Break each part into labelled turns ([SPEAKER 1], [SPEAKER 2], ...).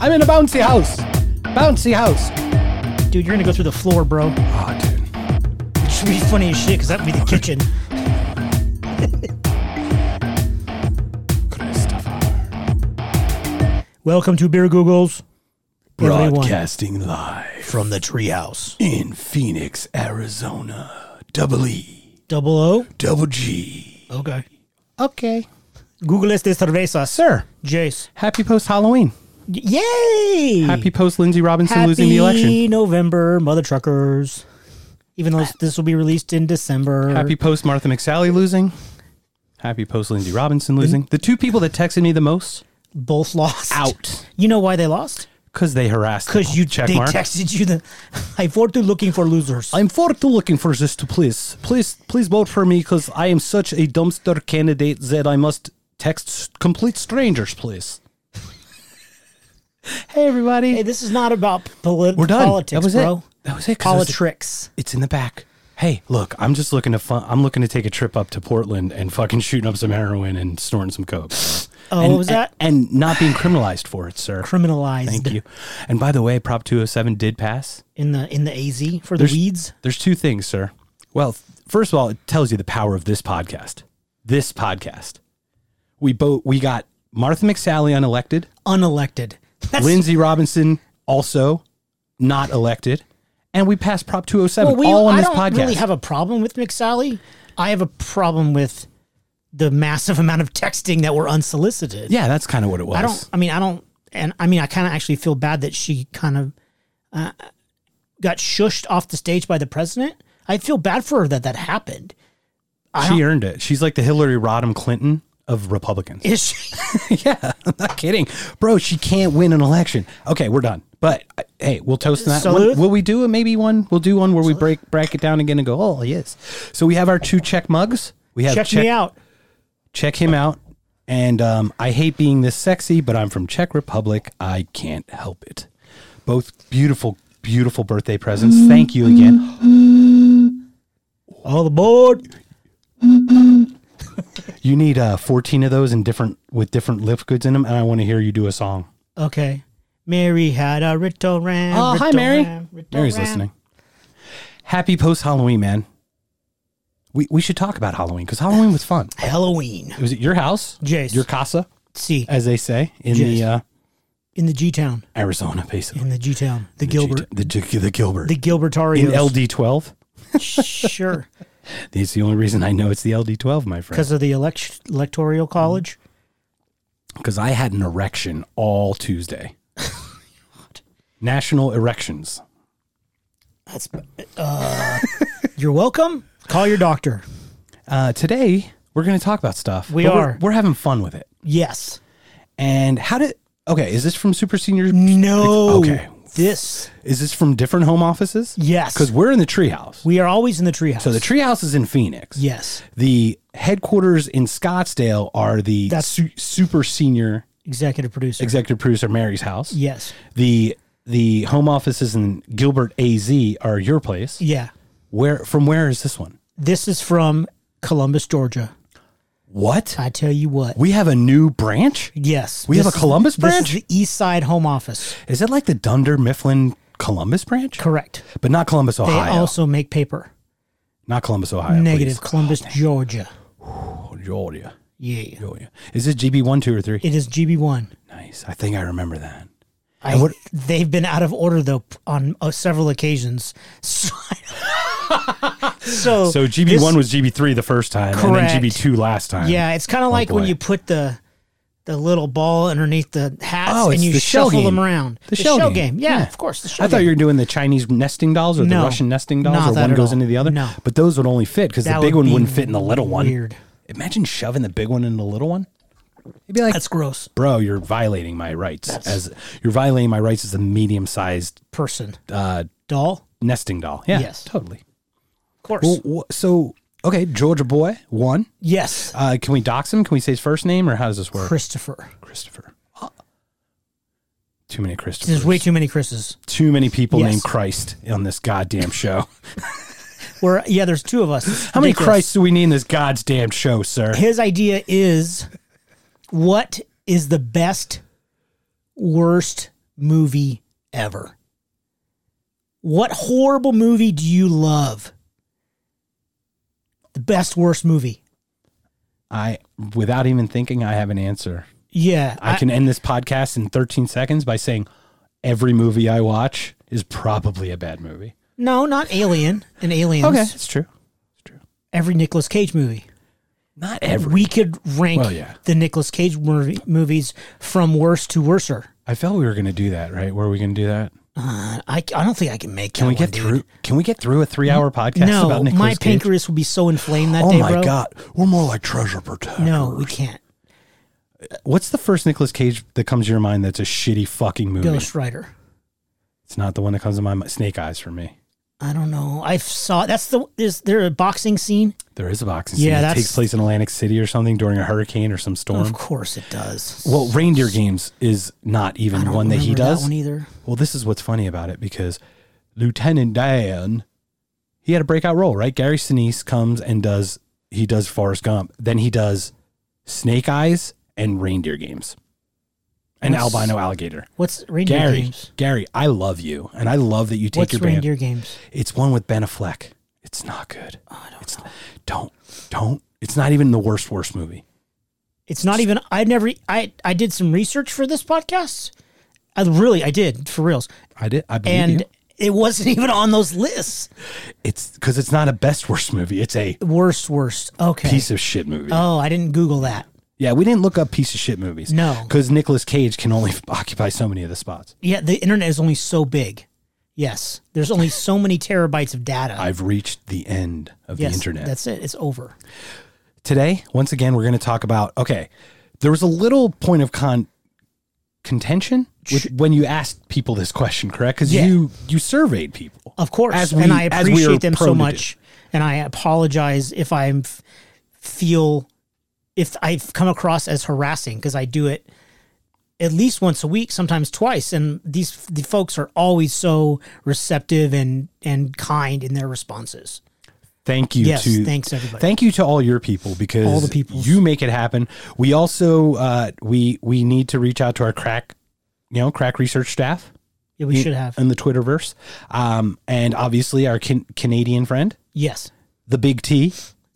[SPEAKER 1] I'm in a bouncy house. Bouncy house.
[SPEAKER 2] Dude, you're gonna go through the floor, bro.
[SPEAKER 1] Oh, dude.
[SPEAKER 2] It should be funny as shit, because that'd be the kitchen.
[SPEAKER 1] Christopher.
[SPEAKER 2] Welcome to Beer Googles. Everyone.
[SPEAKER 1] Broadcasting live
[SPEAKER 2] From the treehouse.
[SPEAKER 1] in Phoenix, Arizona. Double E,
[SPEAKER 2] Double O.
[SPEAKER 1] double G.
[SPEAKER 2] Okay.
[SPEAKER 1] Okay.
[SPEAKER 2] Google este cerveza.
[SPEAKER 1] Sir,
[SPEAKER 2] Jace.
[SPEAKER 1] happy post Halloween.
[SPEAKER 2] Y- Yay!
[SPEAKER 1] Happy post Lindsey Robinson
[SPEAKER 2] Happy
[SPEAKER 1] losing the election.
[SPEAKER 2] November, mother truckers. Even though this will be released in December.
[SPEAKER 1] Happy post Martha McSally losing. Happy post Lindsey Robinson losing.
[SPEAKER 2] Mm.
[SPEAKER 1] The two people that texted me the most
[SPEAKER 2] both lost.
[SPEAKER 1] out
[SPEAKER 2] You know why they lost?
[SPEAKER 1] because they harassed. the
[SPEAKER 2] Because you
[SPEAKER 1] check
[SPEAKER 2] they
[SPEAKER 1] mark.
[SPEAKER 2] texted you the I for to looking for losers.
[SPEAKER 1] I'm for to looking for this to please, please, please vote for me because I am such a dumpster candidate that I must text s- complete strangers, please. hey, everybody,
[SPEAKER 2] hey, this is not about polit-
[SPEAKER 1] we're done.
[SPEAKER 2] politics,
[SPEAKER 1] that was
[SPEAKER 2] bro.
[SPEAKER 1] it. That was it. 'cause it was-
[SPEAKER 2] Politics.
[SPEAKER 1] it's in the back. Hey, look, I'm just looking to fun. I'm looking to take a trip up to Portland and fucking shooting up some heroin and snorting some coke.
[SPEAKER 2] Oh,
[SPEAKER 1] and,
[SPEAKER 2] what was that?
[SPEAKER 1] And, and not being criminalized for it, sir.
[SPEAKER 2] Criminalized
[SPEAKER 1] Thank you. And by the way, Prop 207 did pass.
[SPEAKER 2] in the in the AZ for
[SPEAKER 1] There's-
[SPEAKER 2] the weeds.
[SPEAKER 1] There's two things, sir. Well, th- first of all, it tells you the power of this podcast. This podcast. We both we got Martha McSally unelected,
[SPEAKER 2] Unelected. That's
[SPEAKER 1] Lindsey Robinson also not elected, and we passed Prop 207
[SPEAKER 2] Well, we-
[SPEAKER 1] all on
[SPEAKER 2] I
[SPEAKER 1] this
[SPEAKER 2] don't
[SPEAKER 1] podcast.
[SPEAKER 2] really have a problem with McSally. I have a problem with the massive amount of texting that were unsolicited.
[SPEAKER 1] yeah, that's kind of what it was.
[SPEAKER 2] I don't. I mean, I don't. And I mean, I kind of actually feel bad that she kind of uh, got shushed off the stage by the president. I feel bad for her that that happened. I
[SPEAKER 1] she
[SPEAKER 2] don't-
[SPEAKER 1] earned it. She's like the Hillary Rodham Clinton of Republicans.
[SPEAKER 2] Is she,
[SPEAKER 1] yeah, I'm not kidding. Bro, she can't win an election. Okay, we're done. But uh, hey, we'll toast that.
[SPEAKER 2] Salute.
[SPEAKER 1] Will, will we do a, maybe one? We'll do one where we break break it down again and go, "Oh, yes." So we have our two check mugs. We have
[SPEAKER 2] check, me out.
[SPEAKER 1] check him out. And um, I hate being this sexy, but I'm from Czech Republic. I can't help it. Both beautiful, beautiful birthday presents. Thank you again.
[SPEAKER 2] All aboard.
[SPEAKER 1] You need uh, 14 of those in different with different lift goods in them, and I want to hear you do a song.
[SPEAKER 2] Okay. Mary had a Rito Ram.
[SPEAKER 1] Oh, hi,
[SPEAKER 2] Rito
[SPEAKER 1] Mary.
[SPEAKER 2] Ram, Rito
[SPEAKER 1] Mary's
[SPEAKER 2] Ram.
[SPEAKER 1] listening. Happy post Halloween, man. We we should talk about Halloween because Halloween was fun.
[SPEAKER 2] Halloween.
[SPEAKER 1] It was at your house,
[SPEAKER 2] Jace.
[SPEAKER 1] your casa,
[SPEAKER 2] See,
[SPEAKER 1] as they say in the
[SPEAKER 2] Yes.
[SPEAKER 1] uh,
[SPEAKER 2] in the G Town.
[SPEAKER 1] Arizona, basically.
[SPEAKER 2] In the G Town. The, Gilbert.
[SPEAKER 1] the, G- the Gilbert
[SPEAKER 2] The Gilbertarios.
[SPEAKER 1] in LD twelve.
[SPEAKER 2] sure.
[SPEAKER 1] It's the only reason I know it's the LD twelve, my friend,
[SPEAKER 2] Because of the elect- electoral college.
[SPEAKER 1] because I had an erection all Tuesday. National erections.
[SPEAKER 2] That's. Uh, you're welcome. Call your doctor.
[SPEAKER 1] Uh, today we're going to talk about stuff.
[SPEAKER 2] We
[SPEAKER 1] but we're-
[SPEAKER 2] are.
[SPEAKER 1] we're having fun with it.
[SPEAKER 2] Yes.
[SPEAKER 1] And how did? Okay, is this from Super Senior?
[SPEAKER 2] No.
[SPEAKER 1] Okay.
[SPEAKER 2] This.
[SPEAKER 1] Is this from different home offices?
[SPEAKER 2] Yes.
[SPEAKER 1] Because we're in the treehouse.
[SPEAKER 2] we are always in the treehouse.
[SPEAKER 1] So the treehouse is in Phoenix.
[SPEAKER 2] Yes.
[SPEAKER 1] The headquarters in Scottsdale are the
[SPEAKER 2] That's-
[SPEAKER 1] su- super senior
[SPEAKER 2] Executive producer.
[SPEAKER 1] executive producer Mary's house.
[SPEAKER 2] Yes.
[SPEAKER 1] The the home offices in Gilbert AZ are your place.
[SPEAKER 2] Yeah.
[SPEAKER 1] Where from where is this one?
[SPEAKER 2] This is from Columbus, Georgia.
[SPEAKER 1] What?
[SPEAKER 2] I tell you what.
[SPEAKER 1] We have a new branch?
[SPEAKER 2] Yes.
[SPEAKER 1] We have a
[SPEAKER 2] This is-
[SPEAKER 1] Columbus branch?
[SPEAKER 2] This is the East Side Home Office.
[SPEAKER 1] Is it like the Dunder Mifflin Columbus branch?
[SPEAKER 2] Correct.
[SPEAKER 1] But not Columbus,
[SPEAKER 2] They
[SPEAKER 1] Ohio.
[SPEAKER 2] also make paper.
[SPEAKER 1] not Columbus, Ohio.
[SPEAKER 2] Negative.
[SPEAKER 1] Oh,
[SPEAKER 2] Columbus, Georgia.
[SPEAKER 1] please. Georgia.
[SPEAKER 2] Yeah.
[SPEAKER 1] Georgia. Is this GB one, two, or three?
[SPEAKER 2] It is GB1.
[SPEAKER 1] Nice. I think I remember that.
[SPEAKER 2] I,
[SPEAKER 1] And what-
[SPEAKER 2] they've been out of order though p- on uh, several occasions. So, so,
[SPEAKER 1] So GB one was GB three the first time,
[SPEAKER 2] Correct.
[SPEAKER 1] and then GB two last time.
[SPEAKER 2] yeah, it's kind of like when
[SPEAKER 1] Oh, boy.
[SPEAKER 2] you put the the little ball underneath the hats
[SPEAKER 1] Oh,
[SPEAKER 2] and
[SPEAKER 1] it's
[SPEAKER 2] you
[SPEAKER 1] the shell
[SPEAKER 2] shuffle them
[SPEAKER 1] game.
[SPEAKER 2] around.
[SPEAKER 1] The shell game.
[SPEAKER 2] Yeah,
[SPEAKER 1] Yeah.
[SPEAKER 2] of course. The shell
[SPEAKER 1] I thought
[SPEAKER 2] game.
[SPEAKER 1] you were doing the Chinese nesting dolls or
[SPEAKER 2] No.
[SPEAKER 1] the Russian nesting dolls,
[SPEAKER 2] Not
[SPEAKER 1] or
[SPEAKER 2] that
[SPEAKER 1] one
[SPEAKER 2] at
[SPEAKER 1] goes
[SPEAKER 2] all.
[SPEAKER 1] into the other.
[SPEAKER 2] No.
[SPEAKER 1] But those would only fit because the
[SPEAKER 2] That
[SPEAKER 1] big
[SPEAKER 2] would
[SPEAKER 1] one
[SPEAKER 2] be
[SPEAKER 1] wouldn't fit in the little one.
[SPEAKER 2] Weird.
[SPEAKER 1] Imagine shoving the big one in the little one. You'd be like,
[SPEAKER 2] That's gross.
[SPEAKER 1] bro, you're violating my rights. As you're violating my rights as a medium sized
[SPEAKER 2] Person
[SPEAKER 1] uh,
[SPEAKER 2] doll.
[SPEAKER 1] nesting doll. Yeah,
[SPEAKER 2] Yes.
[SPEAKER 1] totally.
[SPEAKER 2] Of course.
[SPEAKER 1] Well, wh- so okay, Georgia boy one.
[SPEAKER 2] yes.
[SPEAKER 1] Uh, can we dox him? Can we say his first name, or how does this work?
[SPEAKER 2] Christopher.
[SPEAKER 1] Christopher. Too many Christophers.
[SPEAKER 2] There's way too many Chris's.
[SPEAKER 1] too many people
[SPEAKER 2] Yes.
[SPEAKER 1] named Christ on this goddamn show.
[SPEAKER 2] Where yeah, there's two of us. It's
[SPEAKER 1] How many
[SPEAKER 2] ridiculous.
[SPEAKER 1] Christs do we need in this goddamn show, sir?
[SPEAKER 2] his idea is what is the best worst movie ever? What horrible movie do you love? The best worst movie.
[SPEAKER 1] I, without even thinking, I have an answer.
[SPEAKER 2] Yeah,
[SPEAKER 1] I, can end this podcast in 13 seconds by saying every movie I watch is probably a bad movie.
[SPEAKER 2] no, not Alien and Aliens.
[SPEAKER 1] it's true. It's true.
[SPEAKER 2] every Nicolas Cage movie.
[SPEAKER 1] Not every.
[SPEAKER 2] We could rank
[SPEAKER 1] Well, yeah.
[SPEAKER 2] the Nicolas Cage movie, movies from worst to worser.
[SPEAKER 1] I felt we were going to do that, right? Were we going to do that?
[SPEAKER 2] Uh, I, I don't think I can make.
[SPEAKER 1] Can we get through? Can we get through a three-hour podcast
[SPEAKER 2] No,
[SPEAKER 1] about Nicolas
[SPEAKER 2] my
[SPEAKER 1] Cage?
[SPEAKER 2] pancreas will be so inflamed that
[SPEAKER 1] Oh
[SPEAKER 2] day,
[SPEAKER 1] my
[SPEAKER 2] bro.
[SPEAKER 1] god, we're more like treasure protectors.
[SPEAKER 2] No, we can't.
[SPEAKER 1] What's the first Nicolas Cage that comes to your mind? That's a shitty fucking movie.
[SPEAKER 2] Ghost Rider.
[SPEAKER 1] It's not the one that comes to my mind. Snake Eyes for me.
[SPEAKER 2] I don't know. I saw that's the is there a boxing scene?
[SPEAKER 1] There is a boxing
[SPEAKER 2] Yeah,
[SPEAKER 1] scene that
[SPEAKER 2] that's-
[SPEAKER 1] takes place in Atlantic City or something during a hurricane or some
[SPEAKER 2] Of
[SPEAKER 1] storm.
[SPEAKER 2] course it does.
[SPEAKER 1] Well, Reindeer Games is not
[SPEAKER 2] I
[SPEAKER 1] even
[SPEAKER 2] don't
[SPEAKER 1] one that he
[SPEAKER 2] remember
[SPEAKER 1] does.
[SPEAKER 2] one e- either.
[SPEAKER 1] Well, this is what's funny about it because Lieutenant Dan, he had a breakout role, right? Gary Sinise comes and does he does Forrest Gump, then he does Snake Eyes and Reindeer Games, an
[SPEAKER 2] What's-
[SPEAKER 1] albino alligator.
[SPEAKER 2] What's reindeer
[SPEAKER 1] Gary,
[SPEAKER 2] games?
[SPEAKER 1] Gary, I love you, and I love that you take
[SPEAKER 2] What's
[SPEAKER 1] your band.
[SPEAKER 2] reindeer games?
[SPEAKER 1] It's one with Ben Affleck. It's not good.
[SPEAKER 2] Oh,
[SPEAKER 1] it's don't don't. It's not even the worst worst movie.
[SPEAKER 2] It's not even. I never. I I did some research for this podcast. I really I did for reals,
[SPEAKER 1] I did. I believe
[SPEAKER 2] and
[SPEAKER 1] you.
[SPEAKER 2] it wasn't even on those lists.
[SPEAKER 1] It's because it's not a best worst movie. It's a
[SPEAKER 2] Worst, worst. Okay.
[SPEAKER 1] piece of shit movie.
[SPEAKER 2] oh, I didn't Google that.
[SPEAKER 1] Yeah, we didn't look up piece of shit movies.
[SPEAKER 2] No.
[SPEAKER 1] because Nicolas Cage can only occupy so many of the spots.
[SPEAKER 2] Yeah, the internet is only so big. Yes, there's only so many terabytes of data.
[SPEAKER 1] I've reached the end of
[SPEAKER 2] yes,
[SPEAKER 1] the internet.
[SPEAKER 2] That's it. It's over.
[SPEAKER 1] Today, once again, we're going to talk about. Okay, there was a little point of con contention with, when you asked people this question, correct? Because
[SPEAKER 2] Yeah.
[SPEAKER 1] you you surveyed people,
[SPEAKER 2] Of course,
[SPEAKER 1] As we-
[SPEAKER 2] and I
[SPEAKER 1] as we are
[SPEAKER 2] appreciate them
[SPEAKER 1] prone
[SPEAKER 2] so
[SPEAKER 1] to
[SPEAKER 2] much, and I apologize if I f- feel if I've come across as harassing because I do it at least once a week, sometimes twice, and these the folks are always so receptive and and kind in their responses.
[SPEAKER 1] Thank you
[SPEAKER 2] Yes,
[SPEAKER 1] to
[SPEAKER 2] thanks, everybody.
[SPEAKER 1] Thank you to all your people because
[SPEAKER 2] All the peoples.
[SPEAKER 1] you make it happen. We also uh, we we need to reach out to our crack, you know, crack research staff.
[SPEAKER 2] Yeah, we should have.
[SPEAKER 1] in the Twitterverse, um, and obviously our can- Canadian friend,
[SPEAKER 2] yes,
[SPEAKER 1] the Big T.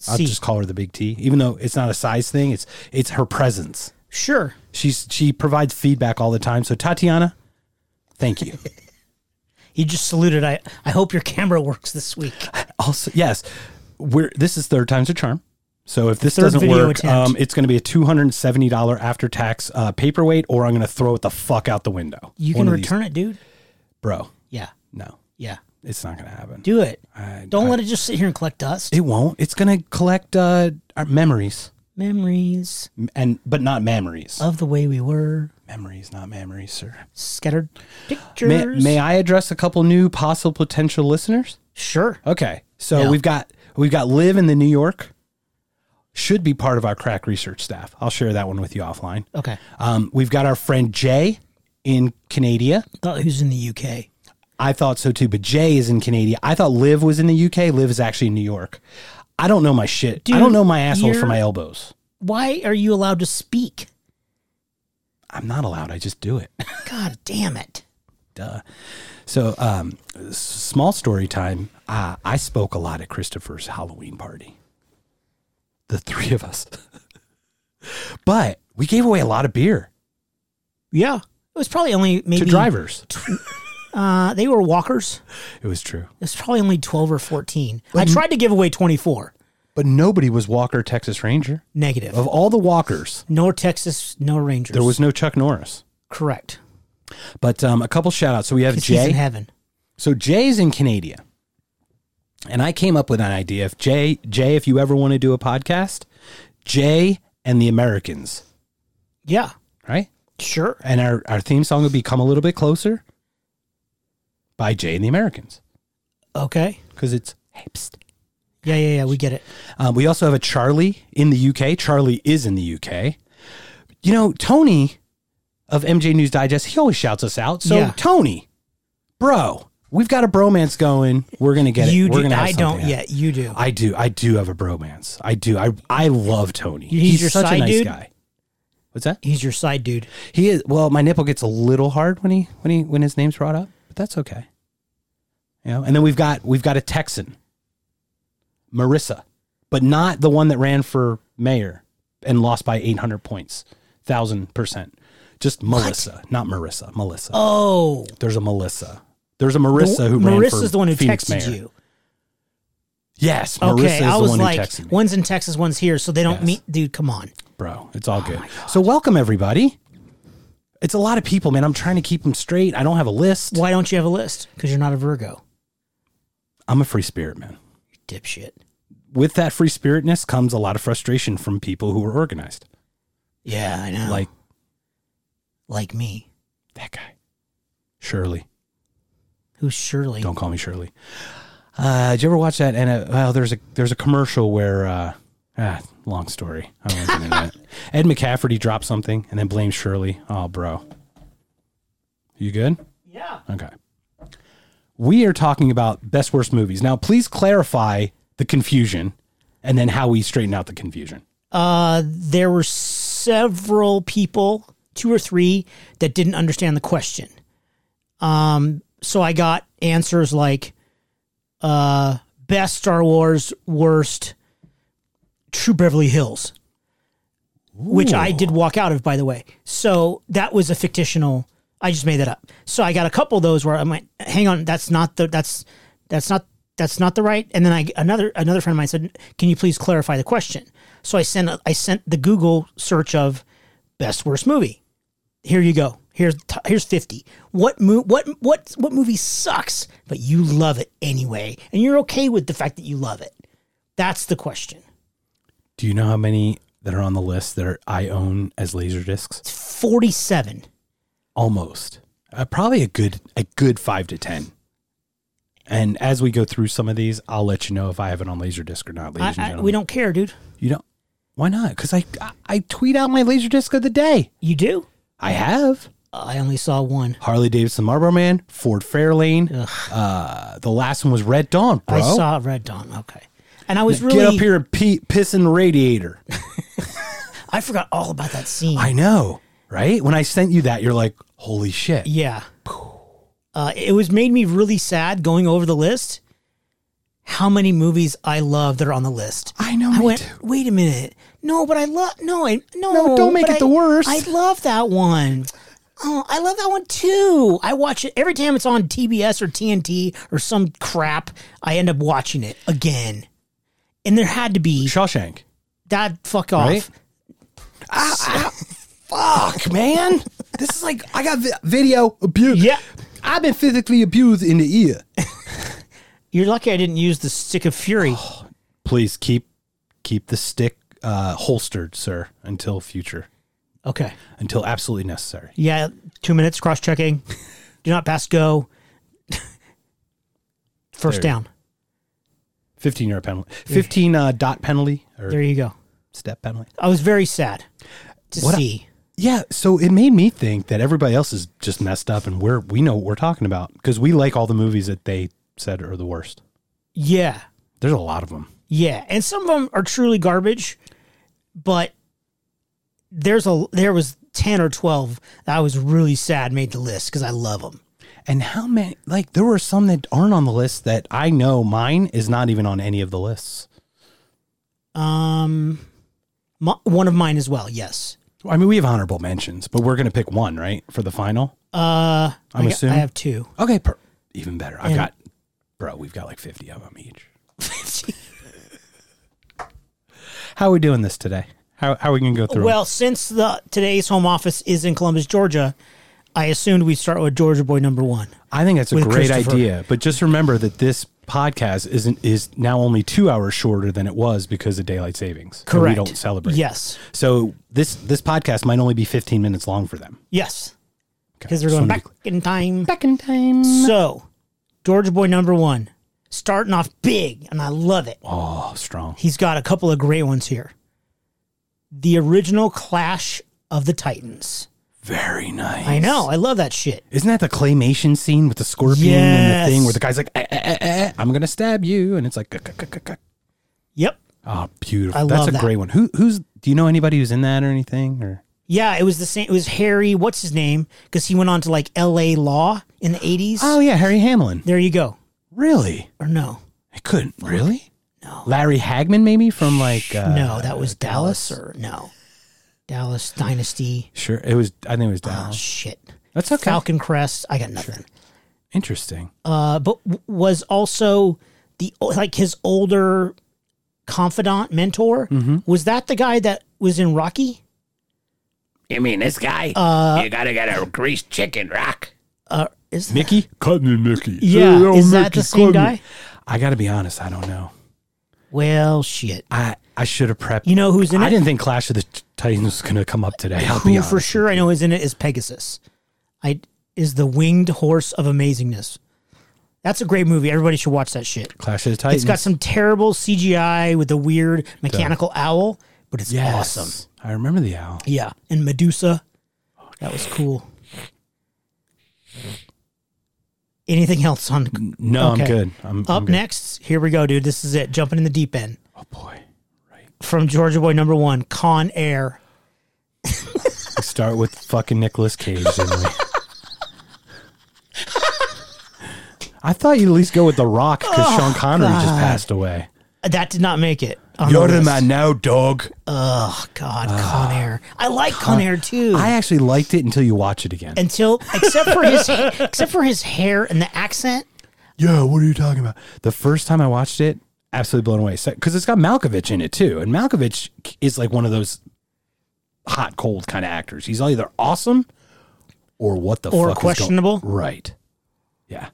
[SPEAKER 1] I'll
[SPEAKER 2] C.
[SPEAKER 1] just call her the Big T, even though it's not a size thing. It's it's her presence.
[SPEAKER 2] sure.
[SPEAKER 1] She's she provides feedback all the time. So Tatiana, thank you.
[SPEAKER 2] You just saluted. I I hope your camera works this week.
[SPEAKER 1] also, yes, we're this is third time's a charm. So if this
[SPEAKER 2] Third
[SPEAKER 1] doesn't
[SPEAKER 2] video
[SPEAKER 1] work,
[SPEAKER 2] attempt.
[SPEAKER 1] um, it's going to be a two hundred and seventy dollar after tax uh, paperweight, or I'm going to throw it the fuck out the window.
[SPEAKER 2] You
[SPEAKER 1] One
[SPEAKER 2] can
[SPEAKER 1] of these-
[SPEAKER 2] return it, dude.
[SPEAKER 1] bro.
[SPEAKER 2] Yeah,
[SPEAKER 1] No,
[SPEAKER 2] yeah.
[SPEAKER 1] it's not going to happen.
[SPEAKER 2] Do it.
[SPEAKER 1] I-
[SPEAKER 2] Don't
[SPEAKER 1] I-
[SPEAKER 2] let it just sit here and collect dust.
[SPEAKER 1] It won't. It's going to collect uh, our memories.
[SPEAKER 2] Memories
[SPEAKER 1] M- and but not memories.
[SPEAKER 2] of the way we were.
[SPEAKER 1] memories, not memories, sir.
[SPEAKER 2] Scattered
[SPEAKER 1] May,
[SPEAKER 2] pictures.
[SPEAKER 1] may I address a couple new possible potential listeners?
[SPEAKER 2] Sure.
[SPEAKER 1] Okay, so
[SPEAKER 2] Yeah.
[SPEAKER 1] we've got we've got Liv in the New York. Should be part of our crack research staff. I'll share that one with you offline.
[SPEAKER 2] Okay.
[SPEAKER 1] Um, we've got our friend Jay in Canada.
[SPEAKER 2] Thought Uh, who's in the UK?
[SPEAKER 1] I thought so too, but Jay is in Canada. I thought Liv was in the UK. Liv is actually in New York. I don't know my shit. I
[SPEAKER 2] Dude,
[SPEAKER 1] don't know my asshole
[SPEAKER 2] you're-
[SPEAKER 1] from my elbows.
[SPEAKER 2] Why are you allowed to speak?
[SPEAKER 1] I'm not allowed. I just do it.
[SPEAKER 2] God damn it.
[SPEAKER 1] Duh. So, um, s- small story time. Uh, I spoke a lot at Christopher's Halloween party. The three of us. but we gave away a lot of beer
[SPEAKER 2] Yeah. It was probably only maybe
[SPEAKER 1] to drivers.
[SPEAKER 2] Uh, they were walkers.
[SPEAKER 1] It was true.
[SPEAKER 2] It was probably only twelve or fourteen. I
[SPEAKER 1] Mm-hmm.
[SPEAKER 2] tried to give away twenty four.
[SPEAKER 1] But nobody was Walker Texas Ranger.
[SPEAKER 2] Negative.
[SPEAKER 1] Of all the Walkers,
[SPEAKER 2] No Texas. No Rangers.
[SPEAKER 1] there was no Chuck Norris.
[SPEAKER 2] correct.
[SPEAKER 1] But um, a couple shout outs. So we have
[SPEAKER 2] 'Cause he's in
[SPEAKER 1] Jay.
[SPEAKER 2] heaven.
[SPEAKER 1] So Jay's in Canada. And I came up with an idea. If Jay, Jay, if you ever want to do a podcast, Jay and the Americans,
[SPEAKER 2] Yeah.
[SPEAKER 1] right?
[SPEAKER 2] Sure.
[SPEAKER 1] and our, our theme song would be "Come a Little Bit Closer" by Jay and the Americans
[SPEAKER 2] Okay.
[SPEAKER 1] because it's hey, psst.
[SPEAKER 2] Yeah, yeah, yeah. We get it.
[SPEAKER 1] Um, we also have a Charlie in the UK. Charlie is in the UK. You know Tony of MJ News Digest. He always shouts us out. So
[SPEAKER 2] Yeah.
[SPEAKER 1] Tony, bro, we've got a bromance going. We're gonna get
[SPEAKER 2] you
[SPEAKER 1] it. We're
[SPEAKER 2] do.
[SPEAKER 1] gonna have
[SPEAKER 2] I
[SPEAKER 1] something
[SPEAKER 2] don't
[SPEAKER 1] happen.
[SPEAKER 2] yet. You do.
[SPEAKER 1] I do. I do have a bromance. I do. I I love Tony.
[SPEAKER 2] He's
[SPEAKER 1] He's,
[SPEAKER 2] your
[SPEAKER 1] such a
[SPEAKER 2] side
[SPEAKER 1] nice
[SPEAKER 2] dude?
[SPEAKER 1] guy. What's that?
[SPEAKER 2] He's your side dude.
[SPEAKER 1] He is. Well, my nipple gets a little hard when he when he when his name's brought up, but that's okay. You know. And then we've got we've got a Texan, Marissa, but not the one that ran for mayor and lost by eight hundred points, thousand percent. Just Melissa, not Marissa. Melissa.
[SPEAKER 2] Oh,
[SPEAKER 1] There's a Melissa. There's a Marissa who ran
[SPEAKER 2] Marissa's
[SPEAKER 1] for
[SPEAKER 2] the one who
[SPEAKER 1] Phoenix
[SPEAKER 2] texted
[SPEAKER 1] mayor.
[SPEAKER 2] you.
[SPEAKER 1] Yes, Marissa
[SPEAKER 2] Okay,
[SPEAKER 1] is
[SPEAKER 2] I
[SPEAKER 1] the
[SPEAKER 2] was
[SPEAKER 1] one
[SPEAKER 2] like,
[SPEAKER 1] who texted me.
[SPEAKER 2] one's in Texas, one's here, so they don't
[SPEAKER 1] Yes.
[SPEAKER 2] meet. Dude, come on.
[SPEAKER 1] bro. It's
[SPEAKER 2] Oh
[SPEAKER 1] all good. So welcome everybody. It's a lot of people, man. I'm trying to keep them straight. I don't have a list.
[SPEAKER 2] Why don't you have a list? Because you're not a Virgo,
[SPEAKER 1] I'm a free spirit, man.
[SPEAKER 2] you dipshit.
[SPEAKER 1] With that free spiritness comes a lot of frustration from people who are organized,
[SPEAKER 2] Yeah, I know.
[SPEAKER 1] like
[SPEAKER 2] like me,
[SPEAKER 1] that guy, Shirley.
[SPEAKER 2] who's Shirley?
[SPEAKER 1] Don't call me Shirley. Uh, did you ever watch that? And uh, well, there's a there's a commercial where uh, ah, long story. I won't get into it. Ed McCafferty dropped something and then blames Shirley. Oh, bro, you good?
[SPEAKER 2] Yeah.
[SPEAKER 1] Okay. We are talking about best worst movies now. Please clarify the confusion, and then how we straighten out the confusion.
[SPEAKER 2] Uh, there were several people, two or three, that didn't understand the question. Um, so I got answers like uh, best Star Wars, worst True Beverly Hills, which I did walk out of, by the way. So that was a fictional. I just made that up. So I got a couple of those where I went, hang on, that's not the that's that's not that's not the right. And then I another another friend of mine said, can you please clarify the question? So I sent a- I sent the Google search of best worst movie. Here you go. Here's t- here's fifty. What mo- what what what movie sucks, but you love it anyway, and you're okay with the fact that you love it. That's the question.
[SPEAKER 1] Do you know how many that are on the list that are, I own as laser discs?
[SPEAKER 2] Forty-seven.
[SPEAKER 1] Almost, uh, probably a good a good five to ten. And as we go through some of these, I'll let you know if I have it on laser disc or not, ladies and
[SPEAKER 2] I, I,
[SPEAKER 1] gentlemen.
[SPEAKER 2] we don't care, dude.
[SPEAKER 1] you don't. Why not? Because I, I I tweet out my laser disc of the day.
[SPEAKER 2] You do?
[SPEAKER 1] I have.
[SPEAKER 2] I only saw one.
[SPEAKER 1] Harley Davidson Marlboro Man, Ford Fairlane. Uh, the last one was Red Dawn, bro.
[SPEAKER 2] I saw Red Dawn. Okay, and I was really
[SPEAKER 1] Get up here and pee, piss in the radiator.
[SPEAKER 2] I forgot all about that scene.
[SPEAKER 1] I know, right? When I sent you that, you're like, holy shit.
[SPEAKER 2] yeah, uh, it was made me really sad going over the list. How many movies I love that are on the list?
[SPEAKER 1] I know.
[SPEAKER 2] I
[SPEAKER 1] me
[SPEAKER 2] went.
[SPEAKER 1] too.
[SPEAKER 2] Wait a minute. No, but I love. No, I no.
[SPEAKER 1] No, don't make
[SPEAKER 2] but
[SPEAKER 1] it
[SPEAKER 2] I-
[SPEAKER 1] the worst.
[SPEAKER 2] I love that one. Oh, I love that one too. I watch it every time it's on TBS or TNT or some crap. I end up watching it again. And there had to be
[SPEAKER 1] Shawshank.
[SPEAKER 2] that. Fuck off.
[SPEAKER 1] Right? Ah, Fuck, man. this is like, I got vi- video abuse.
[SPEAKER 2] Yeah.
[SPEAKER 1] I've been physically abused in the ear.
[SPEAKER 2] You're lucky I didn't use the stick of fury.
[SPEAKER 1] Please keep keep the stick uh, holstered, sir, until future,
[SPEAKER 2] Okay.
[SPEAKER 1] until absolutely necessary.
[SPEAKER 2] Yeah. Two minutes cross checking. Do not pass go. First
[SPEAKER 1] There.
[SPEAKER 2] down.
[SPEAKER 1] 15 yard penalty. 15 uh, dot penalty or
[SPEAKER 2] There you go.
[SPEAKER 1] step penalty.
[SPEAKER 2] I was very sad to
[SPEAKER 1] What a-
[SPEAKER 2] see.
[SPEAKER 1] Yeah, so it made me think that everybody else is just messed up, and we're we know what we're talking about because we like all the movies that they said are the worst.
[SPEAKER 2] yeah.
[SPEAKER 1] There's a lot of them.
[SPEAKER 2] Yeah, and some of them are truly garbage, but there's a there was ten or twelve that I was really sad made the list because I love them.
[SPEAKER 1] And how many? Like there were some that aren't on the list that I know mine is not even on any of the lists.
[SPEAKER 2] Um, my, one of mine as well. Yes.
[SPEAKER 1] I mean, we have honorable mentions, but we're gonna pick one right for the final.
[SPEAKER 2] Uh, I,
[SPEAKER 1] I'm
[SPEAKER 2] got-
[SPEAKER 1] assuming?
[SPEAKER 2] I have two.
[SPEAKER 1] Okay, per- even better. I've
[SPEAKER 2] And-
[SPEAKER 1] got, bro, we've got like 50 of them each. How are we doing this today? How how are we gonna go through? 'em?
[SPEAKER 2] well, since the today's home office is in Columbus, Georgia, I assumed we'd start with Georgia Boy number one.
[SPEAKER 1] I think that's a
[SPEAKER 2] with
[SPEAKER 1] great
[SPEAKER 2] Christopher.
[SPEAKER 1] idea, but just remember that this podcast isn't is now only two hours shorter than it was because of daylight savings. and
[SPEAKER 2] Correct.
[SPEAKER 1] We don't celebrate.
[SPEAKER 2] Yes.
[SPEAKER 1] So this this podcast might only be 15 minutes long for them.
[SPEAKER 2] Yes. Because they're
[SPEAKER 1] Just
[SPEAKER 2] going
[SPEAKER 1] wanna be
[SPEAKER 2] back in time.
[SPEAKER 1] Back in time.
[SPEAKER 2] So, Georgia Boy number one, starting off big, and I love it.
[SPEAKER 1] Oh, strong.
[SPEAKER 2] He's got a couple of great ones here. The original Clash of the Titans.
[SPEAKER 1] Very nice.
[SPEAKER 2] I know. I love that shit.
[SPEAKER 1] Isn't that the claymation scene with the scorpion and
[SPEAKER 2] Yes.
[SPEAKER 1] the thing where the guy's like, eh, eh, eh, eh, I'm gonna stab you, and it's like, "Kuh, kuh, kuh, kuh, kuh."
[SPEAKER 2] Yep.
[SPEAKER 1] oh, beautiful.
[SPEAKER 2] I
[SPEAKER 1] That's
[SPEAKER 2] love
[SPEAKER 1] a
[SPEAKER 2] that.
[SPEAKER 1] great one. Who who's do you know anybody who's in that or anything or
[SPEAKER 2] Yeah, it was the same. It was Harry. What's his name? Because he went on to like L.A. Law in the eighties.
[SPEAKER 1] Oh yeah, Harry Hamlin.
[SPEAKER 2] There you go.
[SPEAKER 1] Really?
[SPEAKER 2] Or no,
[SPEAKER 1] I couldn't. Really? No. Larry Hagman, maybe from like uh,
[SPEAKER 2] no, that was Dallas. or no, Dallas Dynasty.
[SPEAKER 1] Sure, it was. I think it was
[SPEAKER 2] Oh
[SPEAKER 1] Dallas.
[SPEAKER 2] shit.
[SPEAKER 1] That's okay.
[SPEAKER 2] Falcon Crest. I got nothing.
[SPEAKER 1] Interesting.
[SPEAKER 2] Uh, but w- was also the like his older confidant mentor.
[SPEAKER 1] Mm-hmm.
[SPEAKER 2] Was that the guy that was in Rocky?
[SPEAKER 3] You mean this guy?
[SPEAKER 1] Uh,
[SPEAKER 3] you gotta get a greased chicken, Rock.
[SPEAKER 2] Uh, is that,
[SPEAKER 1] Mickey, cut me, Mickey.
[SPEAKER 2] yeah,
[SPEAKER 1] Hey, oh,
[SPEAKER 2] is that
[SPEAKER 1] Mickey,
[SPEAKER 2] the same
[SPEAKER 1] cut me.
[SPEAKER 2] guy?
[SPEAKER 1] I got to be honest. I don't know.
[SPEAKER 2] Well, shit.
[SPEAKER 1] I I should have prepped.
[SPEAKER 2] You know who's in it?
[SPEAKER 1] I didn't think Clash of the Titans was going to come up today. I'll be
[SPEAKER 2] who
[SPEAKER 1] honest.
[SPEAKER 2] for sure I know is in it is Pegasus. I is the winged horse of amazingness. That's a great movie. Everybody should watch that shit.
[SPEAKER 1] Clash of the Titans.
[SPEAKER 2] It's got some terrible CGI with the weird mechanical owl, but it's
[SPEAKER 1] Yes.
[SPEAKER 2] awesome.
[SPEAKER 1] I remember the owl.
[SPEAKER 2] Yeah, and Medusa. That was cool. Anything else on
[SPEAKER 1] No,
[SPEAKER 2] Okay.
[SPEAKER 1] I'm good. Mm, I'm I'm
[SPEAKER 2] up
[SPEAKER 1] good.
[SPEAKER 2] next? Here we go, dude. This is it. Jumping in the deep end
[SPEAKER 1] Oh boy.
[SPEAKER 2] from Georgia Boy number one, Con Air.
[SPEAKER 1] We start with fucking Nicolas Cage, didn't we? I thought you'd at least go with The Rock because
[SPEAKER 2] Oh,
[SPEAKER 1] Sean Connery just passed away.
[SPEAKER 2] That did not make it. on the list.
[SPEAKER 1] now, dog.
[SPEAKER 2] Oh God, Con Air. I like Con Air too.
[SPEAKER 1] I actually liked it until you watch it again.
[SPEAKER 2] Until except for his except for his hair and the accent.
[SPEAKER 1] Yeah, what are you talking about? The first time I watched it, absolutely blown away. Because it's got Malkovich in it too, and Malkovich is like one of those hot cold kind of actors. He's either awesome or what the
[SPEAKER 2] Or
[SPEAKER 1] fuck
[SPEAKER 2] questionable.
[SPEAKER 1] is going- right? Yeah,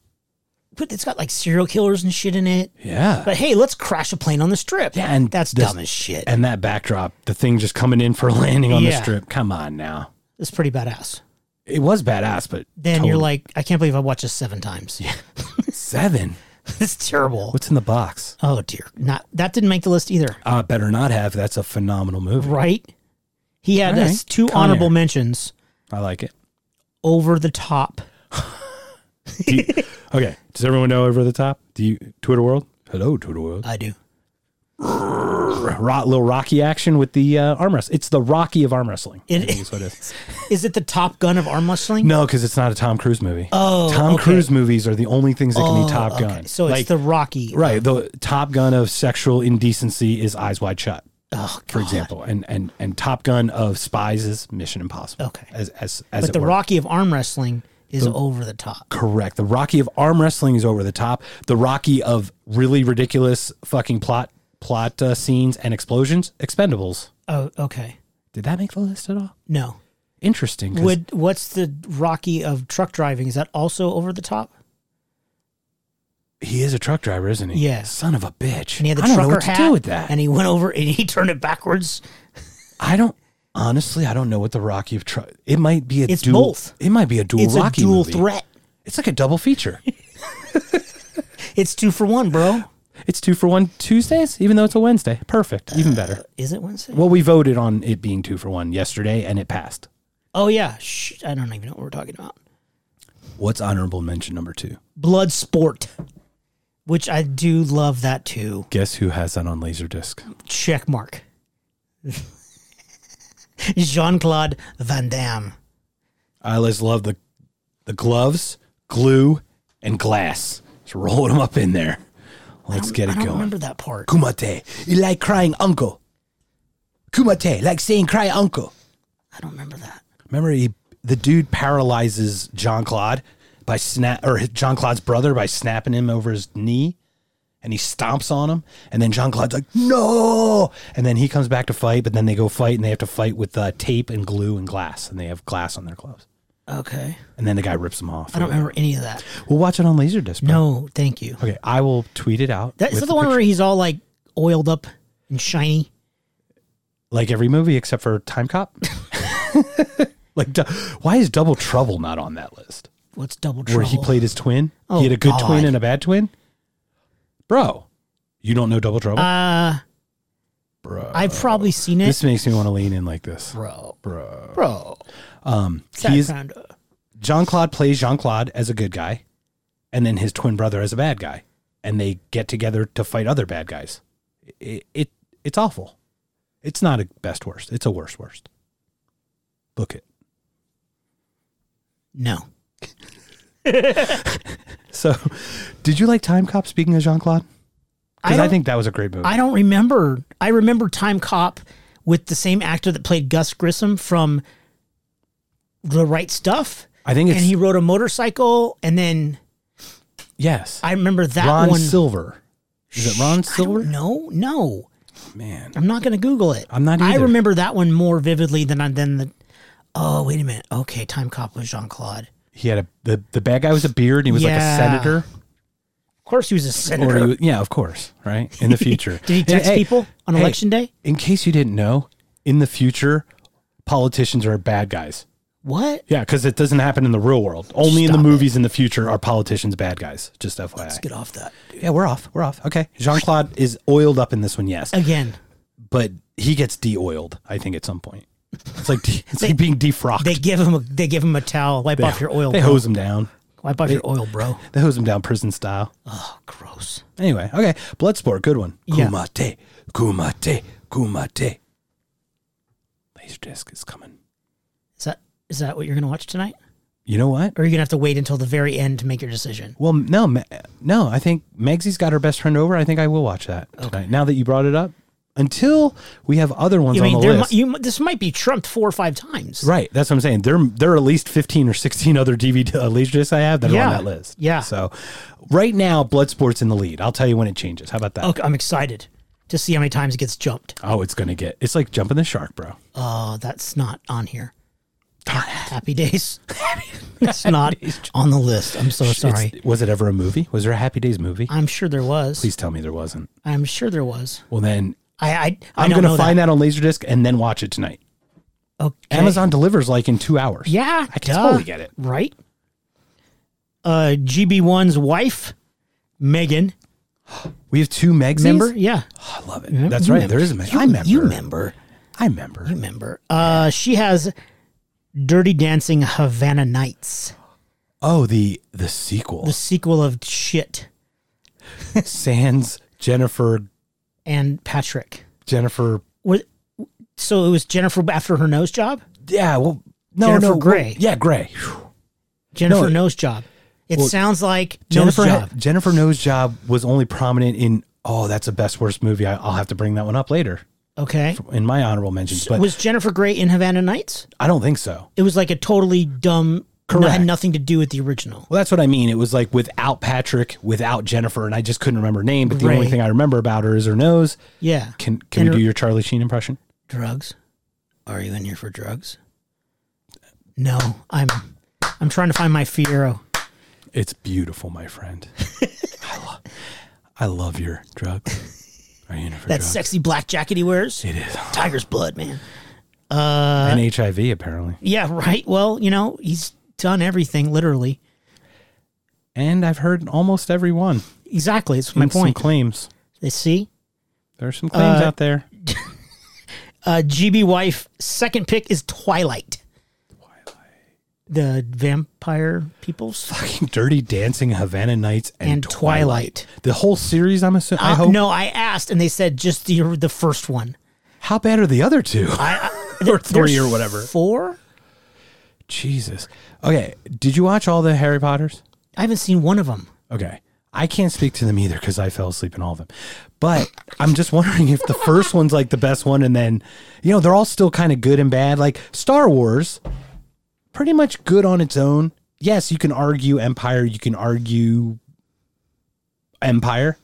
[SPEAKER 2] But it's got like serial killers and shit in it.
[SPEAKER 1] yeah.
[SPEAKER 2] But hey, let's crash a plane on the strip.
[SPEAKER 1] Yeah, and
[SPEAKER 2] that's
[SPEAKER 1] this-
[SPEAKER 2] dumb as shit.
[SPEAKER 1] and that backdrop, the thing just coming in for a landing on
[SPEAKER 2] Yeah.
[SPEAKER 1] the strip. Come on now,
[SPEAKER 2] It's pretty badass.
[SPEAKER 1] it was badass, but
[SPEAKER 2] Then
[SPEAKER 1] totally-
[SPEAKER 2] you're like, I can't believe I watched this seven times.
[SPEAKER 1] seven.
[SPEAKER 2] it's terrible.
[SPEAKER 1] What's in the box?
[SPEAKER 2] Oh dear, not that didn't make the list either.
[SPEAKER 1] Uh, better not have. That's a phenomenal movie.
[SPEAKER 2] Right? He had
[SPEAKER 1] All right.
[SPEAKER 2] us two
[SPEAKER 1] Con
[SPEAKER 2] honorable
[SPEAKER 1] Air.
[SPEAKER 2] mentions.
[SPEAKER 1] I like it.
[SPEAKER 2] Over the top.
[SPEAKER 1] Do you- okay. Does everyone know over the top? Do you Twitter world? Hello, Twitter world.
[SPEAKER 2] I do. Uh-huh.
[SPEAKER 1] Ro- little Rocky action with the uh, arm wrestle. It's the Rocky of arm wrestling. I
[SPEAKER 2] It
[SPEAKER 1] think is what it is.
[SPEAKER 2] Is it the Top Gun of arm wrestling?
[SPEAKER 1] No, because it's not a Tom Cruise movie.
[SPEAKER 2] Oh, okay.
[SPEAKER 1] Tom
[SPEAKER 2] Oh,
[SPEAKER 1] Cruise movies are the only things that can be Top
[SPEAKER 2] Okay,
[SPEAKER 1] Gun.
[SPEAKER 2] So
[SPEAKER 1] Like,
[SPEAKER 2] it's the Rocky.
[SPEAKER 1] right. The Top Gun of sexual indecency is Eyes Wide Shut,
[SPEAKER 2] Oh,
[SPEAKER 1] for example, and and and Top Gun of spies is Mission Impossible.
[SPEAKER 2] Okay.
[SPEAKER 1] as as as
[SPEAKER 2] But
[SPEAKER 1] it
[SPEAKER 2] the
[SPEAKER 1] were.
[SPEAKER 2] Rocky of arm wrestling is over the top.
[SPEAKER 1] Correct. The Rocky of arm wrestling is over the top. The Rocky of really ridiculous fucking plot plot uh, scenes and explosions. Expendables.
[SPEAKER 2] Oh, okay.
[SPEAKER 1] Did that make the list at all?
[SPEAKER 2] No.
[SPEAKER 1] Interesting. 'cause-
[SPEAKER 2] Would what's the Rocky of truck driving? Is that also over the top?
[SPEAKER 1] He is a truck driver, isn't he?
[SPEAKER 2] Yeah.
[SPEAKER 1] Son of a bitch.
[SPEAKER 2] And he had the
[SPEAKER 1] I don't
[SPEAKER 2] trucker
[SPEAKER 1] know what
[SPEAKER 2] hat
[SPEAKER 1] to do with that.
[SPEAKER 2] And he went over and he turned it backwards.
[SPEAKER 1] I don't honestly. I don't know what the Rocky of truck. It might be a
[SPEAKER 2] It's
[SPEAKER 1] dual.
[SPEAKER 2] both.
[SPEAKER 1] It might be a dual
[SPEAKER 2] It's
[SPEAKER 1] Rocky
[SPEAKER 2] a dual
[SPEAKER 1] movie.
[SPEAKER 2] threat.
[SPEAKER 1] It's like a double feature.
[SPEAKER 2] It's two for one, bro.
[SPEAKER 1] it's two for one Tuesdays, even though it's a Wednesday. Perfect. Even better.
[SPEAKER 2] Is it Wednesday?
[SPEAKER 1] Well, we voted on it being two for one yesterday, and it passed.
[SPEAKER 2] Oh yeah. Shh, I don't even know what we're talking about.
[SPEAKER 1] What's honorable mention number two?
[SPEAKER 2] Blood sport. Which I do love that too.
[SPEAKER 1] Guess who has that on Laserdisc?
[SPEAKER 2] Check mark. Jean Claude Van Damme.
[SPEAKER 1] I always love the the gloves, glue, and glass. Just rolling them up in there. Let's get
[SPEAKER 2] I
[SPEAKER 1] it
[SPEAKER 2] don't
[SPEAKER 1] going.
[SPEAKER 2] remember that part.
[SPEAKER 1] Kumate, you like crying uncle. Kumate, like saying cry uncle.
[SPEAKER 2] I don't remember that.
[SPEAKER 1] Remember, he, the dude paralyzes John Claude by snap, or John Claude's brother by snapping him over his knee, and he stomps on him. And then John Claude's like, no. And then he comes back to fight, but then they go fight, and they have to fight with uh, tape and glue and glass, and they have glass on their gloves.
[SPEAKER 2] Okay.
[SPEAKER 1] And then the guy rips them off.
[SPEAKER 2] I don't remember any of that.
[SPEAKER 1] We'll watch it on Laserdisc. bro.
[SPEAKER 2] No, thank you.
[SPEAKER 1] Okay, I will tweet it out.
[SPEAKER 2] That, is
[SPEAKER 1] with
[SPEAKER 2] that the one
[SPEAKER 1] picture.
[SPEAKER 2] where he's all like oiled up and shiny?
[SPEAKER 1] like every movie except for Time Cop. like, du- why is Double Trouble not on that list?
[SPEAKER 2] What's double trouble?
[SPEAKER 1] Where he played his twin.
[SPEAKER 2] Oh,
[SPEAKER 1] he had a good
[SPEAKER 2] God.
[SPEAKER 1] twin and a bad twin. Bro, you don't know Double Trouble,
[SPEAKER 2] Uh,
[SPEAKER 1] bro.
[SPEAKER 2] I've probably seen it,
[SPEAKER 1] this makes me want to lean in like this,
[SPEAKER 2] bro.
[SPEAKER 1] bro.
[SPEAKER 2] Bro,
[SPEAKER 1] Um, he
[SPEAKER 2] that
[SPEAKER 1] is
[SPEAKER 2] kind of
[SPEAKER 1] Jean Claude plays Jean Claude as a good guy, and then his twin brother as a bad guy, and they get together to fight other bad guys. It, it it's awful. It's not a best worst. It's a worst worst. Book it.
[SPEAKER 2] No.
[SPEAKER 1] So, did you like Time Cop? Speaking of Jean Claude, because I,
[SPEAKER 2] don't-
[SPEAKER 1] think that was a great movie.
[SPEAKER 2] I don't remember. I remember Time Cop with the same actor that played Gus Grissom from The Right Stuff.
[SPEAKER 1] I think it's
[SPEAKER 2] And he rode a motorcycle. And then
[SPEAKER 1] yes.
[SPEAKER 2] I remember that
[SPEAKER 1] Ron
[SPEAKER 2] one.
[SPEAKER 1] Silver. Is it Ron Silver?
[SPEAKER 2] No, no.
[SPEAKER 1] Man,
[SPEAKER 2] I'm not going to Google it.
[SPEAKER 1] I'm not
[SPEAKER 2] I
[SPEAKER 1] either.
[SPEAKER 2] remember that one more vividly than I than the. Oh wait a minute. Okay, Time Cop was Jean Claude.
[SPEAKER 1] he had a the, the bad guy was a beard. and He was like a
[SPEAKER 2] Yeah.
[SPEAKER 1] senator.
[SPEAKER 2] Of course, he was a
[SPEAKER 1] Or he
[SPEAKER 2] senator.
[SPEAKER 1] was, yeah, of course, right? In the future.
[SPEAKER 2] Did he
[SPEAKER 1] And,
[SPEAKER 2] text
[SPEAKER 1] hey,
[SPEAKER 2] people on
[SPEAKER 1] hey,
[SPEAKER 2] election day?
[SPEAKER 1] In case you didn't know, in the future, politicians are bad guys.
[SPEAKER 2] What?
[SPEAKER 1] Yeah, because it doesn't happen in the real world. Only in the
[SPEAKER 2] Stop it.
[SPEAKER 1] movies in the future are politicians bad guys. Just FYI.
[SPEAKER 2] Let's get off that
[SPEAKER 1] Yeah, we're off. We're off. Okay. Jean Claude is oiled up in this one, yes,
[SPEAKER 2] again.
[SPEAKER 1] but he gets de-oiled. I think at some point. It's like de- it's like being defrocked.
[SPEAKER 2] They give him a they give him a towel. Wipe off your oil.
[SPEAKER 1] They
[SPEAKER 2] bro.
[SPEAKER 1] hose him down.
[SPEAKER 2] Wipe off your oil, bro.
[SPEAKER 1] They hose him down prison style.
[SPEAKER 2] Oh, gross.
[SPEAKER 1] Anyway, okay. Bloodsport, good one.
[SPEAKER 2] Yeah.
[SPEAKER 1] Kumate, kumate, kumate. Laserdisc is coming.
[SPEAKER 2] Is that is that what you're gonna watch tonight?
[SPEAKER 1] You know what?
[SPEAKER 2] Or are you gonna have to wait until the very end to make your decision?
[SPEAKER 1] Well, no, Ma- no. I think Megsy's got her best friend over. I think I will watch that tonight. Now that you brought it up, until we have other ones
[SPEAKER 2] You
[SPEAKER 1] on
[SPEAKER 2] mean
[SPEAKER 1] the
[SPEAKER 2] there, mi-
[SPEAKER 1] list.
[SPEAKER 2] you mi- this might be trumped four or five times.
[SPEAKER 1] Right, that's what I'm saying. There, there are at least 15 or 16 other DVD uh, laserdiscs I have that are
[SPEAKER 2] Yeah,
[SPEAKER 1] on that list.
[SPEAKER 2] yeah.
[SPEAKER 1] So, right now, Bloodsport's in the lead. I'll tell you when it changes. How about that?
[SPEAKER 2] Okay, I'm excited to see how many times it gets jumped.
[SPEAKER 1] Oh, it's gonna get. It's like jumping the shark, bro.
[SPEAKER 2] Oh, that's not on here. Happy days. That's not on the list. I'm so sorry.
[SPEAKER 1] It's- was it ever a movie? Was there a Happy Days movie?
[SPEAKER 2] I'm sure there was.
[SPEAKER 1] Please tell me there wasn't.
[SPEAKER 2] I'm sure there was.
[SPEAKER 1] Well, then
[SPEAKER 2] I I, I
[SPEAKER 1] I'm
[SPEAKER 2] don't
[SPEAKER 1] gonna
[SPEAKER 2] know
[SPEAKER 1] find that. on laserdisc and then watch it tonight.
[SPEAKER 2] that. Okay.
[SPEAKER 1] Amazon delivers like in two hours.
[SPEAKER 2] Yeah,
[SPEAKER 1] I can
[SPEAKER 2] duh,
[SPEAKER 1] totally get it.
[SPEAKER 2] Right. Uh, GB1's wife, Megan.
[SPEAKER 1] We have two Megs.
[SPEAKER 2] Remember? Yeah,
[SPEAKER 1] I love it. That's right. There is a Meg.
[SPEAKER 2] You,
[SPEAKER 1] I remember.
[SPEAKER 2] You remember?
[SPEAKER 1] I remember.
[SPEAKER 2] You remember? Uh, she has Dirty Dancing Havana Nights,
[SPEAKER 1] Oh, the the sequel.
[SPEAKER 2] the sequel of Shit
[SPEAKER 1] Sans Jennifer
[SPEAKER 2] and Patrick.
[SPEAKER 1] Jennifer.
[SPEAKER 2] Was so it was Jennifer after her nose job.
[SPEAKER 1] Yeah. Well, no,
[SPEAKER 2] Jennifer
[SPEAKER 1] no. well,
[SPEAKER 2] Grey.
[SPEAKER 1] yeah, Gray.
[SPEAKER 2] Jennifer
[SPEAKER 1] it-
[SPEAKER 2] nose job. It
[SPEAKER 1] well,
[SPEAKER 2] sounds like
[SPEAKER 1] Jennifer.
[SPEAKER 2] nose job.
[SPEAKER 1] Jennifer Knows Job was only prominent in. Oh, that's a best worst movie. I, I'll have to bring that one up later
[SPEAKER 2] Okay.
[SPEAKER 1] in my honorable mentions. But
[SPEAKER 2] was Jennifer Grey in Havana Nights?
[SPEAKER 1] I don't think so.
[SPEAKER 2] It was like a totally dumb. no-
[SPEAKER 1] Correct.
[SPEAKER 2] had nothing to do with the original.
[SPEAKER 1] Well, that's what I mean. It was like without Patrick, without Jennifer, and I just couldn't remember her name. But the
[SPEAKER 2] Right.
[SPEAKER 1] only thing I remember about her is her nose.
[SPEAKER 2] Yeah.
[SPEAKER 1] Can can
[SPEAKER 2] And
[SPEAKER 1] we
[SPEAKER 2] her-
[SPEAKER 1] do your Charlie Sheen impression?
[SPEAKER 2] drugs? Are you in here for drugs? No, I'm. I'm trying to find my Fiero.
[SPEAKER 1] It's beautiful, my friend. I, lo- I love your drugs. Are you in it for
[SPEAKER 2] That
[SPEAKER 1] drugs?
[SPEAKER 2] sexy black jacket he wears.
[SPEAKER 1] It is.
[SPEAKER 2] Tiger's blood, man.
[SPEAKER 1] and HIV, apparently.
[SPEAKER 2] Yeah, right. Well, you know, he's done everything literally.
[SPEAKER 1] And I've heard almost every one.
[SPEAKER 2] Exactly. It's my
[SPEAKER 1] And Some
[SPEAKER 2] point.
[SPEAKER 1] claims.
[SPEAKER 2] They see.
[SPEAKER 1] There's some claims
[SPEAKER 2] Uh,
[SPEAKER 1] out there.
[SPEAKER 2] Uh, GB wife second pick is Twilight. The vampire people's
[SPEAKER 1] Fucking Dirty Dancing, Havana Nights, and,
[SPEAKER 2] and Twilight.
[SPEAKER 1] The whole series, I'm assuming. I
[SPEAKER 2] Uh,
[SPEAKER 1] hope.
[SPEAKER 2] no, I asked, and they said just the the first one.
[SPEAKER 1] How bad are the other two?
[SPEAKER 2] I, I-
[SPEAKER 1] Or three
[SPEAKER 2] there's
[SPEAKER 1] or whatever.
[SPEAKER 2] Four.
[SPEAKER 1] Jesus. Okay. Did you watch all the Harry Potters?
[SPEAKER 2] I haven't seen one of them.
[SPEAKER 1] Okay. I can't speak to them either because I fell asleep in all of them. But I'm just wondering if the first one's like the best one, and then, you know, they're all still kind of good and bad. Like Star Wars, pretty much good on its own. Yes, you can argue Empire, you can argue Empire,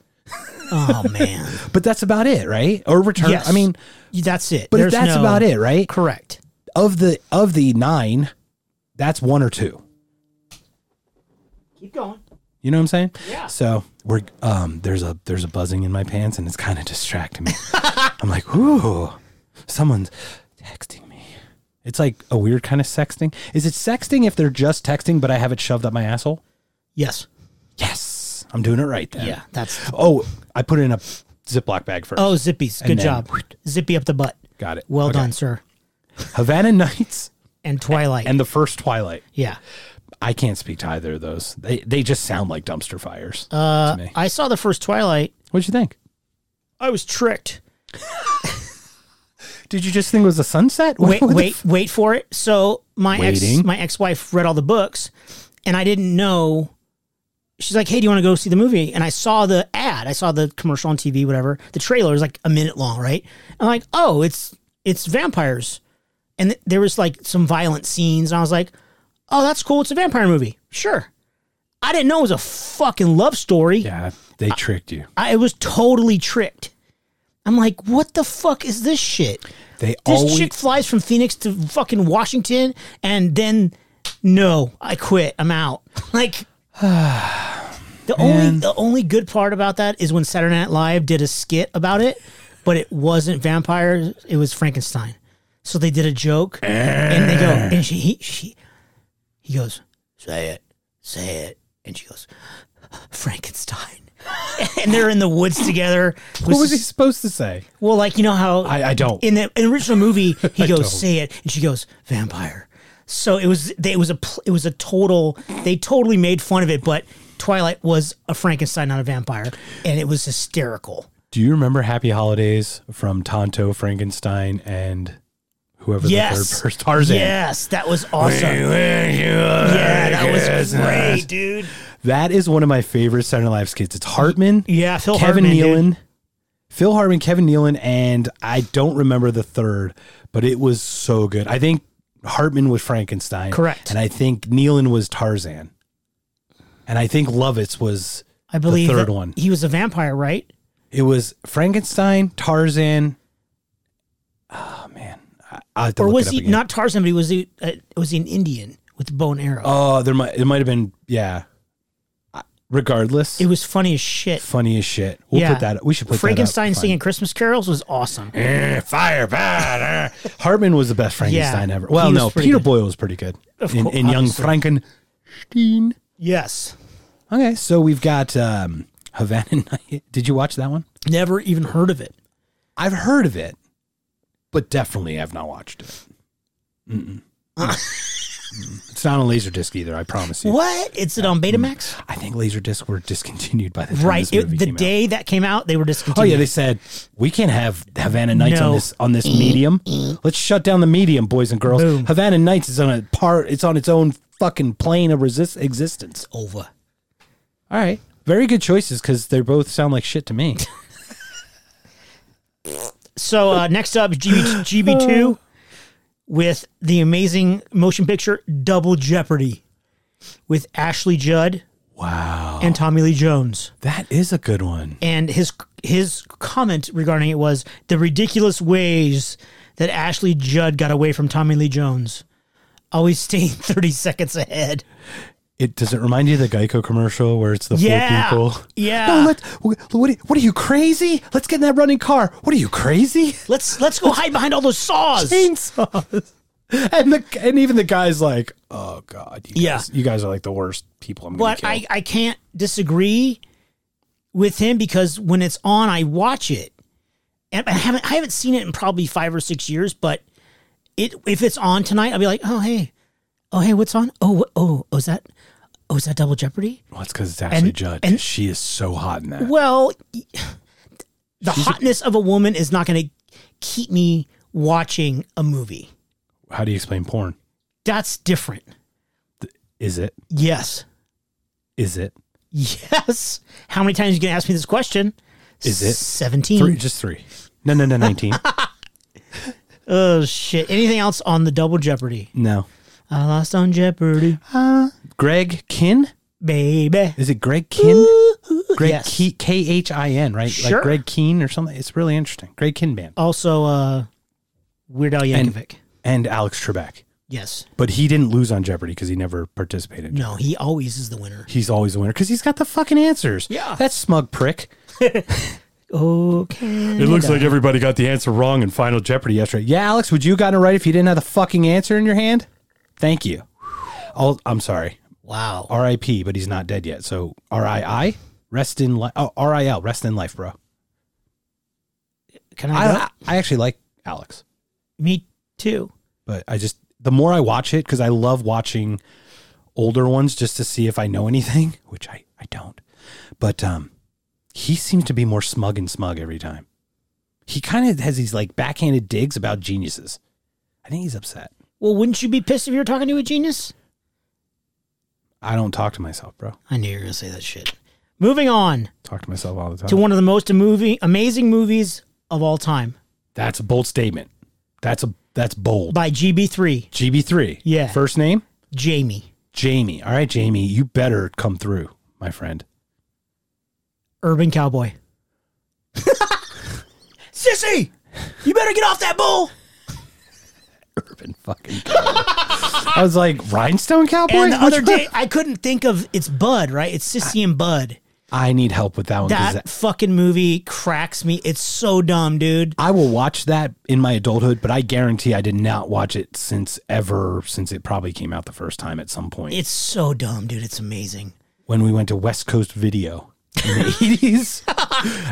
[SPEAKER 2] Oh man,
[SPEAKER 1] but that's about it, right? Or Return.
[SPEAKER 2] Yes.
[SPEAKER 1] I mean,
[SPEAKER 2] that's it.
[SPEAKER 1] but
[SPEAKER 2] There's
[SPEAKER 1] that's
[SPEAKER 2] no-
[SPEAKER 1] about it, right?
[SPEAKER 2] Correct.
[SPEAKER 1] Of the of the nine, that's one or two.
[SPEAKER 2] Keep going.
[SPEAKER 1] You know what I'm saying?
[SPEAKER 2] Yeah.
[SPEAKER 1] So we're um there's a there's a buzzing in my pants and it's kind of distracting me. I'm like, ooh, someone's texting me. It's like a weird kind of sexting. Is it sexting if they're just texting but I have it shoved up my asshole?
[SPEAKER 2] Yes.
[SPEAKER 1] Yes, I'm doing it right then.
[SPEAKER 2] Yeah. That's.
[SPEAKER 1] Oh, I put it in a Ziploc bag first.
[SPEAKER 2] Oh, zippies. Good
[SPEAKER 1] And then-
[SPEAKER 2] job. Zippy up the butt.
[SPEAKER 1] Got it.
[SPEAKER 2] Well
[SPEAKER 1] Okay.
[SPEAKER 2] done, sir.
[SPEAKER 1] Havana Nights
[SPEAKER 2] And Twilight.
[SPEAKER 1] and the first Twilight.
[SPEAKER 2] yeah.
[SPEAKER 1] I can't speak to either of those. They they just sound like dumpster fires to me.
[SPEAKER 2] I saw the first Twilight.
[SPEAKER 1] What'd you think?
[SPEAKER 2] I was tricked.
[SPEAKER 1] Did you just think it was a sunset? What-
[SPEAKER 2] wait,
[SPEAKER 1] what the
[SPEAKER 2] wait,
[SPEAKER 1] f-
[SPEAKER 2] wait for it. So my ex,
[SPEAKER 1] Waiting.
[SPEAKER 2] my ex-wife read all the books, and I didn't know. She's like, "Hey, do you want to go see the movie?" And I saw the ad. I saw the commercial on TV, whatever. The trailer is like a minute long, right? I'm like, "Oh, it's it's vampires," and th- there was like some violent scenes, and I was like, "Oh, that's cool. It's a vampire movie, sure." I didn't know it was a fucking love story.
[SPEAKER 1] yeah, they tricked you.
[SPEAKER 2] I, I was totally tricked. I'm like, "What the fuck is this shit?"
[SPEAKER 1] They
[SPEAKER 2] This
[SPEAKER 1] always
[SPEAKER 2] chick flies from Phoenix to fucking Washington, and then no, I quit. I'm out. Like the only
[SPEAKER 1] Man.
[SPEAKER 2] the only good part about that is when Saturday Night Live did a skit about it, but it wasn't vampires. It was Frankenstein. So they did a joke, and they go,
[SPEAKER 1] Eh.
[SPEAKER 2] and she he, she he goes, say it, say it, and she goes, Frankenstein. and they're in the woods together.
[SPEAKER 1] What was he supposed to say?
[SPEAKER 2] Well, like you know how
[SPEAKER 1] I- I don't.
[SPEAKER 2] in the, in the original movie he
[SPEAKER 1] don't.
[SPEAKER 2] goes say it and she goes vampire. So it was they, it was a pl- it was a total they totally made fun of it, but Twilight was a Frankenstein not a vampire, and it was hysterical.
[SPEAKER 1] Do you remember Happy Holidays from Tonto, Frankenstein, and whoever the
[SPEAKER 2] Yes,
[SPEAKER 1] third person Tarzan?
[SPEAKER 2] Yes, that was awesome. Yeah, that was great, dude.
[SPEAKER 1] That is one of my favorite Saturday Night Live skits. It's Hartman,
[SPEAKER 2] Yeah, Phil
[SPEAKER 1] Kevin
[SPEAKER 2] Hartman, dude.
[SPEAKER 1] Nealon, Phil Hartman, Kevin Nealon, and I don't remember the third, but it was so good. I think Hartman was Frankenstein,
[SPEAKER 2] Correct.
[SPEAKER 1] and I think Nealon was Tarzan, and I think Lovitz was.
[SPEAKER 2] I believe
[SPEAKER 1] third
[SPEAKER 2] that
[SPEAKER 1] one.
[SPEAKER 2] He was a vampire, right?
[SPEAKER 1] It was Frankenstein, Tarzan. Oh man, I, I have to
[SPEAKER 2] Or
[SPEAKER 1] look
[SPEAKER 2] was
[SPEAKER 1] it up
[SPEAKER 2] he
[SPEAKER 1] again.
[SPEAKER 2] not Tarzan? But he was he uh, was he an Indian with bow and arrow?
[SPEAKER 1] Oh, there might it might have been yeah. I- Regardless,
[SPEAKER 2] It was funny as shit.
[SPEAKER 1] funny as shit. We'll
[SPEAKER 2] Yeah.
[SPEAKER 1] put that. We should put
[SPEAKER 2] Frankenstein
[SPEAKER 1] that up.
[SPEAKER 2] singing Christmas carols was awesome.
[SPEAKER 1] singing Eh, fire eh. bad. Hartman was the best Frankenstein
[SPEAKER 2] Yeah.
[SPEAKER 1] ever. Well,
[SPEAKER 2] He was
[SPEAKER 1] no,
[SPEAKER 2] pretty
[SPEAKER 1] Peter
[SPEAKER 2] good.
[SPEAKER 1] Boyle was pretty good
[SPEAKER 2] Of
[SPEAKER 1] in,
[SPEAKER 2] course,
[SPEAKER 1] in Young
[SPEAKER 2] obviously.
[SPEAKER 1] Frankenstein.
[SPEAKER 2] Yes.
[SPEAKER 1] Okay, so we've got um, Havana Night. Did you watch that one?
[SPEAKER 2] Never even heard of it.
[SPEAKER 1] I've heard of it, but definitely have not watched it. Mm-mm. Mm. It's not on Laserdisc either. I promise you.
[SPEAKER 2] What? It's it on Betamax?
[SPEAKER 1] I think Laserdisc were discontinued by the time
[SPEAKER 2] Right.
[SPEAKER 1] This
[SPEAKER 2] It-
[SPEAKER 1] movie
[SPEAKER 2] the
[SPEAKER 1] came out.
[SPEAKER 2] day that came out, they were discontinued.
[SPEAKER 1] Oh yeah, they said we can't have Havana Nights on
[SPEAKER 2] No.
[SPEAKER 1] this on this medium. Let's shut down the medium, boys and girls.
[SPEAKER 2] Boom.
[SPEAKER 1] Havana Nights is on a part. It's on its own fucking plane of resist existence.
[SPEAKER 2] over.
[SPEAKER 1] All right, very good choices because they both sound like shit to me.
[SPEAKER 2] So uh, next up, GB,
[SPEAKER 1] Oh.
[SPEAKER 2] GB2 with the amazing motion picture Double Jeopardy with Ashley Judd
[SPEAKER 1] wow,
[SPEAKER 2] and Tommy Lee Jones.
[SPEAKER 1] that is a good one.
[SPEAKER 2] And his his comment regarding it was the ridiculous ways that Ashley Judd got away from Tommy Lee Jones, always staying thirty seconds ahead.
[SPEAKER 1] It does it remind you of the Geico commercial where it's the
[SPEAKER 2] Yeah,
[SPEAKER 1] four people?
[SPEAKER 2] yeah.
[SPEAKER 1] No, let's. What? Are, what are you crazy? Let's get in that running car. What are you crazy?
[SPEAKER 2] Let's let's go hide behind all those saws.
[SPEAKER 1] chainsaws. And the and even the guy's like, oh god, you
[SPEAKER 2] Yeah.
[SPEAKER 1] guys, you guys are like the worst people I'm gonna
[SPEAKER 2] but
[SPEAKER 1] kill.
[SPEAKER 2] I, I can't disagree with him because when it's on, I watch it, and I haven't I haven't seen it in probably five or six years. But it if it's on tonight, I'll be like, oh hey, oh hey, what's on? Oh what- oh oh is that oh is that Double Jeopardy?
[SPEAKER 1] well, it's because it's Ashley
[SPEAKER 2] and-
[SPEAKER 1] Judd.
[SPEAKER 2] and-
[SPEAKER 1] she is so hot in that.
[SPEAKER 2] Well, the hotness of a woman is not going to keep me watching a movie.
[SPEAKER 1] How do you explain porn?
[SPEAKER 2] That's different.
[SPEAKER 1] Is it?
[SPEAKER 2] Yes,
[SPEAKER 1] Is it?
[SPEAKER 2] yes. How many times are you going to ask me this question?
[SPEAKER 1] Is it?
[SPEAKER 2] seventeen?
[SPEAKER 1] Three, just three. No, no, no, nineteen.
[SPEAKER 2] Oh shit! Anything else on the Double Jeopardy?
[SPEAKER 1] no.
[SPEAKER 2] I lost on Jeopardy,
[SPEAKER 1] Uh, Greg Kin?
[SPEAKER 2] baby.
[SPEAKER 1] Is it Greg Kin? Greg
[SPEAKER 2] yes.
[SPEAKER 1] Ke- K H I N, right?
[SPEAKER 2] Sure.
[SPEAKER 1] Like Greg Keen or something. It's really interesting. Greg Kin band
[SPEAKER 2] Also, uh, Weird Al
[SPEAKER 1] And-
[SPEAKER 2] Yankovic.
[SPEAKER 1] and Alex Trebek,
[SPEAKER 2] yes.
[SPEAKER 1] but he didn't lose on Jeopardy because he never participated.
[SPEAKER 2] No, he always is the winner.
[SPEAKER 1] He's always a winner because he's got the fucking answers.
[SPEAKER 2] Yeah.
[SPEAKER 1] that smug prick.
[SPEAKER 2] Okay.
[SPEAKER 1] It looks like everybody got the answer wrong in Final Jeopardy yesterday. Yeah, Alex, would you have gotten it right if you didn't have the fucking answer in your hand? Thank you. I'll, I'm sorry.
[SPEAKER 2] Wow.
[SPEAKER 1] R.I.P. But he's not dead yet. So R.I.I. Rest in life. Oh, R.I.L. Rest in life, bro.
[SPEAKER 2] Can
[SPEAKER 1] I,
[SPEAKER 2] I? go?
[SPEAKER 1] I I actually like Alex,
[SPEAKER 2] Me too.
[SPEAKER 1] but I just the more I watch it because I love watching older ones just to see if I know anything, which I I don't. But um, he seems to be more smug and smug every time. he kind of has these like backhanded digs about geniuses. I think he's upset.
[SPEAKER 2] Well, wouldn't you be pissed if you were talking to a genius?
[SPEAKER 1] I don't talk to myself, bro.
[SPEAKER 2] I knew you were going to say that shit. Moving on
[SPEAKER 1] Talk to myself all the time.
[SPEAKER 2] to one of the most movie, amazing movies of all time
[SPEAKER 1] That's a bold statement. That's a that's bold.
[SPEAKER 2] by GB3,
[SPEAKER 1] GB3.
[SPEAKER 2] Yeah.
[SPEAKER 1] First name
[SPEAKER 2] Jamie
[SPEAKER 1] Jamie. All right, Jamie, you better come through, my friend.
[SPEAKER 2] Urban Cowboy. Sissy, you better get off that bull.
[SPEAKER 1] Urban fucking. cowboy. I was like rhinestone cowboy.
[SPEAKER 2] and the
[SPEAKER 1] Which
[SPEAKER 2] other
[SPEAKER 1] one?
[SPEAKER 2] day, I couldn't think of it's Bud, right? It's Sissy and Bud.
[SPEAKER 1] I need help with that one. 'cause
[SPEAKER 2] That fucking movie cracks me. It's so dumb, dude.
[SPEAKER 1] I will watch that in my adulthood, but I guarantee I did not watch it since ever since it probably came out the first time at some point
[SPEAKER 2] It's so dumb, dude. It's amazing.
[SPEAKER 1] when we went to West Coast Video in the eighties.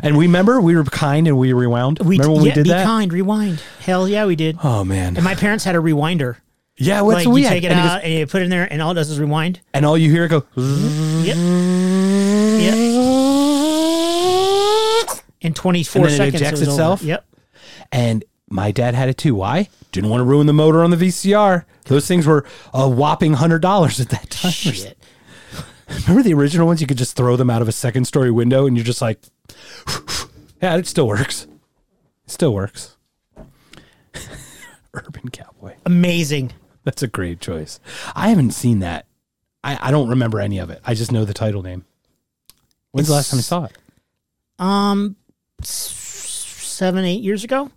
[SPEAKER 1] and we remember we were kind and we rewound.
[SPEAKER 2] We
[SPEAKER 1] remember when
[SPEAKER 2] yeah,
[SPEAKER 1] we did
[SPEAKER 2] be
[SPEAKER 1] that?
[SPEAKER 2] kind, rewind. Hell yeah, we did.
[SPEAKER 1] Oh man.
[SPEAKER 2] And my parents had a rewinder.
[SPEAKER 1] yeah, what's
[SPEAKER 2] like
[SPEAKER 1] we
[SPEAKER 2] you
[SPEAKER 1] had?
[SPEAKER 2] take it
[SPEAKER 1] and,
[SPEAKER 2] out
[SPEAKER 1] goes-
[SPEAKER 2] and you put it in there, and all it does is rewind.
[SPEAKER 1] and all you hear go
[SPEAKER 2] Yep. Yep. In 24
[SPEAKER 1] And then it
[SPEAKER 2] seconds,
[SPEAKER 1] ejects
[SPEAKER 2] was over.
[SPEAKER 1] itself?
[SPEAKER 2] Yep.
[SPEAKER 1] and my dad had it too. Why? Didn't want to ruin the motor on the VCR. Those things were a whopping hundred dollars at that time.
[SPEAKER 2] Shit.
[SPEAKER 1] Remember the original ones? You could just throw them out of a second story window and you're just like, yeah, it still works. It still works. Urban Cowboy.
[SPEAKER 2] Amazing.
[SPEAKER 1] That's a great choice. I haven't seen that. I, I don't remember any of it. I just know the title name. When's the last time I saw it?
[SPEAKER 2] Um, s- seven, eight years ago.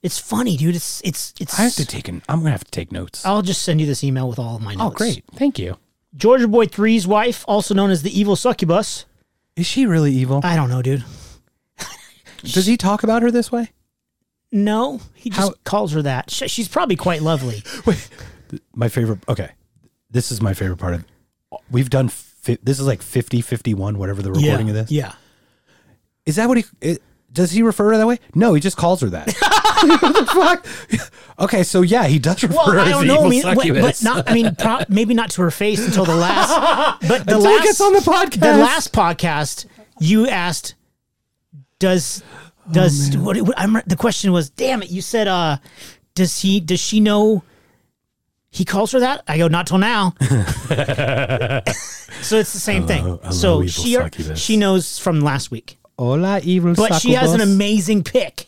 [SPEAKER 2] It's funny, dude. It's it's it's.
[SPEAKER 1] I have to take an, I'm going to have to take notes.
[SPEAKER 2] I'll just send you this email with all of my
[SPEAKER 1] oh,
[SPEAKER 2] notes.
[SPEAKER 1] great. Thank you.
[SPEAKER 2] Georgia Boy 3's wife, also known as the evil succubus.
[SPEAKER 1] Is she really evil?
[SPEAKER 2] I don't know, dude.
[SPEAKER 1] Does he talk about her this way?
[SPEAKER 2] No, he just
[SPEAKER 1] How-
[SPEAKER 2] calls her that. Sh- She's probably quite lovely.
[SPEAKER 1] Wait, my favorite. Okay, this is my favorite part of. We've done. Fi- this is like 50, 51, whatever the recording
[SPEAKER 2] yeah.
[SPEAKER 1] of this.
[SPEAKER 2] Yeah.
[SPEAKER 1] Is that what he? i- does he refer to her that way? No, he just calls her that. What the fuck? Okay, so yeah, he does refer
[SPEAKER 2] Well,
[SPEAKER 1] to her
[SPEAKER 2] I
[SPEAKER 1] as
[SPEAKER 2] don't
[SPEAKER 1] the
[SPEAKER 2] know. I
[SPEAKER 1] evil
[SPEAKER 2] mean, but,
[SPEAKER 1] succubus.
[SPEAKER 2] but not. I mean, pro- maybe not to her face until the last. But the
[SPEAKER 1] Until he
[SPEAKER 2] last
[SPEAKER 1] gets on the podcast.
[SPEAKER 2] The last podcast, you asked, does does
[SPEAKER 1] Oh,
[SPEAKER 2] what, what? I remember the question was, damn it, you said, uh, does he does she know? He calls her that. I go, not till now. so it's the same thing.
[SPEAKER 1] Hello, hello,
[SPEAKER 2] so
[SPEAKER 1] evil
[SPEAKER 2] she
[SPEAKER 1] succubus.
[SPEAKER 2] she knows from last week,
[SPEAKER 1] Hola, evil.
[SPEAKER 2] but she has an
[SPEAKER 1] succubus.
[SPEAKER 2] amazing pick.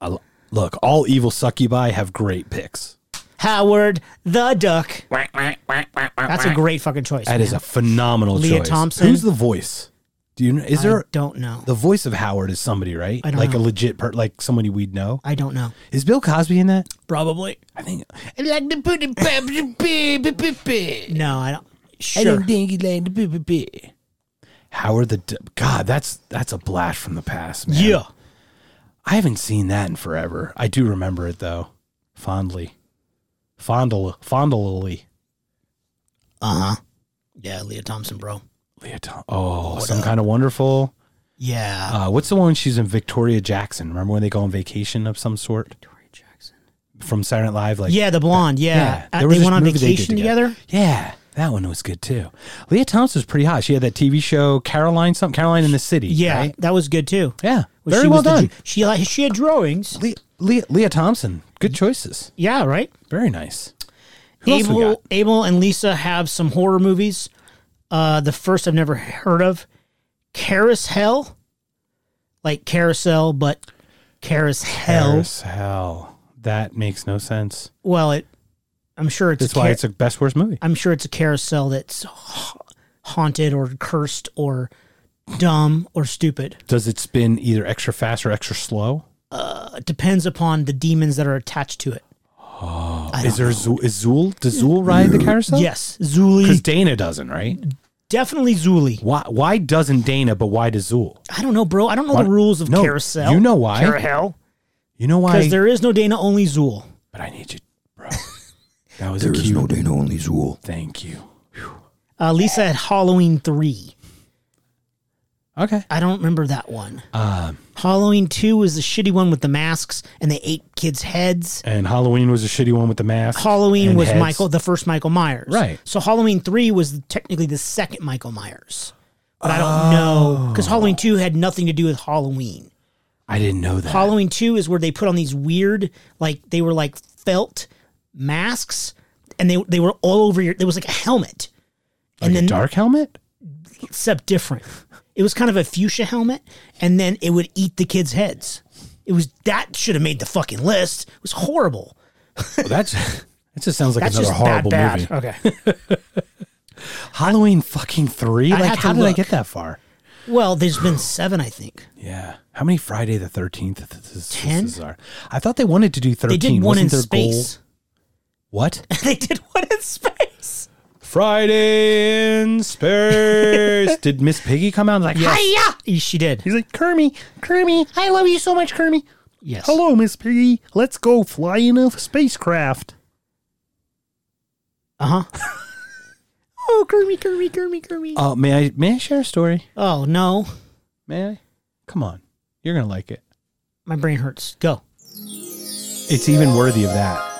[SPEAKER 1] I- Look, all evil succubi have great picks.
[SPEAKER 2] Howard the Duck. That's
[SPEAKER 3] That's
[SPEAKER 2] a great fucking choice.
[SPEAKER 1] That is a phenomenal
[SPEAKER 2] Leah
[SPEAKER 1] choice.
[SPEAKER 2] Thompson.
[SPEAKER 1] Who's the voice? Do you know? Is
[SPEAKER 2] I
[SPEAKER 1] there
[SPEAKER 2] don't know.
[SPEAKER 1] the voice of Howard? Is somebody right?
[SPEAKER 2] I don't
[SPEAKER 1] like
[SPEAKER 2] know.
[SPEAKER 1] a legit part, like somebody we'd know.
[SPEAKER 2] I don't know.
[SPEAKER 1] Is Bill Cosby in that?
[SPEAKER 2] Probably.
[SPEAKER 1] I think
[SPEAKER 3] I like to put the baby baby baby.
[SPEAKER 2] No, I don't. Sure.
[SPEAKER 3] think he like the baby baby.
[SPEAKER 1] Howard the D- God. That's that's a blast from the past, man.
[SPEAKER 2] Yeah.
[SPEAKER 1] I haven't seen that in forever. I do remember it though, fondly, fondle, fondly.
[SPEAKER 2] Uh huh. Yeah, Leah Thompson, bro.
[SPEAKER 1] Leah Thom- Oh, some kind of wonderful.
[SPEAKER 2] Yeah.
[SPEAKER 1] Uh, what's the one she's in? Victoria Jackson. Remember when they go on vacation of some sort
[SPEAKER 2] Victoria Jackson.
[SPEAKER 1] from Saturday Night Live? Like
[SPEAKER 2] Yeah, the blonde. Yeah. Uh,
[SPEAKER 1] there was
[SPEAKER 2] they
[SPEAKER 1] this
[SPEAKER 2] went on
[SPEAKER 1] movie they did
[SPEAKER 2] vacation together.
[SPEAKER 1] Yeah, that one was good too. Leah Thompson's pretty hot. She had that TV show Caroline, something Caroline in the City.
[SPEAKER 2] Yeah,
[SPEAKER 1] right?
[SPEAKER 2] that was good too.
[SPEAKER 1] yeah,
[SPEAKER 2] Well,
[SPEAKER 1] very
[SPEAKER 2] she
[SPEAKER 1] well
[SPEAKER 2] was the
[SPEAKER 1] done.
[SPEAKER 2] dr- she like she had drawings.
[SPEAKER 1] Leah, Leah, Leah Thompson, good choices.
[SPEAKER 2] Yeah, right.
[SPEAKER 1] Very nice. Who else we
[SPEAKER 2] Abel,
[SPEAKER 1] got?
[SPEAKER 2] Abel, and Lisa have some horror movies. Uh, the first I've never heard of, Carousel, like carousel, but Carousel.
[SPEAKER 1] Hell, that makes no sense.
[SPEAKER 2] Well, it. I'm sure it's.
[SPEAKER 1] That's
[SPEAKER 2] a
[SPEAKER 1] why
[SPEAKER 2] car-
[SPEAKER 1] it's a best worst movie.
[SPEAKER 2] I'm sure it's a carousel that's ha- haunted or cursed or dumb or stupid.
[SPEAKER 1] Does it spin either extra fast or extra slow?
[SPEAKER 2] Uh, It depends upon the demons that are attached to it. I
[SPEAKER 1] Is there Zool, is Zool? Does Zool ride the carousel?
[SPEAKER 2] Yes,
[SPEAKER 1] because
[SPEAKER 2] Zuli,
[SPEAKER 1] Dana doesn't, right?
[SPEAKER 2] definitely Zuli.
[SPEAKER 1] Why? Why doesn't Dana? But why does Zool?
[SPEAKER 2] I don't know, bro. I don't know
[SPEAKER 1] Why-
[SPEAKER 2] the rules of
[SPEAKER 1] No,
[SPEAKER 2] carousel.
[SPEAKER 1] you know why.
[SPEAKER 2] Carousel,
[SPEAKER 1] You know why?
[SPEAKER 2] because there is no Dana, only Zul.
[SPEAKER 1] but I need you, bro. That was a cute.
[SPEAKER 3] Dana only Zool.
[SPEAKER 1] Thank you.
[SPEAKER 2] Uh, Lisa had Halloween three.
[SPEAKER 1] Okay.
[SPEAKER 2] I don't remember that one.
[SPEAKER 1] Um,
[SPEAKER 2] Halloween two was the shitty one with the masks and they ate kids' heads.
[SPEAKER 1] and Halloween was a shitty one with the mask.
[SPEAKER 2] Halloween
[SPEAKER 1] and
[SPEAKER 2] was
[SPEAKER 1] heads.
[SPEAKER 2] Michael, the first Michael Myers.
[SPEAKER 1] Right.
[SPEAKER 2] So Halloween three was technically the second
[SPEAKER 1] Oh.
[SPEAKER 2] Michael Myers, but I don't know because Halloween two had nothing to do with Halloween.
[SPEAKER 1] I didn't know that.
[SPEAKER 2] Halloween 2 is where they put on these weird, like, they were like felt masks and they, they were all over your, there was like a helmet,
[SPEAKER 1] like
[SPEAKER 2] and
[SPEAKER 1] a
[SPEAKER 2] then-
[SPEAKER 1] dark helmet?
[SPEAKER 2] except different. It was kind of a fuchsia helmet and then it would eat the kids' heads. It was, that should have made the fucking list. It was horrible.
[SPEAKER 1] Well, that's that just sounds like
[SPEAKER 2] That's
[SPEAKER 1] another
[SPEAKER 2] just
[SPEAKER 1] horrible
[SPEAKER 2] that
[SPEAKER 1] movie.
[SPEAKER 2] bad. Okay.
[SPEAKER 1] Halloween fucking three?
[SPEAKER 2] I
[SPEAKER 1] like
[SPEAKER 2] had
[SPEAKER 1] how
[SPEAKER 2] to
[SPEAKER 1] did I
[SPEAKER 2] look.
[SPEAKER 1] get that far?
[SPEAKER 2] well, there's been seven, I think.
[SPEAKER 1] Yeah. How many Friday the thirteenth
[SPEAKER 2] Ten?
[SPEAKER 1] this are? I thought they wanted to do
[SPEAKER 2] They
[SPEAKER 1] thirteen.
[SPEAKER 2] did one
[SPEAKER 1] Wasn't
[SPEAKER 2] in
[SPEAKER 1] their goal-
[SPEAKER 2] space.
[SPEAKER 1] What?
[SPEAKER 2] they did one in space.
[SPEAKER 1] Friday in space. did Miss Piggy come out and like hi?
[SPEAKER 2] Hiya! She did.
[SPEAKER 1] He's like, Kermy, Kermy, I love you so much, Kermy.
[SPEAKER 2] Yes.
[SPEAKER 1] Hello, Miss Piggy. Let's go fly in a spacecraft.
[SPEAKER 2] Uh huh. oh, Kermy, Kermy, Kermy, Kermy.
[SPEAKER 1] Uh, may I may I share a story?
[SPEAKER 2] oh no,
[SPEAKER 1] May I? Come on. You're gonna like it.
[SPEAKER 2] my brain hurts. Go.
[SPEAKER 1] It's even worthy of that.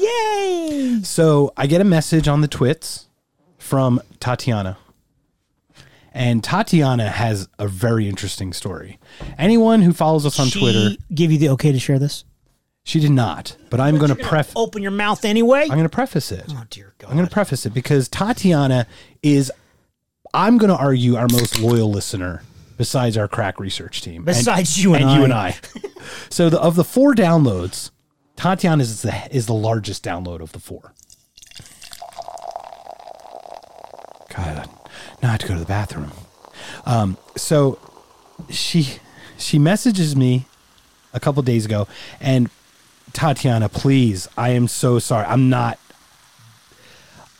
[SPEAKER 2] Yay!
[SPEAKER 1] So I get a message on the twits from Tatiana. And Tatiana has a very interesting story. Anyone who follows us on
[SPEAKER 2] She
[SPEAKER 1] Twitter,
[SPEAKER 2] give you the okay to share this?
[SPEAKER 1] she did not, but I'm going to pref
[SPEAKER 2] Open your mouth anyway.
[SPEAKER 1] I'm going to preface it.
[SPEAKER 2] oh dear God.
[SPEAKER 1] I'm going to preface it because Tatiana is I'm going to argue our most loyal listener besides our crack research team. And-
[SPEAKER 2] Besides you and,
[SPEAKER 1] and
[SPEAKER 2] I,
[SPEAKER 1] you and I. so the, of the four downloads, Tatiana is the is the largest download of the four. God, now I have to go to the bathroom. Um, so she she messages me a couple days ago, and Tatiana, please, I am so sorry. I'm not.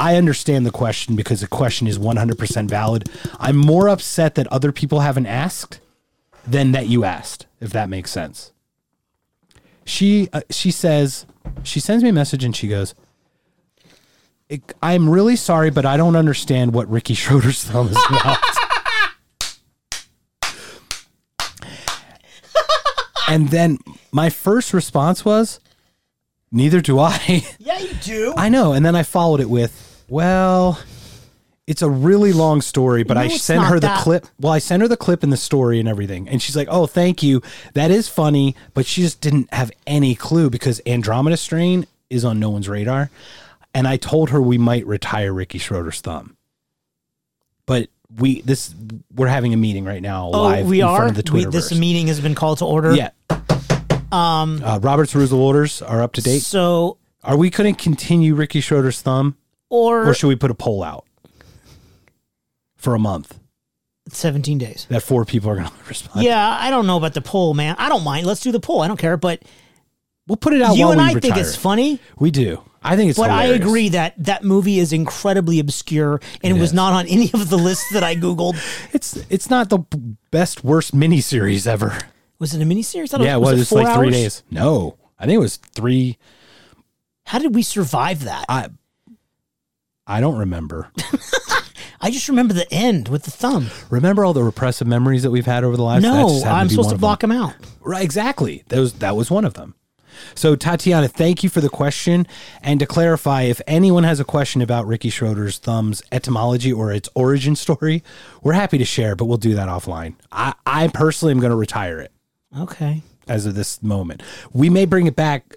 [SPEAKER 1] I understand the question because the question is 100% valid. I'm more upset that other people haven't asked than that you asked, if that makes sense. She uh, she says she sends me a message and she goes, "It- "I'm really sorry, but I don't understand what Ricky Schroeder's thumb is about." and then my first response was, "Neither do I."
[SPEAKER 2] Yeah, you do.
[SPEAKER 1] I know. And then I followed it with, well, it's a really long story, but
[SPEAKER 2] No,
[SPEAKER 1] I
[SPEAKER 2] it's
[SPEAKER 1] sent
[SPEAKER 2] not
[SPEAKER 1] her the
[SPEAKER 2] that.
[SPEAKER 1] clip. Well, I sent her the clip and the story and everything. And she's like, oh, thank you. That is funny. But she just didn't have any clue because Andromeda Strain is on no one's radar. And I told her we might retire Ricky Schroeder's thumb. But we this we're having a meeting right now
[SPEAKER 2] oh,
[SPEAKER 1] live
[SPEAKER 2] we
[SPEAKER 1] in
[SPEAKER 2] are.
[SPEAKER 1] front of the
[SPEAKER 2] We-
[SPEAKER 1] Twitterverse.
[SPEAKER 2] this meeting has been called to order.
[SPEAKER 1] yeah. Um uh, Robert's rules of orders are up to date.
[SPEAKER 2] So,
[SPEAKER 1] Are we going to continue Ricky Schroeder's thumb?
[SPEAKER 2] or,
[SPEAKER 1] or should we put a poll out for a month
[SPEAKER 2] seventeen days.
[SPEAKER 1] that four people are going to respond?
[SPEAKER 2] Yeah, I don't know about the poll, man. I don't mind. Let's do the poll. I don't care. But
[SPEAKER 1] Oh, we'll put it out.
[SPEAKER 2] you
[SPEAKER 1] while
[SPEAKER 2] and
[SPEAKER 1] we
[SPEAKER 2] I
[SPEAKER 1] retire.
[SPEAKER 2] think it's funny.
[SPEAKER 1] We do. I think it's.
[SPEAKER 2] But I
[SPEAKER 1] hilarious.
[SPEAKER 2] agree that that movie is incredibly obscure and it was
[SPEAKER 1] is.
[SPEAKER 2] not on any of the lists that I googled.
[SPEAKER 1] It's it's not the b- best worst miniseries ever.
[SPEAKER 2] Was it a miniseries? I don't-
[SPEAKER 1] Yeah, it was.
[SPEAKER 2] it
[SPEAKER 1] it's
[SPEAKER 2] four
[SPEAKER 1] like three
[SPEAKER 2] hours?
[SPEAKER 1] days. No, I think it was three.
[SPEAKER 2] How did we survive that? I,
[SPEAKER 1] I I don't remember.
[SPEAKER 2] just remember the end with the thumb.
[SPEAKER 1] remember all the repressive memories that we've had over the last. that
[SPEAKER 2] no,
[SPEAKER 1] just happened
[SPEAKER 2] I'm
[SPEAKER 1] be
[SPEAKER 2] supposed
[SPEAKER 1] one
[SPEAKER 2] to
[SPEAKER 1] of them.
[SPEAKER 2] block him out.
[SPEAKER 1] Right, exactly. That was that was one of them. So Tatiana, thank you for the question. And to clarify, if anyone has a question about Ricky Schroeder's thumb's etymology or its origin story, we're happy to share, but we'll do that offline. I, I personally am going to retire it
[SPEAKER 2] Okay.
[SPEAKER 1] as of this moment. We may bring it back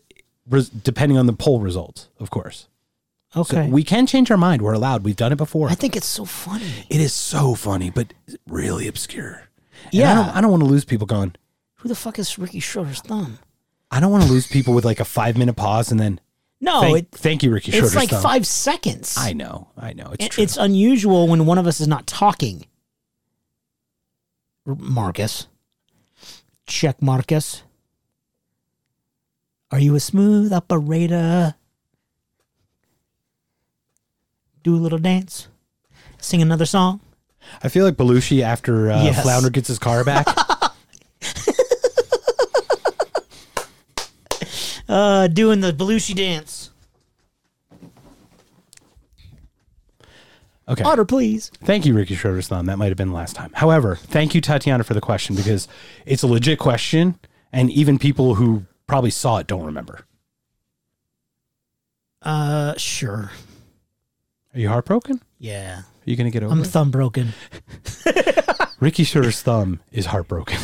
[SPEAKER 1] res- depending on the poll results, of course.
[SPEAKER 2] Okay.
[SPEAKER 1] We can change our mind. We're allowed. We've done it before.
[SPEAKER 2] I think it's so funny.
[SPEAKER 1] it is so funny, but really obscure. And
[SPEAKER 2] Yeah.
[SPEAKER 1] I don't, I don't want to lose people going,
[SPEAKER 2] Who the fuck is Ricky Schroeder's thumb?
[SPEAKER 1] I don't want to lose people with like a five minute pause and then
[SPEAKER 2] No,
[SPEAKER 1] thank,
[SPEAKER 2] Oh, it,
[SPEAKER 1] thank you, Ricky
[SPEAKER 2] it's
[SPEAKER 1] Schroeder's
[SPEAKER 2] like
[SPEAKER 1] thumb.
[SPEAKER 2] five seconds.
[SPEAKER 1] I know, I know. It's
[SPEAKER 2] It-
[SPEAKER 1] true.
[SPEAKER 2] it's unusual when one of us is not talking. R- Marcus. Check Marcus. Are you a smooth operator? Do a little dance. Sing another song.
[SPEAKER 1] I feel like Belushi after uh,
[SPEAKER 2] Yes.
[SPEAKER 1] Flounder gets his car back.
[SPEAKER 2] Uh, doing the Belushi dance.
[SPEAKER 1] Okay.
[SPEAKER 2] Otter, please.
[SPEAKER 1] Thank you, Ricky Schroeder's thumb. That might have been last time. However, thank you, Tatiana, for the question because it's a legit question, and even people who probably saw it don't remember.
[SPEAKER 2] Uh, sure.
[SPEAKER 1] Are you heartbroken? Are
[SPEAKER 2] Yeah.
[SPEAKER 1] you going to get over
[SPEAKER 2] I'm
[SPEAKER 1] it?
[SPEAKER 2] thumb broken.
[SPEAKER 1] Ricky Schroeder's thumb is heartbroken.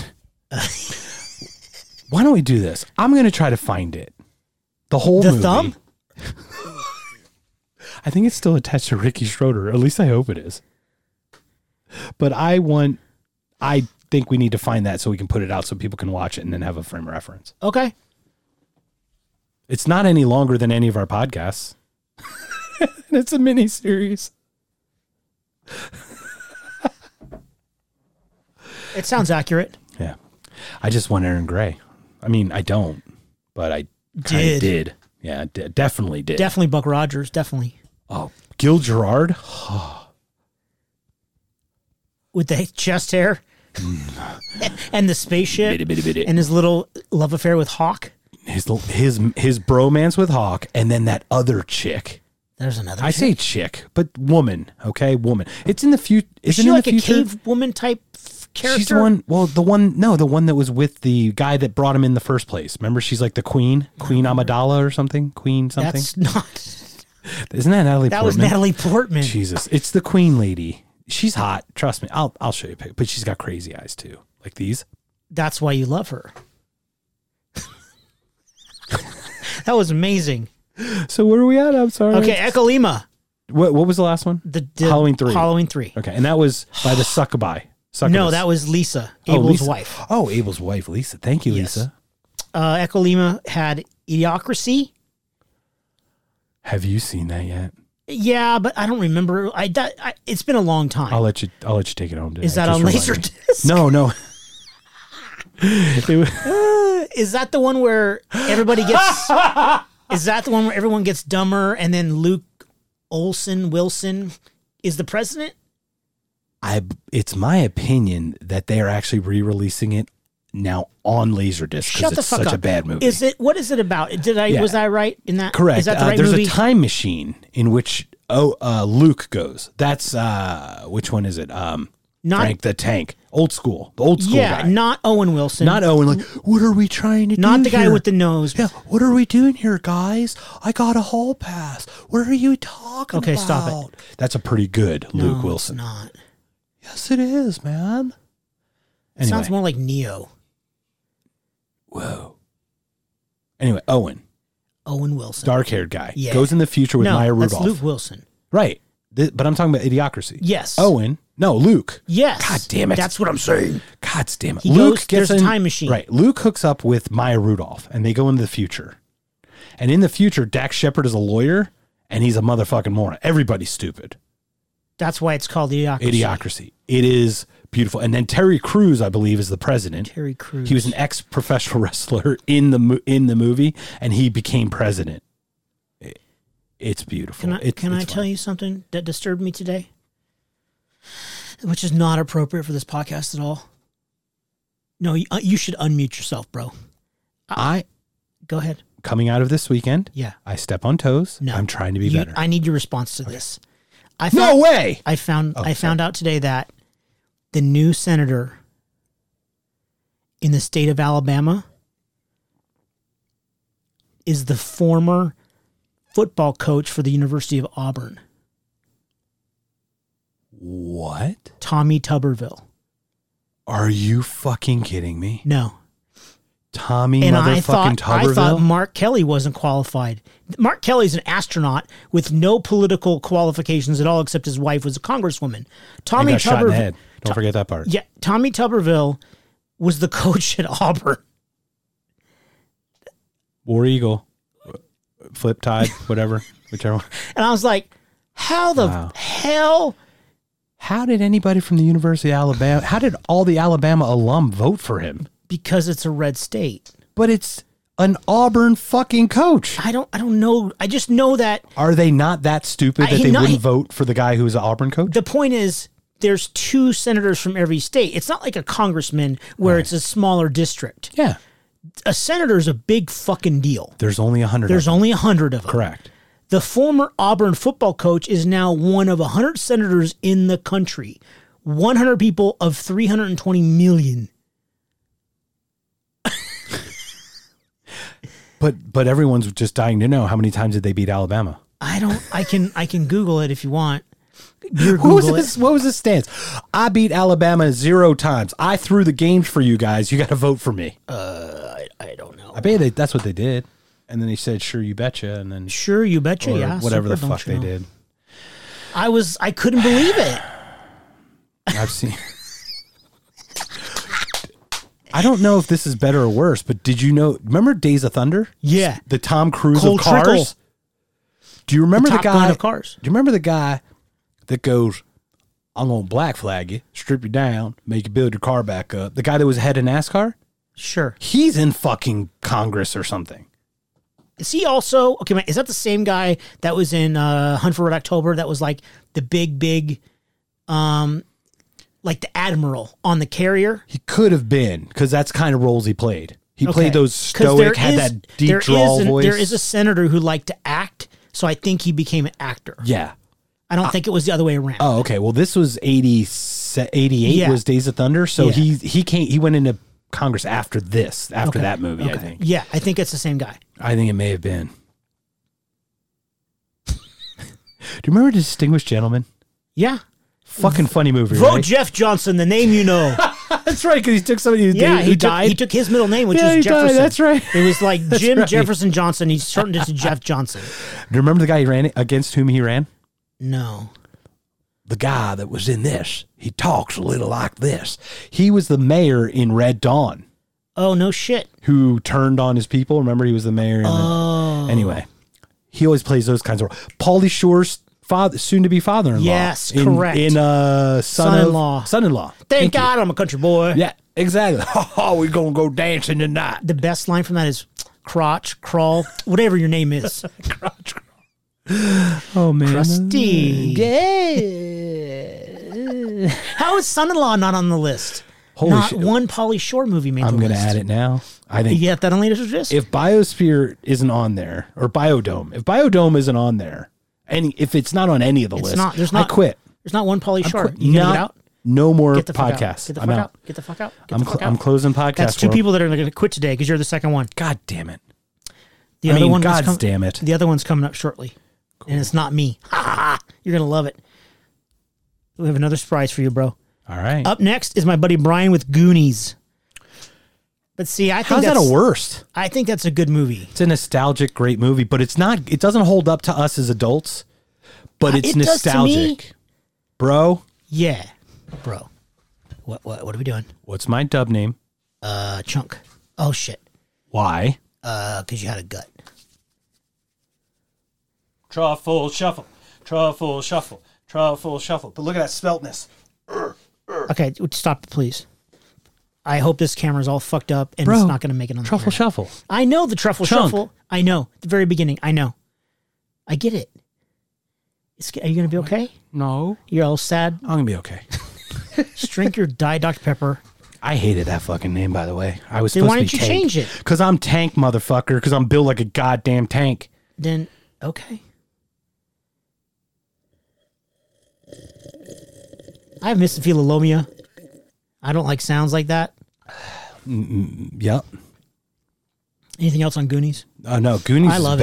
[SPEAKER 1] Why don't we do this? I'm going to try to find it. The whole
[SPEAKER 2] The
[SPEAKER 1] movie.
[SPEAKER 2] thumb?
[SPEAKER 1] I think it's still attached to Ricky Schroeder. At least I hope it is. But I want. I think we need to find that so we can put it out so people can watch it and then have a frame of reference.
[SPEAKER 2] Okay.
[SPEAKER 1] It's not any longer than any of our podcasts. it's a mini series.
[SPEAKER 2] It sounds accurate.
[SPEAKER 1] Yeah. I just want Aaron Gray. I mean, I don't, but I
[SPEAKER 2] Did.
[SPEAKER 1] kinda did. Yeah, I did. definitely did.
[SPEAKER 2] Definitely Buck Rogers. Definitely.
[SPEAKER 1] oh, Gil Gerard.
[SPEAKER 2] With the chest hair
[SPEAKER 1] Mm.
[SPEAKER 2] and the spaceship
[SPEAKER 3] Bitty, bitty, bitty.
[SPEAKER 2] and his little love affair with Hawk.
[SPEAKER 1] His his his bromance with Hawk and then that other chick.
[SPEAKER 2] There's another.
[SPEAKER 1] I say chick, but woman, okay? Woman. It's in the future.
[SPEAKER 2] Is
[SPEAKER 1] Isn't
[SPEAKER 2] she
[SPEAKER 1] it in
[SPEAKER 2] like
[SPEAKER 1] the
[SPEAKER 2] a
[SPEAKER 1] future?
[SPEAKER 2] cave woman type f- character?
[SPEAKER 1] She's the one. Well, the one. No, the one that was with the guy that brought him in the first place. Remember, she's like the queen, Queen Amidala or something, Queen something.
[SPEAKER 2] That's not.
[SPEAKER 1] Isn't that Natalie?
[SPEAKER 2] That
[SPEAKER 1] Portman?
[SPEAKER 2] was Natalie Portman.
[SPEAKER 1] Jesus, it's the queen lady. She's hot. Trust me. I'll I'll show you a pic. But she's got crazy eyes too, like these.
[SPEAKER 2] That's why you love her. that was amazing.
[SPEAKER 1] So where are we at? I'm sorry.
[SPEAKER 2] Okay, Ekalima.
[SPEAKER 1] What what was the last one?
[SPEAKER 2] The, the
[SPEAKER 1] Halloween three.
[SPEAKER 2] Halloween three.
[SPEAKER 1] Okay, and that was by the succubi. Succubus.
[SPEAKER 2] No, that was Lisa,
[SPEAKER 1] Oh,
[SPEAKER 2] Abel's
[SPEAKER 1] Lisa.
[SPEAKER 2] wife.
[SPEAKER 1] Oh, Abel's wife, Lisa. Thank you,
[SPEAKER 2] Yes.
[SPEAKER 1] Lisa.
[SPEAKER 2] Uh, Ekalima had idiocracy.
[SPEAKER 1] Have you seen that yet?
[SPEAKER 2] Yeah, but I don't remember. I, that, I it's been a long time.
[SPEAKER 1] I'll let you. I'll let you take it home. Today.
[SPEAKER 2] Is that
[SPEAKER 1] Just
[SPEAKER 2] on
[SPEAKER 1] remind me.
[SPEAKER 2] Laserdisc?
[SPEAKER 1] No, no. It wa-
[SPEAKER 2] Is that the one where everybody gets? is that the one where everyone gets dumber and then Luke Olson Wilson is the president?
[SPEAKER 1] I. It's my opinion that they are actually re-releasing it now on Laserdisc because
[SPEAKER 2] Shut
[SPEAKER 1] it's
[SPEAKER 2] the fuck up.
[SPEAKER 1] such a bad movie.
[SPEAKER 2] Is it? What is it about? Did I
[SPEAKER 1] Yeah.
[SPEAKER 2] was I right in that?
[SPEAKER 1] Correct.
[SPEAKER 2] Is that the
[SPEAKER 1] uh,
[SPEAKER 2] right
[SPEAKER 1] there's
[SPEAKER 2] movie?
[SPEAKER 1] a time machine in which oh uh, Luke goes. That's uh, which one is it? Um,
[SPEAKER 2] Not-
[SPEAKER 1] Frank the Tank. Old school. The old school
[SPEAKER 2] yeah,
[SPEAKER 1] guy.
[SPEAKER 2] not Owen Wilson.
[SPEAKER 1] Not Owen. Like, what are we trying to do?
[SPEAKER 2] not the guy
[SPEAKER 1] here?
[SPEAKER 2] with the nose.
[SPEAKER 1] Yeah, what are we doing here, guys? I got a hall pass. What are you talking
[SPEAKER 2] Okay,
[SPEAKER 1] about?
[SPEAKER 2] stop it.
[SPEAKER 1] That's a pretty good
[SPEAKER 2] No,
[SPEAKER 1] Luke
[SPEAKER 2] it's
[SPEAKER 1] Wilson.
[SPEAKER 2] Not.
[SPEAKER 1] Yes, it is, man.
[SPEAKER 2] It
[SPEAKER 1] Anyway,
[SPEAKER 2] Sounds more like Neo.
[SPEAKER 1] whoa. Anyway, Owen,
[SPEAKER 2] Owen Wilson.
[SPEAKER 1] dark-haired guy,
[SPEAKER 2] Yeah.
[SPEAKER 1] goes in the future with
[SPEAKER 2] no,
[SPEAKER 1] Maya
[SPEAKER 2] that's
[SPEAKER 1] Rudolph.
[SPEAKER 2] Luke Wilson.
[SPEAKER 1] Right. Th- but I'm talking about idiocracy.
[SPEAKER 2] Yes.
[SPEAKER 1] Owen. No, Luke.
[SPEAKER 2] Yes.
[SPEAKER 1] God damn it.
[SPEAKER 2] That's what I'm saying.
[SPEAKER 1] God damn it.
[SPEAKER 2] He
[SPEAKER 1] Luke
[SPEAKER 2] goes- there's a time machine.
[SPEAKER 1] Right. Luke hooks up with Maya Rudolph and they go into the future. And in the future, Dax Shepard is a lawyer and he's a motherfucking moron. Everybody's stupid.
[SPEAKER 2] That's why it's called Idiocracy.
[SPEAKER 1] Idiocracy. It is beautiful. And then Terry Crews, I believe, is the president.
[SPEAKER 2] Terry Crews.
[SPEAKER 1] He was an ex professional wrestler in the mo- in the movie and he became president. It- it's beautiful.
[SPEAKER 2] Can I
[SPEAKER 1] It-
[SPEAKER 2] can I
[SPEAKER 1] it's fun.
[SPEAKER 2] tell you something that disturbed me today? Which is not appropriate for this podcast at all. No, you, uh, you should unmute yourself, bro. Uh,
[SPEAKER 1] I
[SPEAKER 2] Go ahead.
[SPEAKER 1] coming out of this weekend,
[SPEAKER 2] Yeah.
[SPEAKER 1] I step on toes.
[SPEAKER 2] No.
[SPEAKER 1] I'm trying to be
[SPEAKER 2] You-
[SPEAKER 1] better.
[SPEAKER 2] I need your response to this. I
[SPEAKER 1] no
[SPEAKER 2] found,
[SPEAKER 1] way.
[SPEAKER 2] I found
[SPEAKER 1] Oh,
[SPEAKER 2] I found out today that the new senator in the state of Alabama is the former football coach for the University of Auburn,
[SPEAKER 1] What?
[SPEAKER 2] Tommy Tuberville.
[SPEAKER 1] Are you fucking kidding me?
[SPEAKER 2] No.
[SPEAKER 1] Tommy
[SPEAKER 2] and I
[SPEAKER 1] motherfucking
[SPEAKER 2] thought I thought
[SPEAKER 1] Tuberville?
[SPEAKER 2] Mark Kelly wasn't qualified. Mark Kelly's an astronaut with no political qualifications at all, except his wife was a congresswoman.
[SPEAKER 1] I
[SPEAKER 2] Tommy
[SPEAKER 1] got shot in the
[SPEAKER 2] Tuberville,
[SPEAKER 1] head. Don't forget that part.
[SPEAKER 2] yeah, Tommy Tuberville was the coach at Auburn.
[SPEAKER 1] War Eagle, Flip Tide, whatever, whichever one.
[SPEAKER 2] And I was like, how the
[SPEAKER 1] Wow.
[SPEAKER 2] hell?
[SPEAKER 1] How did anybody from the University of Alabama, how did all the Alabama alum vote for him?
[SPEAKER 2] Because it's a red state.
[SPEAKER 1] But it's an Auburn fucking coach.
[SPEAKER 2] I don't. I don't know. I just know that
[SPEAKER 1] Are they not that stupid
[SPEAKER 2] I-
[SPEAKER 1] that they
[SPEAKER 2] no,
[SPEAKER 1] wouldn't
[SPEAKER 2] he-
[SPEAKER 1] vote for the guy who was an Auburn coach?
[SPEAKER 2] the point is there's two senators from every state. It's not like a congressman where it's a smaller district.
[SPEAKER 1] Yeah.
[SPEAKER 2] A senator is a big fucking deal.
[SPEAKER 1] There's only 100
[SPEAKER 2] There's
[SPEAKER 1] of
[SPEAKER 2] only 100 of them.
[SPEAKER 1] them. Correct.
[SPEAKER 2] The former Auburn football coach is now one of 100 senators in the country, 100 people of 320 million.
[SPEAKER 1] But but everyone's just dying to know how many times did they beat Alabama?
[SPEAKER 2] I don't. I can. I can Google it if you want. You're
[SPEAKER 1] What was
[SPEAKER 2] Google it.
[SPEAKER 1] his What was his stance? I beat Alabama zero times. I threw the games for you guys. You got to vote for me.
[SPEAKER 2] Uh, I, I
[SPEAKER 1] I bet they, that's what they did. And then he said, "Sure, you betcha," and then
[SPEAKER 2] Sure, you betcha.
[SPEAKER 1] or
[SPEAKER 2] yeah,
[SPEAKER 1] whatever the
[SPEAKER 2] Super, don't
[SPEAKER 1] fuck
[SPEAKER 2] you
[SPEAKER 1] they
[SPEAKER 2] know.
[SPEAKER 1] did.
[SPEAKER 2] I was I couldn't believe it.
[SPEAKER 1] I've seen. I don't know if this is better or worse, but did you know? Remember Days of Thunder?
[SPEAKER 2] Yeah.
[SPEAKER 1] the Tom Cruise
[SPEAKER 2] Cole
[SPEAKER 1] of cars.
[SPEAKER 2] Trickle.
[SPEAKER 1] Do you remember the,
[SPEAKER 2] Top
[SPEAKER 1] guy?
[SPEAKER 2] Gun of cars.
[SPEAKER 1] Do you remember the guy that goes, "I'm gonna black flag you, strip you down, make you build your car back up"? The guy that was head of NASCAR.
[SPEAKER 2] Sure.
[SPEAKER 1] He's in fucking Congress or something.
[SPEAKER 2] Is he also okay? Man, is that the same guy that was in uh, Hunt for Red October? That was like the big, big, um, like the admiral on the carrier.
[SPEAKER 1] He could have been because that's kind of roles he played. He
[SPEAKER 2] Okay.
[SPEAKER 1] played those
[SPEAKER 2] 'Cause there
[SPEAKER 1] stoic, had
[SPEAKER 2] is-
[SPEAKER 1] that deep
[SPEAKER 2] there
[SPEAKER 1] drawl
[SPEAKER 2] is an-
[SPEAKER 1] voice.
[SPEAKER 2] There is a senator who liked to act, so I think he became an actor.
[SPEAKER 1] yeah.
[SPEAKER 2] I don't think it was the other way around.
[SPEAKER 1] Uh, Oh, okay. Well, this was 80, se- 88
[SPEAKER 2] Yeah.
[SPEAKER 1] was Days of Thunder. So
[SPEAKER 2] Yeah.
[SPEAKER 1] he he came he went into Congress after this, after
[SPEAKER 2] Okay.
[SPEAKER 1] that movie. I think.
[SPEAKER 2] Yeah, I think it's the same guy.
[SPEAKER 1] I think it may have been. Do you remember Distinguished Gentleman?
[SPEAKER 2] Yeah,
[SPEAKER 1] Fucking funny movie.
[SPEAKER 2] vote
[SPEAKER 1] right?
[SPEAKER 2] Jeff Johnson, the name you know.
[SPEAKER 1] That's right, because he took somebody who,
[SPEAKER 2] yeah,
[SPEAKER 1] who
[SPEAKER 2] he took-
[SPEAKER 1] died.
[SPEAKER 2] he took his middle name, which
[SPEAKER 1] Yeah, he
[SPEAKER 2] was
[SPEAKER 1] died,
[SPEAKER 2] Jefferson.
[SPEAKER 1] that's right.
[SPEAKER 2] It was like Jim
[SPEAKER 1] right.
[SPEAKER 2] Jefferson Johnson. He shortened it to Jeff Johnson.
[SPEAKER 1] Do you remember the guy he ran against whom he ran?
[SPEAKER 2] No.
[SPEAKER 1] The guy that was in this. He talks a little like this. He was the mayor in Red Dawn
[SPEAKER 2] Oh no shit.
[SPEAKER 1] who turned on his people. Remember, he was the mayor. In the-
[SPEAKER 2] Oh.
[SPEAKER 1] Anyway, he always plays those kinds of roles. Paulie Shore's father, soon-to-be father-in-law.
[SPEAKER 2] Yes,
[SPEAKER 1] in,
[SPEAKER 2] correct.
[SPEAKER 1] In uh, son
[SPEAKER 2] Son-in-law.
[SPEAKER 1] Of, son-in-law.
[SPEAKER 2] Thank
[SPEAKER 1] you.
[SPEAKER 2] God I'm a country boy.
[SPEAKER 1] Yeah, exactly. Oh, we're gonna go dancing tonight.
[SPEAKER 2] The best line from that is crotch, crawl, whatever your name is.
[SPEAKER 1] Oh man,
[SPEAKER 2] Rusty.
[SPEAKER 1] Yeah.
[SPEAKER 2] How is son in law not on the list?
[SPEAKER 1] Holy
[SPEAKER 2] not
[SPEAKER 1] shit.
[SPEAKER 2] one Polly Shore movie made
[SPEAKER 1] I'm
[SPEAKER 2] the
[SPEAKER 1] gonna
[SPEAKER 2] list.
[SPEAKER 1] add it now. I think
[SPEAKER 2] You get that on Leaders List?
[SPEAKER 1] if Biosphere isn't on there, or Biodome, if Biodome isn't on there, any if it's not on any of the
[SPEAKER 2] It's
[SPEAKER 1] lists,
[SPEAKER 2] not. There's
[SPEAKER 1] I
[SPEAKER 2] not-
[SPEAKER 1] quit.
[SPEAKER 2] There's not one Polly Shore.
[SPEAKER 1] Quit.
[SPEAKER 2] You gonna get
[SPEAKER 1] Not-
[SPEAKER 2] out?
[SPEAKER 1] No more
[SPEAKER 2] Get the fuck out.
[SPEAKER 1] podcasts.
[SPEAKER 2] Get the
[SPEAKER 1] I'm
[SPEAKER 2] fuck out.
[SPEAKER 1] out.
[SPEAKER 2] Get the fuck out. Get
[SPEAKER 1] I'm
[SPEAKER 2] the fuck
[SPEAKER 1] cl-
[SPEAKER 2] out.
[SPEAKER 1] I'm closing podcast.
[SPEAKER 2] That's two
[SPEAKER 1] world.
[SPEAKER 2] people that are going to quit today because you're the second one.
[SPEAKER 1] God damn it.
[SPEAKER 2] The
[SPEAKER 1] I
[SPEAKER 2] other
[SPEAKER 1] mean,
[SPEAKER 2] one was
[SPEAKER 1] God
[SPEAKER 2] com-
[SPEAKER 1] damn it.
[SPEAKER 2] The other one's coming up shortly, and it's not me. Ha, ha, ha. You're gonna love it. We have another surprise for you, bro.
[SPEAKER 1] All right.
[SPEAKER 2] Up next is my buddy Brian with Goonies. But see, I think
[SPEAKER 1] How's that
[SPEAKER 2] that's
[SPEAKER 1] a worst?
[SPEAKER 2] I think that's a good movie.
[SPEAKER 1] It's a nostalgic, great movie, but it's not. It doesn't hold up to us as adults, but it's
[SPEAKER 2] It does to me.
[SPEAKER 1] nostalgic, bro.
[SPEAKER 2] Yeah, bro. What what what are we doing?
[SPEAKER 1] What's my dub name?
[SPEAKER 2] Uh, chunk. Oh shit.
[SPEAKER 1] Why?
[SPEAKER 2] Uh, cause you had a gut.
[SPEAKER 4] Truffle shuffle, truffle shuffle, truffle shuffle. But look at that smeltness.
[SPEAKER 2] Okay, stop, please. I hope this camera's all fucked up and
[SPEAKER 1] Bro,
[SPEAKER 2] it's not gonna make it on the
[SPEAKER 1] Truffle
[SPEAKER 2] internet.
[SPEAKER 1] shuffle.
[SPEAKER 2] I know the truffle
[SPEAKER 1] Chunk.
[SPEAKER 2] shuffle. I know the very beginning. I know. I get it. It's, are you gonna be okay?
[SPEAKER 1] No,
[SPEAKER 2] You're all sad.
[SPEAKER 1] I'm gonna be okay.
[SPEAKER 2] Just drink your Diet Dr Pepper.
[SPEAKER 1] I hated that fucking name, by the way. I was
[SPEAKER 2] Then
[SPEAKER 1] supposed
[SPEAKER 2] why
[SPEAKER 1] to be
[SPEAKER 2] didn't you
[SPEAKER 1] Tank.
[SPEAKER 2] change it?
[SPEAKER 1] Because I'm Tank, motherfucker. Because I'm built like a goddamn tank.
[SPEAKER 2] Then okay. I have misophilia. I don't like sounds like that.
[SPEAKER 1] Yep.
[SPEAKER 2] Anything else on Goonies?
[SPEAKER 1] Oh no, Goonies.
[SPEAKER 2] I
[SPEAKER 1] is
[SPEAKER 2] love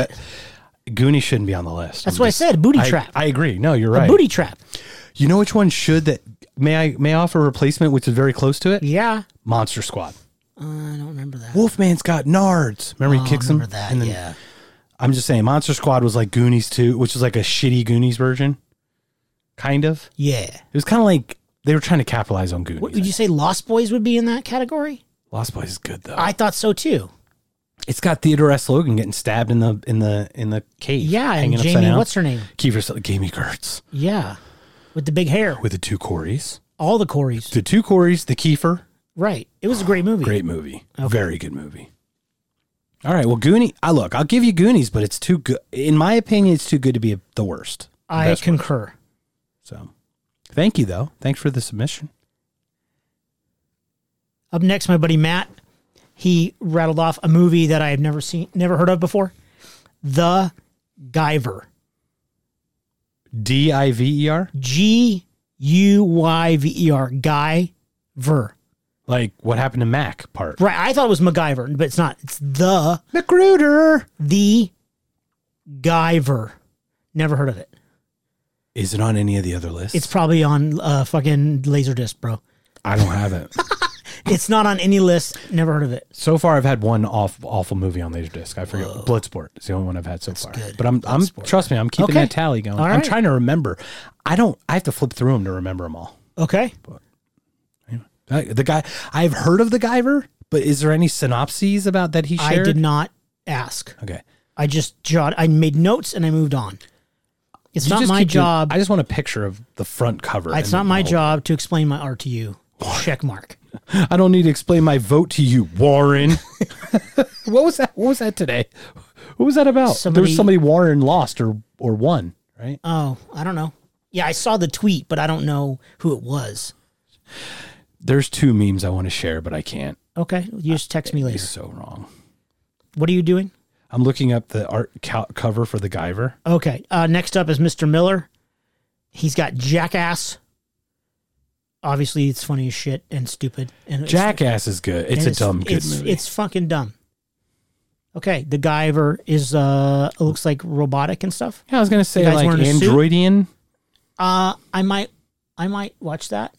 [SPEAKER 1] be- Goonies shouldn't be on the list.
[SPEAKER 2] That's
[SPEAKER 1] I'm
[SPEAKER 2] what I
[SPEAKER 1] just-
[SPEAKER 2] said, booty
[SPEAKER 1] I-
[SPEAKER 2] trap.
[SPEAKER 1] I agree. No, you're
[SPEAKER 2] A
[SPEAKER 1] right.
[SPEAKER 2] booty trap.
[SPEAKER 1] You know which one should that? May I may I offer a replacement, which is very close to it?
[SPEAKER 2] Yeah.
[SPEAKER 1] Monster Squad.
[SPEAKER 2] Uh, I don't remember that.
[SPEAKER 1] Wolfman's got nards. Remember
[SPEAKER 2] Oh,
[SPEAKER 1] he
[SPEAKER 2] I
[SPEAKER 1] kicks
[SPEAKER 2] remember
[SPEAKER 1] him.
[SPEAKER 2] that.
[SPEAKER 1] And then-
[SPEAKER 2] yeah.
[SPEAKER 1] I'm just saying, Monster Squad was like Goonies too, which is like a shitty Goonies version, kind of.
[SPEAKER 2] Yeah.
[SPEAKER 1] It was kind of like they were trying to capitalize on Goonies.
[SPEAKER 2] What, would you say Lost Boys would be in that category?
[SPEAKER 1] Lost Boys is good though.
[SPEAKER 2] I thought so too.
[SPEAKER 1] It's got Theodore S. Logan getting stabbed in the in the in the cave.
[SPEAKER 2] Yeah, and
[SPEAKER 1] hanging upside
[SPEAKER 2] Jamie-
[SPEAKER 1] down.
[SPEAKER 2] what's her name?
[SPEAKER 1] Kiefer Sutherland- Jamie Gertz
[SPEAKER 2] Yeah. With the big hair.
[SPEAKER 1] with the two Corys.
[SPEAKER 2] All the Corys.
[SPEAKER 1] The two Corys, the Kiefer.
[SPEAKER 2] Right. It was a great movie.
[SPEAKER 1] Great movie. Very good movie. All right. Well, Goonie. I look. I'll give you Goonies, but it's too good. In my opinion, it's too good to be the worst.
[SPEAKER 2] I
[SPEAKER 1] Best worst.
[SPEAKER 2] concur.
[SPEAKER 1] So, thank you though. Thanks for the submission.
[SPEAKER 2] Up next, my buddy Matt. He rattled off a movie that I have never seen, never heard of before. The Guyver.
[SPEAKER 1] D I V E R.
[SPEAKER 2] G U Y V E R. Guyver.
[SPEAKER 1] Like what happened to Mac part.
[SPEAKER 2] Right. I thought it was MacGyver, but it's not. It's the
[SPEAKER 1] Magruder.
[SPEAKER 2] the Guyver. Never heard of it.
[SPEAKER 1] Is it on any of the other lists?
[SPEAKER 2] It's probably on uh, fucking Laserdisc, bro.
[SPEAKER 1] I don't have it.
[SPEAKER 2] It's not on any list. Never heard of it.
[SPEAKER 1] So far, I've had one off, awful movie on Laserdisc. I forget. Bloodsport is the only one I've had so far.
[SPEAKER 2] good.
[SPEAKER 1] But I'm, I'm trust me, I'm keeping
[SPEAKER 2] Okay.
[SPEAKER 1] that tally going.
[SPEAKER 2] All
[SPEAKER 1] I'm
[SPEAKER 2] right.
[SPEAKER 1] trying to remember. I don't. I have to flip through them to remember them all.
[SPEAKER 2] Okay.
[SPEAKER 1] Uh, The guy I've heard of the Guyver, but is there any synopses about that he shared?
[SPEAKER 2] I did not ask.
[SPEAKER 1] Okay,
[SPEAKER 2] I just jot. I made notes and I moved on. It's
[SPEAKER 1] You
[SPEAKER 2] not
[SPEAKER 1] just
[SPEAKER 2] my
[SPEAKER 1] keep doing-
[SPEAKER 2] job.
[SPEAKER 1] I just want a picture of the front cover.
[SPEAKER 2] it's
[SPEAKER 1] and
[SPEAKER 2] not
[SPEAKER 1] the
[SPEAKER 2] my
[SPEAKER 1] whole-
[SPEAKER 2] job to explain my art to you. Check mark.
[SPEAKER 1] I don't need to explain my vote to you, Warren. what was that? What was that today? What was that about? there
[SPEAKER 2] Somebody-
[SPEAKER 1] was somebody Warren lost or or won, right?
[SPEAKER 2] Oh, I don't know. Yeah, I saw the tweet, but I don't know who it was.
[SPEAKER 1] There's two memes I want to share, but I can't.
[SPEAKER 2] Okay, you just text me later.
[SPEAKER 1] He's so wrong.
[SPEAKER 2] What are you doing?
[SPEAKER 1] I'm looking up the art co- cover for the Guyver.
[SPEAKER 2] Okay. Uh, next up is Mr. Miller. He's got jackass. Obviously, it's funny as shit and stupid. And it's-
[SPEAKER 1] Jackass is good. It's
[SPEAKER 2] and
[SPEAKER 1] a dumb good
[SPEAKER 2] it's,
[SPEAKER 1] movie.
[SPEAKER 2] It's fucking dumb. Okay, the Guyver is uh it looks like robotic and stuff.
[SPEAKER 1] yeah, I was gonna say
[SPEAKER 2] the guy's
[SPEAKER 1] like
[SPEAKER 2] wearing a suit?
[SPEAKER 1] Androidian.
[SPEAKER 2] Uh, I might, I might watch that.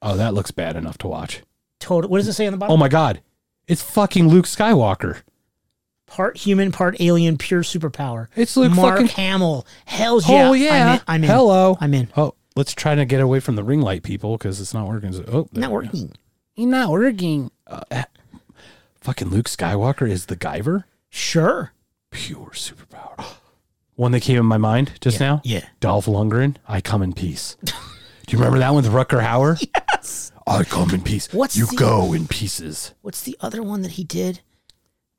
[SPEAKER 1] Oh, that looks bad enough to watch.
[SPEAKER 2] Total. What does it say on the
[SPEAKER 1] Oh
[SPEAKER 2] bottom?
[SPEAKER 1] my god, it's fucking Luke Skywalker.
[SPEAKER 2] part human, part alien, pure superpower.
[SPEAKER 1] It's Luke
[SPEAKER 2] Mark
[SPEAKER 1] fucking-
[SPEAKER 2] Hamill. Hell yeah!
[SPEAKER 1] Oh yeah,
[SPEAKER 2] I'm in. I'm in.
[SPEAKER 1] Hello,
[SPEAKER 2] I'm in.
[SPEAKER 1] Oh, let's try to get away from the ring light, people, because it's not working. Oh,
[SPEAKER 2] Not
[SPEAKER 1] there we go.
[SPEAKER 2] working.
[SPEAKER 1] Not working. Uh, eh. fucking Luke Skywalker is the Guyver.
[SPEAKER 2] Sure.
[SPEAKER 1] Pure superpower. One that came in my mind just now.
[SPEAKER 2] yeah.
[SPEAKER 1] Dolph Lundgren. I come in peace. Do you remember that one with Rucker Hauer?
[SPEAKER 2] Yes.
[SPEAKER 1] I come in peace.
[SPEAKER 2] What's
[SPEAKER 1] you
[SPEAKER 2] the-
[SPEAKER 1] go in pieces.
[SPEAKER 2] What's the other one that he did?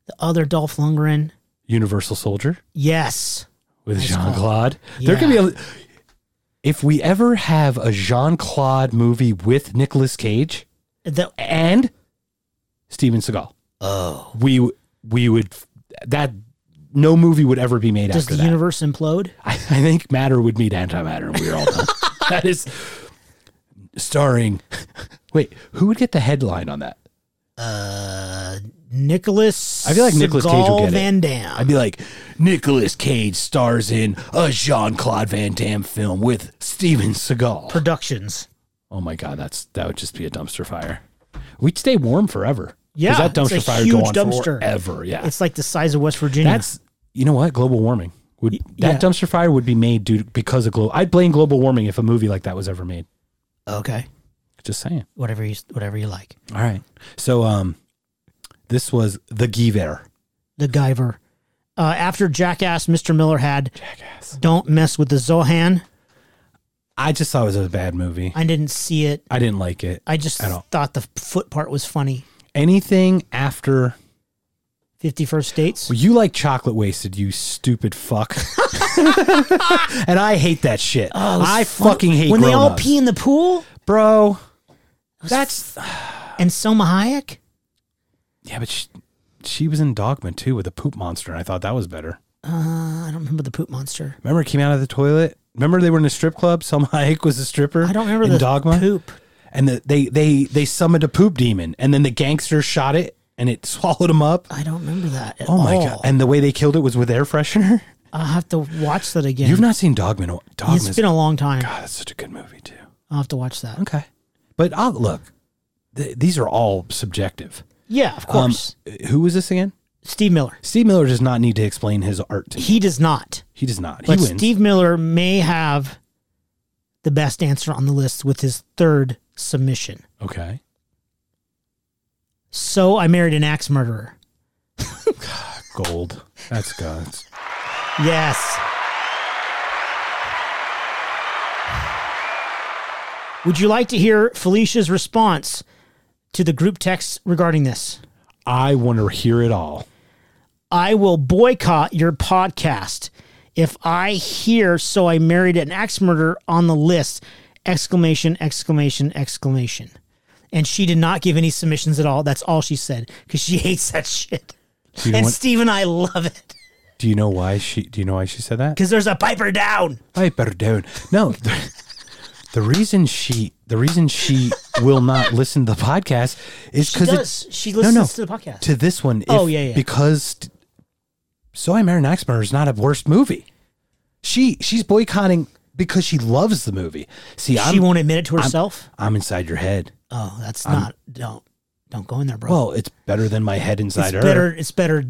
[SPEAKER 2] The other Dolph Lundgren.
[SPEAKER 1] Universal Soldier
[SPEAKER 2] Yes.
[SPEAKER 1] with
[SPEAKER 2] Nice
[SPEAKER 1] Jean Claude. There
[SPEAKER 2] Yeah.
[SPEAKER 1] could be a. If we ever have a Jean Claude movie with Nicolas Cage
[SPEAKER 2] The
[SPEAKER 1] and Steven Seagal,
[SPEAKER 2] oh.
[SPEAKER 1] we w- we would that no movie would ever be made
[SPEAKER 2] Does
[SPEAKER 1] after
[SPEAKER 2] the
[SPEAKER 1] that.
[SPEAKER 2] universe implode?
[SPEAKER 1] I, I think matter would meet antimatter, and we are all done. that is starring. Wait, who would get the headline on that?
[SPEAKER 2] Uh, Nicholas.
[SPEAKER 1] I feel like Nicolas Cage will get it.
[SPEAKER 2] Van Damme.
[SPEAKER 1] I'd be like, Nicolas Cage stars in a Jean Claude Van Damme film with Steven Seagal.
[SPEAKER 2] Productions.
[SPEAKER 1] Oh my God, that's that would just be a dumpster fire. We'd stay warm forever. 'Cause
[SPEAKER 2] Yeah,
[SPEAKER 1] that
[SPEAKER 2] it's
[SPEAKER 1] dumpster
[SPEAKER 2] a
[SPEAKER 1] fire would
[SPEAKER 2] huge
[SPEAKER 1] go on
[SPEAKER 2] dumpster.
[SPEAKER 1] forever. Yeah,
[SPEAKER 2] It's like the size of West Virginia.
[SPEAKER 1] that's you know what global warming would that
[SPEAKER 2] yeah.
[SPEAKER 1] dumpster fire would be made due because of global. I'd blame global warming if a movie like that was ever made.
[SPEAKER 2] okay.
[SPEAKER 1] Just saying.
[SPEAKER 2] Whatever you whatever you like.
[SPEAKER 1] All right. So um, this was the Giver.
[SPEAKER 2] The Guyver. Uh, after Jackass, Mr. Miller had Jackass. Don't mess with the Zohan.
[SPEAKER 1] I just thought it was a bad movie.
[SPEAKER 2] I didn't see it.
[SPEAKER 1] I didn't like it.
[SPEAKER 2] I just
[SPEAKER 1] I don't-
[SPEAKER 2] thought the foot part was funny.
[SPEAKER 1] Anything after
[SPEAKER 2] Fifty First Dates.
[SPEAKER 1] Well, you like chocolate wasted, you stupid fuck. and I hate that shit.
[SPEAKER 2] Oh,
[SPEAKER 1] I fucking hate
[SPEAKER 2] when they all
[SPEAKER 1] grown-ups.
[SPEAKER 2] pee in the pool.
[SPEAKER 1] bro. That's
[SPEAKER 2] And Selma Hayek.
[SPEAKER 1] yeah, but she, she was in Dogma too with a poop monster, and I thought that was better.
[SPEAKER 2] I don't remember the poop monster.
[SPEAKER 1] Remember, it came out of the toilet. Remember, they were in a strip club. Selma Hayek was a stripper.
[SPEAKER 2] I don't remember
[SPEAKER 1] in
[SPEAKER 2] the
[SPEAKER 1] Dogma.
[SPEAKER 2] poop.
[SPEAKER 1] And the, they they they summoned a poop demon, and then the gangster shot it, and it swallowed him up.
[SPEAKER 2] I don't remember that. At
[SPEAKER 1] Oh my
[SPEAKER 2] all.
[SPEAKER 1] god! And the way they killed it was with air freshener.
[SPEAKER 2] I'll have to watch that again.
[SPEAKER 1] You've not seen Dogma. in a- Dogma's
[SPEAKER 2] it's been a long time.
[SPEAKER 1] God, that's such a good movie too.
[SPEAKER 2] I'll have to watch that.
[SPEAKER 1] Okay. But I'll, look, th- these are all subjective.
[SPEAKER 2] Yeah, of
[SPEAKER 1] Um,
[SPEAKER 2] course.
[SPEAKER 1] who was this again?
[SPEAKER 2] Steve Miller.
[SPEAKER 1] Steve Miller does not need to explain his art. To me.
[SPEAKER 2] He does not.
[SPEAKER 1] He does not.
[SPEAKER 2] But
[SPEAKER 1] he wins.
[SPEAKER 2] Steve Miller may have the best answer on the list with his third submission.
[SPEAKER 1] okay.
[SPEAKER 2] So I married an axe murderer.
[SPEAKER 1] Gold. That's God.
[SPEAKER 2] Yes. Would you like to hear Felicia's response to the group text regarding this?
[SPEAKER 1] I want to hear it all.
[SPEAKER 2] I will boycott your podcast if I hear so I married an axe murderer on the list. Exclamation, exclamation, exclamation. And she did not give any submissions at all. That's all she said because she hates that shit.
[SPEAKER 1] Do you, know
[SPEAKER 2] And
[SPEAKER 1] what-
[SPEAKER 2] Steve and I love it
[SPEAKER 1] do you know why she? Do you know why she said that?
[SPEAKER 2] because there's a Piper down.
[SPEAKER 1] Piper down. No. The, the reason she. The reason she will not listen to the podcast is
[SPEAKER 2] She
[SPEAKER 1] because
[SPEAKER 2] does. She listens to the podcast.
[SPEAKER 1] to this one. If,
[SPEAKER 2] Oh, yeah, yeah.
[SPEAKER 1] Because So I Married an Axe Murderer is not a worst movie. She she's boycotting because she loves the movie. See,
[SPEAKER 2] she
[SPEAKER 1] I'm
[SPEAKER 2] won't admit it to herself.
[SPEAKER 1] I'm inside your head.
[SPEAKER 2] oh, that's not. Don't. Don't go in there, bro.
[SPEAKER 1] Well, it's better than my head
[SPEAKER 2] it's
[SPEAKER 1] inside her.
[SPEAKER 2] better. It's better.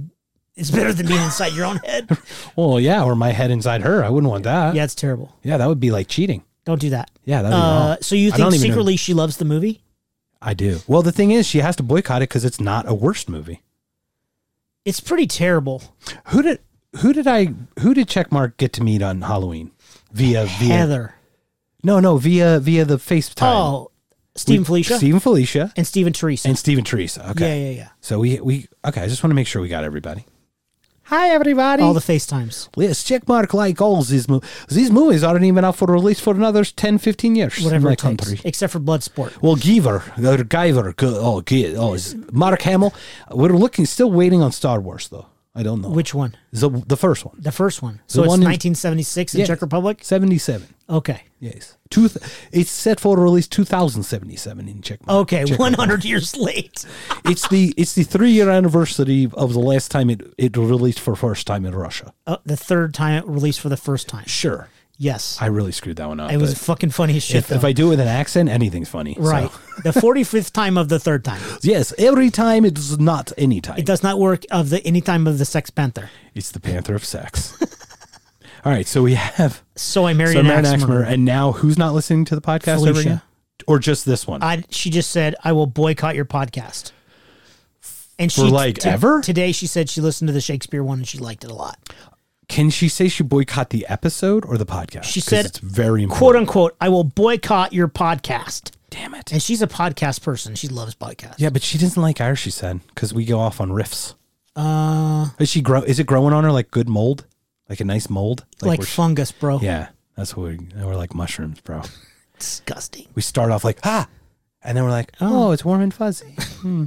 [SPEAKER 2] It's better than being inside your own head.
[SPEAKER 1] Well, yeah, or my head inside her. I wouldn't want that.
[SPEAKER 2] Yeah,
[SPEAKER 1] Yeah,
[SPEAKER 2] it's terrible.
[SPEAKER 1] that would be like cheating.
[SPEAKER 2] Don't do that.
[SPEAKER 1] Yeah, that'd
[SPEAKER 2] Uh,
[SPEAKER 1] be wrong.
[SPEAKER 2] so you
[SPEAKER 1] I don't
[SPEAKER 2] think
[SPEAKER 1] even know-
[SPEAKER 2] secretly she loves the movie?
[SPEAKER 1] I do. Well, the thing is, she has to boycott it because it's not a worst movie.
[SPEAKER 2] It's pretty terrible.
[SPEAKER 1] Who did who did I who did Checkmark get to meet on Halloween via via
[SPEAKER 2] Heather.
[SPEAKER 1] no no via via the FaceTime?
[SPEAKER 2] Oh, Stephen Felicia
[SPEAKER 1] Stephen Felicia,
[SPEAKER 2] and Stephen Teresa.
[SPEAKER 1] and Stephen Teresa. Okay,
[SPEAKER 2] Yeah, yeah, yeah.
[SPEAKER 1] so we we okay. I just want to make sure we got everybody. Hi everybody.
[SPEAKER 2] All the FaceTimes.
[SPEAKER 1] Yes, Checkmark like all these movies. These movies aren't even out for release for another 10, 15 years
[SPEAKER 2] Whatever
[SPEAKER 1] in my
[SPEAKER 2] it takes.
[SPEAKER 1] country.
[SPEAKER 2] Except for Bloodsport.
[SPEAKER 1] Well, Giver, or Giver, G- oh, G- oh, is Mark Hamill. We're looking, still waiting on Star Wars, though. I don't know.
[SPEAKER 2] Which one?
[SPEAKER 1] The, the first one,
[SPEAKER 2] The first one. So it's
[SPEAKER 1] one in-
[SPEAKER 2] 1976 in
[SPEAKER 1] Yeah.
[SPEAKER 2] Czech Republic?
[SPEAKER 1] 77.
[SPEAKER 2] Okay.
[SPEAKER 1] Yes. Two th- it's set for release 2077 in Czech.
[SPEAKER 2] Okay,
[SPEAKER 1] Czech
[SPEAKER 2] 100 years late.
[SPEAKER 1] It's the it's the three year anniversary of the last time it, it released for first time in Russia.
[SPEAKER 2] Uh, the third time it released for the first time.
[SPEAKER 1] Sure.
[SPEAKER 2] Yes.
[SPEAKER 1] I really screwed that one up.
[SPEAKER 2] it was
[SPEAKER 1] but
[SPEAKER 2] fucking funny as shit.
[SPEAKER 1] if, if
[SPEAKER 2] though.
[SPEAKER 1] I do it with an accent, anything's funny. so.
[SPEAKER 2] right. the 45th time of the third time.
[SPEAKER 1] Yes, every time it's not any time.
[SPEAKER 2] It does not work of the any time of the Sex Panther.
[SPEAKER 1] It's the Panther of Sex. All right, so we have
[SPEAKER 2] So I married
[SPEAKER 1] so
[SPEAKER 2] an
[SPEAKER 1] Marin
[SPEAKER 2] axe murderer.
[SPEAKER 1] Axmer, and now who's not listening to the podcast ever
[SPEAKER 2] Felicia.
[SPEAKER 1] again? Or just this one?
[SPEAKER 2] I she just said I will boycott your podcast. And she
[SPEAKER 1] For, like,
[SPEAKER 2] t-
[SPEAKER 1] ever?
[SPEAKER 2] today she said she listened to the Shakespeare one and she liked it a lot.
[SPEAKER 1] Can she say she boycott the episode or the podcast?
[SPEAKER 2] She
[SPEAKER 1] 'Cause
[SPEAKER 2] said,
[SPEAKER 1] it's very
[SPEAKER 2] "Quote
[SPEAKER 1] important.
[SPEAKER 2] unquote," I will boycott your podcast.
[SPEAKER 1] Damn it.
[SPEAKER 2] And she's a podcast person. She loves podcasts.
[SPEAKER 1] Yeah, but she doesn't like ours. She said because we go off on riffs.
[SPEAKER 2] Uh,
[SPEAKER 1] Is she grow? Is it growing on her like good mold, like a nice mold?
[SPEAKER 2] like,
[SPEAKER 1] we're-
[SPEAKER 2] fungus, bro.
[SPEAKER 1] yeah, that's what we, we're like mushrooms, bro.
[SPEAKER 2] Disgusting.
[SPEAKER 1] We start off like ah, and then we're like oh, it's warm and fuzzy. Hmm.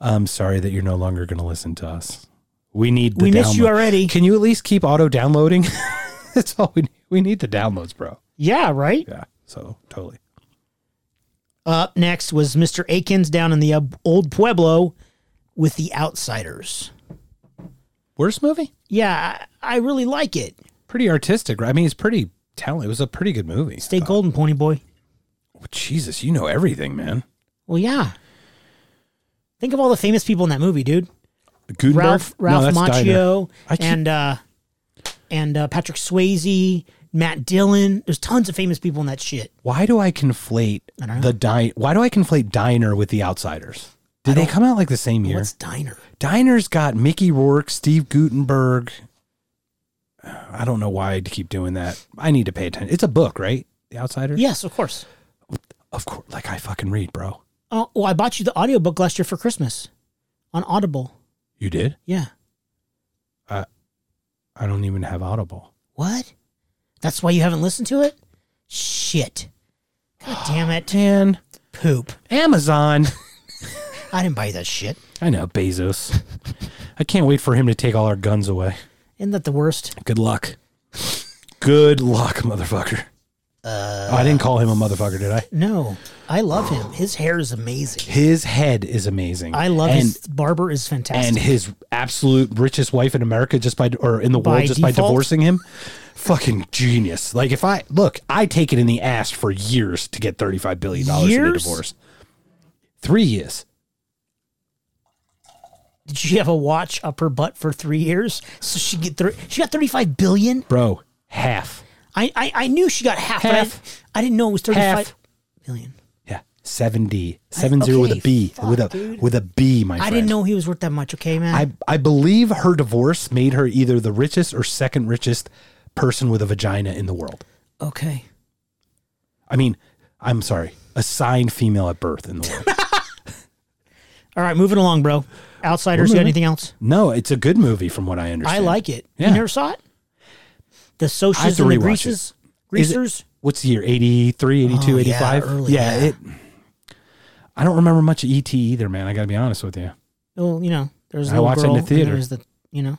[SPEAKER 1] I'm sorry that you're no longer going to listen to us. We need the
[SPEAKER 2] we missed you
[SPEAKER 1] download.
[SPEAKER 2] already.
[SPEAKER 1] Can you at least keep auto downloading? That's all we need. We need the downloads, bro.
[SPEAKER 2] Yeah, right.
[SPEAKER 1] Yeah. So totally.
[SPEAKER 2] Up next was Mr. Akins down in the uh, old pueblo with the Outsiders.
[SPEAKER 1] Worst movie?
[SPEAKER 2] Yeah, I, I really like it.
[SPEAKER 1] Pretty artistic. right? I mean, it's pretty talent. It was a pretty good movie. I
[SPEAKER 2] Stay
[SPEAKER 1] thought.
[SPEAKER 2] golden, pony boy.
[SPEAKER 1] Well, Jesus, you know everything, man.
[SPEAKER 2] Well, yeah. Think of all the famous people in that movie, dude.
[SPEAKER 1] Gutenberg?
[SPEAKER 2] Ralph
[SPEAKER 1] No,
[SPEAKER 2] Ralph
[SPEAKER 1] that's Diner.
[SPEAKER 2] Macchio
[SPEAKER 1] I keep-
[SPEAKER 2] and uh, and uh, Patrick Swayze, Matt Dillon. There's tons of famous people in that shit.
[SPEAKER 1] Why do I conflate
[SPEAKER 2] I don't know.
[SPEAKER 1] the diner? Why do I conflate Diner with The Outsiders? Did they come out like the same year?
[SPEAKER 2] Oh, What's Diner?
[SPEAKER 1] Diner's got Mickey Rourke, Steve Gutenberg. I don't know why I keep doing that. I need to pay attention. It's a book, right? The Outsiders.
[SPEAKER 2] Yes, of course.
[SPEAKER 1] Of course, like I fucking read, bro.
[SPEAKER 2] Oh, well, I bought you the audiobook last year for Christmas on Audible.
[SPEAKER 1] You did?
[SPEAKER 2] Yeah.
[SPEAKER 1] I don't even have Audible.
[SPEAKER 2] What? That's why you haven't listened to it? Shit. God damn it.
[SPEAKER 1] Dan,
[SPEAKER 2] Poop.
[SPEAKER 1] Amazon.
[SPEAKER 2] I didn't buy you that shit.
[SPEAKER 1] I know Bezos. I can't wait for him to take all our guns away.
[SPEAKER 2] Isn't that the worst?
[SPEAKER 1] Good luck. Good luck, motherfucker. Uh, I didn't call him a motherfucker, did I?
[SPEAKER 2] No. I love him. His hair is amazing.
[SPEAKER 1] His head is amazing.
[SPEAKER 2] I love
[SPEAKER 1] and,
[SPEAKER 2] his barber is fantastic.
[SPEAKER 1] and his absolute richest wife in America just by or in the
[SPEAKER 2] By
[SPEAKER 1] world just by
[SPEAKER 2] default?
[SPEAKER 1] divorcing him. Fucking genius. Like if I look, I take it in the ass for years to get thirty five billion dollars in a
[SPEAKER 2] Years?
[SPEAKER 1] divorce. Three years.
[SPEAKER 2] Did she have a watch up her butt for three years? So she get thir- she got thirty five billion.
[SPEAKER 1] Bro, half.
[SPEAKER 2] I, I I knew she got half.
[SPEAKER 1] Half.
[SPEAKER 2] But I, I didn't know it was thirty five
[SPEAKER 1] Half.
[SPEAKER 2] billion.
[SPEAKER 1] Yeah. 70. 70 with a
[SPEAKER 2] okay,
[SPEAKER 1] B. with a
[SPEAKER 2] fuck, dude.
[SPEAKER 1] with a B, my
[SPEAKER 2] I
[SPEAKER 1] friend.
[SPEAKER 2] didn't know he was worth that much. Okay, man.
[SPEAKER 1] I, I believe her divorce made her either the richest or second richest person with a vagina in the world.
[SPEAKER 2] okay.
[SPEAKER 1] I mean, I'm sorry, assigned female at birth in the world.
[SPEAKER 2] All right, moving along, bro. Outsiders. You got
[SPEAKER 1] moving.
[SPEAKER 2] anything else?
[SPEAKER 1] no, it's a good movie from what I
[SPEAKER 2] I
[SPEAKER 1] understand.
[SPEAKER 2] like it.
[SPEAKER 1] Yeah.
[SPEAKER 2] You never saw it? The
[SPEAKER 1] I have
[SPEAKER 2] socials
[SPEAKER 1] to
[SPEAKER 2] and the
[SPEAKER 1] rewatch it.
[SPEAKER 2] greases,
[SPEAKER 1] Is it-
[SPEAKER 2] greasers.
[SPEAKER 1] What's the year? 83, 82,
[SPEAKER 2] Oh, yeah,
[SPEAKER 1] 85?
[SPEAKER 2] early, yeah.
[SPEAKER 1] it. I don't remember much of E.T. either, man. I got to be honest with you.
[SPEAKER 2] well, you know, there's
[SPEAKER 1] I
[SPEAKER 2] a little
[SPEAKER 1] watched it in
[SPEAKER 2] girl.
[SPEAKER 1] the
[SPEAKER 2] and there
[SPEAKER 1] theater.
[SPEAKER 2] was the you know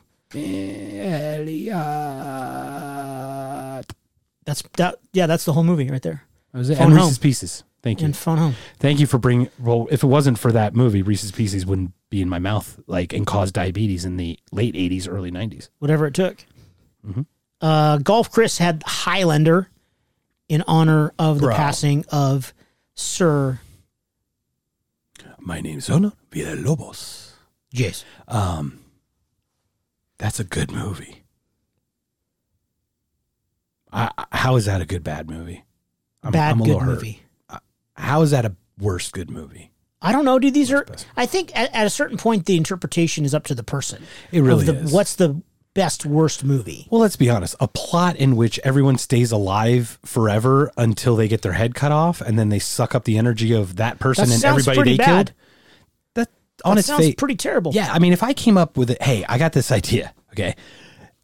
[SPEAKER 2] that's that yeah that's the whole movie right there.
[SPEAKER 1] Was it?
[SPEAKER 2] Phone
[SPEAKER 1] And
[SPEAKER 2] Home.
[SPEAKER 1] Reese's Pieces. Thank you.
[SPEAKER 2] And phone home.
[SPEAKER 1] Thank you for bringing. Well, if it wasn't for that movie, Reese's Pieces wouldn't be in my mouth, like, and cause diabetes in the late '80s, early '90s.
[SPEAKER 2] whatever it took.
[SPEAKER 1] Mm-hmm.
[SPEAKER 2] Uh, Golf Chris had Highlander in honor of the
[SPEAKER 1] Bro.
[SPEAKER 2] passing of sir.
[SPEAKER 1] My name's Honor Villalobos.
[SPEAKER 2] Yes.
[SPEAKER 1] Um, that's a good movie. I, I- how is that a good bad movie? I'm,
[SPEAKER 2] Bad
[SPEAKER 1] I'm a
[SPEAKER 2] good
[SPEAKER 1] little hurt.
[SPEAKER 2] movie.
[SPEAKER 1] How is that a worst good movie?
[SPEAKER 2] I don't know, dude. These are.
[SPEAKER 1] best?
[SPEAKER 2] I think at, at a certain point, the interpretation is up to the person.
[SPEAKER 1] It
[SPEAKER 2] of
[SPEAKER 1] really
[SPEAKER 2] the,
[SPEAKER 1] is.
[SPEAKER 2] What's the best worst movie?
[SPEAKER 1] Well, let's be honest. A plot in which everyone stays alive forever until they get their head cut off, and then they suck up the energy of that person
[SPEAKER 2] That
[SPEAKER 1] and
[SPEAKER 2] sounds pretty
[SPEAKER 1] everybody they
[SPEAKER 2] bad.
[SPEAKER 1] killed. That on
[SPEAKER 2] that
[SPEAKER 1] its
[SPEAKER 2] sounds
[SPEAKER 1] face,
[SPEAKER 2] pretty terrible.
[SPEAKER 1] Yeah, I mean, if I came up with it, hey, I got this idea. Okay,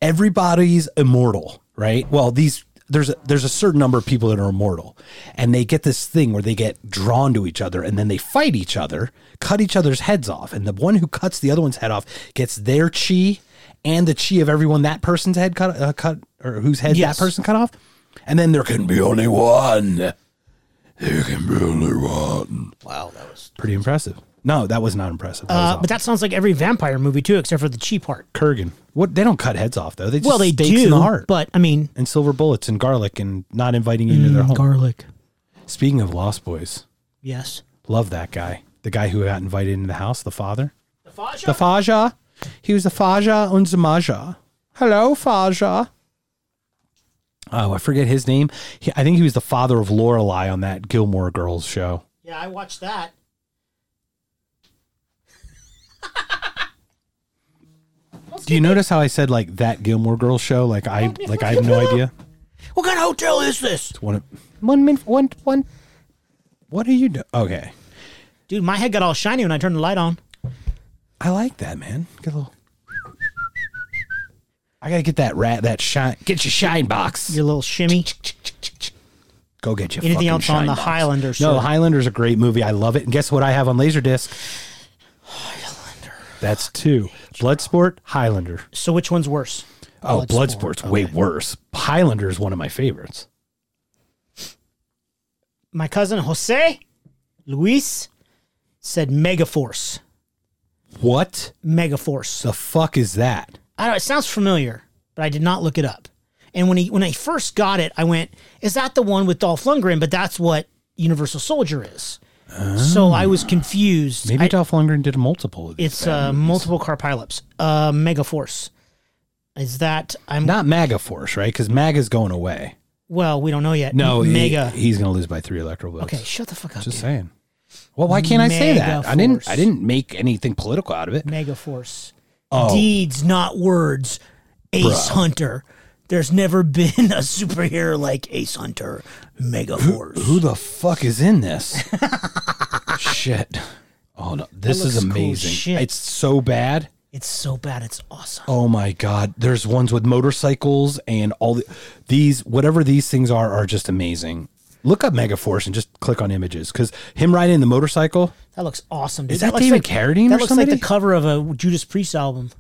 [SPEAKER 1] everybody's immortal, right? Well, these there's a, there's a certain number of people that are immortal, and they get this thing where they get drawn to each other, and then they fight each other, cut each other's heads off, and the one who cuts the other one's head off gets their chi and the chi of everyone that person's head cut uh, cut or whose head
[SPEAKER 2] Yes.
[SPEAKER 1] that person cut off, and then there can be only one. There can be only one.
[SPEAKER 2] Wow, that was.
[SPEAKER 1] Pretty impressive. No, that was not impressive. That was
[SPEAKER 2] Uh,
[SPEAKER 1] awful.
[SPEAKER 2] but that sounds like every vampire movie too, except for the cheap part.
[SPEAKER 1] Kurgan. What they don't cut heads off though. They just
[SPEAKER 2] Well, they
[SPEAKER 1] stakes
[SPEAKER 2] do,
[SPEAKER 1] in the heart
[SPEAKER 2] but I mean,
[SPEAKER 1] and silver bullets and garlic and not inviting you into
[SPEAKER 2] Mm,
[SPEAKER 1] their home.
[SPEAKER 2] garlic.
[SPEAKER 1] Speaking of Lost Boys,
[SPEAKER 2] Yes.
[SPEAKER 1] love that guy. The guy who got invited into the house, the father,
[SPEAKER 2] The Faja?
[SPEAKER 1] the Faja. He was the Faja und the Maja. Hello, Faja. Oh, I forget his name. He, I think he was the father of Lorelei on that Gilmore Girls show.
[SPEAKER 2] yeah, I watched that.
[SPEAKER 1] Do you notice how I said like that Gilmore Girls show? Like I like I have no idea.
[SPEAKER 2] What kind of hotel is this,
[SPEAKER 1] It's one one minute one one. What are you doing? Okay.
[SPEAKER 2] dude? My head got all shiny when I turned the light on.
[SPEAKER 1] I like that, man. Get a little. I gotta get that rat, that shine. Get your shine box.
[SPEAKER 2] Your little shimmy.
[SPEAKER 1] Go get your
[SPEAKER 2] Anything
[SPEAKER 1] fucking
[SPEAKER 2] else on
[SPEAKER 1] shine
[SPEAKER 2] the
[SPEAKER 1] box.
[SPEAKER 2] Highlander?
[SPEAKER 1] No,
[SPEAKER 2] sir?
[SPEAKER 1] Highlander's a great movie. I love it. And guess what I have on Laserdisc? Highlander. That's two. Bloodsport, Highlander.
[SPEAKER 2] so which one's worse?
[SPEAKER 1] Oh,
[SPEAKER 2] Bloodsport.
[SPEAKER 1] Bloodsport's way worse. Highlander is one of my favorites.
[SPEAKER 2] My cousin Jose Luis said Megaforce.
[SPEAKER 1] What
[SPEAKER 2] Megaforce.
[SPEAKER 1] the fuck is that?
[SPEAKER 2] I don't know. It sounds familiar, but I did not look it up. And when he when I first got it, I went, "Is that the one with Dolph Lundgren?" But that's what Universal Soldier is. so I was confused.
[SPEAKER 1] Ah. Maybe
[SPEAKER 2] I-
[SPEAKER 1] Dolph Lundgren did multiple of these.
[SPEAKER 2] it's uh, multiple car pileups. Uh, Megaforce. Is that I'm
[SPEAKER 1] Not MAGA Force, right? Because MAGA's going away.
[SPEAKER 2] well? We don't know yet.
[SPEAKER 1] No, he-
[SPEAKER 2] Mega.
[SPEAKER 1] he's gonna lose by three electoral votes.
[SPEAKER 2] okay, shut the fuck up.
[SPEAKER 1] Just
[SPEAKER 2] dude.
[SPEAKER 1] saying. Well, why can't I say that? I didn't.
[SPEAKER 2] Megaforce.
[SPEAKER 1] I didn't make anything political out of it.
[SPEAKER 2] Megaforce.
[SPEAKER 1] Oh.
[SPEAKER 2] Deeds, not words. Ace
[SPEAKER 1] Bruh.
[SPEAKER 2] Hunter. There's never been a superhero like Ace Hunter. Megaforce.
[SPEAKER 1] Who the fuck is in this? shit. Oh no, this
[SPEAKER 2] That
[SPEAKER 1] is
[SPEAKER 2] looks cool
[SPEAKER 1] amazing.
[SPEAKER 2] shit.
[SPEAKER 1] it's so bad.
[SPEAKER 2] It's so bad. It's awesome.
[SPEAKER 1] Oh my god. There's ones with motorcycles and all the, these whatever these things are are just amazing. Look up Megaforce and just click on images because him riding the motorcycle.
[SPEAKER 2] That looks awesome. Dude.
[SPEAKER 1] Is that
[SPEAKER 2] looks
[SPEAKER 1] David
[SPEAKER 2] like,
[SPEAKER 1] Carradine
[SPEAKER 2] That
[SPEAKER 1] or
[SPEAKER 2] looks like
[SPEAKER 1] somebody?
[SPEAKER 2] the cover of a Judas Priest album.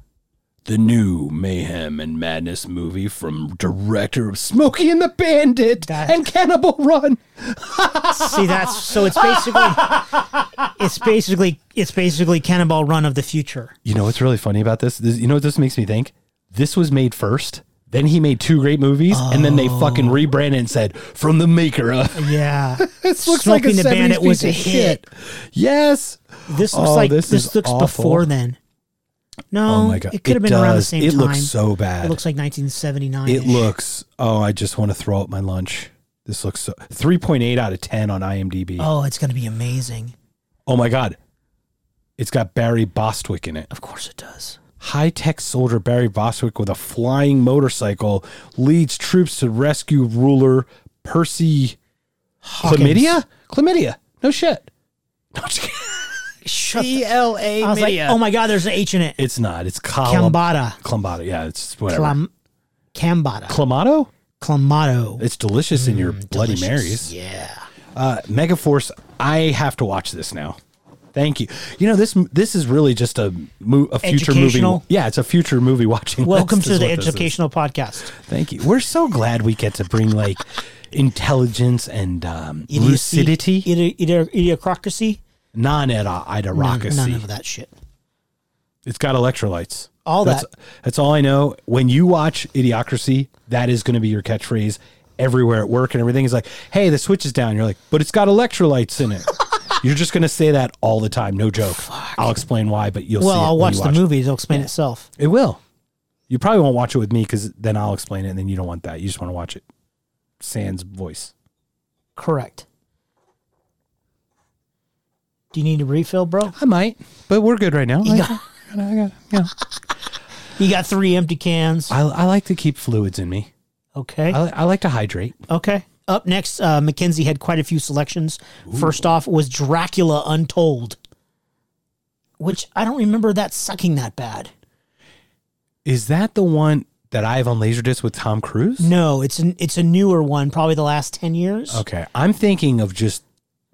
[SPEAKER 1] The new Mayhem and Madness movie from director of Smokey and the Bandit
[SPEAKER 2] That-
[SPEAKER 1] and Cannibal Run.
[SPEAKER 2] See, that's so. It's basically, it's basically, it's basically Cannonball Run of the future.
[SPEAKER 1] You know what's really funny about this? this you know what this makes me think? This was made first. Then he made two great movies, and then they
[SPEAKER 2] Oh.
[SPEAKER 1] fucking rebranded and said, "From the maker of."
[SPEAKER 2] Yeah,
[SPEAKER 1] This looks like a
[SPEAKER 2] Smoking the
[SPEAKER 1] 70s
[SPEAKER 2] Bandit
[SPEAKER 1] piece
[SPEAKER 2] was a
[SPEAKER 1] of
[SPEAKER 2] hit.
[SPEAKER 1] shit. Yes.
[SPEAKER 2] This looks
[SPEAKER 1] Oh,
[SPEAKER 2] like this,
[SPEAKER 1] this is
[SPEAKER 2] looks
[SPEAKER 1] awful.
[SPEAKER 2] before then. No,
[SPEAKER 1] Oh my God.
[SPEAKER 2] it could have
[SPEAKER 1] It
[SPEAKER 2] been around the
[SPEAKER 1] does.
[SPEAKER 2] same
[SPEAKER 1] It
[SPEAKER 2] time.
[SPEAKER 1] looks so bad.
[SPEAKER 2] It looks like 1979.
[SPEAKER 1] It looks. Oh, I just want to throw up my lunch. This looks so, 3.8 out of 10 on IMDb.
[SPEAKER 2] Oh, it's going to be amazing.
[SPEAKER 1] oh my god. It's got Barry Bostwick in it.
[SPEAKER 2] Of course it does.
[SPEAKER 1] High tech soldier Barry Bostwick with a flying motorcycle leads troops to rescue ruler Percy
[SPEAKER 2] Hawkins.
[SPEAKER 1] Chlamydia? Chlamydia. No shit. No shit.
[SPEAKER 2] Shut the-
[SPEAKER 1] L A
[SPEAKER 2] I was like, oh my god, there's an H in it.
[SPEAKER 1] It's not. It's Colum-
[SPEAKER 2] Cambada.
[SPEAKER 1] Clambada. Yeah, it's whatever.
[SPEAKER 2] Clam- Cambada.
[SPEAKER 1] Clamato?
[SPEAKER 2] Clamato.
[SPEAKER 1] It's delicious in your Bloody
[SPEAKER 2] Mm, Delicious.
[SPEAKER 1] Marys.
[SPEAKER 2] Yeah.
[SPEAKER 1] Uh, Megaforce, I have to watch this now. Thank you. You know this. This is really just a, mo- a future movie.
[SPEAKER 2] Educational?
[SPEAKER 1] Yeah, it's a future movie watching.
[SPEAKER 2] Welcome
[SPEAKER 1] list
[SPEAKER 2] to
[SPEAKER 1] is
[SPEAKER 2] the
[SPEAKER 1] what this is.
[SPEAKER 2] educational podcast.
[SPEAKER 1] Thank you. We're so glad we get to bring like intelligence and um,
[SPEAKER 2] Idiocy-
[SPEAKER 1] lucidity,
[SPEAKER 2] idi- idi- Idiocracy. None,
[SPEAKER 1] non-idiocy.
[SPEAKER 2] none of that shit.
[SPEAKER 1] It's got electrolytes.
[SPEAKER 2] All
[SPEAKER 1] that's,
[SPEAKER 2] that.
[SPEAKER 1] That's all I know. When you watch Idiocracy, that is going to be your catchphrase everywhere at work and everything. He's like, hey, the switch is down. You're like, but it's got electrolytes in it. You're just gonna say that all the time, no joke. I'll explain why, but you'll see.
[SPEAKER 2] Well,
[SPEAKER 1] it
[SPEAKER 2] I'll
[SPEAKER 1] when
[SPEAKER 2] watch
[SPEAKER 1] you
[SPEAKER 2] the
[SPEAKER 1] it.
[SPEAKER 2] movie. It'll explain itself.
[SPEAKER 1] It will. You probably won't watch it with me because then I'll explain it, and then you don't want that. You just want to watch it. Sans voice.
[SPEAKER 2] Correct. Do you need a refill, bro?
[SPEAKER 1] I might, but we're good right now. I,
[SPEAKER 2] got-
[SPEAKER 1] I got- I got- yeah.
[SPEAKER 2] You got three empty cans.
[SPEAKER 1] I, I like to keep fluids in me.
[SPEAKER 2] Okay.
[SPEAKER 1] I, I like to hydrate.
[SPEAKER 2] Okay. Up next, uh, Mackenzie had quite a few selections. First off was Dracula Untold, which I don't remember that sucking that bad.
[SPEAKER 1] Is that the one that I have on Laserdisc with Tom Cruise?
[SPEAKER 2] No, it's an, it's a newer one, probably the last ten years.
[SPEAKER 1] Okay, I'm thinking of just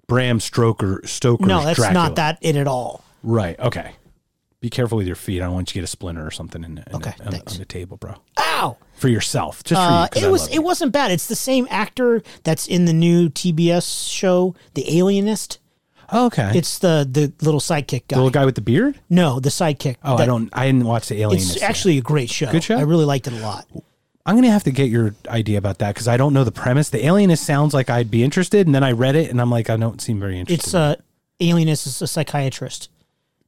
[SPEAKER 1] Bram Stoker. Stoker's
[SPEAKER 2] no, that's
[SPEAKER 1] Dracula.
[SPEAKER 2] not that it at all.
[SPEAKER 1] Right. Okay. Be careful with your feet. I don't want you to get a splinter or something in, the- in
[SPEAKER 2] Okay,
[SPEAKER 1] the, on, the-
[SPEAKER 2] thanks.
[SPEAKER 1] on the table, bro.
[SPEAKER 2] Ow!
[SPEAKER 1] For yourself, just for
[SPEAKER 2] Uh,
[SPEAKER 1] you. 'cause
[SPEAKER 2] it
[SPEAKER 1] I
[SPEAKER 2] was
[SPEAKER 1] love
[SPEAKER 2] it
[SPEAKER 1] you.
[SPEAKER 2] wasn't bad. It's the same actor that's in the new TBS show, The Alienist.
[SPEAKER 1] Oh, okay.
[SPEAKER 2] It's the the little sidekick guy.
[SPEAKER 1] the little guy with the beard.
[SPEAKER 2] No, the sidekick.
[SPEAKER 1] Oh, I
[SPEAKER 2] That-
[SPEAKER 1] don't. I didn't watch the alien.
[SPEAKER 2] It's actually a great show.
[SPEAKER 1] Good show?
[SPEAKER 2] I really liked it a lot.
[SPEAKER 1] I'm gonna have to get your idea about that because I don't know the premise. The alienist sounds like I'd be interested, and then I read it, and I'm like, I don't seem very interested.
[SPEAKER 2] It's uh, alienist is a psychiatrist,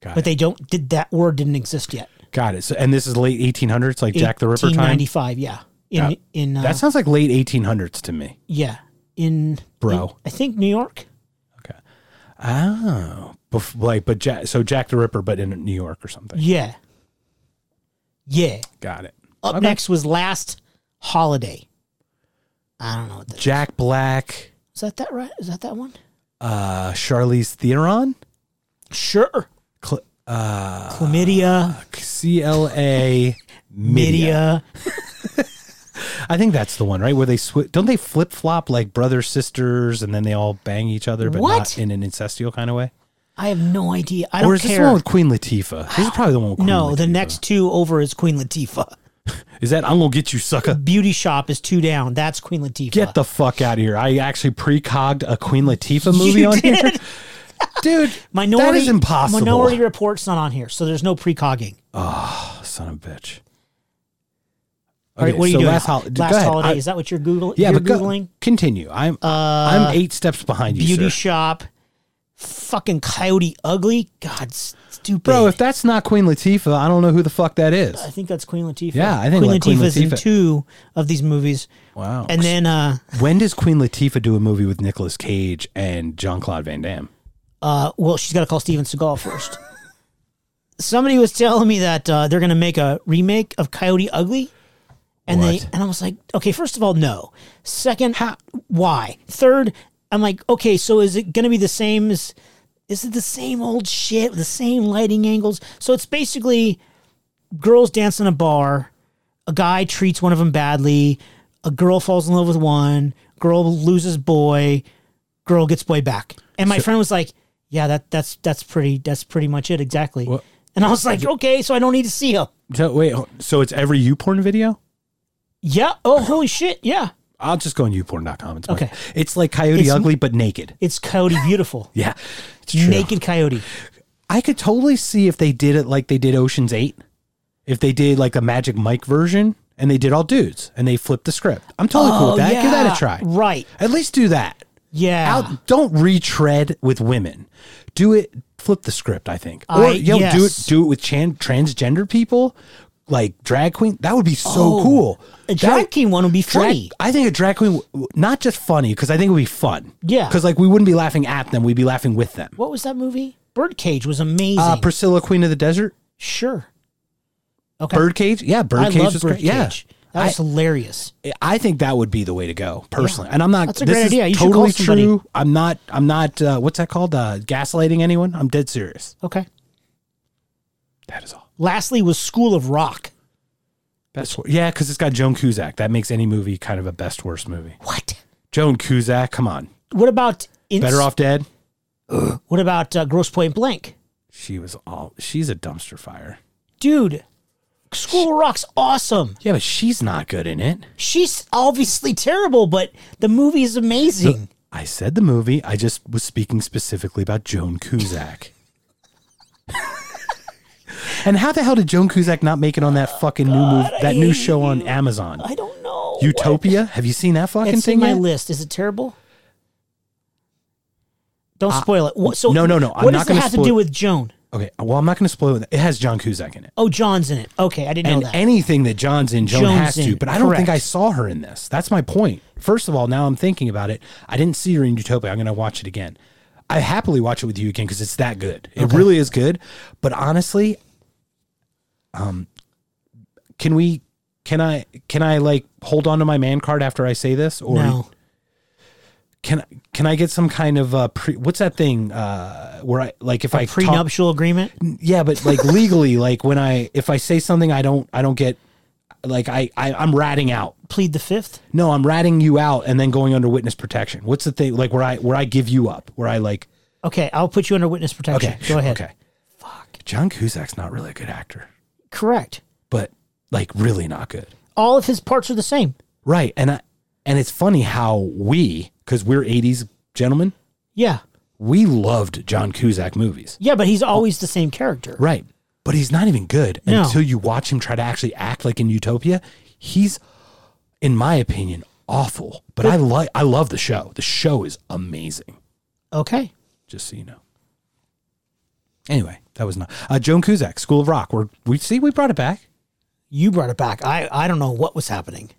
[SPEAKER 1] got
[SPEAKER 2] but
[SPEAKER 1] it.
[SPEAKER 2] they don't did that word didn't exist yet.
[SPEAKER 1] got it. So, and this is late 1800s, like Jack the Ripper time.
[SPEAKER 2] 1995, yeah. In
[SPEAKER 1] Yeah.
[SPEAKER 2] in uh,
[SPEAKER 1] That sounds like late 1800s to me,
[SPEAKER 2] yeah in
[SPEAKER 1] bro.
[SPEAKER 2] I think New York.
[SPEAKER 1] Okay. Oh, Bef- like, but Jack, so Jack the Ripper, but in New York or something.
[SPEAKER 2] Yeah, yeah.
[SPEAKER 1] Got it.
[SPEAKER 2] Up next was Last Holiday. I don't know what that is.
[SPEAKER 1] Jack Black,
[SPEAKER 2] Is that that right? Is that that one?
[SPEAKER 1] uh, Charlize Theron,
[SPEAKER 2] Sure.
[SPEAKER 1] Cl- uh,
[SPEAKER 2] Chlamydia,
[SPEAKER 1] C L A Media.
[SPEAKER 2] midia.
[SPEAKER 1] I think that's the one, right? Where they sw- don't they flip flop like brothers sisters, and then they all bang each other, but
[SPEAKER 2] What?
[SPEAKER 1] not in an incestual kind of way.
[SPEAKER 2] I have no idea. I don't
[SPEAKER 1] Or is
[SPEAKER 2] care.
[SPEAKER 1] this the one with Queen Latifah? This is probably the one. with Queen
[SPEAKER 2] no, the
[SPEAKER 1] Latifah.
[SPEAKER 2] next two over is Queen Latifah.
[SPEAKER 1] is that I'm gonna get you, sucker.
[SPEAKER 2] Beauty Shop is two down. That's Queen Latifah.
[SPEAKER 1] Get the fuck out of here! I actually precogged a Queen Latifah movie
[SPEAKER 2] You
[SPEAKER 1] on here,
[SPEAKER 2] did?
[SPEAKER 1] dude.
[SPEAKER 2] Minority
[SPEAKER 1] that is impossible.
[SPEAKER 2] Minority Report's not on here, so there's no precogging.
[SPEAKER 1] son of a bitch.
[SPEAKER 2] All right, what are you doing?
[SPEAKER 1] Last, hol-
[SPEAKER 2] Last
[SPEAKER 1] go ahead.
[SPEAKER 2] holiday
[SPEAKER 1] I-
[SPEAKER 2] is that what you're googling?
[SPEAKER 1] yeah,
[SPEAKER 2] you're
[SPEAKER 1] but go-
[SPEAKER 2] googling Uh,
[SPEAKER 1] continue. I'm I'm eight steps behind you,
[SPEAKER 2] beauty
[SPEAKER 1] sir.
[SPEAKER 2] shop, fucking coyote ugly. God, stupid.
[SPEAKER 1] Bro, if that's not Queen Latifah, I don't know who the fuck that is.
[SPEAKER 2] I think that's Queen Latifah.
[SPEAKER 1] Yeah, I think
[SPEAKER 2] Queen
[SPEAKER 1] like Queen
[SPEAKER 2] Latifah's in
[SPEAKER 1] Latifah. Oh,
[SPEAKER 2] two of these movies,
[SPEAKER 1] Wow.
[SPEAKER 2] and then uh,
[SPEAKER 1] when does Queen Latifah do a movie with Nicolas Cage and Jean Claude Van Damme?
[SPEAKER 2] uh, well, she's got to call Steven Seagal first. Somebody was telling me that uh, they're going to make a remake of Coyote Ugly, and they
[SPEAKER 1] What?
[SPEAKER 2] and I was like, okay, first of all, no. Second,
[SPEAKER 1] How-
[SPEAKER 2] why? Third, I'm like, okay, so is it going to be the same as? Is it the same old shit? The same lighting angles? So it's basically girls dance in a bar. A guy treats one of them badly. A girl falls in love with one. Girl loses boy. Girl gets boy back. And my friend was like, "Yeah, that that's that's pretty that's pretty much it exactly."
[SPEAKER 1] What-
[SPEAKER 2] And I was like, "Okay, so I don't need to see him."
[SPEAKER 1] So, wait, ho- so it's every YouPorn video?
[SPEAKER 2] Yeah. Oh, holy shit. Yeah.
[SPEAKER 1] I'll just go on YouPorn.com. It's my-
[SPEAKER 2] Okay.
[SPEAKER 1] It's like Coyote
[SPEAKER 2] It's-
[SPEAKER 1] Ugly, but naked.
[SPEAKER 2] It's Coyote Beautiful.
[SPEAKER 1] Yeah. It's true.
[SPEAKER 2] Naked Coyote.
[SPEAKER 1] I could totally see if they did it like they did Ocean's Eight, if they did like a Magic Mike version and they did all dudes and they flipped the script. I'm totally cool with that. Give that
[SPEAKER 2] Oh, yeah.
[SPEAKER 1] a try.
[SPEAKER 2] Right.
[SPEAKER 1] At least do that.
[SPEAKER 2] Yeah.
[SPEAKER 1] Out, don't retread with women. Do it. Flip the script. I think. Or
[SPEAKER 2] I-
[SPEAKER 1] yo, do it.
[SPEAKER 2] yes.
[SPEAKER 1] Do it with chan, transgender people, like drag queen. That would be so
[SPEAKER 2] Oh,
[SPEAKER 1] cool.
[SPEAKER 2] a
[SPEAKER 1] That-
[SPEAKER 2] drag queen one would be
[SPEAKER 1] drag-
[SPEAKER 2] funny.
[SPEAKER 1] I think a drag queen, w- w- not just funny, because I think it would be fun.
[SPEAKER 2] Yeah.
[SPEAKER 1] Because like we wouldn't be laughing at them, we'd be laughing with them.
[SPEAKER 2] what was that movie? Birdcage was amazing.
[SPEAKER 1] Uh, Priscilla, Queen of the Desert.
[SPEAKER 2] sure. Okay.
[SPEAKER 1] Birdcage, yeah,
[SPEAKER 2] I
[SPEAKER 1] Birdcage
[SPEAKER 2] love
[SPEAKER 1] was great. Yeah,
[SPEAKER 2] Birdcage. That was hilarious.
[SPEAKER 1] I, I think that would be the way to go personally. And I'm not.
[SPEAKER 2] That's a
[SPEAKER 1] this
[SPEAKER 2] great
[SPEAKER 1] is
[SPEAKER 2] idea. You should
[SPEAKER 1] totally
[SPEAKER 2] call somebody.
[SPEAKER 1] true. I'm not. I'm not. Uh, what's that called? Uh, gaslighting anyone? I'm dead serious.
[SPEAKER 2] Okay.
[SPEAKER 1] That is all.
[SPEAKER 2] Lastly was School of Rock.
[SPEAKER 1] Best. Wor- yeah, because it's got Joan Cusack. That makes any movie kind of a best worst movie.
[SPEAKER 2] What?
[SPEAKER 1] Joan Cusack. Come on.
[SPEAKER 2] What about in-
[SPEAKER 1] Better off dead.
[SPEAKER 2] What about uh, Gross Point Blank,
[SPEAKER 1] She was all. She's a dumpster fire.
[SPEAKER 2] dude? School of Rock's awesome.
[SPEAKER 1] Yeah, but she's not good in it.
[SPEAKER 2] She's obviously terrible, but the movie is amazing.
[SPEAKER 1] I said the movie. I just was speaking specifically about Joan Cusack. and how the hell did Joan Cusack not make it on that fucking new move, that new show on Amazon?
[SPEAKER 2] I don't know.
[SPEAKER 1] Utopia. Have you seen that fucking
[SPEAKER 2] It's
[SPEAKER 1] thing?
[SPEAKER 2] in my
[SPEAKER 1] yet?
[SPEAKER 2] list. Is it terrible? Don't spoil it. What, so
[SPEAKER 1] Uh, no, no, no, I'm
[SPEAKER 2] What
[SPEAKER 1] not
[SPEAKER 2] does it
[SPEAKER 1] gonna
[SPEAKER 2] have to
[SPEAKER 1] spoil-
[SPEAKER 2] do with Joan?
[SPEAKER 1] Okay, well, I'm not going to spoil it. It has John Cusack in it,
[SPEAKER 2] Oh, John's in it. Okay, I didn't
[SPEAKER 1] and
[SPEAKER 2] know that.
[SPEAKER 1] anything that John's in, Joan
[SPEAKER 2] Joan's
[SPEAKER 1] has to.
[SPEAKER 2] in,
[SPEAKER 1] But I don't think
[SPEAKER 2] correct.
[SPEAKER 1] I saw her in this. That's my point. First of all, now I'm thinking about it. I didn't see her in Utopia. I'm going to watch it again. I happily watch it with you again because it's that good. It really is good. But honestly, um, can we? Can I? Can I like hold on to my man card after I say this? Or
[SPEAKER 2] no,
[SPEAKER 1] can can I get some kind of uh pre, what's that thing uh where I like if I talk-
[SPEAKER 2] prenuptial agreement.
[SPEAKER 1] yeah, but like legally, like when I if I say something, I don't I don't get like I, I I'm ratting out.
[SPEAKER 2] Plead the fifth.
[SPEAKER 1] No, I'm ratting you out and then going under witness protection. What's the thing like where I where I give you up? Where I like
[SPEAKER 2] Okay, I'll put you under witness protection.
[SPEAKER 1] okay,
[SPEAKER 2] Go
[SPEAKER 1] sure,
[SPEAKER 2] ahead.
[SPEAKER 1] Okay, fuck. John Cusack's not really a good actor,
[SPEAKER 2] Correct.
[SPEAKER 1] but like really not good.
[SPEAKER 2] All of his parts are the same.
[SPEAKER 1] Right, and I and it's funny how we because we're '80s gentlemen,
[SPEAKER 2] Yeah,
[SPEAKER 1] we loved John Cusack movies.
[SPEAKER 2] yeah, but he's always the same character.
[SPEAKER 1] Right. But he's not even good
[SPEAKER 2] No.
[SPEAKER 1] until you watch him try to actually act like in Utopia. He's, in my opinion, awful. But, I like I love the show. The show is amazing.
[SPEAKER 2] Okay.
[SPEAKER 1] Just so you know. Anyway, that was not uh, Joan Kuzak, School of Rock. We're, we see we brought it back.
[SPEAKER 2] You brought it back. I, I don't know what was happening.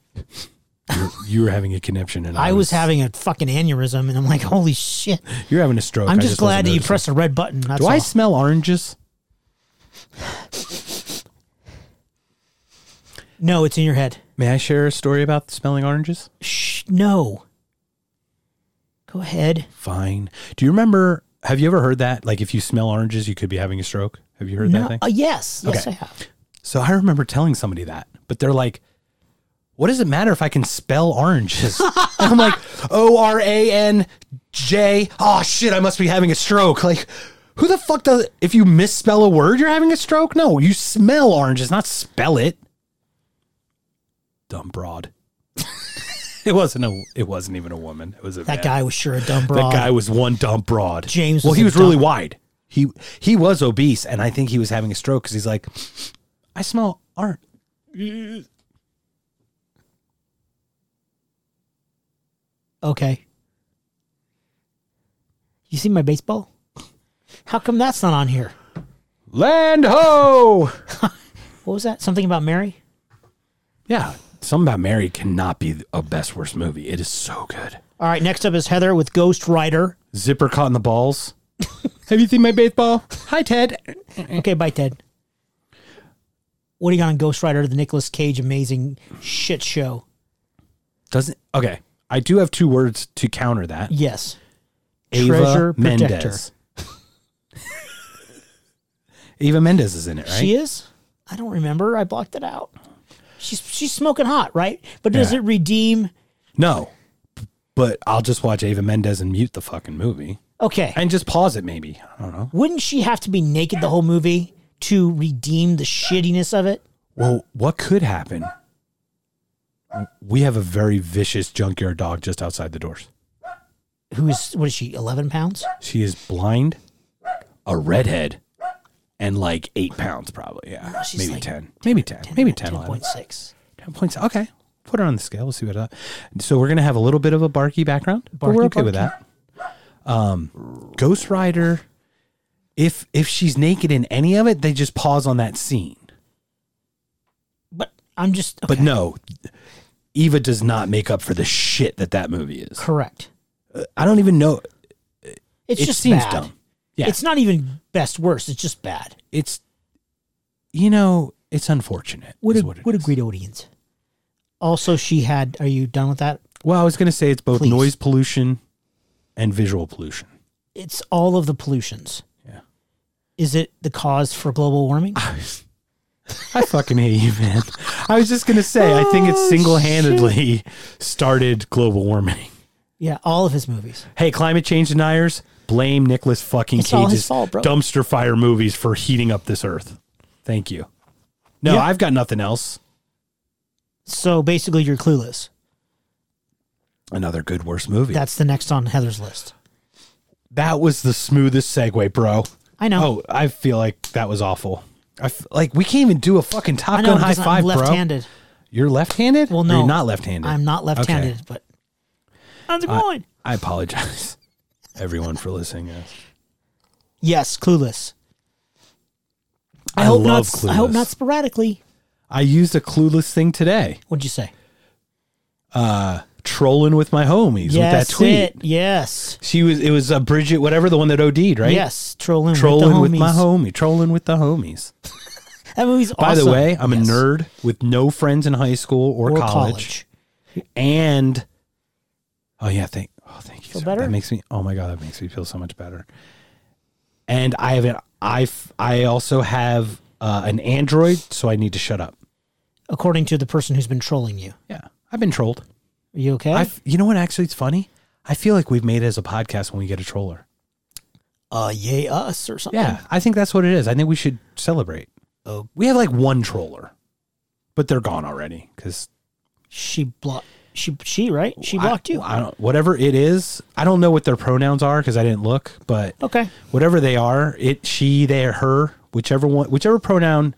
[SPEAKER 1] You're, you were having a conniption, and I,
[SPEAKER 2] I was having a fucking aneurysm, and I'm like, holy shit.
[SPEAKER 1] You're having a stroke.
[SPEAKER 2] I'm
[SPEAKER 1] I
[SPEAKER 2] just, glad
[SPEAKER 1] wasn't
[SPEAKER 2] that you
[SPEAKER 1] noticing.
[SPEAKER 2] pressed the red button. That's
[SPEAKER 1] Do I
[SPEAKER 2] all.
[SPEAKER 1] smell oranges?
[SPEAKER 2] no, it's in your head.
[SPEAKER 1] May I share a story about smelling oranges?
[SPEAKER 2] Shh, no. Go ahead.
[SPEAKER 1] Fine. Do you remember? Have you ever heard that? Like, if you smell oranges, you could be having a stroke. Have you heard that
[SPEAKER 2] No,
[SPEAKER 1] thing?
[SPEAKER 2] uh, yes, yes,
[SPEAKER 1] Okay.
[SPEAKER 2] I have.
[SPEAKER 1] So I remember telling somebody that, but they're like, what does it matter if I can spell oranges? And I'm like, O R A N J. Oh shit, I must be having a stroke. Like, who the fuck does if you misspell a word, you're having a stroke? No, you smell oranges, not spell it. Dumb broad. it wasn't a it wasn't even a woman. It was a
[SPEAKER 2] That
[SPEAKER 1] man.
[SPEAKER 2] guy was sure a dumb broad.
[SPEAKER 1] That guy was one dumb broad.
[SPEAKER 2] James
[SPEAKER 1] Well,
[SPEAKER 2] was
[SPEAKER 1] he
[SPEAKER 2] a
[SPEAKER 1] was really
[SPEAKER 2] dumb-
[SPEAKER 1] wide. He he was obese, and I think he was having a stroke because he's like, I smell art.
[SPEAKER 2] Okay. You see my baseball? How come that's not on here?
[SPEAKER 1] Land ho!
[SPEAKER 2] What was that? Something about Mary?
[SPEAKER 1] Yeah, something about Mary cannot be a best worst movie. It is so good.
[SPEAKER 2] All right, next up is Heather with Ghost Rider.
[SPEAKER 1] Zipper caught in the balls. Have you seen my baseball? Hi, Ted.
[SPEAKER 2] Okay, bye, Ted. What do you got on Ghost Rider, the Nicolas Cage amazing shit show?
[SPEAKER 1] Doesn't okay. I do have two words to counter that.
[SPEAKER 2] Yes.
[SPEAKER 1] Ava
[SPEAKER 2] Treasure protector.
[SPEAKER 1] Mendez. Eva Mendez is in it, right?
[SPEAKER 2] She is? I don't remember. I blocked it out. She's she's smoking hot, right? But does
[SPEAKER 1] Yeah.
[SPEAKER 2] it redeem?
[SPEAKER 1] No, but I'll just watch Ava Mendez and mute the fucking movie
[SPEAKER 2] Okay.
[SPEAKER 1] and just pause it. Maybe I don't know.
[SPEAKER 2] Wouldn't she have to be naked the whole movie to redeem the shittiness of it?
[SPEAKER 1] Well, what could happen? We have a very vicious junkyard dog just outside the doors.
[SPEAKER 2] Who is what is she? Eleven pounds?
[SPEAKER 1] She is blind, a redhead, and like eight pounds probably. Yeah,
[SPEAKER 2] she's
[SPEAKER 1] maybe
[SPEAKER 2] like
[SPEAKER 1] ten, maybe ten, maybe ten,
[SPEAKER 2] Ten
[SPEAKER 1] 11.
[SPEAKER 2] point six.
[SPEAKER 1] Ten points. Okay, put her on the scale. We'll see what. Uh, so we're gonna have a little bit of a barky background, but we're
[SPEAKER 2] Barky,
[SPEAKER 1] okay with that. Um, Ghost Rider. If if she's naked in any of it, they just pause on that scene.
[SPEAKER 2] But I'm just okay.
[SPEAKER 1] But no, Eva does not make up for the shit that that movie is.
[SPEAKER 2] correct.
[SPEAKER 1] I don't even know.
[SPEAKER 2] It's
[SPEAKER 1] it
[SPEAKER 2] just
[SPEAKER 1] seems
[SPEAKER 2] bad.
[SPEAKER 1] dumb. Yeah,
[SPEAKER 2] It's not even best worst. It's just bad.
[SPEAKER 1] it's you know it's unfortunate.
[SPEAKER 2] What
[SPEAKER 1] is
[SPEAKER 2] a
[SPEAKER 1] what it
[SPEAKER 2] what a
[SPEAKER 1] is.
[SPEAKER 2] great audience. Also, she had. Are you done with that?
[SPEAKER 1] Well, I was gonna say it's both
[SPEAKER 2] Please.
[SPEAKER 1] noise pollution and visual pollution.
[SPEAKER 2] It's all of the pollutions.
[SPEAKER 1] Yeah.
[SPEAKER 2] Is it the cause for global warming?
[SPEAKER 1] I fucking hate you, man. I was just gonna say, I think
[SPEAKER 2] Oh,
[SPEAKER 1] it single-handedly started global warming.
[SPEAKER 2] yeah, all of his movies.
[SPEAKER 1] Hey, climate change deniers, blame Nicholas fucking
[SPEAKER 2] It's all his
[SPEAKER 1] Cage's
[SPEAKER 2] fault, bro.
[SPEAKER 1] dumpster fire movies for heating up this earth. Thank you. No,
[SPEAKER 2] Yeah.
[SPEAKER 1] I've got nothing else.
[SPEAKER 2] So basically, you're clueless.
[SPEAKER 1] Another good worst movie.
[SPEAKER 2] That's the next on Heather's list.
[SPEAKER 1] that was the smoothest segue, bro.
[SPEAKER 2] I know.
[SPEAKER 1] Oh, I feel like that was awful. I f- like we can't even do a fucking
[SPEAKER 2] I
[SPEAKER 1] Top
[SPEAKER 2] know.
[SPEAKER 1] Gun high
[SPEAKER 2] because I'm
[SPEAKER 1] five, bro.
[SPEAKER 2] left-handed.
[SPEAKER 1] You're left-handed.
[SPEAKER 2] Well,
[SPEAKER 1] Or
[SPEAKER 2] no,
[SPEAKER 1] you're not left-handed.
[SPEAKER 2] I'm not left-handed,
[SPEAKER 1] Okay.
[SPEAKER 2] but how's it going?
[SPEAKER 1] I apologize, everyone, for listening. Yes.
[SPEAKER 2] yes, clueless. I,
[SPEAKER 1] I
[SPEAKER 2] hope not.
[SPEAKER 1] love
[SPEAKER 2] I hope
[SPEAKER 1] Clueless.
[SPEAKER 2] not sporadically.
[SPEAKER 1] I used a clueless thing today.
[SPEAKER 2] What'd you say?
[SPEAKER 1] Uh, trolling with my homies with that tweet.
[SPEAKER 2] it. Yes,
[SPEAKER 1] She was. It was uh, Bridget, whatever the one that OD'd, right?
[SPEAKER 2] yes. Trolling,
[SPEAKER 1] Trolling
[SPEAKER 2] with,
[SPEAKER 1] with,
[SPEAKER 2] the homies.
[SPEAKER 1] my homie. Trolling with the homies.
[SPEAKER 2] That movie's
[SPEAKER 1] By
[SPEAKER 2] awesome.
[SPEAKER 1] the way, I'm
[SPEAKER 2] Yes.
[SPEAKER 1] a nerd with no friends in high school or,
[SPEAKER 2] Or
[SPEAKER 1] college. and oh yeah, thank oh thank you.
[SPEAKER 2] Feel
[SPEAKER 1] sir.
[SPEAKER 2] better?
[SPEAKER 1] That makes me oh my god, that makes me feel so much better. And I have an I f- I also have uh, an Android, so I need to shut up.
[SPEAKER 2] According to the person who's been trolling you,
[SPEAKER 1] Yeah, I've been trolled.
[SPEAKER 2] are you okay?
[SPEAKER 1] I f- you know what? Actually, it's funny. I feel like we've made it as a podcast when we get a troller.
[SPEAKER 2] uh, yay us or something.
[SPEAKER 1] Yeah, I think that's what it is. I think we should celebrate.
[SPEAKER 2] Oh.
[SPEAKER 1] we have like one troller, but they're gone already because
[SPEAKER 2] she blocked. She she right? She
[SPEAKER 1] I-
[SPEAKER 2] blocked you.
[SPEAKER 1] I don't. Whatever it is, I don't know what their pronouns are because I didn't look. But
[SPEAKER 2] okay.
[SPEAKER 1] whatever they are, it she, they, or her, whichever one, whichever pronoun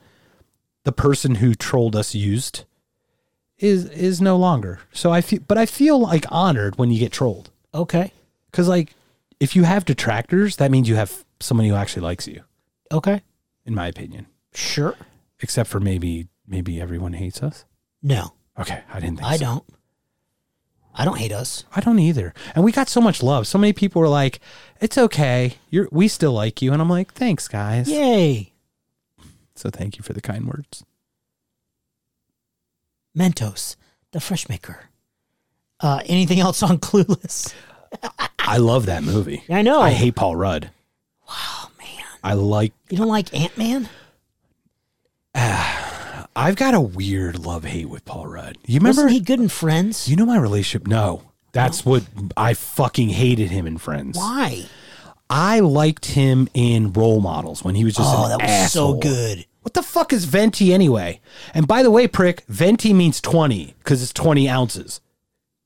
[SPEAKER 1] the person who trolled us used is is no longer. So I feel, but I feel like honored when you get trolled
[SPEAKER 2] Okay.
[SPEAKER 1] because like if you have detractors, that means you have somebody who actually likes you,
[SPEAKER 2] Okay.
[SPEAKER 1] in my opinion.
[SPEAKER 2] Sure.
[SPEAKER 1] Except for maybe maybe everyone hates us.
[SPEAKER 2] No,
[SPEAKER 1] Okay, I didn't. Think
[SPEAKER 2] I
[SPEAKER 1] so.
[SPEAKER 2] don't. I don't hate us.
[SPEAKER 1] I don't either. And we got so much love. So many people were like, "It's okay. You're we still like you." And I'm like, "Thanks, guys."
[SPEAKER 2] Yay.
[SPEAKER 1] So thank you for the kind words.
[SPEAKER 2] Mentos, the fresh maker. Uh, anything else on Clueless?
[SPEAKER 1] I love that movie.
[SPEAKER 2] I know.
[SPEAKER 1] I hate Paul Rudd.
[SPEAKER 2] Oh man,
[SPEAKER 1] I like.
[SPEAKER 2] you don't like Ant Man?
[SPEAKER 1] I've got a weird love hate with Paul Rudd. You remember?
[SPEAKER 2] Wasn't he good in Friends?
[SPEAKER 1] you know my relationship? No, that's what I fucking hated him in Friends.
[SPEAKER 2] Why?
[SPEAKER 1] I liked him in Role Models when he was just.
[SPEAKER 2] Oh,
[SPEAKER 1] an
[SPEAKER 2] that was so
[SPEAKER 1] asshole.
[SPEAKER 2] good.
[SPEAKER 1] What the fuck is venti anyway? And by the way, prick, venti means twenty because it's twenty ounces.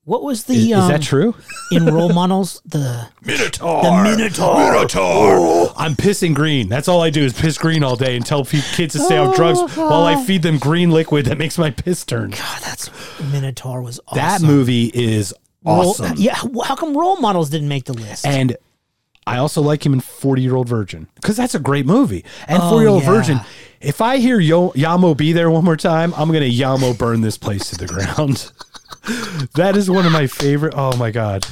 [SPEAKER 2] What was the
[SPEAKER 1] Is, is
[SPEAKER 2] um,
[SPEAKER 1] that true?
[SPEAKER 2] in role models? The
[SPEAKER 1] Minotaur.
[SPEAKER 2] the Minotaur.
[SPEAKER 1] Oh, I'm pissing green. That's all I do is piss green all day and tell pe- kids to stay off drugs while I feed them green liquid that makes my piss turn.
[SPEAKER 2] God, that's Minotaur was awesome.
[SPEAKER 1] That movie is
[SPEAKER 2] Role-
[SPEAKER 1] awesome.
[SPEAKER 2] yeah, wh- how come role models didn't make the list?
[SPEAKER 1] And I also like him in 40 Year Old Virgin because that's a great movie. And 40
[SPEAKER 2] Oh,
[SPEAKER 1] Year Old
[SPEAKER 2] yeah.
[SPEAKER 1] Virgin, if I hear Yo- Yamo be there one more time, I'm going to Yamo burn this place to the ground. that is one of my favorite. Oh my God.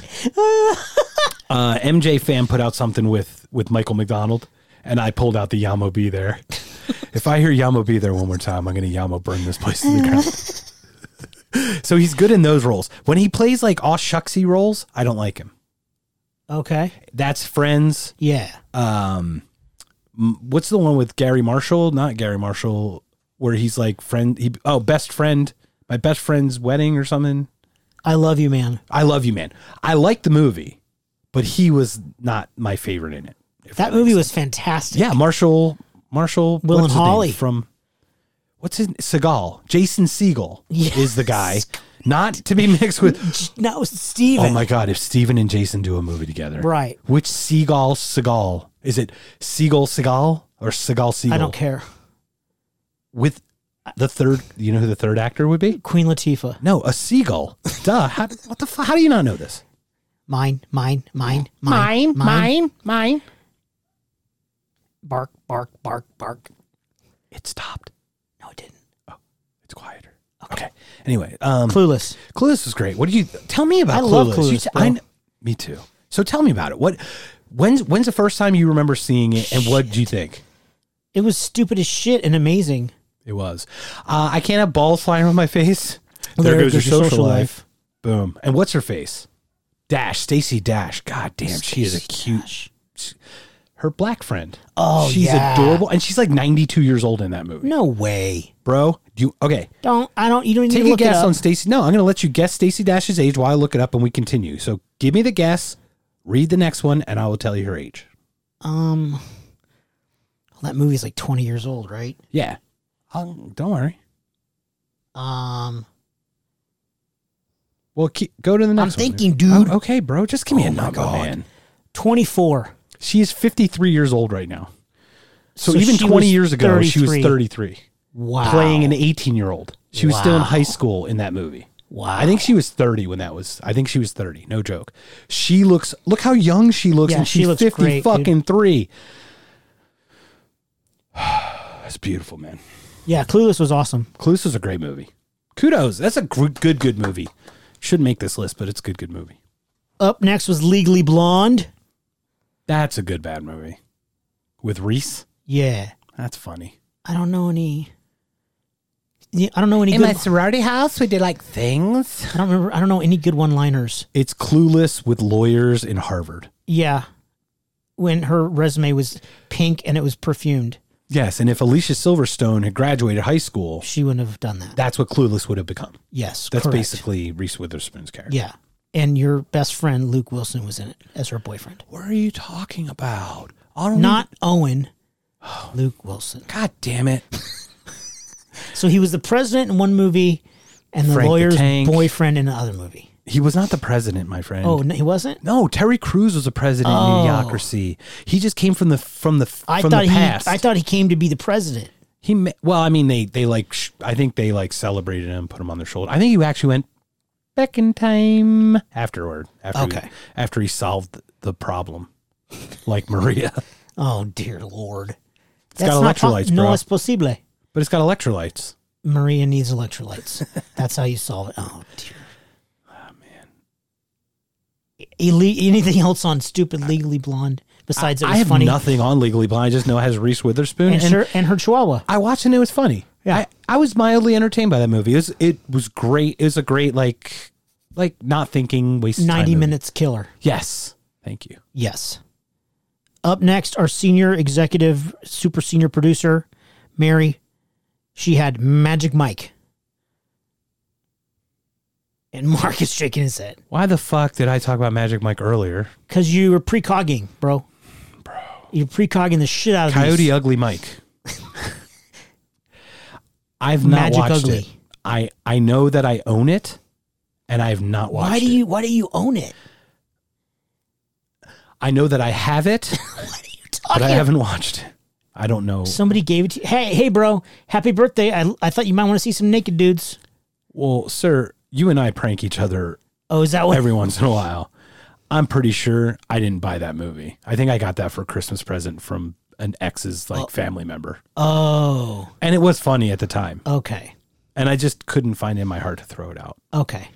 [SPEAKER 1] Uh, MJ fan put out something with, with Michael McDonald, and I pulled out the Yamo be there. if I hear Yamo be there one more time, I'm going to Yamo burn this place to the ground. so he's good in those roles. When he plays like aw shucksy roles, I don't like him.
[SPEAKER 2] okay,
[SPEAKER 1] That's Friends.
[SPEAKER 2] yeah,
[SPEAKER 1] Um, m- what's the one with Gary Marshall? Not Gary Marshall, where he's like friend. He, oh, best friend, my best friend's wedding or something.
[SPEAKER 2] I love you, man.
[SPEAKER 1] I love you, man. I like the movie, but he was not my favorite in it. if
[SPEAKER 2] That
[SPEAKER 1] makes
[SPEAKER 2] movie was
[SPEAKER 1] sense.
[SPEAKER 2] fantastic.
[SPEAKER 1] yeah, Marshall, Marshall,
[SPEAKER 2] Will
[SPEAKER 1] what's
[SPEAKER 2] and
[SPEAKER 1] his name?
[SPEAKER 2] Holly.
[SPEAKER 1] from what's his Seagal, Jason Seagal
[SPEAKER 2] Yes.
[SPEAKER 1] is the guy, not to be mixed with
[SPEAKER 2] no, Steven.
[SPEAKER 1] Oh my God! If Steven and Jason do a movie together,
[SPEAKER 2] Right.
[SPEAKER 1] Which Seagal Seagal is it? Seagal Seagal or Seagal Seagal?
[SPEAKER 2] I don't care.
[SPEAKER 1] With the third, you know who the third actor would be?
[SPEAKER 2] Queen Latifah.
[SPEAKER 1] No, a seagull. Duh! How, what the fuck? How do you not know this?
[SPEAKER 2] Mine, mine, mine, mine, mine, mine, mine. Bark, bark, bark, bark.
[SPEAKER 1] It stopped.
[SPEAKER 2] No, it didn't.
[SPEAKER 1] It's quieter. Okay. Anyway, um,
[SPEAKER 2] Clueless.
[SPEAKER 1] Clueless was great. What did you tell me about?
[SPEAKER 2] I love
[SPEAKER 1] You
[SPEAKER 2] Clueless,
[SPEAKER 1] t-
[SPEAKER 2] bro.
[SPEAKER 1] kn- me too. So tell me about it. What? When's when's the first time you remember seeing it, and what do you think?
[SPEAKER 2] It was stupid as shit and amazing.
[SPEAKER 1] It was. Uh, I can't have balls flying around my face.
[SPEAKER 2] There goes your social life.
[SPEAKER 1] Boom. And what's her face? Dash. Stacy Dash. God damn, she is a cute. Her black friend.
[SPEAKER 2] Oh,
[SPEAKER 1] she's
[SPEAKER 2] yeah.
[SPEAKER 1] adorable, and she's like 92 years old in that movie,
[SPEAKER 2] No way.
[SPEAKER 1] bro. Do you okay?
[SPEAKER 2] Don't I don't you don't need
[SPEAKER 1] Take
[SPEAKER 2] to
[SPEAKER 1] a
[SPEAKER 2] look it
[SPEAKER 1] guess
[SPEAKER 2] up.
[SPEAKER 1] on Stacy. No, I'm going to let you guess Stacy Dash's age while I look it up, and we continue. So give me the guess. Read the next one, and I will tell you her age.
[SPEAKER 2] um well, that movie's like twenty years old, right?
[SPEAKER 1] Yeah. Um, don't worry.
[SPEAKER 2] Um
[SPEAKER 1] Well, keep, go to the next. one.
[SPEAKER 2] thinking, dude.
[SPEAKER 1] Oh, okay, bro. Just give me a
[SPEAKER 2] Oh my
[SPEAKER 1] number,
[SPEAKER 2] God.
[SPEAKER 1] man.
[SPEAKER 2] twenty four.
[SPEAKER 1] She is 53 years old right now. So,
[SPEAKER 2] So
[SPEAKER 1] even
[SPEAKER 2] she
[SPEAKER 1] 20
[SPEAKER 2] was
[SPEAKER 1] years ago, she was
[SPEAKER 2] 33.
[SPEAKER 1] 33,
[SPEAKER 2] Wow.
[SPEAKER 1] playing an 18 year old. She was still in
[SPEAKER 2] Wow.
[SPEAKER 1] high school in that movie.
[SPEAKER 2] Wow.
[SPEAKER 1] I think she was 30 when that was. I think she was 30. No joke. She looks look how young she looks
[SPEAKER 2] Yeah,
[SPEAKER 1] and
[SPEAKER 2] she
[SPEAKER 1] she's
[SPEAKER 2] looks
[SPEAKER 1] 50
[SPEAKER 2] great, dude.
[SPEAKER 1] fucking 3. That's beautiful, man.
[SPEAKER 2] yeah, Clueless was awesome.
[SPEAKER 1] Clueless is a great movie. Kudos. That's a gr- good good movie. Should make this list, but it's a good good movie.
[SPEAKER 2] Up next was Legally Blonde.
[SPEAKER 1] That's a good bad movie. With Reese.
[SPEAKER 2] Yeah,
[SPEAKER 1] That's funny.
[SPEAKER 2] I don't know any. Yeah, I don't know any. Good,
[SPEAKER 1] sorority house, we did like things.
[SPEAKER 2] I don't remember. I don't know any good one-liners.
[SPEAKER 1] It's clueless with lawyers in Harvard.
[SPEAKER 2] Yeah, when her resume was pink and it was perfumed,
[SPEAKER 1] Yes, and if Alicia Silverstone had graduated high school,
[SPEAKER 2] she wouldn't have done that.
[SPEAKER 1] that's what Clueless would have become.
[SPEAKER 2] yes,
[SPEAKER 1] That's
[SPEAKER 2] correct.
[SPEAKER 1] basically Reese Witherspoon's character.
[SPEAKER 2] Yeah, and your best friend Luke Wilson was in it as her boyfriend,
[SPEAKER 1] What are you talking about? I don't
[SPEAKER 2] not Owen. Luke Wilson.
[SPEAKER 1] God damn it.
[SPEAKER 2] So he was the president in one movie, and the
[SPEAKER 1] Frank the
[SPEAKER 2] lawyer's
[SPEAKER 1] Tank.
[SPEAKER 2] boyfriend in the other movie.
[SPEAKER 1] He was not the president, my friend.
[SPEAKER 2] Oh, no, he wasn't.
[SPEAKER 1] No, Terry Crews was a president
[SPEAKER 2] Oh.
[SPEAKER 1] in Idiocracy. He just came from the from the
[SPEAKER 2] I
[SPEAKER 1] from
[SPEAKER 2] thought
[SPEAKER 1] the past.
[SPEAKER 2] he. I thought he came to be the president.
[SPEAKER 1] he ma- well, I mean they they like sh- I think they like celebrated him, put him on their shoulder. I think he actually went back in time afterward. After
[SPEAKER 2] Okay.
[SPEAKER 1] he, after he solved the problem, like Maria,
[SPEAKER 2] Oh dear lord. It's
[SPEAKER 1] got electrolytes,
[SPEAKER 2] No
[SPEAKER 1] bro.
[SPEAKER 2] es posible.
[SPEAKER 1] but it's got electrolytes.
[SPEAKER 2] Maria needs electrolytes. That's how you solve it. Oh dear.
[SPEAKER 1] Ah,
[SPEAKER 2] Oh man. anything else on stupid legally blonde besides it was
[SPEAKER 1] I have
[SPEAKER 2] funny
[SPEAKER 1] nothing on Legally Blind. I just know it has Reese Witherspoon,
[SPEAKER 2] and,
[SPEAKER 1] and
[SPEAKER 2] her, and her chihuahua.
[SPEAKER 1] I watched it and it was funny.
[SPEAKER 2] Yeah.
[SPEAKER 1] I, I was mildly entertained by that movie. It was, it was great. It was a great like like not thinking waste of time
[SPEAKER 2] 90
[SPEAKER 1] movie.
[SPEAKER 2] minutes killer.
[SPEAKER 1] Yes, thank you.
[SPEAKER 2] Yes. Up next, our senior executive, super senior producer, Mary. She had Magic Mike. And Mark is shaking his head.
[SPEAKER 1] Why the fuck did I talk about Magic Mike earlier?
[SPEAKER 2] Because you were precogging, bro. Bro. You're precogging the shit out of
[SPEAKER 1] Coyote
[SPEAKER 2] these.
[SPEAKER 1] Ugly Mike. I've not
[SPEAKER 2] Magic
[SPEAKER 1] watched
[SPEAKER 2] Ugly.
[SPEAKER 1] it. I I know that I own it, and I've not watched
[SPEAKER 2] Why do
[SPEAKER 1] it.
[SPEAKER 2] you why do you own it?
[SPEAKER 1] I know that I have it,
[SPEAKER 2] What are you
[SPEAKER 1] but
[SPEAKER 2] talking
[SPEAKER 1] I
[SPEAKER 2] about?
[SPEAKER 1] haven't watched it. I don't know.
[SPEAKER 2] Somebody gave it to you. Hey, hey bro, happy birthday. I I thought you might want to see some naked dudes.
[SPEAKER 1] Well, sir, you and I prank each other
[SPEAKER 2] Oh, is that what
[SPEAKER 1] every once in a while. I'm pretty sure I didn't buy that movie. I think I got that for a Christmas present from an ex's like family member.
[SPEAKER 2] Oh.
[SPEAKER 1] And it was funny at the time.
[SPEAKER 2] Okay.
[SPEAKER 1] And I just couldn't find it in my heart to throw it out.
[SPEAKER 2] Okay.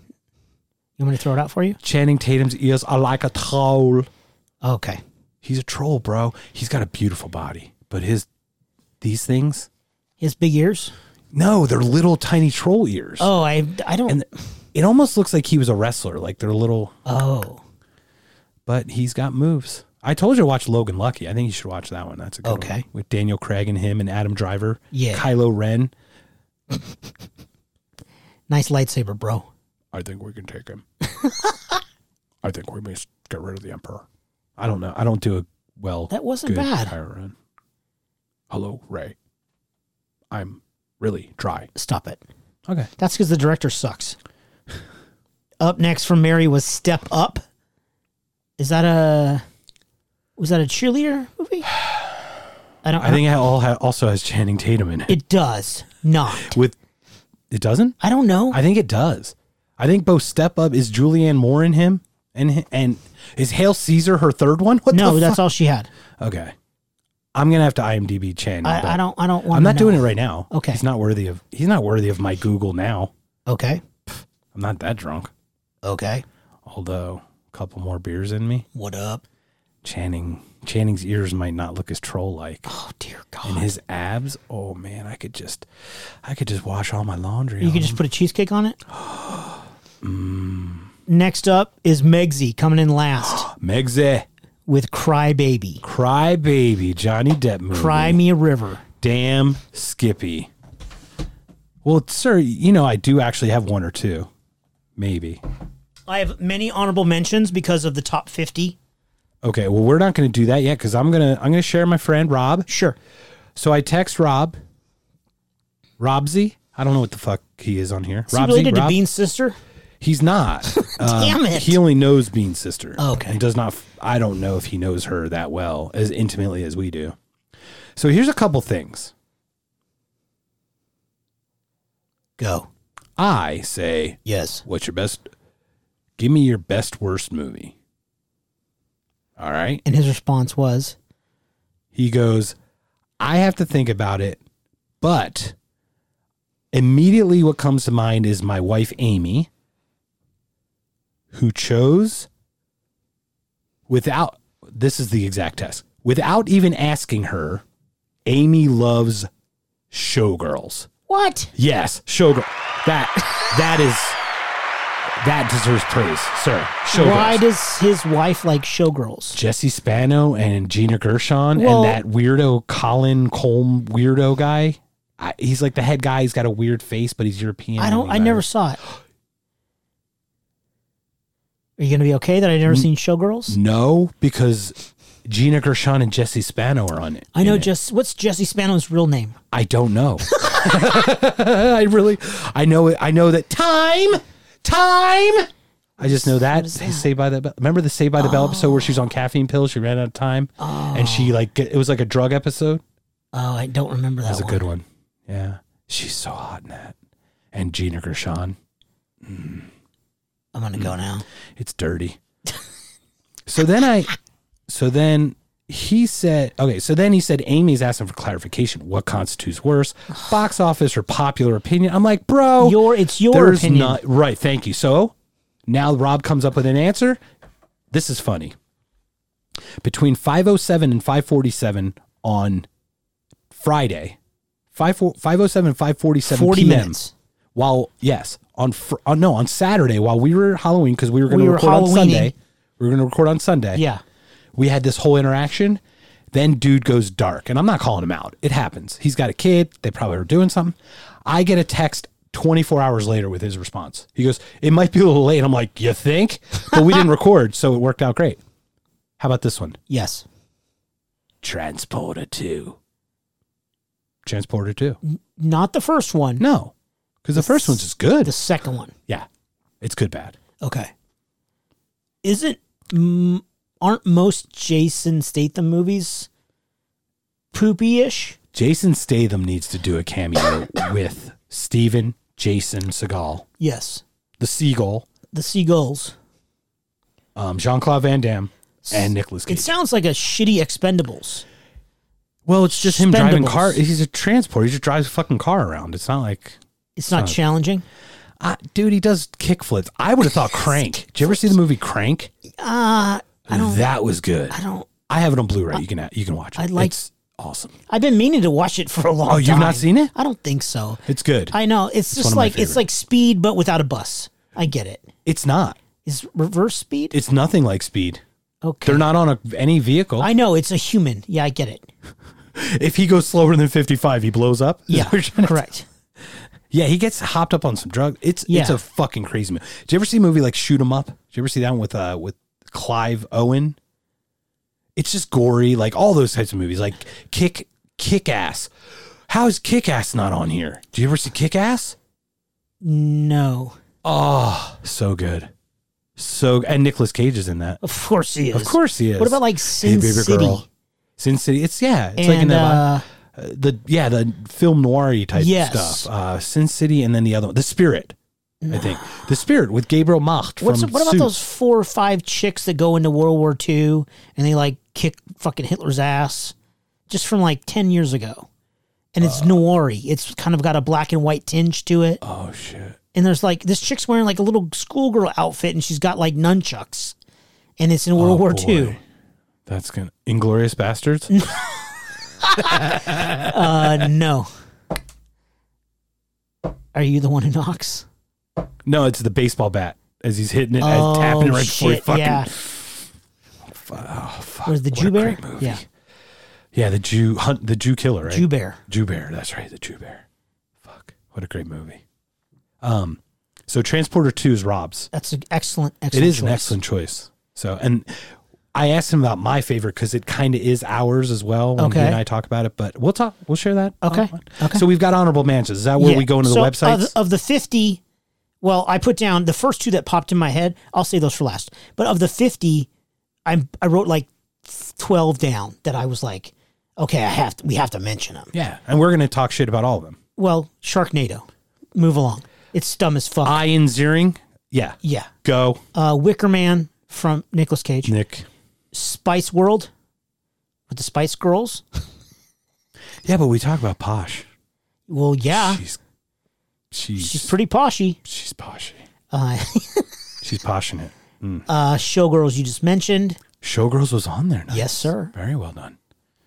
[SPEAKER 2] You want me to throw it out for you?
[SPEAKER 1] Channing Tatum's ears are like a troll.
[SPEAKER 2] Okay.
[SPEAKER 1] He's a troll, bro. He's got a beautiful body, but his these things?
[SPEAKER 2] His big ears.
[SPEAKER 1] No, they're little tiny troll ears.
[SPEAKER 2] Oh, I I don't.
[SPEAKER 1] And it almost looks like he was a wrestler, like they're little,
[SPEAKER 2] oh,
[SPEAKER 1] but he's got moves. I told you to watch Logan Lucky. I think you should watch that one. That's a good one.
[SPEAKER 2] Okay.
[SPEAKER 1] With Daniel Craig and him and Adam Driver.
[SPEAKER 2] Yeah.
[SPEAKER 1] Kylo Ren.
[SPEAKER 2] nice lightsaber, bro.
[SPEAKER 1] I think we can take him. I think we must get rid of the Emperor. I don't know. I don't do a well.
[SPEAKER 2] That wasn't
[SPEAKER 1] good
[SPEAKER 2] bad.
[SPEAKER 1] Kylo Ren. Hello, Ray. I'm really dry.
[SPEAKER 2] Stop it.
[SPEAKER 1] Okay.
[SPEAKER 2] That's because the director sucks. up next from Mary was Step Up. Is that a was that a cheerleader movie? I don't.
[SPEAKER 1] I think it all ha- also has Channing Tatum in it.
[SPEAKER 2] it does not.
[SPEAKER 1] With it doesn't?
[SPEAKER 2] I don't know.
[SPEAKER 1] I think it does. I think both Step Up is Julianne Moore in him, and and is Hail Caesar her third one? What
[SPEAKER 2] no,
[SPEAKER 1] the
[SPEAKER 2] that's all she had.
[SPEAKER 1] all. Okay. I'm gonna have to IMDb Channing. but
[SPEAKER 2] I, I don't. I don't want.
[SPEAKER 1] I'm not doing it right now.
[SPEAKER 2] Okay.
[SPEAKER 1] He's not worthy of. He's not worthy of my Google now.
[SPEAKER 2] Okay.
[SPEAKER 1] I'm not that drunk.
[SPEAKER 2] Okay.
[SPEAKER 1] Although a couple more beers in me,
[SPEAKER 2] What up?
[SPEAKER 1] Channing Channing's ears might not look as troll like,
[SPEAKER 2] Oh dear
[SPEAKER 1] and
[SPEAKER 2] God.
[SPEAKER 1] his abs. Oh man, I could just, I could just wash all my laundry.
[SPEAKER 2] You
[SPEAKER 1] on
[SPEAKER 2] could just put a cheesecake on it.
[SPEAKER 1] Mm.
[SPEAKER 2] Next up is Megsy coming in last
[SPEAKER 1] them. Megze,
[SPEAKER 2] with Cry Baby.
[SPEAKER 1] Cry Baby, Johnny Depp movie.
[SPEAKER 2] Cry Me a River.
[SPEAKER 1] damn Skippy. Well, sir, you know I do actually have one or two, maybe.
[SPEAKER 2] I have many honorable mentions because of the top 50.
[SPEAKER 1] Okay, well we're not going to do that yet because I'm gonna I'm gonna share my friend Rob.
[SPEAKER 2] Sure.
[SPEAKER 1] So I text Rob. Robsy. I don't know what the fuck he is on here.
[SPEAKER 2] Is he related to Bean's sister?
[SPEAKER 1] He's not. Uh,
[SPEAKER 2] Damn it. Oh,
[SPEAKER 1] He only knows Bean's sister.
[SPEAKER 2] Okay.
[SPEAKER 1] He does not. I don't know if he knows her that well, as intimately as we do. So here's a couple things.
[SPEAKER 2] Go.
[SPEAKER 1] I say,
[SPEAKER 2] Yes.
[SPEAKER 1] what's your best? Give me your best worst movie. All right.
[SPEAKER 2] And his response was,
[SPEAKER 1] He goes, I have to think about it, but immediately what comes to mind is my wife, Amy, who chose without, this is the exact test, without even asking her, Amy loves showgirls.
[SPEAKER 2] What?
[SPEAKER 1] Yes, showgirl. That, that is, that deserves praise, sir. Showgirls.
[SPEAKER 2] Why does his wife like showgirls?
[SPEAKER 1] Jesse Spano and Gina Gershon
[SPEAKER 2] Well-
[SPEAKER 1] and that weirdo Colin Colm weirdo guy. I, he's like the head guy. He's got a weird face, but he's European.
[SPEAKER 2] I don't.
[SPEAKER 1] and
[SPEAKER 2] I
[SPEAKER 1] he's
[SPEAKER 2] never
[SPEAKER 1] Irish.
[SPEAKER 2] saw it. Are you gonna be okay that I
[SPEAKER 1] Mm.
[SPEAKER 2] never seen Showgirls?
[SPEAKER 1] No, because Gina Gershon and Jesse Spano are on it.
[SPEAKER 2] I know
[SPEAKER 1] in it.
[SPEAKER 2] just what's Jesse Spano's real name.
[SPEAKER 1] I don't know. I really. I know. it- I know that time. Time. I just know that,
[SPEAKER 2] is
[SPEAKER 1] Say by the Bell. Remember the Say by the Bell episode where she was on caffeine pills? She ran out of time, and she like it was like a drug episode.
[SPEAKER 2] Oh, I don't remember that.
[SPEAKER 1] That was a
[SPEAKER 2] one.
[SPEAKER 1] good one. Yeah. She's so hot in that. And Gina Gershon.
[SPEAKER 2] I'm gonna
[SPEAKER 1] Mm.
[SPEAKER 2] go now.
[SPEAKER 1] It's dirty. so then I so then he said okay, so then he said Amy's asking for clarification. What constitutes worse? Box office or popular opinion? I'm like, bro,
[SPEAKER 2] Your it's your
[SPEAKER 1] Oh, there's
[SPEAKER 2] opinion.
[SPEAKER 1] not right, thank you. So now Rob comes up with an answer. This is funny. Between 507 and 547 on Friday, 5, 507 and 547
[SPEAKER 2] Forty
[SPEAKER 1] PM,
[SPEAKER 2] minutes.
[SPEAKER 1] while yes on fr- uh, no on Saturday while we were Halloween because we were going to
[SPEAKER 2] We were
[SPEAKER 1] record on
[SPEAKER 2] Halloweening.
[SPEAKER 1] Sunday. We were going to record on Sunday.
[SPEAKER 2] Yeah.
[SPEAKER 1] we had this whole interaction. Then dude goes dark, and I'm not calling him out. It happens. He's got a kid. They probably were doing something. I get a text 24 hours later with his response. He goes, "It might be a little late." I'm like, "You think?" But we didn't record, so it worked out great. How about this one?
[SPEAKER 2] Yes.
[SPEAKER 1] Transporter two. Transporter two.
[SPEAKER 2] Not the first one.
[SPEAKER 1] No, because the first one's just
[SPEAKER 2] The
[SPEAKER 1] good.
[SPEAKER 2] second one.
[SPEAKER 1] Yeah, it's good bad.
[SPEAKER 2] Okay. Isn't mm, aren't most Jason Statham movies poopy-ish?
[SPEAKER 1] Jason Statham needs to do a cameo with Steven Jason Seagal,
[SPEAKER 2] Yes.
[SPEAKER 1] the Seagull,
[SPEAKER 2] The seagulls.
[SPEAKER 1] um, Jean Claude Van Damme, and Nicolas Cage.
[SPEAKER 2] It sounds like a shitty Expendables.
[SPEAKER 1] well, it's just him driving
[SPEAKER 2] Spendables.
[SPEAKER 1] car. He's a transport. He just drives a fucking car around. It's not like,
[SPEAKER 2] It's not challenging.
[SPEAKER 1] I, Uh, dude, he does kick flips. I would have thought Crank. Did you ever see the movie Crank?
[SPEAKER 2] Uh, I don't.
[SPEAKER 1] That was good.
[SPEAKER 2] I don't.
[SPEAKER 1] I have it on Blu-ray. You can you can watch it.
[SPEAKER 2] I'd like-
[SPEAKER 1] it's awesome.
[SPEAKER 2] I've been meaning to watch it for a long.
[SPEAKER 1] Oh, you've not
[SPEAKER 2] time.
[SPEAKER 1] seen it?
[SPEAKER 2] I don't think so.
[SPEAKER 1] It's good.
[SPEAKER 2] I know it's,
[SPEAKER 1] one
[SPEAKER 2] just
[SPEAKER 1] of my
[SPEAKER 2] like it's
[SPEAKER 1] favorite.
[SPEAKER 2] like Speed, but without a bus. I get it.
[SPEAKER 1] it's not.
[SPEAKER 2] Is reverse Speed?
[SPEAKER 1] It's nothing like Speed.
[SPEAKER 2] okay.
[SPEAKER 1] They're not on a, any vehicle.
[SPEAKER 2] I know it's a human. Yeah, I get it.
[SPEAKER 1] if he goes slower than 55, he blows up. Is
[SPEAKER 2] Yeah,
[SPEAKER 1] that what you're trying to
[SPEAKER 2] correct.
[SPEAKER 1] Yeah, he gets hopped up on some drugs. It's it's
[SPEAKER 2] Yeah.
[SPEAKER 1] a fucking crazy movie. Did you ever see a movie like Shoot 'Em Up? Did you ever see that one with uh with Clive Owen? It's just gory, like all those types of movies, like Kick Kick Ass. How is Kick Ass not on here? Do you ever see Kick Ass?
[SPEAKER 2] No,
[SPEAKER 1] Oh, so good, so and Nicolas Cage is in that.
[SPEAKER 2] of course he is.
[SPEAKER 1] Of course he is.
[SPEAKER 2] What about like Sin City?
[SPEAKER 1] Sin City. It's yeah. It's
[SPEAKER 2] and
[SPEAKER 1] like in that. vibe.
[SPEAKER 2] uh,
[SPEAKER 1] Uh, the yeah the film noir type
[SPEAKER 2] Yes.
[SPEAKER 1] stuff. Uh, Sin City, and then the other one, The Spirit. I think the Spirit with Gabriel Macht
[SPEAKER 2] what's
[SPEAKER 1] from
[SPEAKER 2] what about
[SPEAKER 1] Suits.
[SPEAKER 2] those four or five chicks that go into World War II and they like kick fucking Hitler's ass, just from like ten years ago, and
[SPEAKER 1] Uh.
[SPEAKER 2] it's noir. It's kind of got a black and white tinge to it.
[SPEAKER 1] Oh shit!
[SPEAKER 2] and there's like this chick's wearing like a little schoolgirl outfit and she's got like nunchucks and it's in World
[SPEAKER 1] Oh,
[SPEAKER 2] War
[SPEAKER 1] boy.
[SPEAKER 2] II.
[SPEAKER 1] That's gonna Inglorious Bastards.
[SPEAKER 2] Uh, no. Are you the one who knocks?
[SPEAKER 1] no, it's the baseball bat as he's hitting it, as tapping it right before he fucking.
[SPEAKER 2] Oh, yeah.
[SPEAKER 1] Oh, fuck.
[SPEAKER 2] Was the
[SPEAKER 1] What
[SPEAKER 2] Jew
[SPEAKER 1] a
[SPEAKER 2] Bear?
[SPEAKER 1] great movie.
[SPEAKER 2] Yeah,
[SPEAKER 1] yeah, the Jew hunt the Jew killer, right?
[SPEAKER 2] Jew Bear.
[SPEAKER 1] Jew Bear. That's right, the Jew Bear. Fuck, what a great movie. Um, so Transporter Two is Rob's.
[SPEAKER 2] That's an excellent,
[SPEAKER 1] It
[SPEAKER 2] excellent.
[SPEAKER 1] is an
[SPEAKER 2] choice.
[SPEAKER 1] excellent choice. So, and I asked him about my favorite because it kind of is ours as well when
[SPEAKER 2] Okay.
[SPEAKER 1] he and I talk about it. But we'll talk. We'll share that.
[SPEAKER 2] Okay.
[SPEAKER 1] offline.
[SPEAKER 2] Okay.
[SPEAKER 1] So we've got honorable mentions. Is that where
[SPEAKER 2] Yeah.
[SPEAKER 1] we go into
[SPEAKER 2] So,
[SPEAKER 1] the websites?
[SPEAKER 2] Of, of the 50, well, I put down the first two that popped in my head. I'll say those for last. But of the 50, I'm, I wrote like 12 down that I was like, okay, I have to, we have to mention them.
[SPEAKER 1] yeah, and we're going to talk shit about all of them.
[SPEAKER 2] Well, Sharknado. move along. It's dumb as fuck.
[SPEAKER 1] Ian Ziering. Yeah.
[SPEAKER 2] yeah.
[SPEAKER 1] Go,
[SPEAKER 2] Uh, Wicker Man from Nicolas Cage.
[SPEAKER 1] Nick.
[SPEAKER 2] Spice World with the Spice Girls.
[SPEAKER 1] Yeah, but we talk about posh.
[SPEAKER 2] Well, yeah,
[SPEAKER 1] She's she's
[SPEAKER 2] she's
[SPEAKER 1] she's,
[SPEAKER 2] pretty poshy.
[SPEAKER 1] poshy.
[SPEAKER 2] Uh,
[SPEAKER 1] She's poshing it.
[SPEAKER 2] uh, Showgirls you just mentioned.
[SPEAKER 1] Showgirls was on there. Nice.
[SPEAKER 2] Yes, sir.
[SPEAKER 1] Very well done.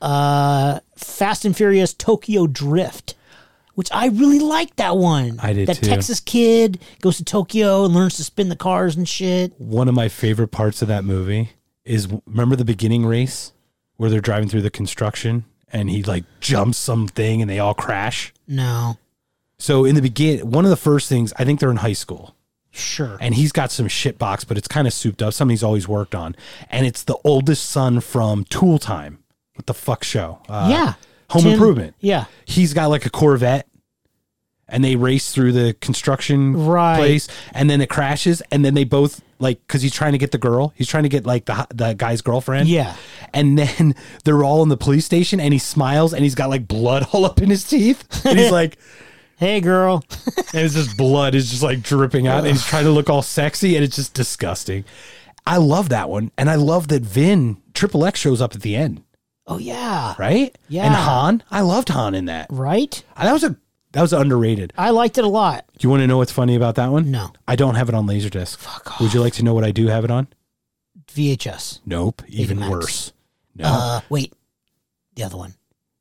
[SPEAKER 2] Uh, Fast and Furious Tokyo Drift, which I really liked that one.
[SPEAKER 1] I did
[SPEAKER 2] That
[SPEAKER 1] too.
[SPEAKER 2] Texas kid goes to Tokyo and learns to spin the cars and shit.
[SPEAKER 1] One of my favorite parts of that movie is remember the beginning race where they're driving through the construction and he like jumps something and they all crash.
[SPEAKER 2] No,
[SPEAKER 1] So in the begin, one of the first things I think they're in high school.
[SPEAKER 2] sure.
[SPEAKER 1] and he's got some shit box, but it's kind of souped up. Something he's always worked on, and it's the oldest son from Tool Time. What the fuck show? Uh,
[SPEAKER 2] yeah.
[SPEAKER 1] Home
[SPEAKER 2] Tim-
[SPEAKER 1] Improvement.
[SPEAKER 2] Yeah.
[SPEAKER 1] He's got like a Corvette, and they race through the construction
[SPEAKER 2] Right.
[SPEAKER 1] place, and then it crashes, and then they both like because he's trying to get the girl. He's trying to get like the ho- the guy's girlfriend.
[SPEAKER 2] Yeah.
[SPEAKER 1] And then they're all in the police station, and he smiles, and he's got like blood all up in his teeth, and he's like.
[SPEAKER 2] Hey, girl.
[SPEAKER 1] and it's just blood is just like dripping out and he's trying to look all sexy and it's just disgusting i love that one and i love that vin triple x shows up at the end
[SPEAKER 2] Oh yeah.
[SPEAKER 1] right
[SPEAKER 2] Yeah.
[SPEAKER 1] and han i loved han in that
[SPEAKER 2] Right.
[SPEAKER 1] that was a that was underrated
[SPEAKER 2] I liked it a lot.
[SPEAKER 1] do you want to know what's funny about that one
[SPEAKER 2] No.
[SPEAKER 1] i don't have it on laserdisc Fuck would you like to know what i do have it on
[SPEAKER 2] VHS.
[SPEAKER 1] nope even
[SPEAKER 2] Max.
[SPEAKER 1] worse no
[SPEAKER 2] Uh, wait, the other one.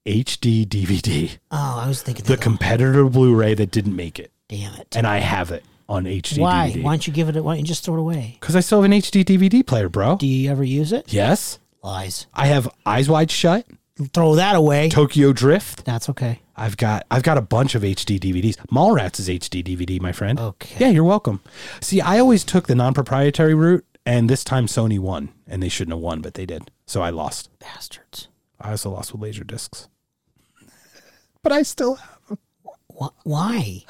[SPEAKER 1] hd dvd
[SPEAKER 2] Oh, I was thinking the
[SPEAKER 1] the
[SPEAKER 2] com-
[SPEAKER 1] competitor blu-ray that didn't make it
[SPEAKER 2] damn it.
[SPEAKER 1] and i have it on hd
[SPEAKER 2] Why? Why
[SPEAKER 1] dvd
[SPEAKER 2] don't you give it? Why don't you just throw it away?
[SPEAKER 1] because i still have an hd dvd player bro
[SPEAKER 2] Do you ever use it?
[SPEAKER 1] yes
[SPEAKER 2] Lies.
[SPEAKER 1] I have Eyes Wide Shut,
[SPEAKER 2] Throw that away.
[SPEAKER 1] Tokyo Drift.
[SPEAKER 2] That's okay.
[SPEAKER 1] I've got I've got a bunch of HD DVDs. Mallrats is HD DVD, my friend.
[SPEAKER 2] Okay.
[SPEAKER 1] Yeah, you're welcome. See, I always took the non-proprietary route, and this time Sony won, and they shouldn't have won, but they did. So I lost.
[SPEAKER 2] Bastards.
[SPEAKER 1] I also lost with laser discs, but I still have
[SPEAKER 2] Wh- why?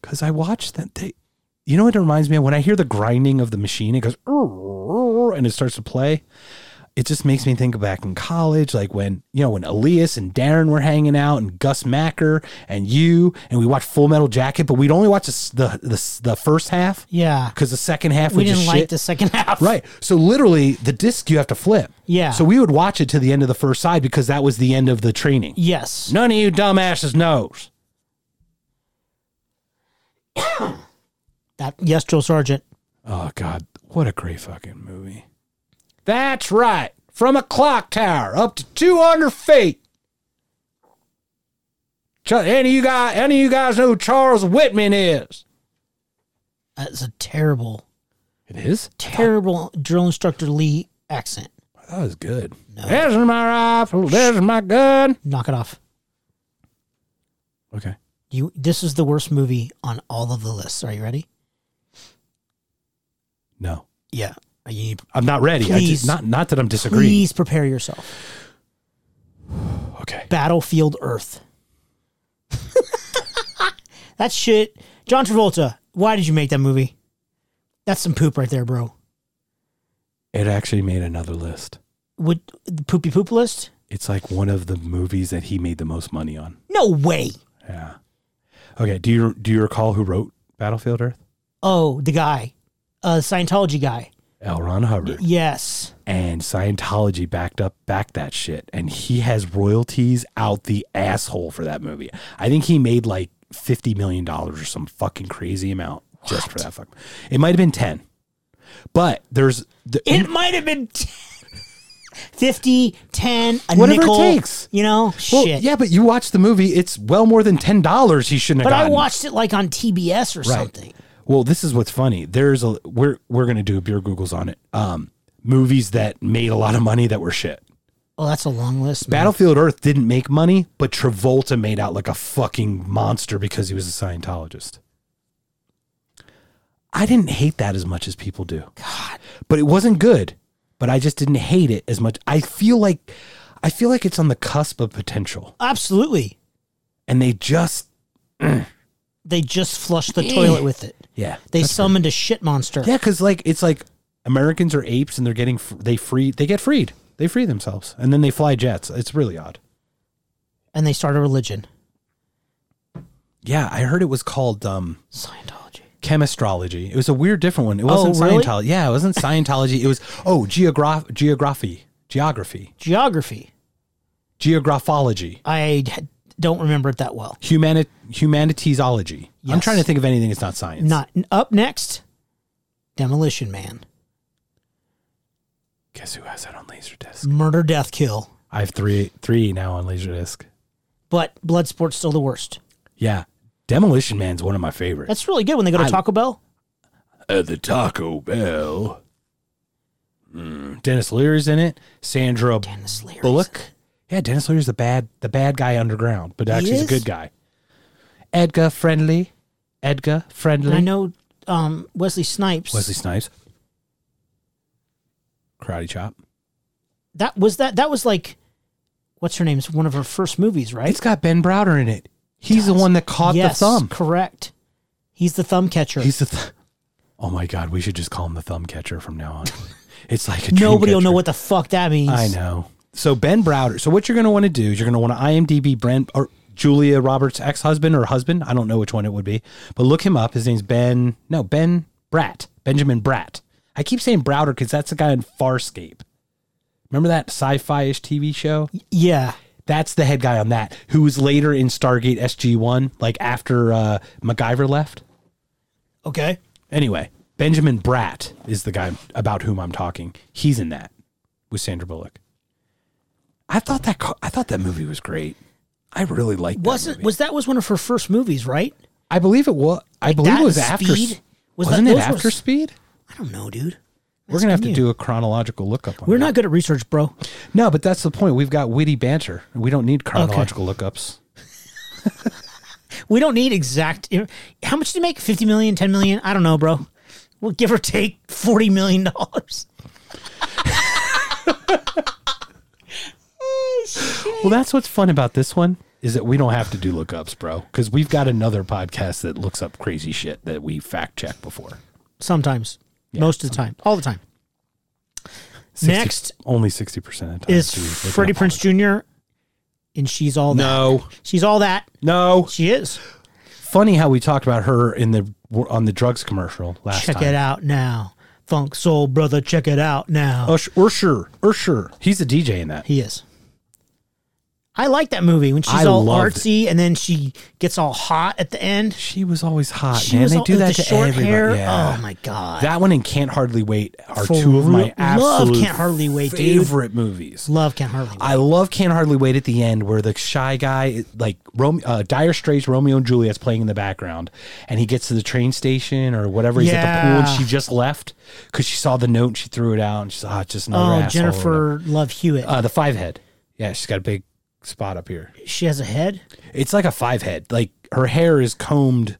[SPEAKER 1] because I watched that. They, you know what it reminds me of when I hear the grinding of the machine, it goes and it starts to play. It just makes me think back in college, like when you know when Elias and Darren were hanging out, and Gus Macker and you, and we watched Full Metal Jacket, but we'd only watch the s- the the, the first half
[SPEAKER 2] Yeah.
[SPEAKER 1] because the second half
[SPEAKER 2] We
[SPEAKER 1] was
[SPEAKER 2] didn't
[SPEAKER 1] just
[SPEAKER 2] like
[SPEAKER 1] shit.
[SPEAKER 2] the second half.
[SPEAKER 1] Right. So literally, the disc you have to flip.
[SPEAKER 2] Yeah.
[SPEAKER 1] So we would watch it to the end of the first side because that was the end of the training.
[SPEAKER 2] Yes.
[SPEAKER 1] None of you dumbasses knows.
[SPEAKER 2] That. Yes, Joe Sargent.
[SPEAKER 1] Oh God, what a great fucking movie. That's right. From a clock tower up to two hundred feet. Ch- Any of you guys any of you guys know who Charles Whitman is?
[SPEAKER 2] That's a terrible,
[SPEAKER 1] It is?
[SPEAKER 2] terrible drill instructor Lee accent.
[SPEAKER 1] That was good. This is my rifle, this is my gun.
[SPEAKER 2] Knock it off.
[SPEAKER 1] Okay.
[SPEAKER 2] You. This is the worst movie on all of the lists. Are you ready?
[SPEAKER 1] No.
[SPEAKER 2] Yeah. Are you?
[SPEAKER 1] I'm not ready. I
[SPEAKER 2] Please.
[SPEAKER 1] just, not not that I'm disagreeing.
[SPEAKER 2] Please prepare yourself.
[SPEAKER 1] Okay.
[SPEAKER 2] Battlefield Earth. that shit. John Travolta. Why did you make that movie? That's some poop right there, bro.
[SPEAKER 1] It actually made another list.
[SPEAKER 2] Would the poopy poop list?
[SPEAKER 1] It's like one of the movies that he made the most money on.
[SPEAKER 2] No way.
[SPEAKER 1] Yeah. Okay. Do you do you recall who wrote Battlefield Earth?
[SPEAKER 2] Oh, the guy, uh, Scientology guy.
[SPEAKER 1] L. Ron Hubbard.
[SPEAKER 2] Yes.
[SPEAKER 1] and Scientology backed up back that shit, and he has royalties out the asshole for that movie. I think he made like fifty million dollars or some fucking crazy amount just for that fuck. It might have been ten, but there's the,
[SPEAKER 2] It might have been 50, 10, a
[SPEAKER 1] Whatever it
[SPEAKER 2] nickel.
[SPEAKER 1] takes.
[SPEAKER 2] You know,
[SPEAKER 1] well,
[SPEAKER 2] shit.
[SPEAKER 1] yeah, but you watch the movie; it's well more than ten dollars. He shouldn't have.
[SPEAKER 2] But I
[SPEAKER 1] gotten.
[SPEAKER 2] watched it like on TBS or something.
[SPEAKER 1] Well, this is what's funny. There's a we're we're gonna do a beer googles on it. Um, movies that made a lot of money that were shit.
[SPEAKER 2] Oh, that's a long list. man.
[SPEAKER 1] Battlefield Earth didn't make money, but Travolta made out like a fucking monster because he was a Scientologist. I didn't hate that as much as people do. God. But it wasn't good, but I just didn't hate it as much. I feel like I feel like it's on the cusp of potential
[SPEAKER 2] Absolutely.
[SPEAKER 1] and they just
[SPEAKER 2] They just flushed the toilet with it.
[SPEAKER 1] yeah.
[SPEAKER 2] They summoned a shit monster.
[SPEAKER 1] Yeah, cuz like it's like Americans are apes and they're getting fr- they free they get freed. They free themselves and then they fly jets. It's really odd.
[SPEAKER 2] And they start a religion.
[SPEAKER 1] Yeah, I heard it was called um,
[SPEAKER 2] Scientology.
[SPEAKER 1] chemistrology. It was a weird, different one. It wasn't
[SPEAKER 2] really?
[SPEAKER 1] Scientology. Yeah, it wasn't Scientology. It was oh, geograph, geography, geography,
[SPEAKER 2] Geography.
[SPEAKER 1] geographology,
[SPEAKER 2] I had- don't remember it that well.
[SPEAKER 1] humani- humanitiesology. I'm
[SPEAKER 2] Yes.
[SPEAKER 1] trying to think of anything that's not science.
[SPEAKER 2] Not up next. Demolition Man.
[SPEAKER 1] Guess who has that on Laserdisc?
[SPEAKER 2] Murder, death, kill.
[SPEAKER 1] I have three, three now on Laserdisc.
[SPEAKER 2] But Bloodsport's still the worst.
[SPEAKER 1] Yeah, Demolition Man's one of my favorites.
[SPEAKER 2] That's really good when they go to
[SPEAKER 1] I-
[SPEAKER 2] Taco Bell.
[SPEAKER 1] at the Taco Bell. Mm, Dennis Leary's in it. Sandra
[SPEAKER 2] Dennis Leary's
[SPEAKER 1] Bullock. Yeah, Dennis Leary's the bad the bad guy underground, but actually he's a
[SPEAKER 2] is?
[SPEAKER 1] good guy. Edgar Friendly.
[SPEAKER 2] And
[SPEAKER 1] Edgar
[SPEAKER 2] I
[SPEAKER 1] Friendly.
[SPEAKER 2] know um, Wesley Snipes.
[SPEAKER 1] Wesley Snipes. Karate Chop.
[SPEAKER 2] That was that. That was like, what's her name's one of her first movies, right?
[SPEAKER 1] It's got Ben Browder in it. He's the
[SPEAKER 2] does.
[SPEAKER 1] one that caught
[SPEAKER 2] yes,
[SPEAKER 1] the thumb.
[SPEAKER 2] Correct. He's the thumb catcher.
[SPEAKER 1] He's the. Th- oh my God, we should just call him the thumb catcher from now on. it's like a dream
[SPEAKER 2] Nobody will know
[SPEAKER 1] catcher.
[SPEAKER 2] what the fuck that means.
[SPEAKER 1] I know. So Ben Browder. So what you're going to want to do is you're going to want to IMDb Brent or Julia Roberts' ex-husband or husband. I don't know which one it would be, but look him up. His name's Ben. No, Ben Bratt. Benjamin Bratt. I keep saying Browder because that's the guy in Farscape. Remember that sci-fi-ish TV show?
[SPEAKER 2] Yeah.
[SPEAKER 1] That's the head guy on that, who was later in Stargate SG One, like after uh, MacGyver left.
[SPEAKER 2] Okay.
[SPEAKER 1] Anyway, Benjamin Bratt is the guy about whom I'm talking. He's in that with Sandra Bullock. I thought that co- I thought that movie was great. I really liked that
[SPEAKER 2] Wasn't
[SPEAKER 1] movie.
[SPEAKER 2] was that was one of her first movies, right?
[SPEAKER 1] I believe it was. I believe
[SPEAKER 2] that
[SPEAKER 1] it was
[SPEAKER 2] and
[SPEAKER 1] after.
[SPEAKER 2] Speed? Was
[SPEAKER 1] Was
[SPEAKER 2] that-
[SPEAKER 1] not it
[SPEAKER 2] those
[SPEAKER 1] after
[SPEAKER 2] were-
[SPEAKER 1] Speed?
[SPEAKER 2] I don't know, dude.
[SPEAKER 1] We're gonna have to
[SPEAKER 2] new.
[SPEAKER 1] do a chronological lookup. On
[SPEAKER 2] We're
[SPEAKER 1] that.
[SPEAKER 2] not good at research, bro.
[SPEAKER 1] No, but that's the point. We've got witty banter. We don't need chronological lookups.
[SPEAKER 2] We don't need exact. How much do you make? 50 million, 10 million? I don't know, bro. We'll give or take 40 million dollars.
[SPEAKER 1] Well, that's what's fun about this one is that we don't have to do lookups, bro, because we've got another podcast that looks up crazy shit that we fact check before.
[SPEAKER 2] Sometimes. Most of the time. All the time.
[SPEAKER 1] 60
[SPEAKER 2] Next
[SPEAKER 1] only sixty percent of the time
[SPEAKER 2] is
[SPEAKER 1] do we look it
[SPEAKER 2] Freddie
[SPEAKER 1] up
[SPEAKER 2] Prince Jr. and she's all that.
[SPEAKER 1] No,
[SPEAKER 2] She's all that.
[SPEAKER 1] no.
[SPEAKER 2] She is.
[SPEAKER 1] Funny how we talked about her in the on the drugs commercial last
[SPEAKER 2] check
[SPEAKER 1] time.
[SPEAKER 2] it out now. Funk Soul Brother, check it out now.
[SPEAKER 1] Ush, Usher, Usher. He's a DJ in that.
[SPEAKER 2] He is. I like that movie when she's
[SPEAKER 1] I
[SPEAKER 2] all
[SPEAKER 1] loved
[SPEAKER 2] artsy and then she gets all hot at the end.
[SPEAKER 1] She was always hot,
[SPEAKER 2] She
[SPEAKER 1] man.
[SPEAKER 2] was
[SPEAKER 1] They
[SPEAKER 2] all,
[SPEAKER 1] do that
[SPEAKER 2] with the
[SPEAKER 1] to
[SPEAKER 2] short
[SPEAKER 1] everybody.
[SPEAKER 2] hair.
[SPEAKER 1] Yeah.
[SPEAKER 2] Oh my god.
[SPEAKER 1] that one and Can't Hardly Wait are
[SPEAKER 2] For
[SPEAKER 1] two of my
[SPEAKER 2] real-
[SPEAKER 1] absolute
[SPEAKER 2] Love Can't Hardly Wait, dude.
[SPEAKER 1] favorite movies.
[SPEAKER 2] Love Ken Harley.
[SPEAKER 1] I love Can't Hardly Wait at the end where the shy guy, like Rome, uh, Dire Straits, Romeo and Juliet's playing in the background, and he gets to the train station or whatever. He's at the pool, and
[SPEAKER 2] Yeah.
[SPEAKER 1] she just left because she saw the note and she threw it out, and she's ah, it's just another
[SPEAKER 2] oh,
[SPEAKER 1] asshole or whatever.
[SPEAKER 2] Jennifer Love Hewitt.
[SPEAKER 1] Uh, the five head. Yeah, she's got a big spot up here.
[SPEAKER 2] she has a head.
[SPEAKER 1] It's like a five head. Like her hair is combed,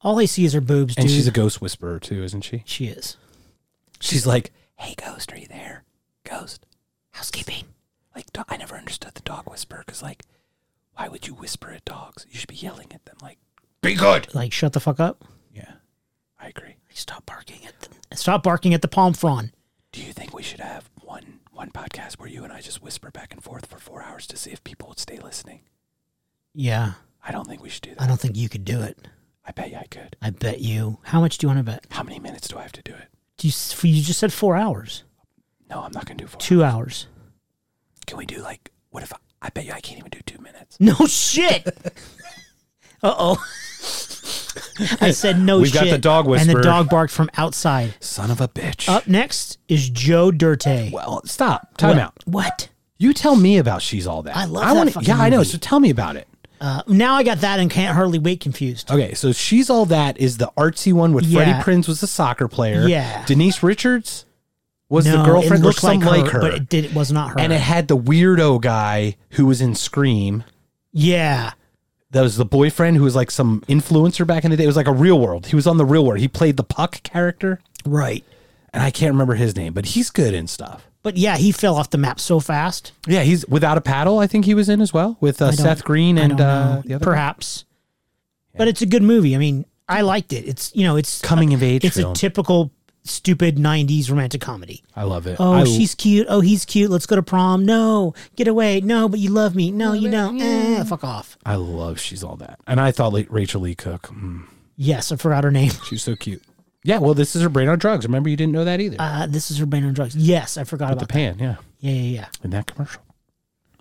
[SPEAKER 2] All I see is her boobs, dude.
[SPEAKER 1] and she's a ghost whisperer too, isn't she?
[SPEAKER 2] she is.
[SPEAKER 1] She's like, "Hey, ghost, are you there? Ghost, housekeeping." Like, do- I never understood the dog whisperer because, like, why would you whisper at dogs? You should be yelling at them. Like,
[SPEAKER 3] Be good.
[SPEAKER 2] Like, shut the fuck up.
[SPEAKER 1] yeah, I agree.
[SPEAKER 2] Stop barking at the, stop barking at the palm frond.
[SPEAKER 1] Do you think we should have one one podcast where you and I just whisper back and forth for four hours to see if people would stay listening?
[SPEAKER 2] Yeah.
[SPEAKER 1] I don't think we should do that.
[SPEAKER 2] I don't think you could do it.
[SPEAKER 1] I bet you I could.
[SPEAKER 2] I bet you. How much do you want to bet?
[SPEAKER 1] How many minutes do I have to do it?
[SPEAKER 2] Do you, s- you just said four hours.
[SPEAKER 1] No, I'm not gonna do four.
[SPEAKER 2] Two hours.
[SPEAKER 1] Can we do like what if I, I bet you I can't even do two minutes?
[SPEAKER 2] No shit. uh oh. I said no
[SPEAKER 1] We've
[SPEAKER 2] shit.
[SPEAKER 1] got the dog
[SPEAKER 2] And
[SPEAKER 1] whisperer.
[SPEAKER 2] the dog barked from outside.
[SPEAKER 1] Son of a bitch.
[SPEAKER 2] Up next is Joe Dirte.
[SPEAKER 1] well, stop. Time
[SPEAKER 2] what,
[SPEAKER 1] out.
[SPEAKER 2] What?
[SPEAKER 1] You tell me about she's all that.
[SPEAKER 2] I love that
[SPEAKER 1] wanna-
[SPEAKER 2] fucking
[SPEAKER 1] Yeah, I know.
[SPEAKER 2] movie.
[SPEAKER 1] So tell me about it.
[SPEAKER 2] Uh, now I got that and can't hardly wait confused.
[SPEAKER 1] Okay, so she's all that is the artsy one with Freddie
[SPEAKER 2] Yeah.
[SPEAKER 1] Prinz was a soccer player.
[SPEAKER 2] Yeah.
[SPEAKER 1] Denise Richards was
[SPEAKER 2] No,
[SPEAKER 1] the
[SPEAKER 2] it
[SPEAKER 1] girlfriend.
[SPEAKER 2] looked
[SPEAKER 1] Looks like, like her.
[SPEAKER 2] but it did. It was not her.
[SPEAKER 1] and it had the weirdo guy who was in Scream.
[SPEAKER 2] yeah,
[SPEAKER 1] That was the boyfriend who was like some influencer back in the day. It was like a real world. He was on the real world. He played the puck character,
[SPEAKER 2] right.
[SPEAKER 1] and I can't remember his name, but he's good and stuff.
[SPEAKER 2] But yeah, he fell off the map so fast.
[SPEAKER 1] Yeah, he's without a paddle. I think he was in as well with uh,
[SPEAKER 2] I don't-
[SPEAKER 1] Seth Green
[SPEAKER 2] I
[SPEAKER 1] and
[SPEAKER 2] don't
[SPEAKER 1] uh,
[SPEAKER 2] know.
[SPEAKER 1] the other guy.
[SPEAKER 2] perhaps. But it's a good movie. I mean, I liked it. It's you know, it's
[SPEAKER 1] coming of age
[SPEAKER 2] it's
[SPEAKER 1] film.
[SPEAKER 2] a typical stupid 90s romantic comedy.
[SPEAKER 1] I love it.
[SPEAKER 2] Oh,
[SPEAKER 1] I,
[SPEAKER 2] she's cute. Oh, he's cute. Let's go to prom. No, get away. No, but you love me. No, you don't.
[SPEAKER 1] Mm.
[SPEAKER 2] Eh, fuck off.
[SPEAKER 1] I love she's all that. And I thought like Rachel Lee Cook. mm,
[SPEAKER 2] Yes, I forgot her name.
[SPEAKER 1] she's so cute. Yeah, well, this is her brain on drugs. Remember, you didn't know that either.
[SPEAKER 2] Uh, this is her brain on drugs. Yes, I forgot
[SPEAKER 1] the
[SPEAKER 2] about that.
[SPEAKER 1] pan, yeah,
[SPEAKER 2] Yeah, yeah, yeah.
[SPEAKER 1] in that commercial.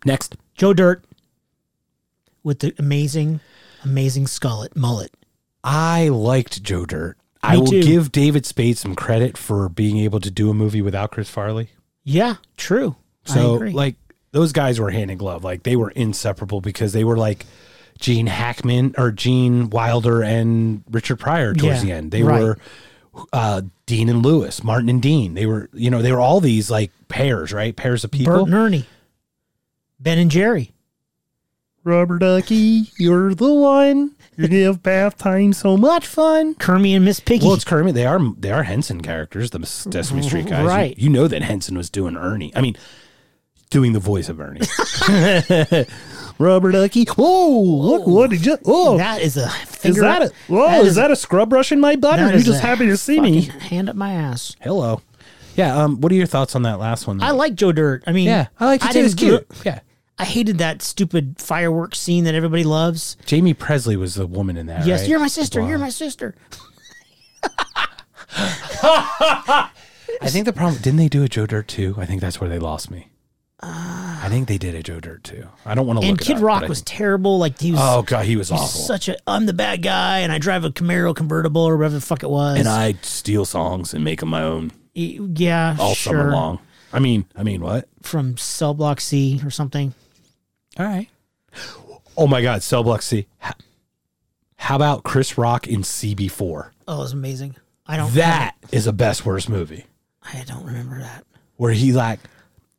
[SPEAKER 1] Next,
[SPEAKER 2] Joe Dirt with the amazing, amazing skullet mullet.
[SPEAKER 1] I liked Joe Dirt. I
[SPEAKER 2] Me
[SPEAKER 1] will
[SPEAKER 2] too.
[SPEAKER 1] give David Spade some credit for being able to do a movie without Chris Farley.
[SPEAKER 2] Yeah, true. I
[SPEAKER 1] So
[SPEAKER 2] agree.
[SPEAKER 1] like those guys were hand in glove. Like they were inseparable because they were like Gene Hackman or Gene Wilder and Richard Pryor towards
[SPEAKER 2] Yeah,
[SPEAKER 1] the end. They
[SPEAKER 2] right.
[SPEAKER 1] were uh, Dean and Lewis, Martin and Dean. They were you know they were all these like pairs, right? Pairs of people.
[SPEAKER 2] Bert and Ernie, Ben and Jerry.
[SPEAKER 1] Rubber ducky, you're the one. You give bath time so much fun.
[SPEAKER 2] Kermit and Miss Piggy.
[SPEAKER 1] Well, it's Kermit. They are they are Henson characters, the Sesame Street guys. You-
[SPEAKER 2] Right.
[SPEAKER 1] You, know that Henson was doing Ernie. I mean, doing the voice of Ernie. Rubber ducky. Whoa! Look what did you? Oh,
[SPEAKER 2] that is a
[SPEAKER 1] is
[SPEAKER 2] finger
[SPEAKER 1] that
[SPEAKER 2] up-
[SPEAKER 1] it? Whoa! Is
[SPEAKER 2] a-
[SPEAKER 1] that a scrub brush in my butt?
[SPEAKER 2] that
[SPEAKER 1] Are you
[SPEAKER 2] is
[SPEAKER 1] just
[SPEAKER 2] a
[SPEAKER 1] happy to see me?
[SPEAKER 2] fucking Hand up my ass.
[SPEAKER 1] Hello. Yeah. Um. What are your thoughts on that last one?
[SPEAKER 2] I like Joe Dirt. I mean,
[SPEAKER 1] yeah, I like it too. It's
[SPEAKER 2] didn't
[SPEAKER 1] cute.
[SPEAKER 2] gr-
[SPEAKER 1] Yeah.
[SPEAKER 2] I hated that stupid fireworks scene that everybody loves.
[SPEAKER 1] Jamie Presley was the woman in that.
[SPEAKER 2] yes,
[SPEAKER 1] right?
[SPEAKER 2] you're my sister. You're
[SPEAKER 1] Blonde.
[SPEAKER 2] my sister.
[SPEAKER 1] I think the problem didn't they do a Joe Dirt too? I think that's where they lost me. I think they did a Joe Dirt too. I don't want to look.
[SPEAKER 2] And
[SPEAKER 1] it
[SPEAKER 2] Kid
[SPEAKER 1] up,
[SPEAKER 2] Rock
[SPEAKER 1] but I
[SPEAKER 2] was
[SPEAKER 1] think-
[SPEAKER 2] terrible. Like he was
[SPEAKER 1] oh god, he was awful.
[SPEAKER 2] such a I'm the bad guy, and I drive a Camaro convertible or whatever the fuck it was.
[SPEAKER 1] and I steal songs and make them my own
[SPEAKER 2] E- yeah,
[SPEAKER 1] all
[SPEAKER 2] sure.
[SPEAKER 1] summer long. I mean, I mean what?
[SPEAKER 2] from Cell Block C or something.
[SPEAKER 1] All right. Oh my God, Cell Block C. How, how about Chris Rock in CB4?
[SPEAKER 2] Oh, it was amazing. I don't
[SPEAKER 1] That is a best worst movie
[SPEAKER 2] I don't remember that.
[SPEAKER 1] where he like.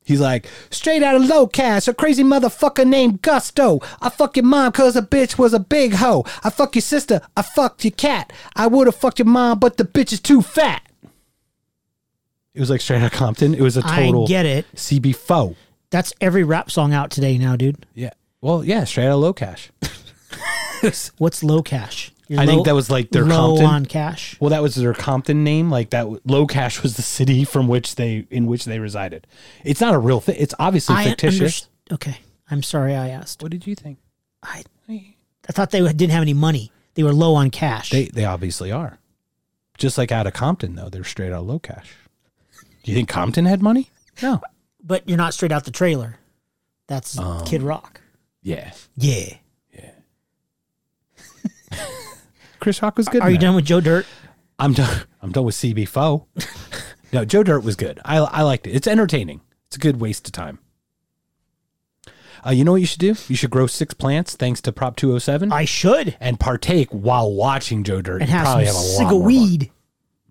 [SPEAKER 1] He's like, straight out of low cash, a crazy motherfucker named Gusto. I fuck your mom cause a bitch was a big hoe. I fuck your sister. I fucked your cat. I would have fucked your mom, but the bitch is too fat. It was like straight out of Compton. It was a total
[SPEAKER 2] I get it.
[SPEAKER 1] CB4.
[SPEAKER 2] That's every rap song out today now, dude.
[SPEAKER 1] Yeah. Well, yeah, straight out of low cash.
[SPEAKER 2] What's low cash? You're
[SPEAKER 1] I think
[SPEAKER 2] low-
[SPEAKER 1] that was like their
[SPEAKER 2] low
[SPEAKER 1] Compton.
[SPEAKER 2] on cash.
[SPEAKER 1] Well, that was their Compton name. Like that, w- low cash was the city from which they in which they resided. It's not a real thing. It's obviously
[SPEAKER 2] I
[SPEAKER 1] fictitious.
[SPEAKER 2] underst- okay, I'm sorry I asked.
[SPEAKER 1] what did you think?
[SPEAKER 2] I I thought they didn't have any money. They were low on cash.
[SPEAKER 1] They they obviously are. Just like out of Compton, though, they're straight out of low cash. Do you think Compton had money? No.
[SPEAKER 2] but you're not straight out the trailer. That's Kid Rock.
[SPEAKER 1] Oh. Yeah.
[SPEAKER 2] Yeah.
[SPEAKER 1] Chris Rock was good. in
[SPEAKER 2] Are you
[SPEAKER 1] that.
[SPEAKER 2] done with Joe Dirt?
[SPEAKER 1] I'm done. I'm done with CB4. no, Joe Dirt was good. I I liked it. It's entertaining. It's a good waste of time. Uh, you know what you should do? You should grow six plants thanks to Prop 207
[SPEAKER 2] I should.
[SPEAKER 1] and partake while watching Joe Dirt.
[SPEAKER 2] And
[SPEAKER 1] You
[SPEAKER 2] have some
[SPEAKER 1] probably have a lot
[SPEAKER 2] cig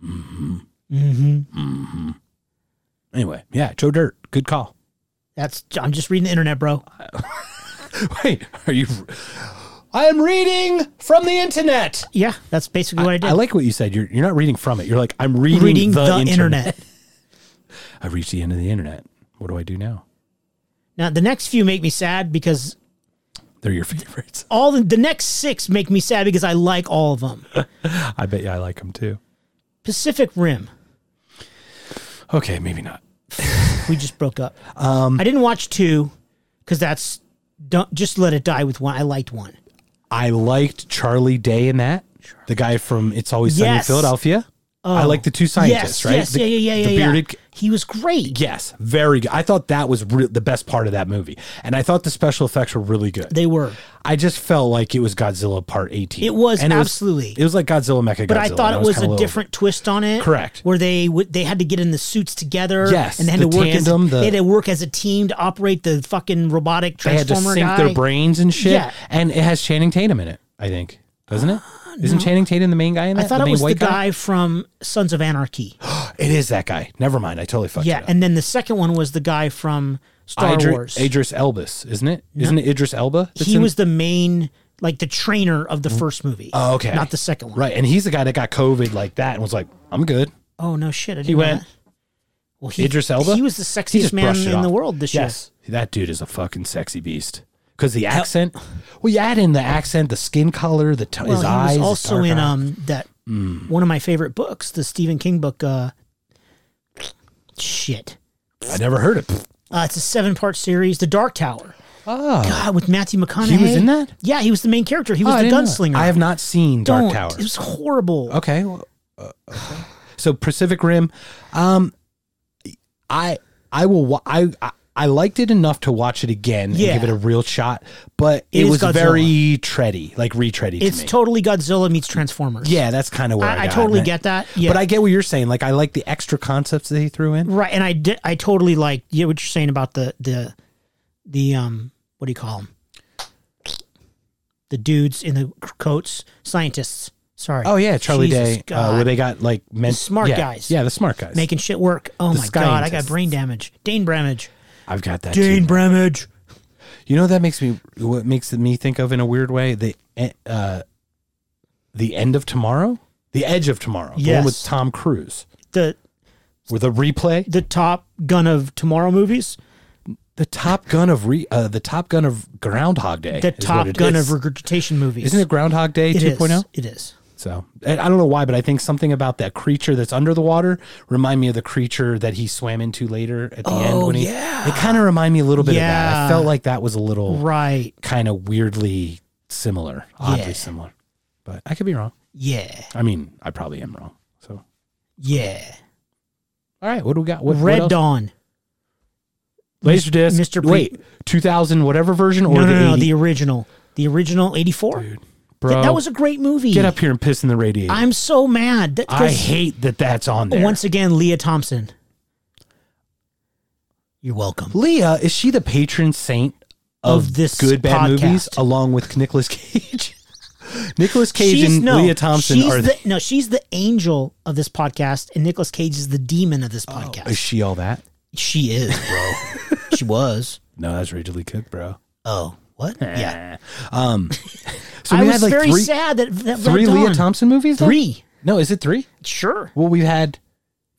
[SPEAKER 1] more fun.
[SPEAKER 2] weed.
[SPEAKER 1] Anyway, yeah, Joe Dirt. Good call.
[SPEAKER 2] That's I'm just reading the internet, bro.
[SPEAKER 1] Wait, are you? I am reading from the internet.
[SPEAKER 2] Yeah, that's basically what I did.
[SPEAKER 1] I like what you said. You're you're not reading from it. You're like I'm reading,
[SPEAKER 2] reading the,
[SPEAKER 1] internet.
[SPEAKER 2] internet.
[SPEAKER 1] I reached the end of the internet. What do I do now?
[SPEAKER 2] Now the next few make me sad because
[SPEAKER 1] They're your favorites.
[SPEAKER 2] all the, the next six make me sad because I like all of them.
[SPEAKER 1] I bet you I like them too.
[SPEAKER 2] Pacific Rim.
[SPEAKER 1] Okay, maybe not.
[SPEAKER 2] We just broke up.
[SPEAKER 1] Um,
[SPEAKER 2] I didn't watch two because that's don't just let it die with one. I liked one.
[SPEAKER 1] I liked Charlie Day in that. The guy from It's Always Sunny
[SPEAKER 2] Yes. Oh.
[SPEAKER 1] in Philadelphia. I like the two scientists,
[SPEAKER 2] yes,
[SPEAKER 1] right?
[SPEAKER 2] yes,
[SPEAKER 1] the,
[SPEAKER 2] yeah, yeah, yeah,
[SPEAKER 1] the
[SPEAKER 2] yeah, yeah.
[SPEAKER 1] bearded.
[SPEAKER 2] He was great.
[SPEAKER 1] Yes, very good. I thought that was re- the best part of that movie, and I thought the special effects were really good.
[SPEAKER 2] They were,
[SPEAKER 1] I just felt like it was Godzilla Part 18.
[SPEAKER 2] It was,
[SPEAKER 1] And
[SPEAKER 2] absolutely.
[SPEAKER 1] It was, like Godzilla Mecha.
[SPEAKER 2] but I thought it was a
[SPEAKER 1] different.
[SPEAKER 2] different twist on it.
[SPEAKER 1] Correct.
[SPEAKER 2] Where they would they had to get in the suits together.
[SPEAKER 1] Yes,
[SPEAKER 2] and they had
[SPEAKER 1] the
[SPEAKER 2] to work
[SPEAKER 1] tandem,
[SPEAKER 2] as
[SPEAKER 1] the-
[SPEAKER 2] they had to work as a team to operate the fucking robotic
[SPEAKER 1] they had to
[SPEAKER 2] transformer
[SPEAKER 1] sink
[SPEAKER 2] guy.
[SPEAKER 1] their brains and shit.
[SPEAKER 2] Yeah.
[SPEAKER 1] And it has Channing Tatum in it, I think, doesn't it? Isn't Channing Tatum the main guy in that?
[SPEAKER 2] I thought
[SPEAKER 1] the
[SPEAKER 2] it
[SPEAKER 1] main
[SPEAKER 2] was the
[SPEAKER 1] white
[SPEAKER 2] guy, from Sons of Anarchy.
[SPEAKER 1] It is that guy. Never mind. I totally fucked
[SPEAKER 2] yeah,
[SPEAKER 1] it up.
[SPEAKER 2] and then the second one was the guy from Star
[SPEAKER 1] Idri-
[SPEAKER 2] Wars.
[SPEAKER 1] Idris Elbus, isn't it? Isn't it Idris Elba? that's
[SPEAKER 2] he
[SPEAKER 1] in-
[SPEAKER 2] was the main, like the trainer of the first movie.
[SPEAKER 1] Oh, okay.
[SPEAKER 2] not the second one.
[SPEAKER 1] right, and he's the guy that got COVID like that and was like, "I'm good."
[SPEAKER 2] Oh no, shit! I didn't
[SPEAKER 1] He
[SPEAKER 2] know
[SPEAKER 1] went-
[SPEAKER 2] that. Well, he,
[SPEAKER 1] Idris Elba.
[SPEAKER 2] He was the
[SPEAKER 1] He
[SPEAKER 2] sexiest
[SPEAKER 1] just
[SPEAKER 2] man
[SPEAKER 1] brushed it
[SPEAKER 2] in the
[SPEAKER 1] off.
[SPEAKER 2] world this
[SPEAKER 1] yes, that dude is a fucking sexy beast. Because the accent, well, you add in the accent, the skin color, the t-
[SPEAKER 2] year. Well,
[SPEAKER 1] his Hmm.
[SPEAKER 2] he
[SPEAKER 1] eyes.
[SPEAKER 2] was
[SPEAKER 1] his
[SPEAKER 2] also
[SPEAKER 1] dark
[SPEAKER 2] in
[SPEAKER 1] eye.
[SPEAKER 2] um that one of my favorite books, the Stephen King book, uh, Shit.
[SPEAKER 1] I never heard it.
[SPEAKER 2] Uh, it's a seven part series, The Dark Tower.
[SPEAKER 1] Oh,
[SPEAKER 2] God, with Matthew McConaughey.
[SPEAKER 1] He was in that?
[SPEAKER 2] Yeah, he was the main character. He was the gunslinger.
[SPEAKER 1] Oh, I have not seen Dark
[SPEAKER 2] Don't.
[SPEAKER 1] Tower.
[SPEAKER 2] It was horrible.
[SPEAKER 1] Okay. well, uh, okay. So Pacific Rim, um, I I will wa- I, I I liked it enough to watch it again
[SPEAKER 2] Yeah.
[SPEAKER 1] and give it a real shot, but
[SPEAKER 2] It
[SPEAKER 1] it,
[SPEAKER 2] is
[SPEAKER 1] was
[SPEAKER 2] Godzilla.
[SPEAKER 1] very tready, like retready.
[SPEAKER 2] It's
[SPEAKER 1] to me.
[SPEAKER 2] totally Godzilla meets Transformers.
[SPEAKER 1] yeah, that's kind of where I,
[SPEAKER 2] I, I
[SPEAKER 1] got
[SPEAKER 2] totally
[SPEAKER 1] it.
[SPEAKER 2] get that. Yeah.
[SPEAKER 1] But I get what you're saying. Like I like the extra concepts that he threw in.
[SPEAKER 2] right, and I did, I totally like yeah what you're saying about the the the um what do you call them? The dudes in the coats, scientists. Sorry.
[SPEAKER 1] Oh yeah, Charlie
[SPEAKER 2] Jesus
[SPEAKER 1] Day, uh,
[SPEAKER 2] God.
[SPEAKER 1] where they got like men-
[SPEAKER 2] smart
[SPEAKER 1] yeah,
[SPEAKER 2] guys.
[SPEAKER 1] Yeah, the smart guys.
[SPEAKER 2] making shit work. Oh
[SPEAKER 1] The
[SPEAKER 2] my god, I got
[SPEAKER 1] scientists.
[SPEAKER 2] brain damage. Dane Bramage.
[SPEAKER 1] I've got that. too.
[SPEAKER 2] Dane Bramage.
[SPEAKER 1] You know what that makes me what makes me think of in a weird way the uh, the end of tomorrow, the edge of tomorrow, the one with
[SPEAKER 2] Yes.
[SPEAKER 1] Tom Cruise
[SPEAKER 2] The
[SPEAKER 1] with a replay,
[SPEAKER 2] the Top Gun of tomorrow movies.
[SPEAKER 1] the Top Gun of re, uh, the Top Gun of Groundhog Day,
[SPEAKER 2] The
[SPEAKER 1] is
[SPEAKER 2] Top
[SPEAKER 1] what it
[SPEAKER 2] Gun
[SPEAKER 1] is.
[SPEAKER 2] of regurgitation movies.
[SPEAKER 1] isn't it Groundhog Day
[SPEAKER 2] It
[SPEAKER 1] two
[SPEAKER 2] is.
[SPEAKER 1] point oh?
[SPEAKER 2] It is.
[SPEAKER 1] So I I don't know why, but I think something about that creature that's under the water remind me of the creature that he swam into later at the end when he. Yeah. It kind of remind me a little bit of that.
[SPEAKER 2] Oh, Yeah.
[SPEAKER 1] I felt like that was a little
[SPEAKER 2] Right.
[SPEAKER 1] kind of weirdly similar, oddly
[SPEAKER 2] Yeah.
[SPEAKER 1] similar, but I could be wrong.
[SPEAKER 2] Yeah.
[SPEAKER 1] I mean, I probably am wrong. So,
[SPEAKER 2] Yeah.
[SPEAKER 1] all right, what do we got? What,
[SPEAKER 2] Red
[SPEAKER 1] what
[SPEAKER 2] Dawn.
[SPEAKER 1] laser disc,
[SPEAKER 2] Mr. Pre-
[SPEAKER 1] Wait, two thousand whatever version or
[SPEAKER 2] no,
[SPEAKER 1] the,
[SPEAKER 2] no, no,
[SPEAKER 1] 80?
[SPEAKER 2] the original. The original 84. Th-
[SPEAKER 1] bro?
[SPEAKER 2] that was a great movie.
[SPEAKER 1] get up here and piss in the radiator. i
[SPEAKER 2] I'm so mad. That, 'cause
[SPEAKER 1] hate that that's on there.
[SPEAKER 2] once again, Leah Thompson. You're welcome.
[SPEAKER 1] Leah is she the patron saint of,
[SPEAKER 2] Of this
[SPEAKER 1] good bad
[SPEAKER 2] podcast.
[SPEAKER 1] movies along with Nicolas Cage? Nicolas Cage and
[SPEAKER 2] no,
[SPEAKER 1] Leah Thompson
[SPEAKER 2] she's
[SPEAKER 1] are.
[SPEAKER 2] the, no, she's the angel of this podcast, and Nicolas Cage is the demon of this podcast.
[SPEAKER 1] Oh, is she all that?
[SPEAKER 2] she is, bro. she was.
[SPEAKER 1] No, that's Rachel Lee Cook, bro.
[SPEAKER 2] Oh, what? Yeah.
[SPEAKER 1] Um, Eh. so
[SPEAKER 2] I
[SPEAKER 1] we
[SPEAKER 2] was
[SPEAKER 1] had like
[SPEAKER 2] very
[SPEAKER 1] three,
[SPEAKER 2] sad that, that Red
[SPEAKER 1] three Leah
[SPEAKER 2] Dawn-
[SPEAKER 1] Thompson movies. then?
[SPEAKER 2] Three.
[SPEAKER 1] No, is it three?
[SPEAKER 2] Sure.
[SPEAKER 1] Well, we've had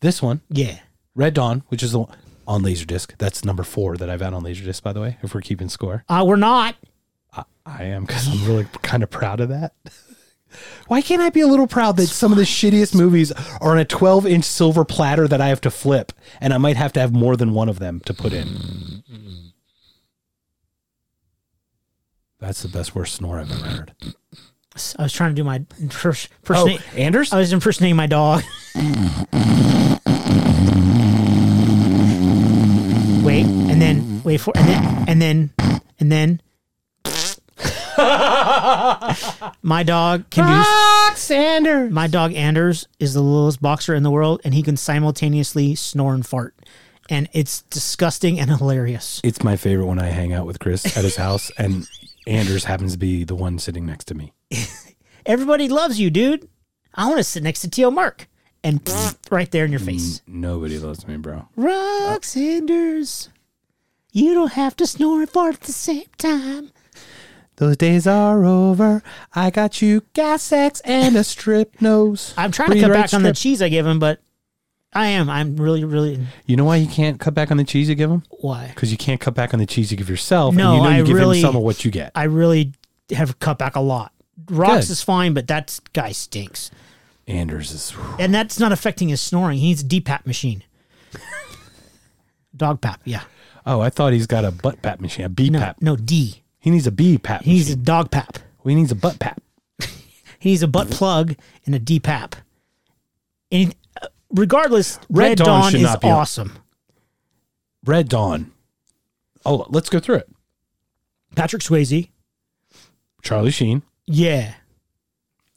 [SPEAKER 1] this one.
[SPEAKER 2] Yeah.
[SPEAKER 1] Red Dawn, which is the one on Laserdisc. That's number four that I've had on Laserdisc, by the way, if we're keeping score.
[SPEAKER 2] Uh, we're not.
[SPEAKER 1] I am because I'm really kind of proud of that. Why can't I be a little proud that some of the shittiest movies are on a 12 inch silver platter that I have to flip and I might have to have more than one of them to put in? That's the best worst snore I've ever heard.
[SPEAKER 2] I was trying to do my pers-
[SPEAKER 1] Oh,
[SPEAKER 2] impersonate.
[SPEAKER 1] Anders?
[SPEAKER 2] I was impersonating my dog. wait, and then wait for, and then and then and then. my dog can do.
[SPEAKER 1] Anders!
[SPEAKER 2] My dog Anders is the littlest boxer in the world, and he can simultaneously snore and fart, and it's disgusting and hilarious.
[SPEAKER 1] It's my favorite when I hang out with Chris at his house and Anders happens to be the one sitting next to me.
[SPEAKER 2] Everybody loves you, dude. I want to sit next to Teal Mark and right there in your face.
[SPEAKER 1] Nobody loves me, bro.
[SPEAKER 2] Roxanders, you don't have to snore and fart at the same time.
[SPEAKER 1] Those days are over. I got you gas sex and a strip nose.
[SPEAKER 2] I'm trying to
[SPEAKER 1] Breathe
[SPEAKER 2] cut
[SPEAKER 1] right
[SPEAKER 2] back on the
[SPEAKER 1] strip.
[SPEAKER 2] cheese I gave him, but I am. I'm really, really.
[SPEAKER 1] You know why you can't cut back on the cheese you give him?
[SPEAKER 2] Why?
[SPEAKER 1] Because you can't cut back on the cheese you give yourself.
[SPEAKER 2] No,
[SPEAKER 1] and you know
[SPEAKER 2] I
[SPEAKER 1] you give
[SPEAKER 2] really-
[SPEAKER 1] him some of what you get.
[SPEAKER 2] I really have cut back a lot. Rox
[SPEAKER 1] Good.
[SPEAKER 2] is fine, but that guy stinks.
[SPEAKER 1] Anders is.
[SPEAKER 2] And that's not affecting his snoring. He needs a DPAP machine. Dog pap, yeah.
[SPEAKER 1] Oh, I thought he's got a butt pat machine, a bee
[SPEAKER 2] No,
[SPEAKER 1] pap.
[SPEAKER 2] no D.
[SPEAKER 1] He needs a bee pat.
[SPEAKER 2] He
[SPEAKER 1] He
[SPEAKER 2] needs a dog pap.
[SPEAKER 1] we needs a butt pat.
[SPEAKER 2] He needs a butt plug and a DPAP. And uh, regardless,
[SPEAKER 1] Red
[SPEAKER 2] Red,
[SPEAKER 1] Dawn
[SPEAKER 2] Dawn,
[SPEAKER 1] should
[SPEAKER 2] is
[SPEAKER 1] not be on-
[SPEAKER 2] awesome.
[SPEAKER 1] Red Dawn. Oh, let's go through it.
[SPEAKER 2] Patrick Swayze.
[SPEAKER 1] Charlie Sheen,
[SPEAKER 2] Yeah.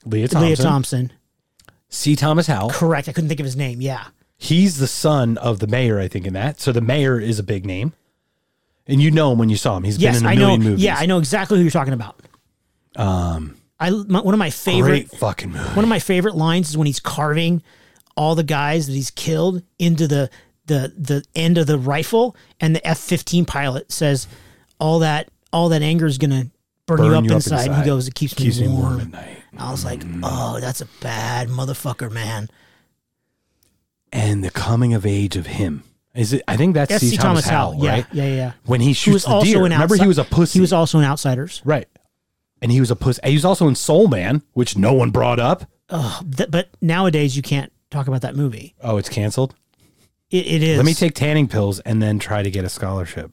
[SPEAKER 1] Leah Thompson,
[SPEAKER 2] Leah Thompson.
[SPEAKER 1] C. Thomas Howell.
[SPEAKER 2] Correct. I couldn't think of his name. Yeah.
[SPEAKER 1] He's the son of the mayor, I think, in that. So the mayor is a big name. And you know him when you saw him. He's
[SPEAKER 2] Yes,
[SPEAKER 1] been in a
[SPEAKER 2] I know.
[SPEAKER 1] million movies.
[SPEAKER 2] Yeah, I know exactly who you're talking about.
[SPEAKER 1] Um,
[SPEAKER 2] I my, one of my favorite
[SPEAKER 1] great fucking movie.
[SPEAKER 2] one of my favorite lines is when he's carving all the guys that he's killed into the the the end of the rifle, and the F-15 pilot says, "All that all that anger is gonna burn, you, up, inside. And he goes, "It keeps,
[SPEAKER 1] Keeps
[SPEAKER 2] me warm."
[SPEAKER 1] at night.
[SPEAKER 2] I was like,
[SPEAKER 1] Mm.
[SPEAKER 2] "Oh, that's a bad motherfucker, man."
[SPEAKER 1] And the coming of age of him is it? I think that's
[SPEAKER 2] S.C.
[SPEAKER 1] C. Thomas, Howell,
[SPEAKER 2] yeah,
[SPEAKER 1] right?
[SPEAKER 2] yeah, yeah, yeah.
[SPEAKER 1] When he
[SPEAKER 2] He was
[SPEAKER 1] shoots the
[SPEAKER 2] also
[SPEAKER 1] deer.
[SPEAKER 2] an
[SPEAKER 1] Remember, he
[SPEAKER 2] outside-
[SPEAKER 1] was a pussy.
[SPEAKER 2] He was also an Outsiders.
[SPEAKER 1] right, and he was a pussy. He was also in Soul Man, which no one brought up.
[SPEAKER 2] Oh, th- but nowadays you can't talk about that movie.
[SPEAKER 1] Oh, it's canceled.
[SPEAKER 2] It, it is.
[SPEAKER 1] Let me take tanning pills and then try to get a scholarship.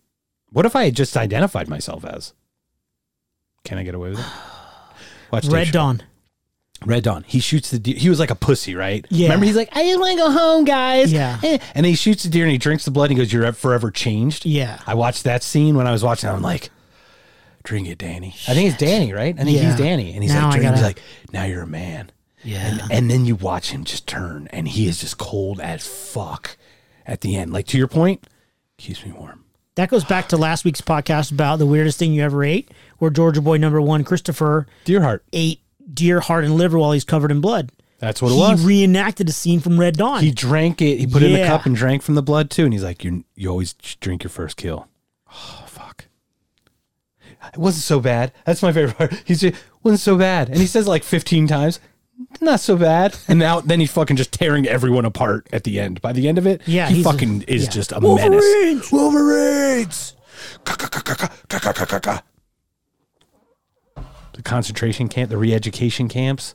[SPEAKER 1] What if I had just identified myself as? Can I get away with it? Watch Dave
[SPEAKER 2] Red
[SPEAKER 1] Chappelle.
[SPEAKER 2] Dawn.
[SPEAKER 1] Red Dawn. He shoots the deer. He was like a pussy, right?
[SPEAKER 2] Yeah.
[SPEAKER 1] Remember, he's like, I just want to go home, guys.
[SPEAKER 2] Yeah.
[SPEAKER 1] Eh. And he shoots the deer and he drinks the blood and he goes, You're forever changed.
[SPEAKER 2] Yeah.
[SPEAKER 1] I watched that scene when I was watching. it. I'm like, Drink it, Danny. I think it's Danny, right? I think
[SPEAKER 2] Yeah.
[SPEAKER 1] he's Danny. And he's
[SPEAKER 2] Now I
[SPEAKER 1] like, drink. He's
[SPEAKER 2] gotta-
[SPEAKER 1] like, Now you're a man.
[SPEAKER 2] Yeah.
[SPEAKER 1] And then you watch him just turn and he is just cold as fuck at the end. Like, to your point, keeps me warm.
[SPEAKER 2] That goes back to last week's podcast about the weirdest thing you ever ate, where Georgia boy number one, Christopher,
[SPEAKER 1] Deer heart.
[SPEAKER 2] ate deer heart and liver while he's covered in blood.
[SPEAKER 1] That's what
[SPEAKER 2] he
[SPEAKER 1] it was.
[SPEAKER 2] reenacted a scene from Red Dawn.
[SPEAKER 1] he drank it. He put it in a
[SPEAKER 2] Yeah.
[SPEAKER 1] cup and drank from the blood too. And he's like, "You you always drink your first kill." Oh fuck! It wasn't so bad. That's my favorite part. He's just, wasn't so bad, and he says it like fifteen times, "Not so bad." And now then he's fucking just tearing everyone apart at the end. By the end of it,
[SPEAKER 2] Yeah,
[SPEAKER 1] he
[SPEAKER 2] he's a-
[SPEAKER 1] fucking is
[SPEAKER 2] yeah.
[SPEAKER 1] just a
[SPEAKER 2] Wolverines!
[SPEAKER 1] menace. Wolverines. The concentration camp, the re-education camps.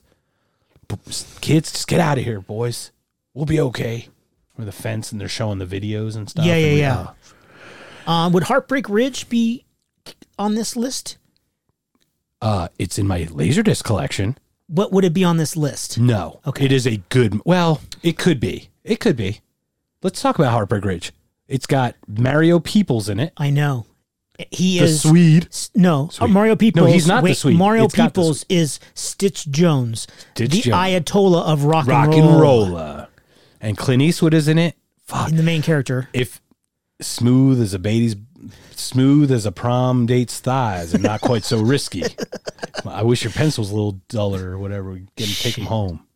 [SPEAKER 1] B- Kids, just get out of here, boys. We'll be okay. We're the fence, and they're showing the videos and stuff.
[SPEAKER 2] Yeah,
[SPEAKER 1] and
[SPEAKER 2] yeah,
[SPEAKER 1] we-
[SPEAKER 2] yeah.
[SPEAKER 1] oh.
[SPEAKER 2] um, would Heartbreak Ridge be on this list?
[SPEAKER 1] Uh, it's in my Laserdisc collection.
[SPEAKER 2] What would it be on this list?
[SPEAKER 1] No.
[SPEAKER 2] Okay.
[SPEAKER 1] It is a good. Well, it could be. It could be. Let's talk about Heartbreak Ridge. It's got Mario Peoples in it.
[SPEAKER 2] I know he
[SPEAKER 1] The
[SPEAKER 2] is
[SPEAKER 1] Swede.
[SPEAKER 2] S- No, uh,
[SPEAKER 1] Sweet.
[SPEAKER 2] Mario Peoples.
[SPEAKER 1] No, he's not the sweet.
[SPEAKER 2] Mario
[SPEAKER 1] It's got the
[SPEAKER 2] Peoples is Stitch Jones,
[SPEAKER 1] Stitch
[SPEAKER 2] the
[SPEAKER 1] Jones.
[SPEAKER 2] Ayatollah of rock,
[SPEAKER 1] Rock
[SPEAKER 2] and roll,
[SPEAKER 1] and Rolla. And Clint Eastwood is in it. Fuck.
[SPEAKER 2] in the main character.
[SPEAKER 1] If smooth as a baby's smooth as a prom date's thighs and not quite so risky. I wish your pencil's a little duller or whatever. We can take them home.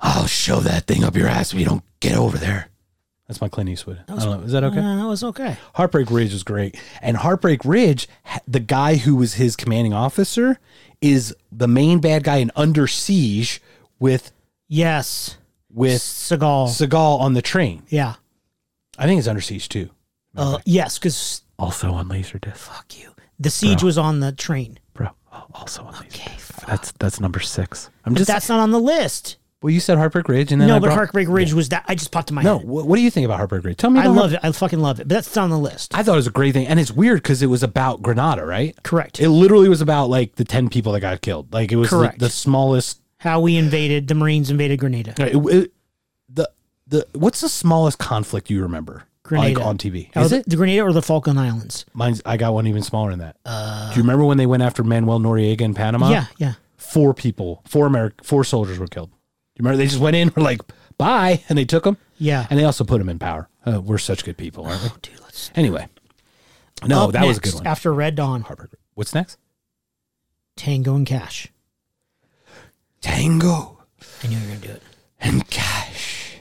[SPEAKER 1] I'll shove that thing up your ass if you don't get over there. That's my Clint Eastwood. I don't know. Is that okay?
[SPEAKER 2] Uh, that was okay.
[SPEAKER 1] Heartbreak Ridge was great. And Heartbreak Ridge, ha- the guy who was his commanding officer, is the main bad guy in Under Siege with
[SPEAKER 2] Yes,
[SPEAKER 1] with
[SPEAKER 2] Seagal.
[SPEAKER 1] Seagal on the train.
[SPEAKER 2] yeah.
[SPEAKER 1] I think it's Under Siege too.
[SPEAKER 2] Uh, yes, because
[SPEAKER 1] Also on Laserdisc,
[SPEAKER 2] fuck you. The siege was on the train.
[SPEAKER 1] bro. Also on Laserdisc. That's that's number six. I'm just.
[SPEAKER 2] That's not on the list.
[SPEAKER 1] well, you said Heartbreak Ridge, and then I
[SPEAKER 2] no, but
[SPEAKER 1] brought-
[SPEAKER 2] Heartbreak Ridge was that. I just popped in my
[SPEAKER 1] No,
[SPEAKER 2] head.
[SPEAKER 1] what, what do you think about Heartbreak Ridge? Tell me.
[SPEAKER 2] I
[SPEAKER 1] about
[SPEAKER 2] love
[SPEAKER 1] Heart-
[SPEAKER 2] it. I fucking love it. But that's not on the list.
[SPEAKER 1] I thought it was a great thing, and it's weird because it was about Granada, right?
[SPEAKER 2] Correct.
[SPEAKER 1] It literally was about like the ten people that got killed. Like it was the-
[SPEAKER 2] Correct.
[SPEAKER 1] the smallest
[SPEAKER 2] How we invaded the Marines invaded Grenada.
[SPEAKER 1] Right, it- it- the the what's the smallest conflict you remember?
[SPEAKER 2] Grenada
[SPEAKER 1] Like on TV.
[SPEAKER 2] Oh,
[SPEAKER 1] Is
[SPEAKER 2] the-
[SPEAKER 1] it?
[SPEAKER 2] the Grenada or the Falkland Islands?
[SPEAKER 1] Mine's I got one even smaller than that. Do you remember when they went after Manuel Noriega in Panama?
[SPEAKER 2] Uh, Yeah, yeah.
[SPEAKER 1] Four people, four American, four soldiers were killed. You remember they just went in, were like, bye, and they took them.
[SPEAKER 2] Yeah. Oh,
[SPEAKER 1] And they also put them in power. Uh, we're such good people, aren't we?
[SPEAKER 2] Dude, let's.
[SPEAKER 1] Anyway. No,
[SPEAKER 2] Up
[SPEAKER 1] that was a good
[SPEAKER 2] next,
[SPEAKER 1] one.
[SPEAKER 2] After Red Dawn,
[SPEAKER 1] Harper. What's next?
[SPEAKER 2] Tango and Cash.
[SPEAKER 1] Tango
[SPEAKER 2] I knew you were gonna do it.
[SPEAKER 1] and Cash.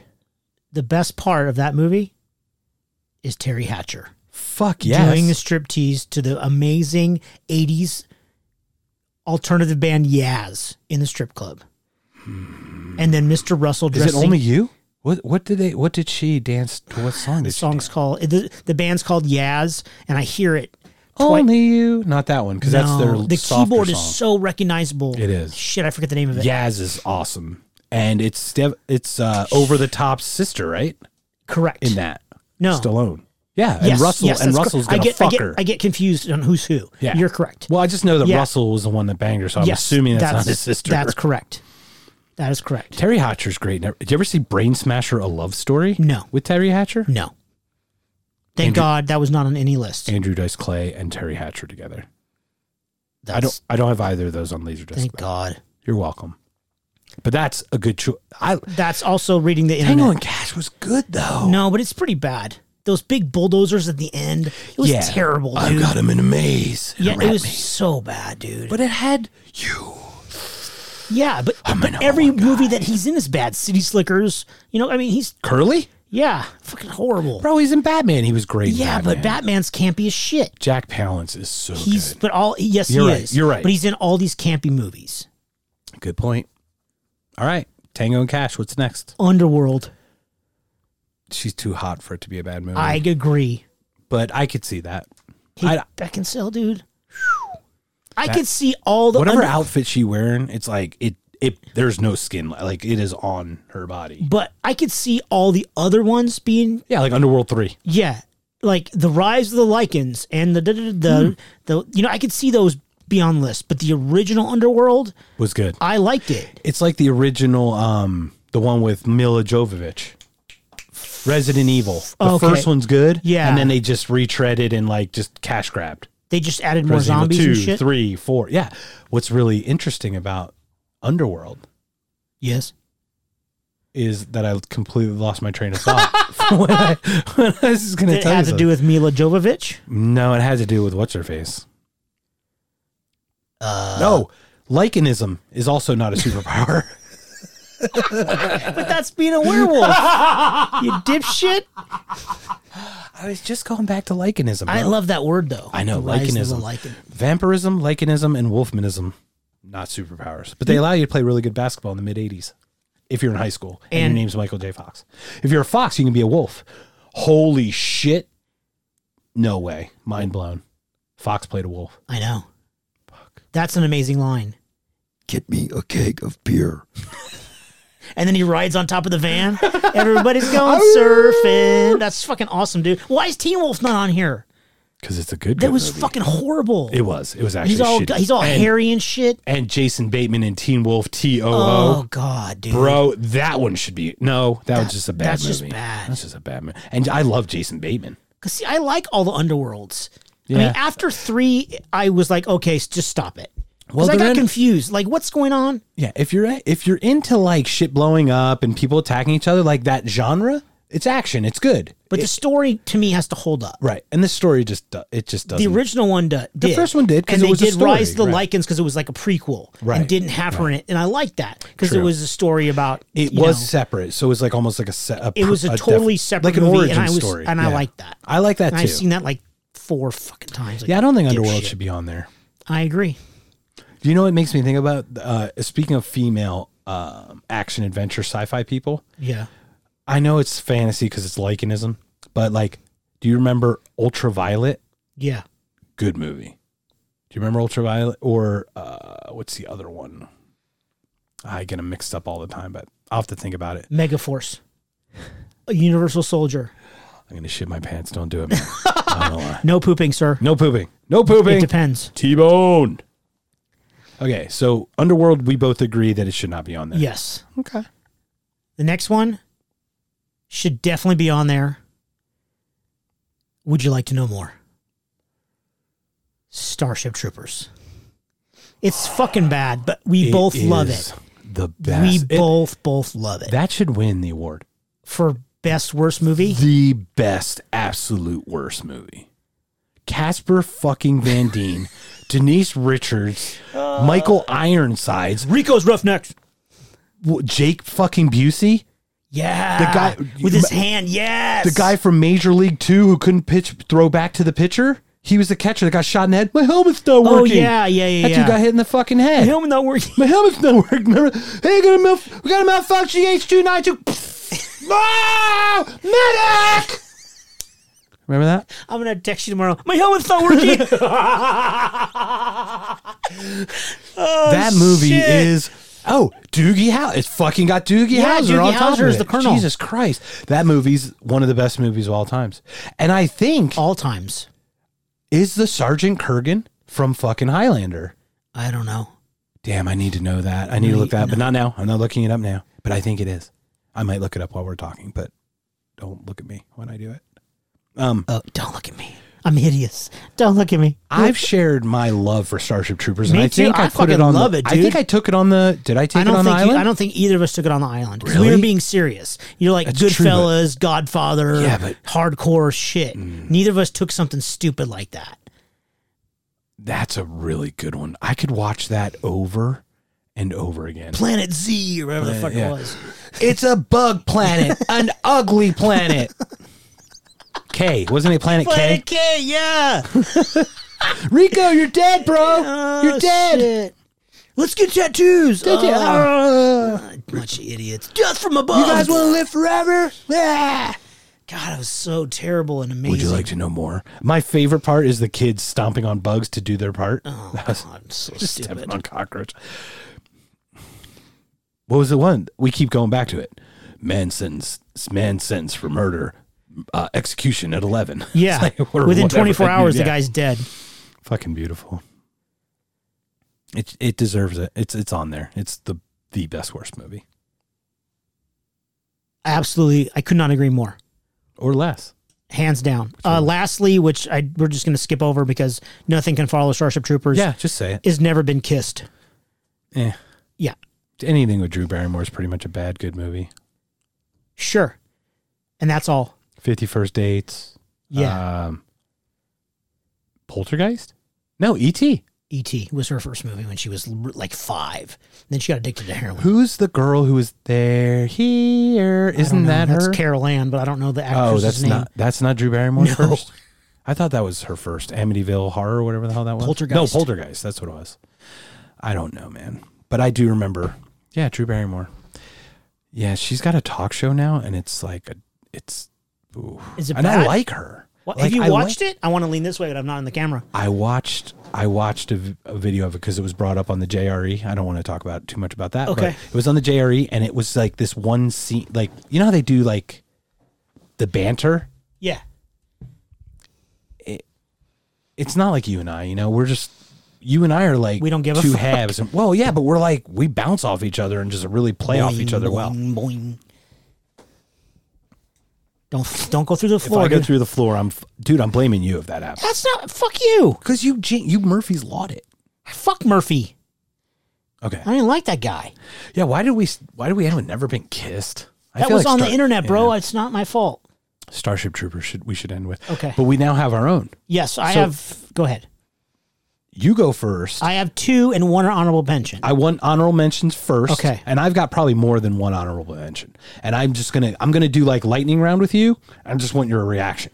[SPEAKER 2] The best part of that movie is Terry Hatcher
[SPEAKER 1] Fuck yes.
[SPEAKER 2] doing the striptease to the amazing '80s alternative band Yaz in the strip club, and then Mr. Russell
[SPEAKER 1] Is it
[SPEAKER 2] dressing.
[SPEAKER 1] only you? What what did they what did she dance to what song did
[SPEAKER 2] the
[SPEAKER 1] she
[SPEAKER 2] song's called the, the band's called Yaz, and I hear it. twi-
[SPEAKER 1] Only you, not that one, because that's their
[SPEAKER 2] No, the
[SPEAKER 1] softer
[SPEAKER 2] keyboard
[SPEAKER 1] song.
[SPEAKER 2] is so recognizable.
[SPEAKER 1] It is.
[SPEAKER 2] Shit, I forget the name of it.
[SPEAKER 1] Yaz is awesome, and it's Stev- it's uh, over the top sister, right?
[SPEAKER 2] correct.
[SPEAKER 1] In that,
[SPEAKER 2] No.
[SPEAKER 1] Stallone. Yeah, and
[SPEAKER 2] Yes,
[SPEAKER 1] Russell
[SPEAKER 2] yes,
[SPEAKER 1] and
[SPEAKER 2] that's cor-
[SPEAKER 1] Russell's
[SPEAKER 2] I
[SPEAKER 1] gonna
[SPEAKER 2] get,
[SPEAKER 1] fuck
[SPEAKER 2] I get,
[SPEAKER 1] her.
[SPEAKER 2] I get confused on who's who.
[SPEAKER 1] Yeah.
[SPEAKER 2] You're correct.
[SPEAKER 1] well, I just know that
[SPEAKER 2] Yeah.
[SPEAKER 1] Russell was the one that banged her, so I'm assuming that's, not his sister.
[SPEAKER 2] That's correct. That is correct.
[SPEAKER 1] Terry Hatcher's great. Never- Did you ever see Brain Smasher: A Love Story?
[SPEAKER 2] No.
[SPEAKER 1] with Terry Hatcher,
[SPEAKER 2] No. Thank
[SPEAKER 1] Andrew-
[SPEAKER 2] God that was not on any list.
[SPEAKER 1] Andrew Dice Clay, and Terry Hatcher together.
[SPEAKER 2] That's,
[SPEAKER 1] I don't, I don't have either of those on Laserdisc.
[SPEAKER 2] Thank God.
[SPEAKER 1] You're welcome. But that's a good choice. I
[SPEAKER 2] That's also reading the
[SPEAKER 1] Tango
[SPEAKER 2] internet.
[SPEAKER 1] and Cash was good though.
[SPEAKER 2] No, but it's pretty bad. Those big bulldozers at the end. It was terrible, dude.
[SPEAKER 1] I got him in a maze. in a
[SPEAKER 2] yeah, it
[SPEAKER 1] rat
[SPEAKER 2] was
[SPEAKER 1] maze.
[SPEAKER 2] so bad, dude.
[SPEAKER 1] But it had you.
[SPEAKER 2] yeah, but
[SPEAKER 1] I'm an
[SPEAKER 2] every
[SPEAKER 1] old guy.
[SPEAKER 2] movie that he's in is bad. City Slickers. You know, I mean, he's
[SPEAKER 1] Curly?
[SPEAKER 2] yeah, fucking horrible.
[SPEAKER 1] Bro, he's in Batman. He was great. in
[SPEAKER 2] yeah, but
[SPEAKER 1] Batman.
[SPEAKER 2] Batman's campy as shit.
[SPEAKER 1] Jack Palance is so
[SPEAKER 2] He's
[SPEAKER 1] good.
[SPEAKER 2] but all yes
[SPEAKER 1] You're
[SPEAKER 2] he
[SPEAKER 1] right,
[SPEAKER 2] is.
[SPEAKER 1] you're right.
[SPEAKER 2] But he's in all these campy movies.
[SPEAKER 1] Good point. All right. Tango and Cash, what's next?
[SPEAKER 2] Underworld.
[SPEAKER 1] She's too hot for it to be a bad movie.
[SPEAKER 2] I agree.
[SPEAKER 1] but I could see that.
[SPEAKER 2] Kate
[SPEAKER 1] I-
[SPEAKER 2] Beckinsale, dude. I
[SPEAKER 1] That-
[SPEAKER 2] could see all the
[SPEAKER 1] Whatever
[SPEAKER 2] under-
[SPEAKER 1] outfit she wearing, it's like it it there's no skin like it is on her body.
[SPEAKER 2] But I could see all the other ones being
[SPEAKER 1] Yeah, like Underworld three.
[SPEAKER 2] yeah, like the rise of the lichens and the the the,
[SPEAKER 1] Hmm.
[SPEAKER 2] the you know I could see those beyond list, but the original Underworld
[SPEAKER 1] was good.
[SPEAKER 2] I liked it.
[SPEAKER 1] It's like the original, um, the one with Mila Jovovich, Resident Evil. The
[SPEAKER 2] Okay.
[SPEAKER 1] first one's good,
[SPEAKER 2] Yeah.
[SPEAKER 1] and then they just retreaded and like just cash grabbed.
[SPEAKER 2] They just added more
[SPEAKER 1] Resident
[SPEAKER 2] zombies
[SPEAKER 1] Evil
[SPEAKER 2] and
[SPEAKER 1] 2,
[SPEAKER 2] shit.
[SPEAKER 1] three, four. Yeah. What's really interesting about Underworld
[SPEAKER 2] Yes.
[SPEAKER 1] is that I completely lost my train of thought. when, I, when I was just gonna
[SPEAKER 2] Did it
[SPEAKER 1] tell you
[SPEAKER 2] have to
[SPEAKER 1] something.
[SPEAKER 2] do with Mila Jovovich?
[SPEAKER 1] No, it had to do with what's her face. Uh, no, lichenism is also not a superpower.
[SPEAKER 2] But that's being a werewolf. you dipshit.
[SPEAKER 1] I was just going back to lichenism.
[SPEAKER 2] I
[SPEAKER 1] bro.
[SPEAKER 2] love that word though.
[SPEAKER 1] I know
[SPEAKER 2] The rise of the
[SPEAKER 1] lichenism.
[SPEAKER 2] lichen.
[SPEAKER 1] Vampirism, lichenism, and wolfmanism, not superpowers, but they allow you to play really good basketball in the mid 80s if you're in high school and,
[SPEAKER 2] And-
[SPEAKER 1] your name's Michael J. Fox. If you're a fox, you can be a wolf. Holy shit. No way. Mind blown. Fox played a wolf.
[SPEAKER 2] I know. That's an amazing line.
[SPEAKER 5] Get me a keg of beer.
[SPEAKER 2] And then he rides on top of the van. Everybody's going surfing. That's fucking awesome, dude. Why is Teen Wolf not on here?
[SPEAKER 1] Because it's a good
[SPEAKER 2] That
[SPEAKER 1] good
[SPEAKER 2] was
[SPEAKER 1] movie.
[SPEAKER 2] fucking horrible.
[SPEAKER 1] It was. It was actually
[SPEAKER 2] he's all
[SPEAKER 1] shitty.
[SPEAKER 2] he's all
[SPEAKER 1] and,
[SPEAKER 2] hairy and shit.
[SPEAKER 1] And Jason Bateman in Teen Wolf T O
[SPEAKER 2] Oh,
[SPEAKER 1] O.
[SPEAKER 2] god, dude.
[SPEAKER 1] Bro, that one should be no. That, was just a bad
[SPEAKER 2] that's
[SPEAKER 1] movie.
[SPEAKER 2] just bad.
[SPEAKER 1] That's just a bad movie. And I love Jason Bateman.
[SPEAKER 2] Cause see, I like all the underworlds. I
[SPEAKER 1] Yeah.
[SPEAKER 2] mean, after three, I was like, okay, s- just stop it. Because
[SPEAKER 1] Well,
[SPEAKER 2] I
[SPEAKER 1] they're
[SPEAKER 2] got
[SPEAKER 1] in-
[SPEAKER 2] confused. Like, what's going on?
[SPEAKER 1] Yeah, if you're if you're into like shit blowing up and people attacking each other like that genre, it's action. It's good,
[SPEAKER 2] But the story to me has to hold up.
[SPEAKER 1] right? And this story just do- it just doesn't.
[SPEAKER 2] The original one do- did.
[SPEAKER 1] first one did, 'cause
[SPEAKER 2] and
[SPEAKER 1] it
[SPEAKER 2] they
[SPEAKER 1] was a
[SPEAKER 2] did
[SPEAKER 1] story,
[SPEAKER 2] Rise of the
[SPEAKER 1] right.
[SPEAKER 2] Lichens because it was like a prequel
[SPEAKER 1] Right,
[SPEAKER 2] and didn't have her in it, and I liked that because it
[SPEAKER 1] True.
[SPEAKER 2] was a story about
[SPEAKER 1] it
[SPEAKER 2] you
[SPEAKER 1] was
[SPEAKER 2] know,
[SPEAKER 1] separate, so it was like almost like a set.
[SPEAKER 2] It was a totally separate
[SPEAKER 1] like an
[SPEAKER 2] movie, and
[SPEAKER 1] origin
[SPEAKER 2] I was-
[SPEAKER 1] story,
[SPEAKER 2] and I like that.
[SPEAKER 1] I like that
[SPEAKER 2] and
[SPEAKER 1] too.
[SPEAKER 2] I've seen that like four fucking times. Like,
[SPEAKER 1] yeah, I don't think
[SPEAKER 2] dipshit.
[SPEAKER 1] Underworld should be on there.
[SPEAKER 2] I agree.
[SPEAKER 1] Do you know what makes me think about? Uh, speaking of female um, action adventure sci-fi people,
[SPEAKER 2] Yeah.
[SPEAKER 1] I know it's fantasy because it's lichenism, but like, do you remember Ultraviolet?
[SPEAKER 2] Yeah.
[SPEAKER 1] good movie. Do you remember Ultraviolet or uh, what's the other one? I get them mixed up all the time, but I'll have to think about it.
[SPEAKER 2] Megaforce. A Universal Soldier.
[SPEAKER 1] I'm gonna shit my pants. Don't do it, man. I don't lie.
[SPEAKER 2] No pooping, sir.
[SPEAKER 1] No pooping. No
[SPEAKER 2] It
[SPEAKER 1] pooping.
[SPEAKER 2] depends.
[SPEAKER 1] T-bone. Okay, so Underworld, we both agree that it should not be on there.
[SPEAKER 2] Yes.
[SPEAKER 1] Okay.
[SPEAKER 2] The next one should definitely be on there. Would you like to know more? Starship Troopers. It's fucking bad, but we both love
[SPEAKER 1] is
[SPEAKER 2] it.
[SPEAKER 1] The best.
[SPEAKER 2] We
[SPEAKER 1] It-
[SPEAKER 2] both both love it.
[SPEAKER 1] that should win the award.
[SPEAKER 2] For best worst movie,
[SPEAKER 1] The best, absolute worst movie. Casper fucking Van Dien, Denise Richards,
[SPEAKER 2] Uh.
[SPEAKER 1] Michael Ironsides,
[SPEAKER 2] Rico's Roughnecks.
[SPEAKER 1] Well, Jake fucking Busey,
[SPEAKER 2] Yeah.
[SPEAKER 1] The guy-
[SPEAKER 2] with his hand. Yes.
[SPEAKER 1] the guy from Major League Two who couldn't pitch, throw back to the pitcher. He was the catcher that got shot in the head. My helmet's not
[SPEAKER 2] Oh
[SPEAKER 1] working.
[SPEAKER 2] yeah, yeah, yeah,
[SPEAKER 1] that
[SPEAKER 2] yeah.
[SPEAKER 1] dude got hit in the fucking head.
[SPEAKER 2] Him not working.
[SPEAKER 1] My helmet's not working. Remember? Hey, got a malf- we got a malfunction H two nine two. No, Ah! medic. Remember that?
[SPEAKER 2] I'm gonna text you tomorrow. My helmet's not working.
[SPEAKER 1] that movie
[SPEAKER 2] Oh, shit.
[SPEAKER 1] is. Oh, Doogie Howe. It's fucking got Doogie
[SPEAKER 2] Yeah,
[SPEAKER 1] Howser
[SPEAKER 2] Doogie
[SPEAKER 1] on top
[SPEAKER 2] Howser
[SPEAKER 1] of
[SPEAKER 2] is
[SPEAKER 1] it.
[SPEAKER 2] the colonel.
[SPEAKER 1] Jesus Christ, that movie's one of the best movies of all times. And I think
[SPEAKER 2] All times.
[SPEAKER 1] is the Sergeant Kurgan from fucking Highlander.
[SPEAKER 2] I don't know.
[SPEAKER 1] Damn, I need to know that. I need to look that, up, but not now. I'm not looking it up now. But I think it is. I might look it up while we're talking, but don't look at me when I do it. Um,
[SPEAKER 2] Oh, don't look at me. I'm hideous. Don't look at me.
[SPEAKER 1] I've shared my love for Starship Troopers, and
[SPEAKER 2] Me
[SPEAKER 1] I
[SPEAKER 2] too.
[SPEAKER 1] think I,
[SPEAKER 2] I
[SPEAKER 1] put it
[SPEAKER 2] fucking
[SPEAKER 1] on.
[SPEAKER 2] love
[SPEAKER 1] the,
[SPEAKER 2] it,
[SPEAKER 1] I think
[SPEAKER 2] dude.
[SPEAKER 1] I took it on the. Did I take
[SPEAKER 2] I
[SPEAKER 1] it
[SPEAKER 2] don't
[SPEAKER 1] on the
[SPEAKER 2] think you, I
[SPEAKER 1] island?
[SPEAKER 2] don't think either of us took it on the island. 'Cause We
[SPEAKER 1] Really?
[SPEAKER 2] were being serious. You're like
[SPEAKER 1] That's true, but-
[SPEAKER 2] Goodfellas, Godfather,
[SPEAKER 1] Yeah, but- Hmm.
[SPEAKER 2] hardcore shit. Neither of us took something stupid like that.
[SPEAKER 1] That's a really good one. I could watch that over and over again.
[SPEAKER 2] Planet Z or whatever the fuck
[SPEAKER 1] yeah.
[SPEAKER 2] it was.
[SPEAKER 1] It's a bug planet, an ugly planet. K wasn't it Planet, K?
[SPEAKER 2] Planet K, yeah.
[SPEAKER 1] Rico, you're dead, bro.
[SPEAKER 2] Oh,
[SPEAKER 1] you're dead.
[SPEAKER 2] shit. Let's get tattoos.
[SPEAKER 1] Dead, dead.
[SPEAKER 2] Oh,
[SPEAKER 1] Ah.
[SPEAKER 2] bunch of idiots. Just from above. You
[SPEAKER 1] want to live forever? Ah.
[SPEAKER 2] God, it was so terrible and amazing.
[SPEAKER 1] Would you like to know more? My favorite part is the kids stomping on bugs to do their part.
[SPEAKER 2] Oh, God, so
[SPEAKER 1] Just
[SPEAKER 2] stupid.
[SPEAKER 1] stepping on cockroach. What was the one? We keep going back to it. Man sentence, man sentence for murder, uh, execution at 11. It's
[SPEAKER 2] Yeah.
[SPEAKER 1] like, or
[SPEAKER 2] Within
[SPEAKER 1] whatever.
[SPEAKER 2] 24 hours,
[SPEAKER 1] Yeah.
[SPEAKER 2] the guy's dead.
[SPEAKER 1] Fucking beautiful. It it deserves it. It's it's on there. It's the the best worst movie
[SPEAKER 2] I Absolutely. I could not agree more.
[SPEAKER 1] or less.
[SPEAKER 2] Hands down. Uh, lastly, which I we're just going to skip over because nothing can follow Starship Troopers,
[SPEAKER 1] Yeah, just say it.
[SPEAKER 2] is Never Been Kissed.
[SPEAKER 1] Yeah,
[SPEAKER 2] Yeah.
[SPEAKER 1] anything with Drew Barrymore is pretty much a bad good movie.
[SPEAKER 2] Sure. And that's all.
[SPEAKER 1] Fifty First Dates.
[SPEAKER 2] Yeah.
[SPEAKER 1] Um, Poltergeist. No, E E.T.
[SPEAKER 2] E.T. E was her first movie when she was l- like five. Then she got addicted to heroin.
[SPEAKER 1] Who's the girl who is there here?
[SPEAKER 2] I don't
[SPEAKER 1] Isn't
[SPEAKER 2] know.
[SPEAKER 1] that
[SPEAKER 2] That's
[SPEAKER 1] her?
[SPEAKER 2] Carol Ann, but I don't know the actress.
[SPEAKER 1] oh, that's
[SPEAKER 2] name.
[SPEAKER 1] not that's not Drew Barrymore's
[SPEAKER 2] No.
[SPEAKER 1] first. I thought that was her first Amityville Horror, or whatever the hell that was. No,
[SPEAKER 2] Poltergeist.
[SPEAKER 1] Poltergeist. That's what it was. I don't know, man, but I do remember. Yeah, Drew Barrymore. Yeah, she's got a talk show now, and it's like a it's. Ooh.
[SPEAKER 2] Is it
[SPEAKER 1] and I
[SPEAKER 2] bad?
[SPEAKER 1] like her.
[SPEAKER 2] What,
[SPEAKER 1] Like,
[SPEAKER 2] have you
[SPEAKER 1] I
[SPEAKER 2] watched
[SPEAKER 1] like-
[SPEAKER 2] it? I want to lean this way, but I'm not in the camera.
[SPEAKER 1] I watched I watched a, v- a video of it because it was brought up on the JRE. I don't want to talk about too much about that. but
[SPEAKER 2] Okay.
[SPEAKER 1] it was on the JRE, and it was like this one scene, like you know how they do like the banter.
[SPEAKER 2] Yeah.
[SPEAKER 1] It's not like you and I. You know, we're just you and I are like
[SPEAKER 2] We don't give a
[SPEAKER 1] two
[SPEAKER 2] fuck.
[SPEAKER 1] halves. And, well, yeah, but we're like we bounce off each other and just really play off each other
[SPEAKER 2] Boing,
[SPEAKER 1] well.
[SPEAKER 2] boing, boing. Don't don't go through the
[SPEAKER 1] If
[SPEAKER 2] floor.
[SPEAKER 1] I go
[SPEAKER 2] dude.
[SPEAKER 1] through the floor, I'm f- dude. I'm blaming you if that happens
[SPEAKER 2] That's not fuck you.
[SPEAKER 1] because you jin- you Murphy's lawed it.
[SPEAKER 2] Fuck Murphy.
[SPEAKER 1] Okay.
[SPEAKER 2] I didn't like that guy.
[SPEAKER 1] Yeah. Why did we? Why did we end with never been kissed? I
[SPEAKER 2] That
[SPEAKER 1] feel
[SPEAKER 2] was
[SPEAKER 1] like
[SPEAKER 2] on
[SPEAKER 1] Star-
[SPEAKER 2] the internet,
[SPEAKER 1] Yeah.
[SPEAKER 2] bro. It's not my fault.
[SPEAKER 1] Starship Troopers should we should end with.
[SPEAKER 2] Okay.
[SPEAKER 1] But we now have our own.
[SPEAKER 2] Yes, I
[SPEAKER 1] So-
[SPEAKER 2] have. Go ahead.
[SPEAKER 1] You go first. I,
[SPEAKER 2] I have two and one are honorable mention.
[SPEAKER 1] want honorable mentions first.
[SPEAKER 2] Okay.
[SPEAKER 1] And I've got probably more than one honorable mention. And I'm just gonna I'm gonna do like lightning round with you. I just want your reaction.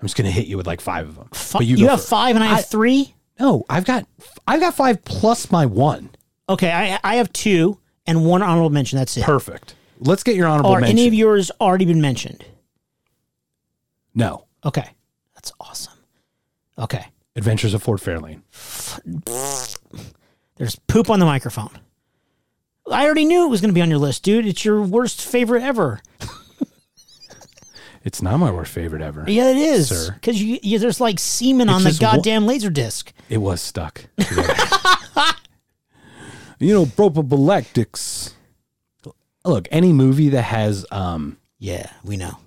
[SPEAKER 1] I'm just gonna hit you with like five of them.
[SPEAKER 2] Fu-
[SPEAKER 1] but
[SPEAKER 2] you
[SPEAKER 1] you, go
[SPEAKER 2] have
[SPEAKER 1] first.
[SPEAKER 2] five and I have three.
[SPEAKER 1] No, I've got I've got five plus my one.
[SPEAKER 2] Okay, I I have two and one honorable mention. That's it.
[SPEAKER 1] Perfect. Let's get your honorable
[SPEAKER 2] Are
[SPEAKER 1] mention.
[SPEAKER 2] any of yours already been mentioned?
[SPEAKER 1] no.
[SPEAKER 2] Okay, that's awesome. Okay,
[SPEAKER 1] Adventures of Fort Fairlane.
[SPEAKER 2] there's poop on the microphone. I already knew it was going to be on your list, dude. It's your worst favorite ever.
[SPEAKER 1] It's not my worst favorite ever.
[SPEAKER 2] Yeah, it is
[SPEAKER 1] Sir.
[SPEAKER 2] because you, you there's like semen
[SPEAKER 1] It's
[SPEAKER 2] on the
[SPEAKER 1] just one-
[SPEAKER 2] goddamn laser disc.
[SPEAKER 1] It was stuck. you know, propabalactics. Look, any movie that has um
[SPEAKER 2] Yeah, we know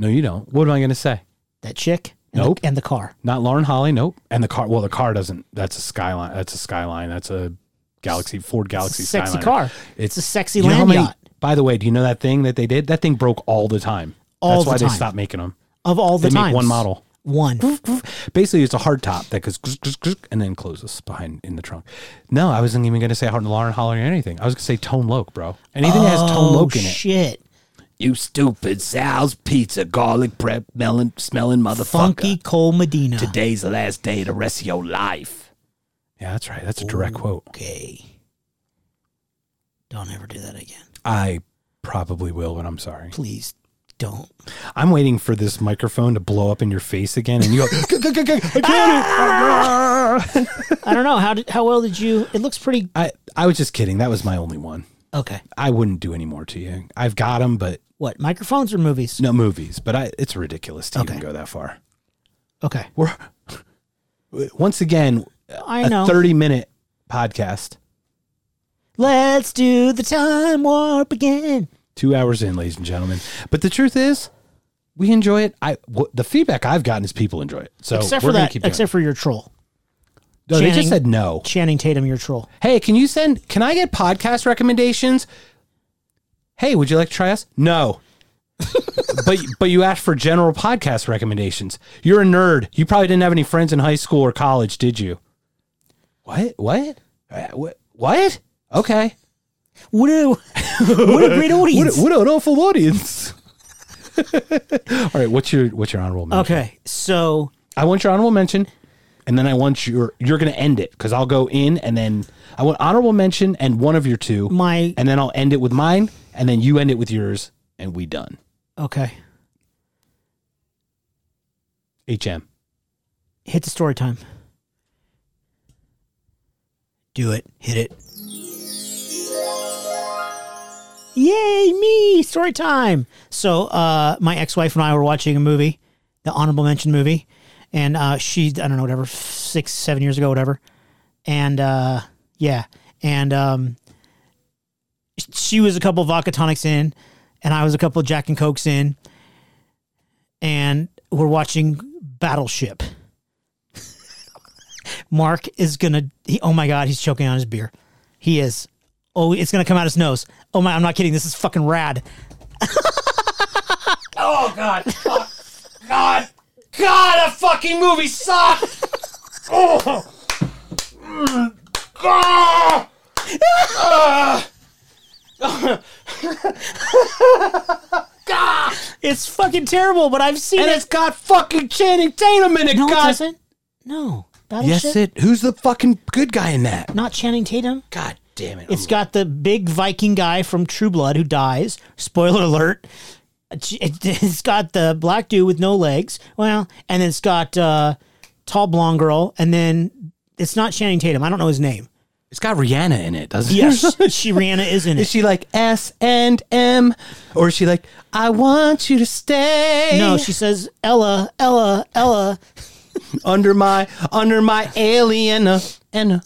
[SPEAKER 1] no, you don't. What am I gonna say?
[SPEAKER 2] that chick. And
[SPEAKER 1] Nope.
[SPEAKER 2] the, and the car.
[SPEAKER 1] Not Lauren Holly, nope. And the car well, the car doesn't that's a skyline that's a skyline. That's a galaxy Ford Galaxy
[SPEAKER 2] Sexy
[SPEAKER 1] Skyliner.
[SPEAKER 2] car.
[SPEAKER 1] It's-
[SPEAKER 2] It's, a sexy
[SPEAKER 1] You know how
[SPEAKER 2] land
[SPEAKER 1] many-
[SPEAKER 2] yacht
[SPEAKER 1] By the way, do you know that thing that they did? That thing broke all the time.
[SPEAKER 2] All
[SPEAKER 1] that's
[SPEAKER 2] the
[SPEAKER 1] why they
[SPEAKER 2] time.
[SPEAKER 1] stopped making them.
[SPEAKER 2] of all the
[SPEAKER 1] they
[SPEAKER 2] time.
[SPEAKER 1] make one model.
[SPEAKER 2] One.
[SPEAKER 1] Basically, it's a hard top that goes grz, grz, grz, and then closes behind in the trunk. No, I wasn't even going to say Hard Lauren Holly or anything. I was going to say Tone Loke, bro. Anything that has Tone
[SPEAKER 2] Oh
[SPEAKER 1] Loke in it.
[SPEAKER 2] shit!
[SPEAKER 3] You stupid Sal's pizza garlic prep melon smelling motherfucker.
[SPEAKER 2] Funky Cole Medina.
[SPEAKER 3] Today's the last day of the rest of your life.
[SPEAKER 1] Yeah, that's right. That's a direct quote.
[SPEAKER 2] Okay. Don't ever do that again,
[SPEAKER 1] I probably will, but I'm sorry.
[SPEAKER 2] please. Don't.
[SPEAKER 1] I'm waiting for this microphone to blow up in your face again, and you go, "G- g- g- g- I can't. it."
[SPEAKER 2] I don't know how did how well did you? It looks pretty
[SPEAKER 1] I I was just kidding. That was my only one.
[SPEAKER 2] okay.
[SPEAKER 1] I wouldn't do any more to you. I've got them, but
[SPEAKER 2] What microphones or movies?
[SPEAKER 1] no movies. But I, it's ridiculous to even
[SPEAKER 2] Okay.
[SPEAKER 1] go that far.
[SPEAKER 2] Okay,
[SPEAKER 1] We're once again
[SPEAKER 2] I
[SPEAKER 1] a
[SPEAKER 2] know.
[SPEAKER 1] 30 minute podcast.
[SPEAKER 2] Let's do the time warp again.
[SPEAKER 1] Two hours in, ladies and gentlemen. But the truth is, we enjoy it. I w- the feedback I've gotten is people enjoy it. So
[SPEAKER 2] except
[SPEAKER 1] Oh, we're
[SPEAKER 2] for
[SPEAKER 1] gonna
[SPEAKER 2] that.
[SPEAKER 1] keep doing
[SPEAKER 2] Except for your troll,
[SPEAKER 1] it. no, they just
[SPEAKER 2] Channing-
[SPEAKER 1] said no.
[SPEAKER 2] Channing Tatum, your troll.
[SPEAKER 1] Hey, can you send? Can I get podcast recommendations? Hey, would you like to try us? No. but but you asked for general podcast recommendations. You're a nerd. You probably didn't have any friends in high school or college, did you? What? What? Uh, what? What? Okay.
[SPEAKER 2] What a what a great audience.
[SPEAKER 1] What, what an awful audience. All right, what's your what's your honorable mention?
[SPEAKER 2] okay, so
[SPEAKER 1] I want your honorable mention, and then I want your you're going to end it because I'll go in and then I want honorable mention and one of your two,
[SPEAKER 2] my
[SPEAKER 1] and then I'll end it with mine, and then you end it with yours, and we done.
[SPEAKER 2] okay
[SPEAKER 1] HM.
[SPEAKER 2] hit the story time. Do it. Hit it. Yay, me! Story time. So, uh, my ex wife and I were watching a movie, the honorable mention movie, and uh, she, I don't know, whatever, six, seven years ago, whatever. And uh, yeah, and um, she was a couple vodka tonics in, and I was a couple Jack and Cokes in, and we're watching Battleship. Mark is gonna. He, oh my god, he's choking on his beer. He is. Oh, it's gonna come out his nose. Oh my, I'm not kidding. This is fucking rad.
[SPEAKER 4] Oh god, fuck. god, god, a fucking movie sucked. Oh, Mm. Ah! Ah!
[SPEAKER 2] It's fucking terrible, but I've seen
[SPEAKER 1] And
[SPEAKER 2] it.
[SPEAKER 1] it's got fucking Channing Tatum in it.
[SPEAKER 2] no, it
[SPEAKER 1] God.
[SPEAKER 2] doesn't. No, Battleship.
[SPEAKER 1] Yes, it. Who's the fucking good guy in that?
[SPEAKER 2] Not Channing Tatum.
[SPEAKER 1] God damn it.
[SPEAKER 2] It's got the big Viking guy from True Blood who dies. Spoiler alert. It's got the black dude with no legs. Well, and it's got uh, tall blonde girl, and then it's not Channing Tatum. I don't know his name.
[SPEAKER 1] it's got Rihanna in it, doesn't
[SPEAKER 2] Yes,
[SPEAKER 1] it?
[SPEAKER 2] she Rihanna is in
[SPEAKER 1] Is
[SPEAKER 2] it.
[SPEAKER 1] she like S and M, or is she like I want you to stay?
[SPEAKER 2] No, she says Ella, Ella, Ella.
[SPEAKER 1] under my under my alien uh, and uh,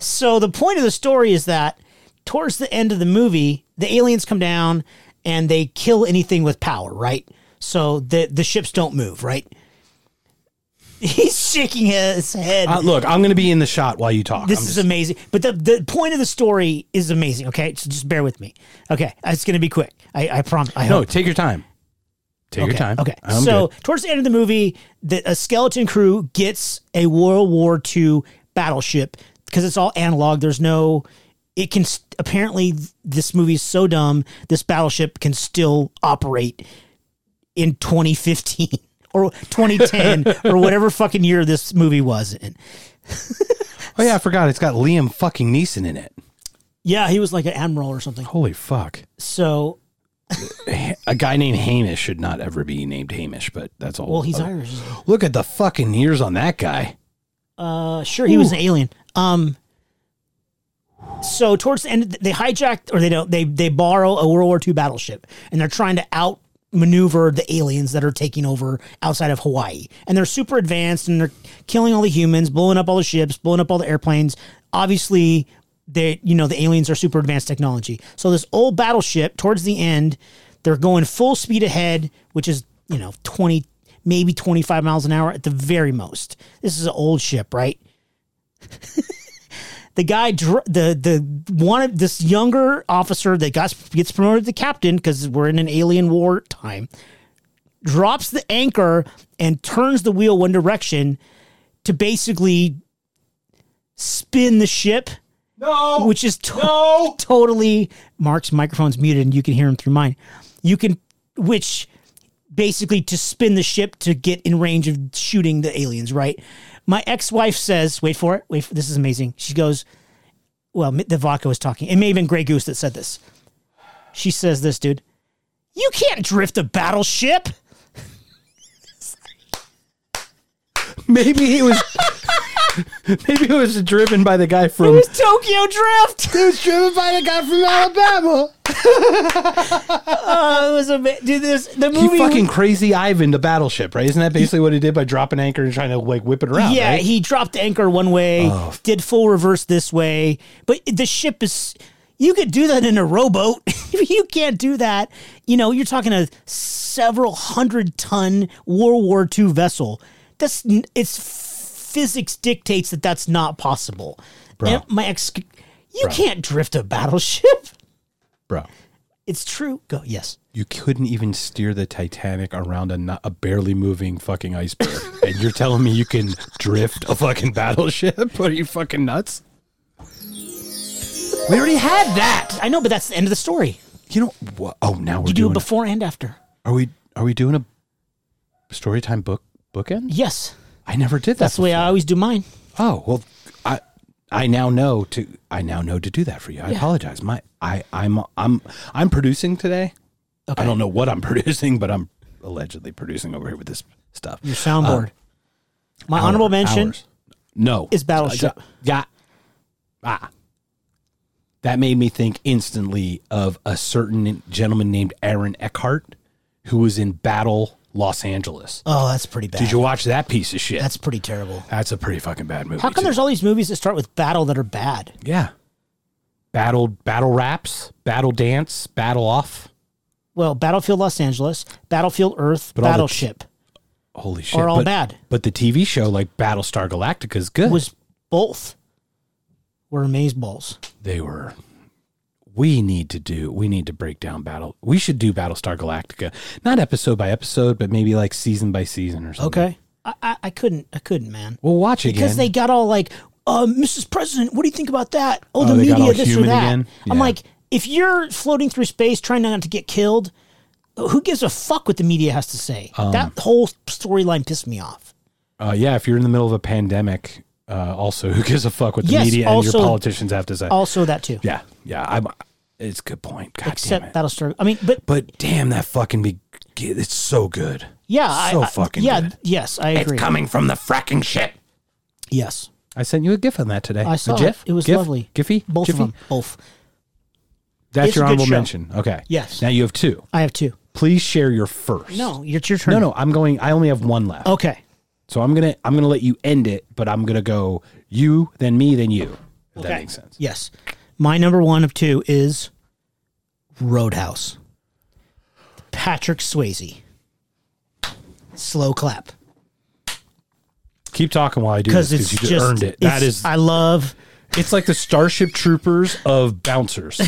[SPEAKER 2] So the point of the story is that towards the end of the movie, the aliens come down and they kill anything with power, right? So the the ships don't move, right? He's shaking his head.
[SPEAKER 1] Uh, look. I'm gonna be in the shot while you talk.
[SPEAKER 2] this
[SPEAKER 1] I'm
[SPEAKER 2] is
[SPEAKER 1] just-
[SPEAKER 2] amazing. But the, the point of the story is amazing. Okay, so just bear with me. Okay, it's going to be quick. I, I promise. I
[SPEAKER 1] no.
[SPEAKER 2] hope.
[SPEAKER 1] Take your time. Take your
[SPEAKER 2] okay,
[SPEAKER 1] time.
[SPEAKER 2] Okay.
[SPEAKER 1] I'm
[SPEAKER 2] so
[SPEAKER 1] good.
[SPEAKER 2] towards the end of the movie, the, a skeleton crew gets a World War II battleship because it's all analog. There's no. It can s- apparently th- this movie is so dumb. This battleship can still operate in 2015 or 2010 or whatever fucking year this movie was in.
[SPEAKER 1] Oh yeah, I forgot. It's got Liam fucking Neeson in it.
[SPEAKER 2] Yeah, he was like an admiral or something.
[SPEAKER 1] Holy fuck.
[SPEAKER 2] So
[SPEAKER 1] A guy named Hamish should not ever be named Hamish, but that's all. Oh,
[SPEAKER 2] Well, he's Irish. isn't he?
[SPEAKER 1] Look at the fucking ears on that guy.
[SPEAKER 2] Uh, sure, he was an alien. Um, so towards the end, they hijacked or they don't. They they borrow a World War II battleship, and they're trying to outmaneuver the aliens that are taking over outside of Hawaii. And they're super advanced, and they're killing all the humans, blowing up all the ships, blowing up all the airplanes. Obviously, they you know the aliens are super advanced technology. So this old battleship, towards the end, they're going full speed ahead, which is you know twenty maybe twenty five miles an hour at the very most. This is an old ship, right? the guy dr- the the one of this younger officer that got gets promoted to captain because we're in an alien war time drops the anchor and turns the wheel one direction to basically spin the ship
[SPEAKER 4] no,
[SPEAKER 2] which is to-
[SPEAKER 4] No!
[SPEAKER 2] totally Mark's microphone's muted and you can hear him through mine. You can, which basically to spin the ship to get in range of shooting the aliens, right? My ex wife says, wait for it, wait, for, this is amazing. She goes, well, the vodka was talking. It may have been Grey Goose that said this. She says this, dude, you can't drift a battleship.
[SPEAKER 1] Maybe he was. maybe he was driven by the guy from.
[SPEAKER 2] It's Tokyo Drift.
[SPEAKER 1] He was driven by the guy from Alabama.
[SPEAKER 2] Oh, it was amazing. Dude, this, the
[SPEAKER 1] He
[SPEAKER 2] movie.
[SPEAKER 1] fucking crazy Ivan the battleship, right? Isn't that basically what he did by dropping anchor and trying to like whip it around?
[SPEAKER 2] Yeah,
[SPEAKER 1] right?
[SPEAKER 2] he dropped the anchor one way, did full reverse this way, but the ship is. You could do that in a rowboat. you can't do that. You know, you're talking a several hundred ton World War II vessel. That's n- it's physics dictates that that's not possible. And my ex, you can't drift a battleship.
[SPEAKER 1] bro.
[SPEAKER 2] It's true. Go yes.
[SPEAKER 1] You couldn't even steer the Titanic around a, not, a barely moving fucking iceberg, and you're telling me you can drift a fucking battleship? Are you fucking nuts? We already had that.
[SPEAKER 2] I know, but that's the end of the story.
[SPEAKER 1] You know what? Oh, now we're
[SPEAKER 2] You do
[SPEAKER 1] doing.
[SPEAKER 2] it before and after.
[SPEAKER 1] Are we? Are we doing a story time book bookend?
[SPEAKER 2] Yes,
[SPEAKER 1] I never did that.
[SPEAKER 2] that's the way I always do mine.
[SPEAKER 1] Oh well, I I now know to I now know to do that for you. I apologize. My I I'm I'm I'm producing today. I don't know what I'm producing, but I'm allegedly producing over here with this stuff. Uh,
[SPEAKER 2] Your soundboard. my
[SPEAKER 1] Hour- Uh,
[SPEAKER 2] honorable mention.
[SPEAKER 1] hours. No,
[SPEAKER 2] is Battleship.
[SPEAKER 1] Uh, yeah. Ah. that made me think instantly of a certain gentleman named Aaron Eckhart, who was in Battle Los Angeles.
[SPEAKER 2] Oh, that's pretty bad.
[SPEAKER 1] Did you watch that piece of shit?
[SPEAKER 2] That's pretty terrible.
[SPEAKER 1] That's a pretty fucking bad movie.
[SPEAKER 2] How come
[SPEAKER 1] too.
[SPEAKER 2] there's all these movies that start with battle that are bad?
[SPEAKER 1] yeah battle battle raps, battle dance, battle off?
[SPEAKER 2] Well, Battlefield Los Angeles, Battlefield Earth,
[SPEAKER 1] But all the-
[SPEAKER 2] Battleship
[SPEAKER 1] Holy shit!
[SPEAKER 2] all
[SPEAKER 1] but,
[SPEAKER 2] bad.
[SPEAKER 1] But the TV show like Battlestar Galactica is good.
[SPEAKER 2] was both were amazeballs. balls.
[SPEAKER 1] they were we need to do we need to break down battle we should do battlestar galactica not episode by episode but maybe like season by season or something
[SPEAKER 2] Okay, I, I I couldn't I couldn't man
[SPEAKER 1] we'll Mm-hmm. watch again
[SPEAKER 2] because they got all like, um, Mrs. President, what do you think about that? Oh,
[SPEAKER 1] Oh,
[SPEAKER 2] the
[SPEAKER 1] they got
[SPEAKER 2] media,
[SPEAKER 1] all
[SPEAKER 2] this or
[SPEAKER 1] human
[SPEAKER 2] that.
[SPEAKER 1] again?
[SPEAKER 2] I'm
[SPEAKER 1] Yeah.
[SPEAKER 2] like, if you're floating through space trying not to get killed, who gives a fuck what the media has to say?
[SPEAKER 1] Um,
[SPEAKER 2] that whole storyline pissed me off.
[SPEAKER 1] uh, yeah if you're in the middle of a pandemic uh, also who gives a fuck what the
[SPEAKER 2] Yes,
[SPEAKER 1] media and
[SPEAKER 2] also-
[SPEAKER 1] your politicians have to say
[SPEAKER 2] Also, that too.
[SPEAKER 1] yeah yeah i'm it's a good point god damn
[SPEAKER 2] Except
[SPEAKER 1] it
[SPEAKER 2] Battlestar. I mean, but
[SPEAKER 1] but damn that fucking be it's so good
[SPEAKER 2] yeah,
[SPEAKER 1] So
[SPEAKER 2] I, I-
[SPEAKER 1] fucking
[SPEAKER 2] yeah,
[SPEAKER 1] good.
[SPEAKER 2] yes, I agree.
[SPEAKER 3] It's coming from the fracking ship.
[SPEAKER 2] yes,
[SPEAKER 1] i sent you a gif on that today
[SPEAKER 2] I
[SPEAKER 1] A
[SPEAKER 2] saw
[SPEAKER 1] gif
[SPEAKER 2] it. It was
[SPEAKER 1] gif?
[SPEAKER 2] lovely.
[SPEAKER 1] giphy
[SPEAKER 2] both
[SPEAKER 1] Jiffy?
[SPEAKER 2] of them, both.
[SPEAKER 1] that's
[SPEAKER 2] It's a
[SPEAKER 1] your
[SPEAKER 2] good
[SPEAKER 1] honorable
[SPEAKER 2] show.
[SPEAKER 1] mention okay
[SPEAKER 2] Yes.
[SPEAKER 1] now you have two
[SPEAKER 2] I have two.
[SPEAKER 1] please share your first
[SPEAKER 2] No, it's your turn.
[SPEAKER 1] no no i'm going i only have one left
[SPEAKER 2] Okay.
[SPEAKER 1] So I'm gonna I'm gonna let you end it, but I'm gonna go you, then me, then you. If that
[SPEAKER 2] Okay.
[SPEAKER 1] makes sense.
[SPEAKER 2] Yes. My number one of two is Roadhouse. Patrick Swayze. Slow clap.
[SPEAKER 1] Keep talking while I do
[SPEAKER 2] Because
[SPEAKER 1] this because
[SPEAKER 2] it's
[SPEAKER 1] you just
[SPEAKER 2] just
[SPEAKER 1] earned it. That
[SPEAKER 2] it's-
[SPEAKER 1] is,
[SPEAKER 2] I love
[SPEAKER 1] it's like the Starship Troopers of bouncers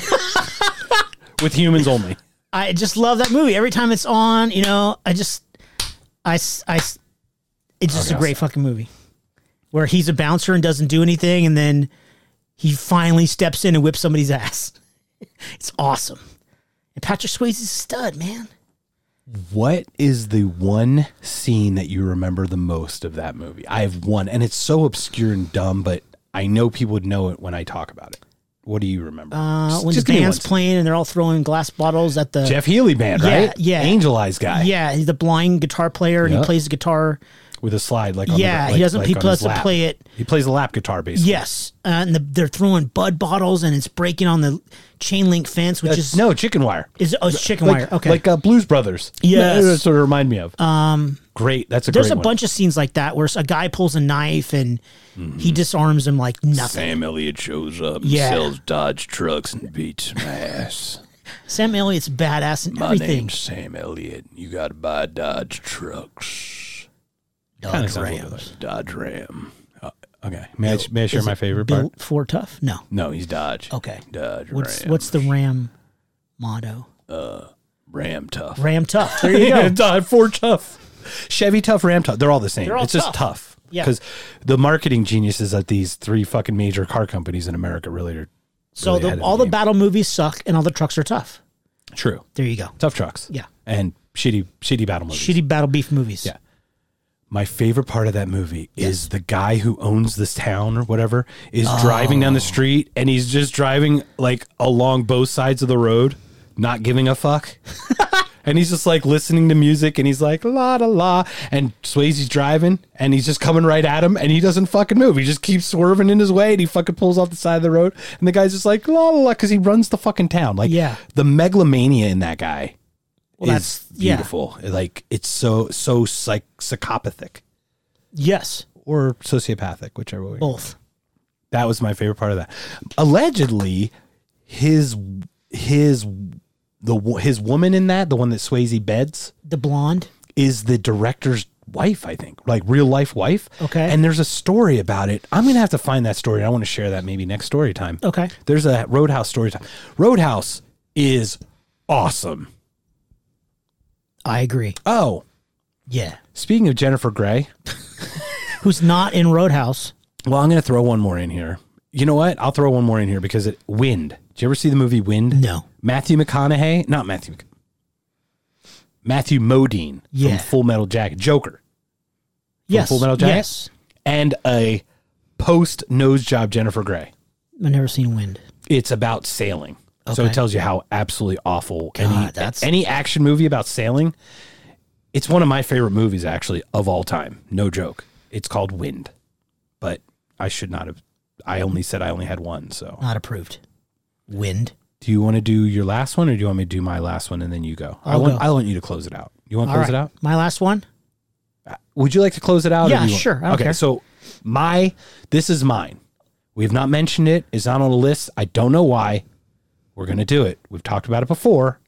[SPEAKER 1] with humans only.
[SPEAKER 2] I just love that movie. Every time it's on, you know, I just I s- I s- it's just a great fucking movie. Where he's a bouncer and doesn't do anything and then he finally steps in and whips somebody's ass. It's awesome. And Patrick Swayze's a stud, man.
[SPEAKER 1] What is the one scene that you remember the most of that movie? I have one, and it's so obscure and dumb, but I know people would know it when I talk about it. What do you remember?
[SPEAKER 2] Uh, when
[SPEAKER 1] just
[SPEAKER 2] the
[SPEAKER 1] give me
[SPEAKER 2] band's
[SPEAKER 1] one.
[SPEAKER 2] playing and they're all throwing glass bottles at the
[SPEAKER 1] Jeff Healy band,
[SPEAKER 2] Yeah,
[SPEAKER 1] right?
[SPEAKER 2] yeah.
[SPEAKER 1] Angel Eyes guy
[SPEAKER 2] yeah, he's the blind guitar player and
[SPEAKER 1] Yeah.
[SPEAKER 2] he plays the guitar.
[SPEAKER 1] with a slide like on
[SPEAKER 2] Yeah,
[SPEAKER 1] the,
[SPEAKER 2] he
[SPEAKER 1] like-
[SPEAKER 2] doesn't-
[SPEAKER 1] like
[SPEAKER 2] he
[SPEAKER 1] on his
[SPEAKER 2] doesn't
[SPEAKER 1] lap.
[SPEAKER 2] play it.
[SPEAKER 1] He plays a lap guitar basically.
[SPEAKER 2] Yes, uh, and the, they're throwing bud bottles and it's breaking on the chain link fence, which
[SPEAKER 1] Uh,
[SPEAKER 2] is
[SPEAKER 1] no chicken wire.
[SPEAKER 2] is oh, it's chicken wire.
[SPEAKER 1] like,
[SPEAKER 2] Okay,
[SPEAKER 1] like uh, Blues Brothers.
[SPEAKER 2] Yes.
[SPEAKER 1] that's what it remind me of. Um, great. That's a
[SPEAKER 2] there's
[SPEAKER 1] great
[SPEAKER 2] a
[SPEAKER 1] one.
[SPEAKER 2] bunch of scenes like that where a guy pulls a knife and
[SPEAKER 1] Mm-hmm.
[SPEAKER 2] he disarms him like nothing.
[SPEAKER 5] Sam Elliott shows up and
[SPEAKER 2] Yeah.
[SPEAKER 5] sells Dodge trucks and beats my ass.
[SPEAKER 2] Sam Elliott's badass and
[SPEAKER 5] My
[SPEAKER 2] everything.
[SPEAKER 5] name's Sam Elliott. You gotta buy Dodge trucks.
[SPEAKER 1] Kinda sounds a little bit
[SPEAKER 5] Dodge Ram.
[SPEAKER 1] like- Okay, may I, may I share
[SPEAKER 2] Is
[SPEAKER 1] my
[SPEAKER 2] it
[SPEAKER 1] favorite part?
[SPEAKER 2] built for tough? No.
[SPEAKER 5] No, he's Dodge.
[SPEAKER 2] Okay.
[SPEAKER 5] Dodge
[SPEAKER 2] What's
[SPEAKER 5] Ram.
[SPEAKER 2] what's the Ram motto?
[SPEAKER 5] Ram tough.
[SPEAKER 2] Ram tough. There you go.
[SPEAKER 1] Dodge Ford Tough, Chevy Tough, Ram Tough. They're all the same.
[SPEAKER 2] all
[SPEAKER 1] it's just
[SPEAKER 2] tough.
[SPEAKER 1] tough.
[SPEAKER 2] Yeah.
[SPEAKER 1] Because the marketing geniuses at these three fucking major car companies in America really are
[SPEAKER 2] So
[SPEAKER 1] really
[SPEAKER 2] the,
[SPEAKER 1] ahead of
[SPEAKER 2] all
[SPEAKER 1] the
[SPEAKER 2] the
[SPEAKER 1] game.
[SPEAKER 2] battle movies suck and all the trucks are tough.
[SPEAKER 1] true.
[SPEAKER 2] There you go.
[SPEAKER 1] Tough trucks.
[SPEAKER 2] Yeah.
[SPEAKER 1] And shitty, shitty battle movies.
[SPEAKER 2] Shitty battle beef movies.
[SPEAKER 1] Yeah. My favorite part of that movie is the guy who owns this town or whatever is driving down the
[SPEAKER 2] Oh.
[SPEAKER 1] street and he's just driving like along both sides of the road, not giving a fuck. and he's just like listening to music and he's like la la la and Swayze's driving and he's just coming right at him and he doesn't fucking move. He just keeps swerving in his way and he fucking pulls off the side of the road and the guy's just like la la la cuz he runs the fucking town. Like
[SPEAKER 2] Yeah.
[SPEAKER 1] the megalomania in that guy
[SPEAKER 2] Well,
[SPEAKER 1] is
[SPEAKER 2] that's yeah.
[SPEAKER 1] beautiful. Like it's so so psych psychopathic
[SPEAKER 2] Yes,
[SPEAKER 1] or sociopathic, whichever way.
[SPEAKER 2] both.
[SPEAKER 1] That was my favorite part of that. Allegedly, his his the wo- his woman in that, the one that Swayze beds,
[SPEAKER 2] The blonde.
[SPEAKER 1] is the director's wife. I think, like real life wife.
[SPEAKER 2] Okay.
[SPEAKER 1] And there's a story about it. I'm gonna have to find that story. I want to share that maybe next story time.
[SPEAKER 2] Okay.
[SPEAKER 1] There's a Roadhouse story time. Roadhouse is awesome.
[SPEAKER 2] I agree.
[SPEAKER 1] Oh,
[SPEAKER 2] Yeah.
[SPEAKER 1] speaking of Jennifer Grey.
[SPEAKER 2] Who's not in Roadhouse?
[SPEAKER 1] Well, I'm going to throw one more in here. You know what? I'll throw one more in here because it Wind. Did you ever see the movie Wind?
[SPEAKER 2] No.
[SPEAKER 1] Matthew McConaughey, not Matthew. Mc- Matthew Modine
[SPEAKER 2] Yeah.
[SPEAKER 1] from Full Metal Jacket, Joker,
[SPEAKER 2] Yes.
[SPEAKER 1] Full Metal Jacket?
[SPEAKER 2] Yes.
[SPEAKER 1] and a post nose job Jennifer Grey.
[SPEAKER 2] I've never seen Wind.
[SPEAKER 1] It's about sailing, so
[SPEAKER 2] Okay.
[SPEAKER 1] it tells you how absolutely awful any
[SPEAKER 2] God, that's-
[SPEAKER 1] any action movie about sailing. It's one of my favorite movies, actually, of all time. No joke. It's called Wind, but I should not have. I only said I only had one, so
[SPEAKER 2] Not approved. Wind.
[SPEAKER 1] Do you want to do your last one, or do you want me to do my last one and then you go? I
[SPEAKER 2] I'll go.
[SPEAKER 1] want I want you to close it out. You want to
[SPEAKER 2] All
[SPEAKER 1] close
[SPEAKER 2] right.
[SPEAKER 1] it out?
[SPEAKER 2] My last one.
[SPEAKER 1] Would you like to close it out? or
[SPEAKER 2] Yeah,
[SPEAKER 1] do you want-
[SPEAKER 2] sure. I don't
[SPEAKER 1] okay,
[SPEAKER 2] care.
[SPEAKER 1] so my this is mine. We have not mentioned it. It's not on the list. I don't know why. We're gonna do it. We've talked about it before.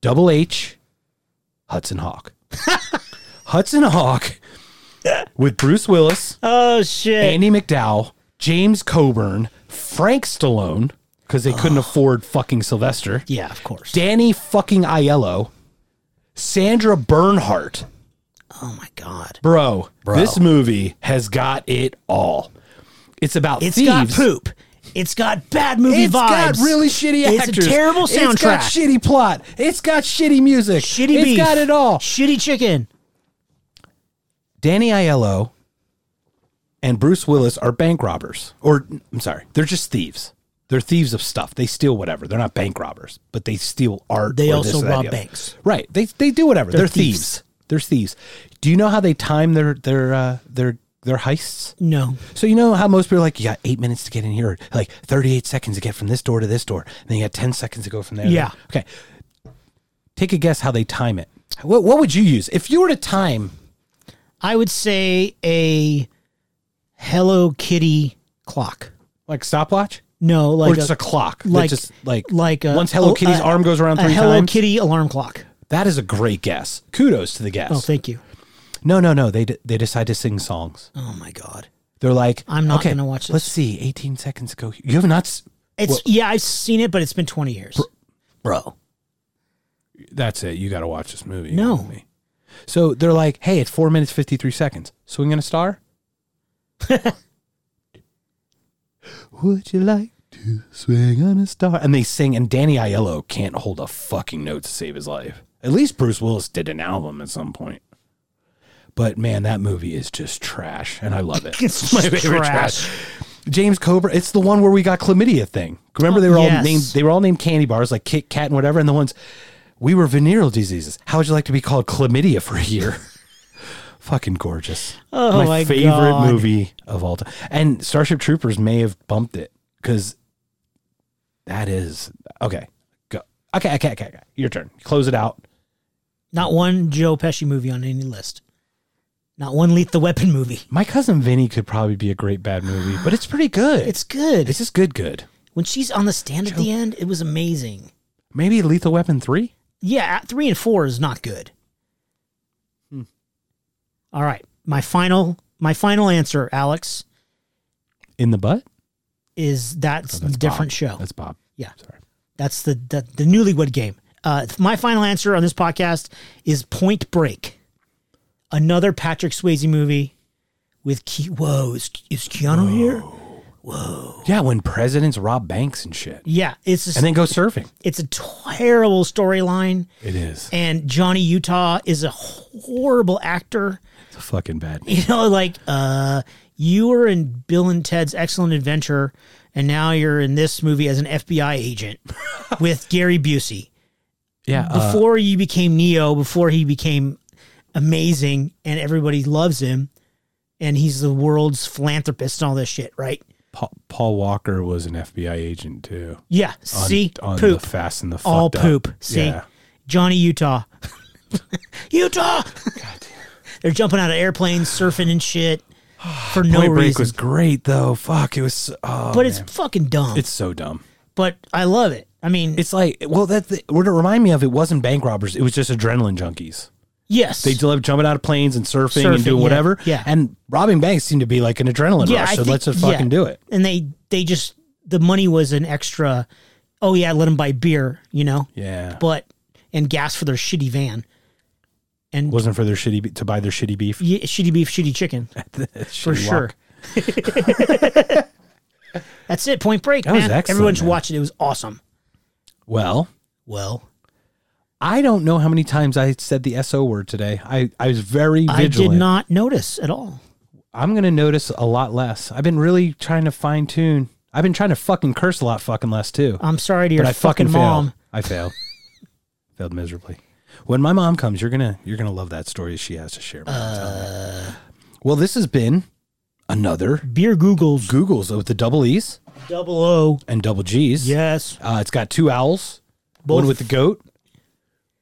[SPEAKER 1] Double H, Hudson Hawk. Hudson Hawk with Bruce Willis,
[SPEAKER 2] Oh shit.
[SPEAKER 1] Andy McDowell, James Coburn, Frank Stallone, because they couldn't afford fucking Sylvester.
[SPEAKER 2] yeah, of course.
[SPEAKER 1] Danny fucking Aiello, Sandra Bernhardt.
[SPEAKER 2] oh my god.
[SPEAKER 1] Bro, this movie has got it all. It's about
[SPEAKER 2] It's
[SPEAKER 1] thieves.
[SPEAKER 2] got poop. It's got bad movie
[SPEAKER 1] It's
[SPEAKER 2] vibes.
[SPEAKER 1] got really shitty
[SPEAKER 2] It's a
[SPEAKER 1] actors.
[SPEAKER 2] terrible
[SPEAKER 1] It's got
[SPEAKER 2] soundtrack.
[SPEAKER 1] shitty plot. It's got shitty music.
[SPEAKER 2] shitty
[SPEAKER 1] It's
[SPEAKER 2] beef.
[SPEAKER 1] got it all.
[SPEAKER 2] Shitty chicken.
[SPEAKER 1] Danny Aiello and Bruce Willis are bank robbers. Or I'm sorry, they're just thieves. They're thieves of stuff. They steal whatever. They're not bank robbers, but they steal art.
[SPEAKER 2] They
[SPEAKER 1] or
[SPEAKER 2] also
[SPEAKER 1] this or that,
[SPEAKER 2] rob
[SPEAKER 1] the other.
[SPEAKER 2] banks.
[SPEAKER 1] Right. They they do whatever. They're,
[SPEAKER 2] They're
[SPEAKER 1] thieves. They're thieves. Do you know how they time their their uh, their their heists?
[SPEAKER 2] No.
[SPEAKER 1] So you know how most people are like, you got eight minutes to get in here, or like thirty-eight seconds to get from this door to this door, and then you got ten seconds to go from there. to
[SPEAKER 2] Yeah.
[SPEAKER 1] there. Okay. Take a guess how they time it. What what would you use if you were to time
[SPEAKER 2] I would say a Hello Kitty clock.
[SPEAKER 1] like stopwatch?
[SPEAKER 2] No, like
[SPEAKER 1] or just a, clock. Like
[SPEAKER 2] like-
[SPEAKER 1] just like
[SPEAKER 2] like a,
[SPEAKER 1] once Hello
[SPEAKER 2] oh,
[SPEAKER 1] Kitty's
[SPEAKER 2] a-
[SPEAKER 1] arm goes around
[SPEAKER 2] a
[SPEAKER 1] three
[SPEAKER 2] Hello
[SPEAKER 1] times.
[SPEAKER 2] Kitty alarm clock.
[SPEAKER 1] That is a great guess. Kudos to the guess.
[SPEAKER 2] Oh, thank you.
[SPEAKER 1] no, no, no. They d- they decide to sing songs.
[SPEAKER 2] Oh my god.
[SPEAKER 1] They're like,
[SPEAKER 2] I'm not
[SPEAKER 1] okay,
[SPEAKER 2] gonna watch
[SPEAKER 1] Let's
[SPEAKER 2] this."
[SPEAKER 1] see. 18 seconds ago, you have not. s-
[SPEAKER 2] It's
[SPEAKER 1] Well-
[SPEAKER 2] yeah, I've seen it, but it's been 20 years.
[SPEAKER 1] Bro, that's it. You got to watch this movie.
[SPEAKER 2] No.
[SPEAKER 1] with me. So they're like, hey, it's four minutes fifty three seconds. Swing and a star. Would you like to swing on a star? And they sing, and Danny Aiello can't hold a fucking note to save his life. At least Bruce Willis did an album at some point. But man, that movie is just trash, and I love it.
[SPEAKER 2] It's just trash.
[SPEAKER 1] James Cobra. It's the one where we got chlamydia thing. Remember, they were all
[SPEAKER 2] Yes.
[SPEAKER 1] named. They were all named candy bars like Kit Kat and whatever. And the ones we were venereal diseases. How would you like to be called chlamydia for a year? Fucking gorgeous.
[SPEAKER 2] Oh my
[SPEAKER 1] favorite
[SPEAKER 2] God.
[SPEAKER 1] movie of all time. And Starship Troopers may have bumped it because that is okay. Go. Okay, okay, okay, okay. Your turn. Close it out.
[SPEAKER 2] Not one Joe Pesci movie on any list. Not one Lethal Weapon movie.
[SPEAKER 1] My cousin Vinny could probably be a great bad movie, but it's pretty good.
[SPEAKER 2] It's good.
[SPEAKER 1] it's just good, good.
[SPEAKER 2] when she's on the stand at the end, it was amazing.
[SPEAKER 1] Maybe Lethal Weapon three.
[SPEAKER 2] Yeah, at three and four is not good.
[SPEAKER 1] Hmm.
[SPEAKER 2] All right, my final my final answer, Alex,
[SPEAKER 1] In the butt?
[SPEAKER 2] is that's, a different
[SPEAKER 1] Bob.
[SPEAKER 2] show.
[SPEAKER 1] Oh, That's Bob.
[SPEAKER 2] Yeah.
[SPEAKER 1] Sorry.
[SPEAKER 2] That's the the, the newlywed game. Uh, my final answer on this podcast is Point Break, another Patrick Swayze movie with Ke- Whoa, is, is Keanu here?
[SPEAKER 1] Yeah, when presidents rob banks and shit.
[SPEAKER 2] Yeah, it's just,
[SPEAKER 1] And then go surfing.
[SPEAKER 2] it's a terrible storyline,
[SPEAKER 1] It is.
[SPEAKER 2] and Johnny Utah is a horrible actor.
[SPEAKER 1] It's a fucking bad
[SPEAKER 2] You know, like uh, you were in Bill and Ted's Excellent Adventure, and now you're in this movie as an FBI agent with Gary Busey.
[SPEAKER 1] Yeah. uh,
[SPEAKER 2] before you became Neo, before he became amazing and everybody loves him, and he's the world's philanthropist and all this shit, right?
[SPEAKER 1] Paul, Paul Walker was an FBI agent too.
[SPEAKER 2] Yeah.
[SPEAKER 1] On,
[SPEAKER 2] See,
[SPEAKER 1] on
[SPEAKER 2] poop,
[SPEAKER 1] the Fast and the Fucked
[SPEAKER 2] all
[SPEAKER 1] Up.
[SPEAKER 2] poop. See,
[SPEAKER 1] Yeah.
[SPEAKER 2] Johnny Utah, Utah. They're jumping out of airplanes, surfing and shit for no
[SPEAKER 1] Point Break
[SPEAKER 2] reason.
[SPEAKER 1] was great though. Fuck, it was. so- Oh,
[SPEAKER 2] but it's fucking dumb.
[SPEAKER 1] it's so dumb.
[SPEAKER 2] but I love it. I mean,
[SPEAKER 1] It's like well, that the, what it reminded me of. It wasn't bank robbers. It was just adrenaline junkies.
[SPEAKER 2] yes,
[SPEAKER 1] They love jumping out of planes and surfing,
[SPEAKER 2] Surfing,
[SPEAKER 1] and doing
[SPEAKER 2] yeah,
[SPEAKER 1] whatever.
[SPEAKER 2] yeah.
[SPEAKER 1] And robbing banks seemed to be like an adrenaline rush. so
[SPEAKER 2] think-
[SPEAKER 1] let's just
[SPEAKER 2] yeah.
[SPEAKER 1] fucking do it.
[SPEAKER 2] And they they just the money was an extra. Oh yeah, let them buy beer, you know.
[SPEAKER 1] Yeah.
[SPEAKER 2] But and gas for their shitty van, and
[SPEAKER 1] wasn't for their shitty be- to buy their shitty beef.
[SPEAKER 2] yeah, shitty beef, shitty chicken
[SPEAKER 1] Shitty
[SPEAKER 2] for
[SPEAKER 1] walk.
[SPEAKER 2] sure. That's it. Point Break,
[SPEAKER 1] That was
[SPEAKER 2] man.
[SPEAKER 1] excellent,
[SPEAKER 2] Everyone should
[SPEAKER 1] man.
[SPEAKER 2] watch it. It was awesome.
[SPEAKER 1] Well,
[SPEAKER 2] Well,
[SPEAKER 1] I don't know how many times I said the SO word today. I, I was very
[SPEAKER 2] I
[SPEAKER 1] vigilant.
[SPEAKER 2] did not notice at all.
[SPEAKER 1] I'm going to notice a lot less. I've been really trying to fine tune. I've been trying to fucking curse a lot fucking less too.
[SPEAKER 2] I'm sorry to your
[SPEAKER 1] but I fucking,
[SPEAKER 2] Oh, fucking, mom.
[SPEAKER 1] failed. I failed. failed miserably. When my mom comes, you're going to you're going to love that story she has to share. man. I'm telling
[SPEAKER 2] Uh.
[SPEAKER 1] you. well, this has been another
[SPEAKER 2] Beer Googles.
[SPEAKER 1] Googles with the double E's.
[SPEAKER 2] Double O.
[SPEAKER 1] and double G's.
[SPEAKER 2] Yes.
[SPEAKER 1] Uh, it's got two owls, one
[SPEAKER 2] Both-
[SPEAKER 1] with the goat,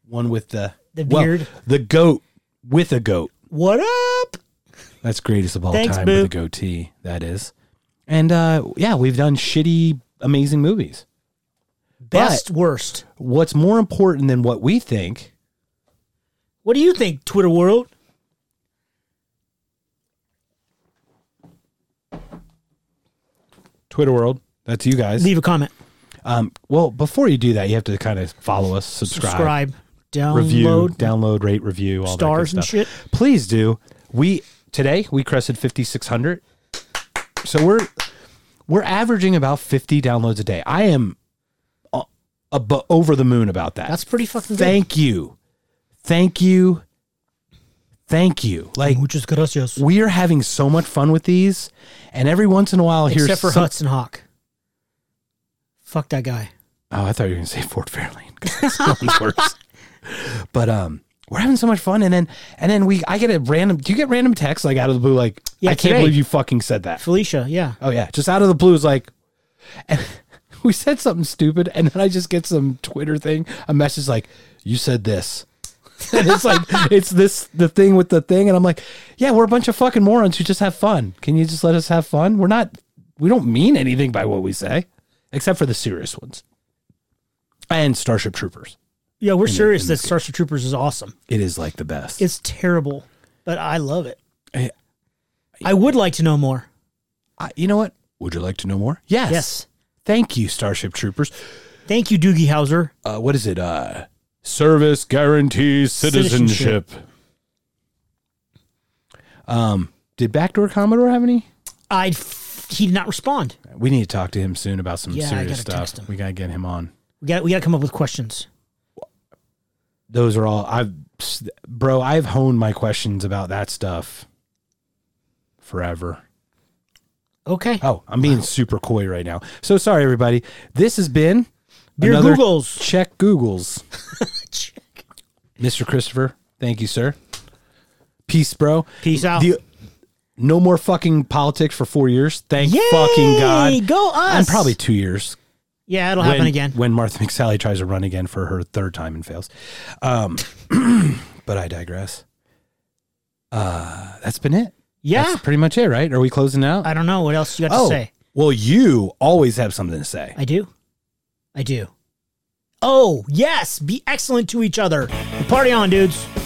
[SPEAKER 1] one with the
[SPEAKER 2] The
[SPEAKER 1] well,
[SPEAKER 2] beard.
[SPEAKER 1] the goat with a goat.
[SPEAKER 2] What up?
[SPEAKER 1] That's greatest of all
[SPEAKER 2] Thanks,
[SPEAKER 1] time
[SPEAKER 2] boo.
[SPEAKER 1] with a goatee. That is, and uh, yeah, we've done shitty, amazing movies.
[SPEAKER 2] Best, worst.
[SPEAKER 1] What's more important than what we think?
[SPEAKER 2] What do you think, Twitter world?
[SPEAKER 1] Twitter world. That's you guys.
[SPEAKER 2] Leave a comment.
[SPEAKER 1] Um, well, before you do that, you have to kind of follow us, subscribe,
[SPEAKER 2] Subscribe. Download.
[SPEAKER 1] review, download, rate, review, all
[SPEAKER 2] Stars
[SPEAKER 1] that good
[SPEAKER 2] and
[SPEAKER 1] stuff. Please do. We today we crested fifty six hundred, so we're we're averaging about fifty downloads a day. I am uh, abo- over the moon about that.
[SPEAKER 2] That's pretty fucking good.
[SPEAKER 1] thank you, thank you, thank you. Like
[SPEAKER 2] Muchas gracias.
[SPEAKER 1] we are having so much fun with these, and every once in a while, here's
[SPEAKER 2] Except for
[SPEAKER 1] some-
[SPEAKER 2] Hudson Hawk. Fuck that guy.
[SPEAKER 1] Oh, I thought you were going to say Fort Fairlane. 'cause that sounds worse. But um, we're having so much fun, and then and then we I get a random. Do you get random texts like out of the blue? Like
[SPEAKER 2] Yeah,
[SPEAKER 1] I can't
[SPEAKER 2] today.
[SPEAKER 1] believe you fucking said that.
[SPEAKER 2] Felicia, yeah.
[SPEAKER 1] Oh yeah, just out of the blue is like, and we said something stupid, and then I just get some Twitter thing, a message like, "You said this," and it's like it's this the thing with the thing, and I'm like, yeah, we're a bunch of fucking morons who just have fun. Can you just let us have fun? We're not, we don't mean anything by what we say, except for the serious ones, and Starship Troopers.
[SPEAKER 2] Yeah, we're serious that Starship Troopers is awesome.
[SPEAKER 1] It is like the best.
[SPEAKER 2] It's terrible, but I love it.
[SPEAKER 1] I-
[SPEAKER 2] I would like to know more.
[SPEAKER 1] I- you know what? Would you like to know more? Yes.
[SPEAKER 2] Yes.
[SPEAKER 1] Thank you, Starship Troopers.
[SPEAKER 2] Thank you, Doogie Howser.
[SPEAKER 1] uh, what is it? Uh, service guarantees citizenship. Um, did Backdoor Commodore have any?
[SPEAKER 2] I f- he did not respond.
[SPEAKER 1] We need to talk to him soon about some
[SPEAKER 2] Yeah, I
[SPEAKER 1] serious
[SPEAKER 2] gotta text
[SPEAKER 1] stuff.
[SPEAKER 2] him.
[SPEAKER 1] We gotta get him on.
[SPEAKER 2] We got we got to come up with questions.
[SPEAKER 1] Those are all I've, bro. I've honed my questions about that stuff forever.
[SPEAKER 2] Okay.
[SPEAKER 1] Oh, I'm being super coy right now. So sorry, everybody. This has been
[SPEAKER 2] Beer
[SPEAKER 1] another
[SPEAKER 2] Googles.
[SPEAKER 1] Check Googles,
[SPEAKER 2] Check.
[SPEAKER 1] Mr. Christopher. Thank you, sir. Peace, bro.
[SPEAKER 2] Peace out.
[SPEAKER 1] The- no more fucking politics for four years. Thank
[SPEAKER 2] Yay!
[SPEAKER 1] fucking God.
[SPEAKER 2] Go us.
[SPEAKER 1] And probably two years.
[SPEAKER 2] Yeah, it'll happen
[SPEAKER 1] when,
[SPEAKER 2] again.
[SPEAKER 1] When Martha McSally tries to run again for her third time and fails. Um, but I digress. Uh, that's been it.
[SPEAKER 2] yeah.
[SPEAKER 1] That's pretty much it, right? Are we closing out?
[SPEAKER 2] I don't know what else you got
[SPEAKER 1] oh,
[SPEAKER 2] to say.
[SPEAKER 1] well, you always have something to say.
[SPEAKER 2] I do. I do. Oh, yes. Be excellent to each other. Party on, dudes.